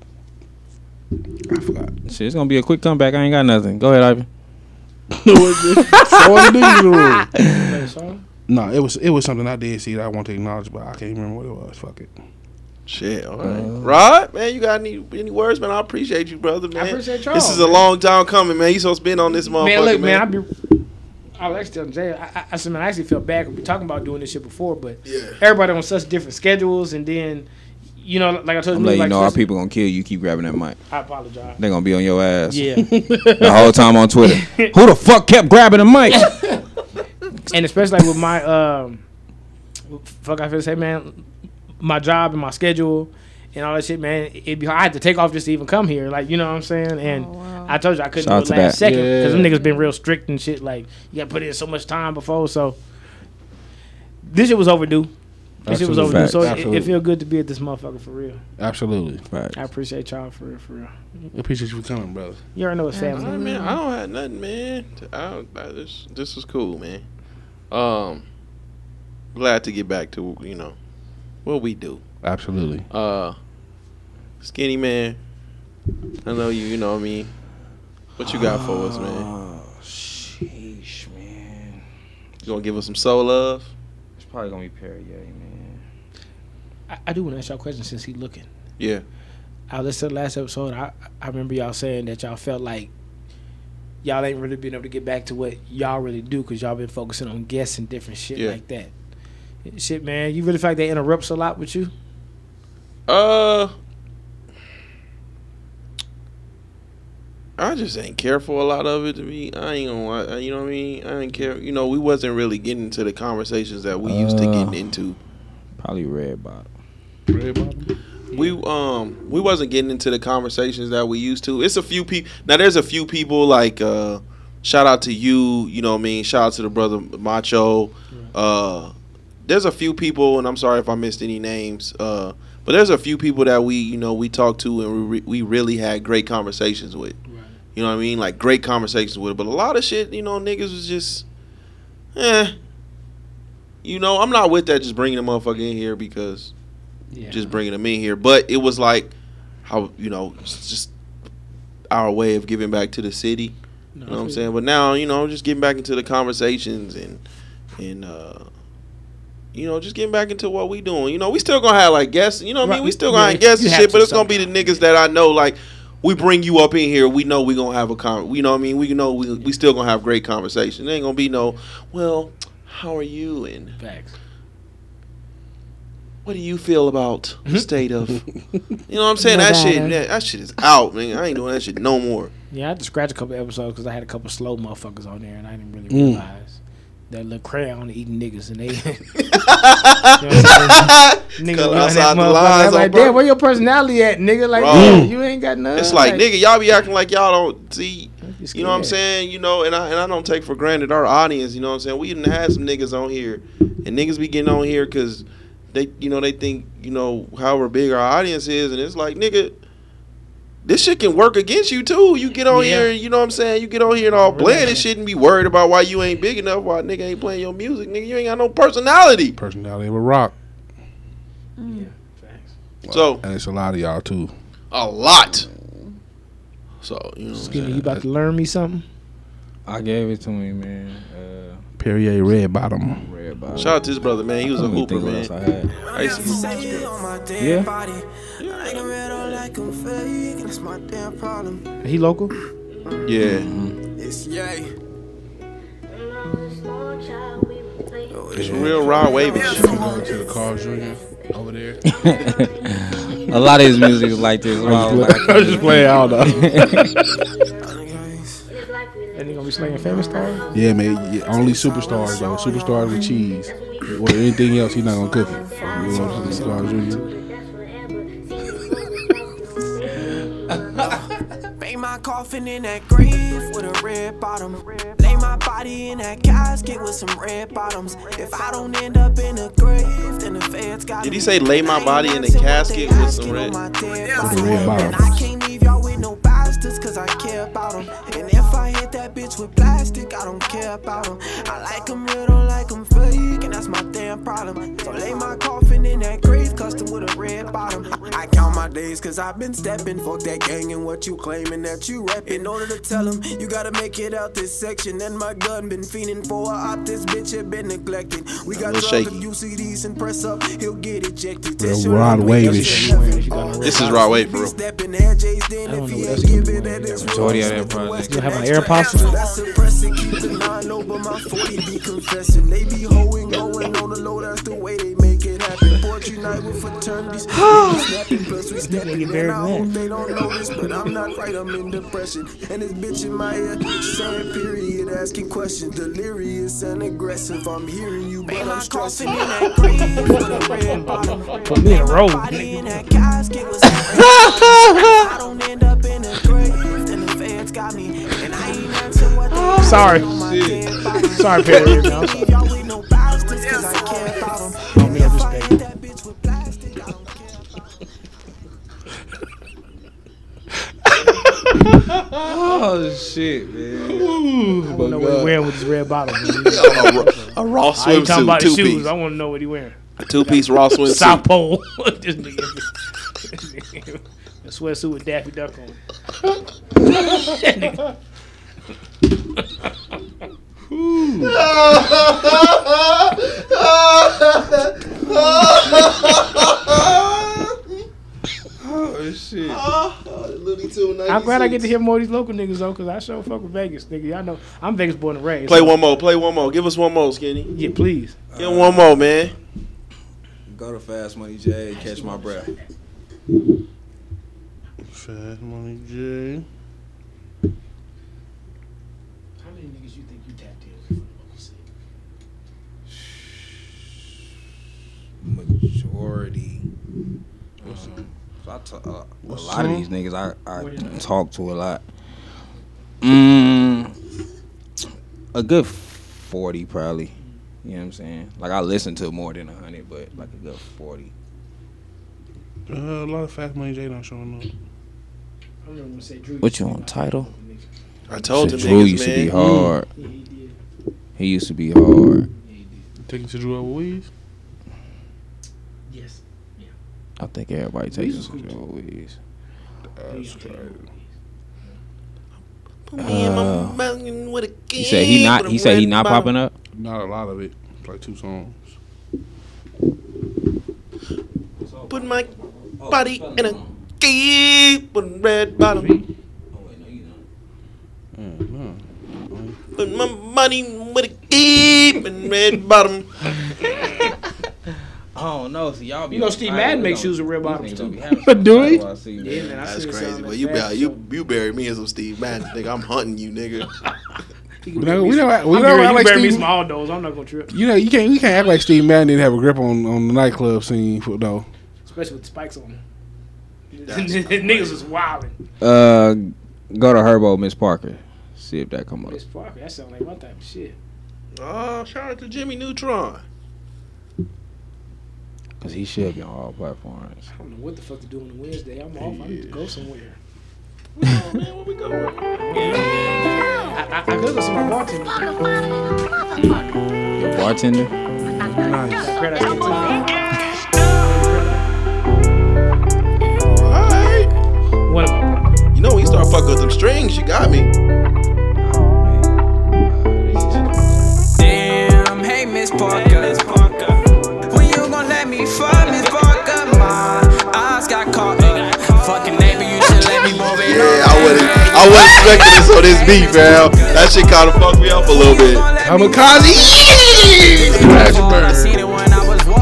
Speaker 4: Shit, it's gonna be a quick comeback. I ain't got nothing. Go ahead, Ivan.
Speaker 3: Throwing the niggas in the room. No, it was it was something I did see that I want to acknowledge, but I can't remember what it was. Fuck it.
Speaker 2: Shit. All right.
Speaker 3: Uh,
Speaker 2: Rod, man, you got any any words, man? I appreciate you, brother, man.
Speaker 6: appreciate y'all,
Speaker 2: This is a
Speaker 6: man.
Speaker 2: long time coming, man. You supposed to been on this motherfucker,
Speaker 6: man, look, man, I
Speaker 2: man.
Speaker 6: be. I was actually telling Jay, I, I, I said, man, I actually feel bad. 'cause We talking about doing this shit before, but everybody on such different schedules, and then, you know, like I told
Speaker 4: I'm
Speaker 6: you,
Speaker 4: letting you
Speaker 6: like
Speaker 4: know our
Speaker 6: first-
Speaker 4: people gonna kill you. Keep grabbing that mic.
Speaker 6: I apologize.
Speaker 4: They gonna be on your ass.
Speaker 6: Yeah.
Speaker 4: the whole time on Twitter. Who the fuck kept grabbing the mic?
Speaker 6: and especially like with my um, fuck, I feel say, man, my job and my schedule and all that shit, man. It'd be hard. I had to take off just to even come here, like you know what I'm saying. And I told you I couldn't
Speaker 4: Shout out
Speaker 6: do
Speaker 4: to
Speaker 6: it last
Speaker 4: that.
Speaker 6: second because them
Speaker 4: Yeah.
Speaker 6: niggas been real strict and shit. Like you got to put in so much time before, so this shit was overdue. This shit was
Speaker 3: Absolute
Speaker 6: overdue.
Speaker 3: facts.
Speaker 6: So it,
Speaker 3: Absolute.
Speaker 6: it feel good to be at this motherfucker for real.
Speaker 3: Absolutely.
Speaker 4: Right.
Speaker 6: I appreciate y'all for real, for real.
Speaker 3: Appreciate you for coming, brother.
Speaker 6: You already know it's
Speaker 2: Man,
Speaker 6: family.
Speaker 2: I, man, I don't have nothing, man. I don't, I, this this was cool, man. Um, glad to get back to you know what we do.
Speaker 3: Absolutely.
Speaker 2: Uh, skinny man, I know you. You know what I mean. What you got for us, man?
Speaker 4: Oh, Sheesh, man.
Speaker 2: You gonna give us some soul love?
Speaker 4: It's probably gonna be Perrier, man.
Speaker 6: I, I do want to ask y'all questions since he looking.
Speaker 2: Yeah.
Speaker 6: I listened to the last episode. I I remember y'all saying that y'all felt like y'all ain't really been able to get back to what y'all really do because y'all been focusing on guests and different shit
Speaker 2: Yeah.
Speaker 6: like that. Shit, man, you really feel like that interrupts a lot with you?
Speaker 2: Uh, I just ain't care for a lot of it. To be, I ain't gonna. lie. You know what I mean? I ain't care. You know, we wasn't really getting to the conversations that we used to
Speaker 4: Uh.
Speaker 2: getting into.
Speaker 4: Probably Red Bottom.
Speaker 2: We um we wasn't getting into the conversations that we used to. It's a few people now. There's a few people like uh shout out to you. You know what I mean. Shout out to the brother Macho. Uh, there's a few people, and I'm sorry if I missed any names. Uh, but there's a few people that we you know we talked to and we, re- we really had great conversations with. You know what I mean? Like great conversations with. But a lot of shit, you know, niggas was just, eh. You know, I'm not with that. Just bringing the motherfucker in here because
Speaker 6: Yeah.
Speaker 2: just bringing them in here. But it was like how you know it's just our way of giving back to the city. you
Speaker 6: No,
Speaker 2: know
Speaker 6: I
Speaker 2: what I'm
Speaker 6: feel
Speaker 2: saying? But now you know I'm just getting back into the conversations and and uh you know just getting back into what we doing. You know we still gonna have like guests. You know what I mean?
Speaker 6: Right.
Speaker 2: We still gonna
Speaker 6: Yeah,
Speaker 2: have guests
Speaker 6: you
Speaker 2: and
Speaker 6: have
Speaker 2: shit.
Speaker 6: to
Speaker 2: But it's gonna be the niggas that I know like. We bring you up in here. We know we gonna have a con. You know what I mean. We know we, we still gonna have great conversation. There ain't gonna be no, well, how are you and
Speaker 6: Facts.
Speaker 2: what do you feel about the state of you know what I'm saying? That shit that, that shit is out, man. I ain't doing that shit no more.
Speaker 6: Yeah, I had to scratch a couple episodes because I had a couple slow motherfuckers on there and I didn't really
Speaker 2: Mm.
Speaker 6: realize that little crayon eating niggas and they. You know what I'm
Speaker 2: Cut outside
Speaker 6: saying? niggas be on that
Speaker 2: the
Speaker 6: motherfucker.
Speaker 2: lines
Speaker 6: I'm like,
Speaker 2: on pur-
Speaker 6: damn, where your personality at, nigga? Like,
Speaker 2: Bro.
Speaker 6: damn, you ain't got none.
Speaker 2: It's like nigga, y'all be acting like y'all don't see you know what I'm
Speaker 6: scared.
Speaker 2: saying? You know, and I and I don't take for granted our audience, you know what I'm saying? We didn't have some niggas on here and niggas be getting on here cause they you know, they think, you know, however big our audience is and it's like nigga this shit can work against you too. You get on
Speaker 6: Yeah.
Speaker 2: here, you know what I'm saying? You get on here and all bland and shit and be worried about why you ain't big enough, why nigga ain't playing your music, nigga. You ain't got no personality.
Speaker 3: Personality of a rock.
Speaker 2: So
Speaker 3: And it's a lot of y'all too.
Speaker 2: a lot. So you know, what I'm
Speaker 6: Skinny, you
Speaker 2: saying?
Speaker 6: about to learn me something?
Speaker 4: I gave it to him, man.
Speaker 3: Perrier red bottom.
Speaker 4: Uh, Red Bottom.
Speaker 2: shout out to this brother, man. He was a
Speaker 4: Let me
Speaker 2: hooper,
Speaker 4: think what else I
Speaker 2: man.
Speaker 4: had.
Speaker 2: I used to-
Speaker 4: Yeah.
Speaker 6: He local?
Speaker 2: Yeah.
Speaker 4: Mm,
Speaker 2: It's real raw wavy shit.
Speaker 3: Going to the Carl Jr. over there.
Speaker 4: a lot of his music is like this. Wow, like, I
Speaker 3: I was just playing all the.
Speaker 6: And he gonna be slinging famous stars?
Speaker 3: yeah, man. yeah, only superstars though. Superstars with cheese. Or anything else, he's not gonna cook it. You know, it's Carl Jr.
Speaker 5: Bang my coffin in that grave with a red bottom. Lay my Body in that casket with some red bottoms. If I don't end up in a grave, then the feds got
Speaker 2: Did he say lay my body in the casket with some red?
Speaker 5: And I can't leave y'all with no bastards cause I care about 'em. And if I hit that bitch with plastic, I don't care about 'em. I like 'em real, don't like 'em fake, and that's my damn problem. So lay my coffin in that grave, custom with a red bottom. I, I count my days cause I've been stepping. Fuck that gang and what you claiming that you rap. In order to tell 'em, you gotta make it out this section. And my gun been fiending for a op, this bitch had been neglecting. We
Speaker 2: A
Speaker 5: got
Speaker 2: little
Speaker 5: drugs,
Speaker 2: shaky.
Speaker 5: abuse, CDs, and press up, he'll get ejected.
Speaker 3: Real Rod Wave-ish.
Speaker 2: This is Rod Wave, bro.
Speaker 4: Majority of that project.
Speaker 18: You have an air pops.
Speaker 5: And this bitch in my ear, saying period, asking questions, delirious and aggressive. I'm hearing you, but I'm stressing.
Speaker 6: Put me in a row. Sorry. Sorry, Perry.
Speaker 4: Oh shit, man.
Speaker 6: I want to know what he's wearing with his red bottom.
Speaker 2: a raw
Speaker 6: I ain't talking
Speaker 2: swimsuit,
Speaker 6: about his
Speaker 2: two-piece.
Speaker 6: shoes. I want to know what he wearing.
Speaker 2: A two-piece raw swimsuit.
Speaker 6: South Pole. This nigga. A sweatsuit with Daffy Duck on. it.
Speaker 2: Oh shit! Looney Tune
Speaker 6: I'm glad I get to
Speaker 2: 96.
Speaker 6: hear more of these local niggas though, cause I sure fuck with Vegas, nigga. Y'all know I'm Vegas born and raised.
Speaker 2: Play one more. Play one more. Give us one more, Skinny.
Speaker 6: Yeah, please.
Speaker 2: Give him one more, man.
Speaker 1: Go to Fast Money J, catch my breath.
Speaker 2: Fast Money J.
Speaker 6: How many niggas you think you tapped in local scene?
Speaker 4: Majority. Um, so I ta- uh, a lot of these niggas I, I talk to a lot. Mm, a good 40 probably. You know what I'm saying? Like I listen to more than 100, but like a good 40.
Speaker 18: Uh, a lot of Fast Money J don't showing up.
Speaker 6: I remember when I said Drew.
Speaker 4: What you on title?
Speaker 2: I told
Speaker 4: Shit,
Speaker 2: them
Speaker 4: Drew
Speaker 2: niggas,
Speaker 4: used to be
Speaker 2: man.
Speaker 4: hard. He used to be hard.
Speaker 18: Taking to Drew over Weave.
Speaker 6: Yes.
Speaker 4: I think everybody takes some Joey's. Uh, he said he not. He said he not popping up.
Speaker 18: Not a lot of it. Like two songs.
Speaker 2: Put my body in a key with red bottom. Put my body with a key and red bottom.
Speaker 4: I don't know. So y'all
Speaker 6: You know Steve Madden makes shoes with red bottoms
Speaker 4: niggas don't
Speaker 6: too.
Speaker 4: be having some
Speaker 6: Do he?
Speaker 4: title I see,
Speaker 6: Yeah,
Speaker 4: man.
Speaker 6: man. I
Speaker 2: That's
Speaker 6: seen this
Speaker 2: crazy.
Speaker 6: on
Speaker 2: But
Speaker 6: the
Speaker 2: you
Speaker 6: Fast
Speaker 2: bury you you bury me as some Steve Madden, nigga. I'm hunting you, nigga.
Speaker 3: We know, we know,
Speaker 6: I'm
Speaker 3: we know,
Speaker 6: gonna
Speaker 3: I
Speaker 6: you
Speaker 3: like
Speaker 6: better me
Speaker 3: Steve.
Speaker 6: some Aldos. I'm not gonna trip,
Speaker 3: You know, you can't, you can't act like Steve Madden didn't have a grip on, on the nightclub scene, for, though.
Speaker 6: especially with the spikes on. them. niggas is wilding.
Speaker 4: Uh, go to Herbo, Miss Parker. See if that come up.
Speaker 6: Miss Parker, that sound like my type of shit.
Speaker 2: Oh, shout out to Jimmy Neutron.
Speaker 4: Cause he should be on all platforms.
Speaker 6: I don't know what the fuck to do on a Wednesday. I'm off. I need to go somewhere. I, I, I could go see my bartender.
Speaker 4: Your bartender.
Speaker 6: Paradise Hotel. What?
Speaker 2: You know when you start fucking with them strings, you got me.
Speaker 5: Damn, hey Miss Parker. When you gon' let me fuck Miss Parker? My eyes got caught up. Fucking neighbor, you should let me move it.
Speaker 16: Yeah, I wouldn't. I wasn't expecting this on this beat, man. That shit kind of fucked me up a little bit. Kamikaze. Smash and burn.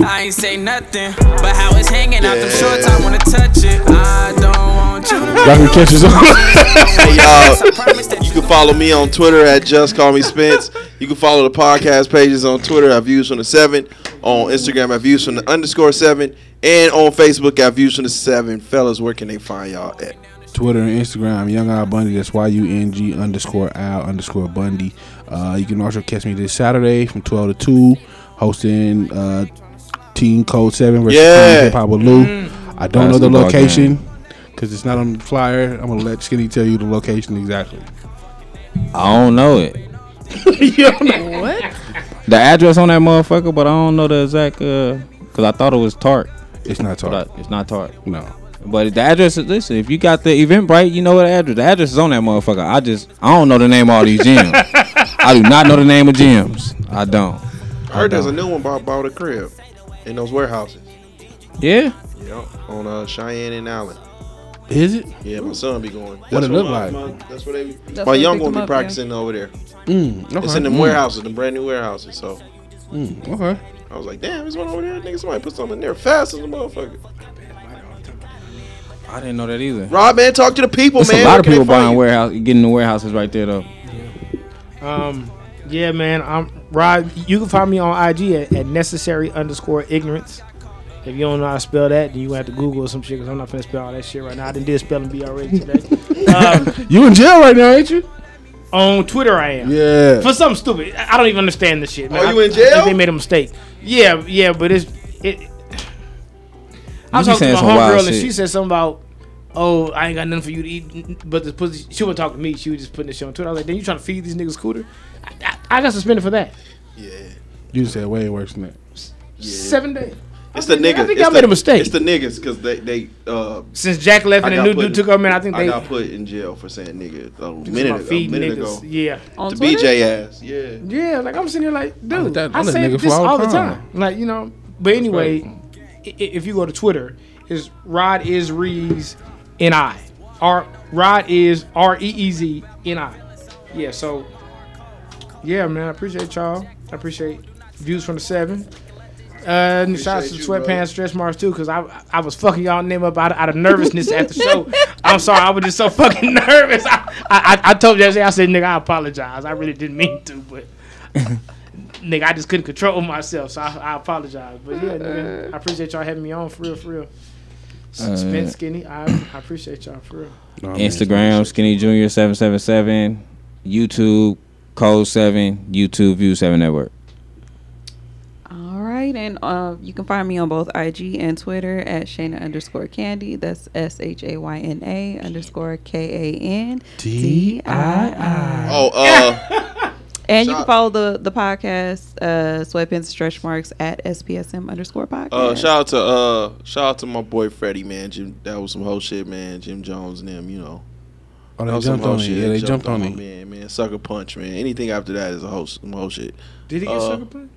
Speaker 5: I ain't say nothing, but how it's hanging out them shorts, I wanna touch it. I don't want you.
Speaker 3: Y'all can catch us
Speaker 2: Hey, y'all, you can follow me on Twitter at Just Call Me Spence. You can follow the podcast pages on Twitter at Views from the Seven, on Instagram at Views from the underscore seven, and on Facebook at Views from the Seven. Fellas, where can they find y'all at?
Speaker 3: Twitter and Instagram, Young Al Bundy. That's Y U N G underscore Al underscore Bundy. Uh, you can also catch me this Saturday from 12 to 2, hosting uh, Team Code 7 versus
Speaker 16: Yeah.
Speaker 3: Team Hip Hop with Lou.
Speaker 16: Mm.
Speaker 3: I don't know the
Speaker 16: Basketball game.
Speaker 3: location because it's not on the flyer. I'm going to let Skinny tell you the location exactly.
Speaker 4: I don't know it.
Speaker 3: you don't
Speaker 7: know what?
Speaker 4: The address on that motherfucker, but I don't know the exact. uh 'cause I thought it was Tart.
Speaker 3: It's not
Speaker 4: Tart. It's not Tart.
Speaker 3: No.
Speaker 4: But the address is listen. If you got the Eventbrite, you know what address. The address is on that motherfucker. I just I don't know the name of all these gyms. I do not know the name of gyms. I don't.
Speaker 2: I heard there's a new one by bought a crib in those warehouses.
Speaker 4: Yeah.
Speaker 2: Yeah, on uh, Cheyenne and Allen.
Speaker 3: Is it?
Speaker 2: Yeah, my son be going.
Speaker 3: What it
Speaker 2: where
Speaker 3: look
Speaker 2: my-
Speaker 3: like?
Speaker 2: My, that's where they.
Speaker 3: That's
Speaker 2: my
Speaker 3: where
Speaker 2: young
Speaker 3: they
Speaker 2: one
Speaker 3: pick
Speaker 2: be
Speaker 3: 'em up,
Speaker 2: practicing over there.
Speaker 3: Mm,
Speaker 2: It's
Speaker 3: okay.
Speaker 2: in the
Speaker 3: Mm.
Speaker 2: warehouses, the brand new warehouses. So
Speaker 3: Mm, okay.
Speaker 2: I was like, damn, there's one over there. Nigga, somebody put something in there fast as a motherfucker.
Speaker 4: I didn't know that either.
Speaker 2: Rob, man, talk to the people,
Speaker 4: There's
Speaker 2: man.
Speaker 4: a lot
Speaker 2: Where
Speaker 4: of
Speaker 2: can they
Speaker 4: people
Speaker 2: find
Speaker 4: buying
Speaker 2: you?
Speaker 4: warehouse, getting the warehouses right there though.
Speaker 6: Um, yeah, man. I'm Rod. You can find me on IG at, at necessary underscore ignorance. If you don't know how to spell that, then you have to Google or some shit because I'm not finna spell all that shit right now. I didn't did spelling bee already today. um,
Speaker 3: You in jail right now, ain't you?
Speaker 6: on Twitter, I am.
Speaker 3: Yeah.
Speaker 6: For something stupid, I I don't even understand this shit. Man.
Speaker 4: Oh,
Speaker 2: Are
Speaker 6: I-
Speaker 2: you in
Speaker 6: I think
Speaker 2: jail?
Speaker 6: they made a mistake. Yeah, yeah, but it's it. I
Speaker 4: You be
Speaker 6: was talking to
Speaker 4: saying
Speaker 6: my
Speaker 4: some wild
Speaker 6: homegirl and
Speaker 4: shit.
Speaker 6: she said something about, "Oh, I ain't got nothing for you to eat." But the pussy, she wasn't talking to me. She was just putting this shit on Twitter. I was like, "Then you trying to feed these niggas cooter?" I, I, I got suspended for that.
Speaker 3: You said way worse than that.
Speaker 6: Seven days.
Speaker 2: It's the niggas.
Speaker 6: I think
Speaker 2: it's
Speaker 6: I
Speaker 2: the-
Speaker 6: made a mistake.
Speaker 2: It's the niggas because they they uh,
Speaker 6: Since Jack left
Speaker 2: I
Speaker 6: and the
Speaker 2: got
Speaker 6: new
Speaker 2: put
Speaker 6: dude took over, man, I think
Speaker 2: I
Speaker 6: they-
Speaker 2: got put in jail for saying nigga a
Speaker 6: Just
Speaker 2: minute
Speaker 6: about
Speaker 2: ago.
Speaker 6: feeding
Speaker 2: minute
Speaker 6: niggas.
Speaker 2: ago.
Speaker 6: Yeah.
Speaker 2: to BJ ass. Yeah.
Speaker 6: Yeah, like I'm sitting here like, dude, I,
Speaker 2: that- I'm a
Speaker 6: say
Speaker 2: nigga for
Speaker 6: this
Speaker 2: all
Speaker 6: all the
Speaker 2: time.
Speaker 6: time. Like, you know, but anyway, i- i- if you go to Twitter, it's Rod is Rees N I. R Rod is R E E Z N I. Yeah, so yeah, man, I appreciate y'all. I appreciate views from the seven. Uh, and shouts to
Speaker 2: Appreciate you,
Speaker 6: Sweatpants
Speaker 2: brother.
Speaker 6: Stretch Marks too, cause I I was fucking y'all name up out, out of nervousness at the show. I'm sorry, I was just so fucking nervous. I I, I, I told you yesterday, I said, nigga, I apologize. I really didn't mean to, but nigga, I just couldn't control myself, so I, I apologize. But yeah, nigga, I appreciate y'all having me on for real, for real. S- Spence
Speaker 4: Uh,
Speaker 6: Skinny, I, I appreciate y'all for real.
Speaker 4: Instagram Skinny Junior seven seven seven, YouTube Code Seven, YouTube View Seven Network.
Speaker 7: All right, and uh, you can find me on both IG and Twitter at Shayna underscore Candy. That's S H A Y N A underscore K A N D I I.
Speaker 16: Oh, uh,
Speaker 7: and you
Speaker 16: shout-
Speaker 7: can follow the the podcast uh, Sweatpants Stretch Marks at SPSM underscore podcast.
Speaker 2: Uh, shout out to uh, shout out to my boy Freddie, man. Jim, that was some whole shit, man. Jim Jones and them, you know.
Speaker 3: Oh, they
Speaker 2: That was
Speaker 3: jumped
Speaker 2: some hoe
Speaker 3: on it. Yeah, they jumped on
Speaker 2: my
Speaker 3: it.
Speaker 2: Man, man, sucker punch, man. Anything after that is a whole, some whole shit.
Speaker 6: Did he get
Speaker 2: Uh,
Speaker 6: sucker punch?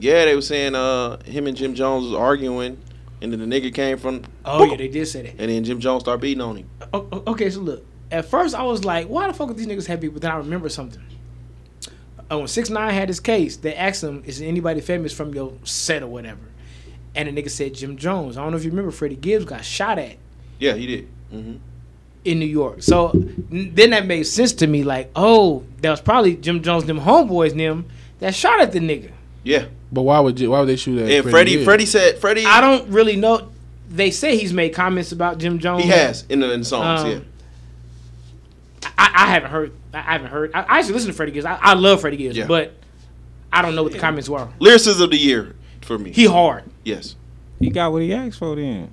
Speaker 2: Yeah, they were saying uh, him and Jim Jones was arguing, and then the nigga came from.
Speaker 6: Oh yeah, they did say that.
Speaker 2: And then Jim Jones started beating on him.
Speaker 6: O- o- okay, so look. At first, I was like, "Why the fuck are these niggas happy?" But then I remember something. Uh, when Six Nine had his case, they asked him, "Is anybody famous from your set or whatever?" And the nigga said Jim Jones. I don't know if you remember, Freddie Gibbs got shot at
Speaker 2: Yeah, he did.
Speaker 3: Mm-hmm.
Speaker 2: hmm
Speaker 6: in New York. So n- then that made sense to me. Like, oh, that was probably Jim Jones, them homeboys, and them that shot at the nigga.
Speaker 2: Yeah.
Speaker 3: But why would you, why would they shoot at
Speaker 2: And Freddie, Freddie, said Freddie.
Speaker 6: I don't really know. They say he's made comments about Jim Jones.
Speaker 2: He has in the in the songs.
Speaker 6: Um,
Speaker 2: yeah.
Speaker 6: I, I haven't heard. I I haven't heard. I, I actually listen to Freddie Gibbs. I, I love Freddie Gibbs,
Speaker 2: Yeah.
Speaker 6: but I don't know what the comments were.
Speaker 2: Lyricist of the year for me.
Speaker 6: He hard.
Speaker 2: Yes.
Speaker 4: He got what he asked for then.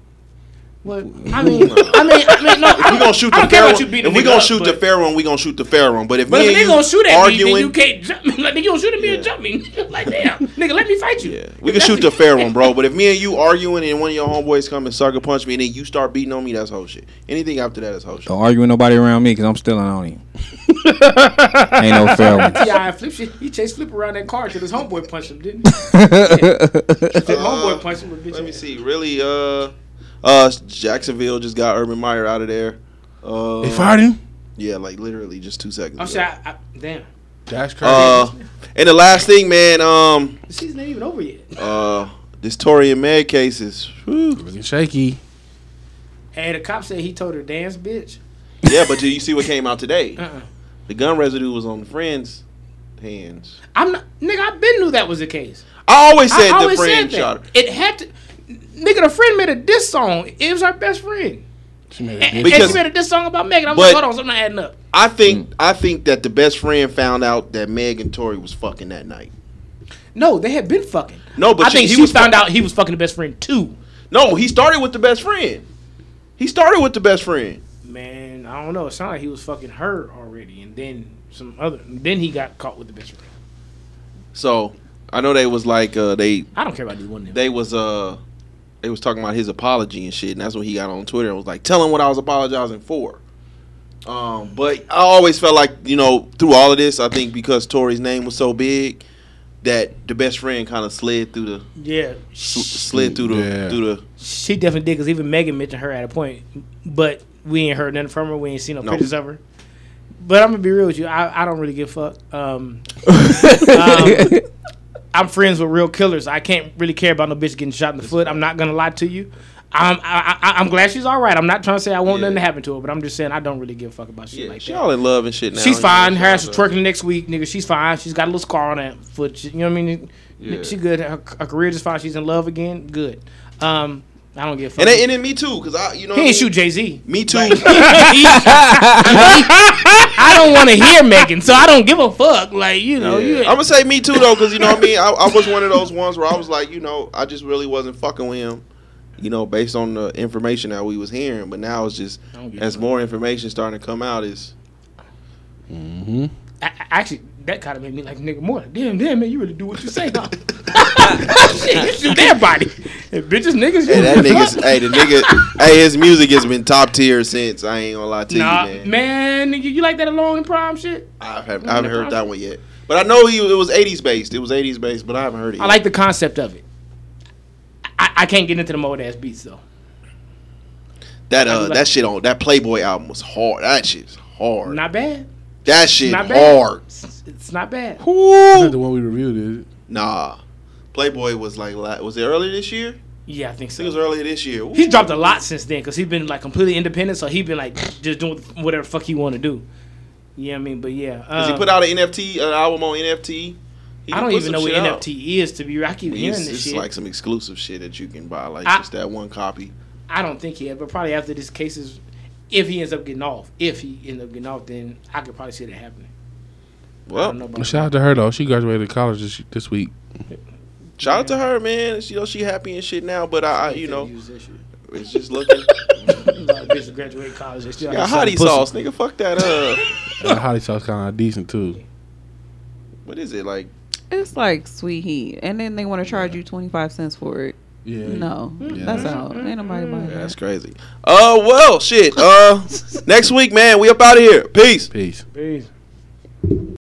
Speaker 6: What I mean, I mean, I mean, no. I
Speaker 2: If we
Speaker 6: don't-
Speaker 2: gonna shoot the
Speaker 6: I don't care
Speaker 2: fair
Speaker 6: about
Speaker 2: one,
Speaker 6: you beating
Speaker 2: if we
Speaker 6: nigga
Speaker 2: gonna
Speaker 6: up,
Speaker 2: shoot
Speaker 6: but-
Speaker 2: the fair one, we gonna shoot the fair one. But if
Speaker 6: But
Speaker 2: me
Speaker 6: if
Speaker 2: and
Speaker 6: they
Speaker 2: you
Speaker 6: gonna shoot at me, then
Speaker 2: arguing,
Speaker 6: you can't jump me. Like, nigga, you don't shoot at me,
Speaker 2: Yeah.
Speaker 6: and jump me. like, damn, nigga, let me fight you.
Speaker 2: we can shoot the fair one, bro. But if me and you arguing and one of your homeboys come and sucker punch me and then you start beating on me, that's whole shit. Anything after that is whole shit.
Speaker 4: Don't argue with nobody around me because I'm still on him. Ain't no fair one.
Speaker 6: Yeah, flip shit. He chased Flip around that car till his homeboy punched him, didn't he? His homeboy punched him with bitch.
Speaker 2: Uh, Let me see. Really, uh, uh, Jacksonville just got Urban Meyer out of there. Uh,
Speaker 3: They fired him?
Speaker 2: Yeah, like literally just two seconds.
Speaker 6: I'm
Speaker 2: ago.
Speaker 6: sorry. I, I, damn.
Speaker 3: That's
Speaker 2: Uh, and the last thing, man. Um,
Speaker 6: The season ain't even over yet.
Speaker 2: uh, this Tory and Meg cases. Looking
Speaker 3: shaky.
Speaker 6: Hey, the cop said he told her, dance, bitch.
Speaker 2: Yeah, but do you see what came out today?
Speaker 6: Uh-uh.
Speaker 2: The gun residue was on the friend's hands.
Speaker 6: I'm not, nigga. I been knew that was the case.
Speaker 2: I always said the
Speaker 6: said
Speaker 2: friend
Speaker 6: that.
Speaker 2: shot her.
Speaker 6: It had to, nigga. The friend made a diss song. It was our best friend.
Speaker 3: She made
Speaker 6: And, and
Speaker 2: Because-
Speaker 6: she made a diss song about Megan. I'm
Speaker 2: but-
Speaker 6: like, hold on, something not adding up.
Speaker 2: I think I think that the best friend found out that Meg and Tori was fucking that night.
Speaker 6: No, they had been fucking.
Speaker 2: No, but
Speaker 6: I
Speaker 2: she-
Speaker 6: think
Speaker 2: he
Speaker 6: she
Speaker 2: was
Speaker 6: found out he was fucking the best friend too.
Speaker 2: No, he started with the best friend. He started with the best friend.
Speaker 6: Man, I don't know. It sounded like he was fucking her already, and then some other. Then he got caught with the best friend.
Speaker 2: So I know they was like uh, they
Speaker 6: I don't care about this one. Nigga.
Speaker 2: they was uh they was talking about his apology and shit, and that's when he got on Twitter and was like, "Tell him what I was apologizing for." Um, but I always felt like you know through all of this, I think because Tori's name was so big that the best friend kind of slid through the
Speaker 6: Yeah,
Speaker 2: sl- slid through the
Speaker 6: Yeah.
Speaker 2: through the
Speaker 6: she definitely did because even Megan mentioned her at a point, but we ain't heard nothing from her. We ain't seen no,
Speaker 2: No.
Speaker 6: pictures of her. But I'm gonna be real with you. I, I don't really give a fuck. Um, um, I'm friends with real killers. I can't really care about no bitch getting shot in the foot. I'm not gonna lie to you. I'm I, I, I'm glad she's all right. I'm not trying to say I want nothing to happen to her, but I'm just saying I don't really give a fuck about shit like
Speaker 2: she
Speaker 6: that.
Speaker 2: all in love and shit now.
Speaker 6: She's
Speaker 2: you
Speaker 6: fine.
Speaker 2: know,
Speaker 6: Her ass is
Speaker 2: so-
Speaker 6: twerking next week, nigga. She's fine. She's got a little scar on her foot. She- you know what I mean?
Speaker 2: Yeah.
Speaker 6: She good. Her, her career just fine. She's in love again. Good. Um, I don't give a fuck.
Speaker 2: And then, and then me too, cause I you know what I
Speaker 6: he ain't
Speaker 2: mean?
Speaker 6: shoot Jay Z.
Speaker 2: Me too.
Speaker 6: I don't want to hear Megan, so I don't give a fuck. Like you know, Oh, you.
Speaker 2: I'm gonna say me too though, cause you know what I mean. I, I was one of those ones where I was like, you know, I just really wasn't fucking with him, you know, based on the information that we was hearing. But now it's just as more information starting to come out is.
Speaker 3: Mm-hmm.
Speaker 6: I, I- actually, that kind of made me like nigga more. Like, damn, damn, man, you really do what you say, huh? Shit, you shoot everybody. Hey, bitches, niggas.
Speaker 2: Hey,
Speaker 6: you-
Speaker 2: that nigga's. hey, the nigga. Hey, his music has been top tier since. I ain't gonna lie to
Speaker 6: Nah,
Speaker 2: you, man.
Speaker 6: man, nigga, you like that alone in prom shit?
Speaker 2: I haven't, I haven't heard that one yet. But I know he, it was '80s based. It was '80s based, but I haven't heard it.
Speaker 6: I like the concept of it. I, I can't get into the mode ass beats though.
Speaker 2: that.
Speaker 6: I
Speaker 2: Uh,
Speaker 6: do like-
Speaker 2: that shit on that Playboy album was hard. That shit's hard.
Speaker 6: Not bad.
Speaker 2: that shit
Speaker 6: not bad.
Speaker 2: hard.
Speaker 6: It's, it's not bad.
Speaker 3: the one we reviewed, is it?
Speaker 2: Nah, Playboy was like la- was it earlier this year?
Speaker 6: Yeah, I think
Speaker 2: I
Speaker 6: so.
Speaker 2: think it was earlier this year.
Speaker 6: He's dropped a lot since then because he's been like completely independent. So he's been like just doing whatever the fuck he want to do. You know what I mean? But yeah,
Speaker 2: Cause he
Speaker 6: um,
Speaker 2: put out an NFT, an uh, album on NFT. He
Speaker 6: I
Speaker 2: done put
Speaker 6: don't even
Speaker 2: some
Speaker 6: know what
Speaker 2: shit out.
Speaker 6: NFT is to be. I keep
Speaker 2: Well,
Speaker 6: hearing
Speaker 2: it's,
Speaker 6: this
Speaker 2: it's
Speaker 6: shit.
Speaker 2: like some exclusive shit that you can buy, like
Speaker 6: I-
Speaker 2: just that one copy.
Speaker 6: I don't think he had, but probably after this case is, if he ends up getting off, if he ends up getting off, then I could probably see that happening.
Speaker 2: Well,
Speaker 3: Shout out to her though. She graduated college this, this week.
Speaker 2: shout out to her, man. She, you know she happy and shit now, but I, I you know, it's just looking.
Speaker 6: Like, bitch, graduate college. They still
Speaker 2: Yeah,
Speaker 6: have some
Speaker 2: hottie
Speaker 6: pussy.
Speaker 2: sauce, nigga. Fuck that. Uh,
Speaker 3: And the hottie sauce kind of decent too.
Speaker 2: what is it like?
Speaker 7: It's like sweet heat, and then they want to charge you twenty five cents for it.
Speaker 3: Yeah.
Speaker 7: No,
Speaker 3: Yeah.
Speaker 7: that's out. Ain't nobody buying
Speaker 2: Yeah,
Speaker 7: that.
Speaker 2: that's crazy. Uh, well, shit. Uh, next week, man. We up out of here. Peace.
Speaker 3: Peace.
Speaker 6: Peace.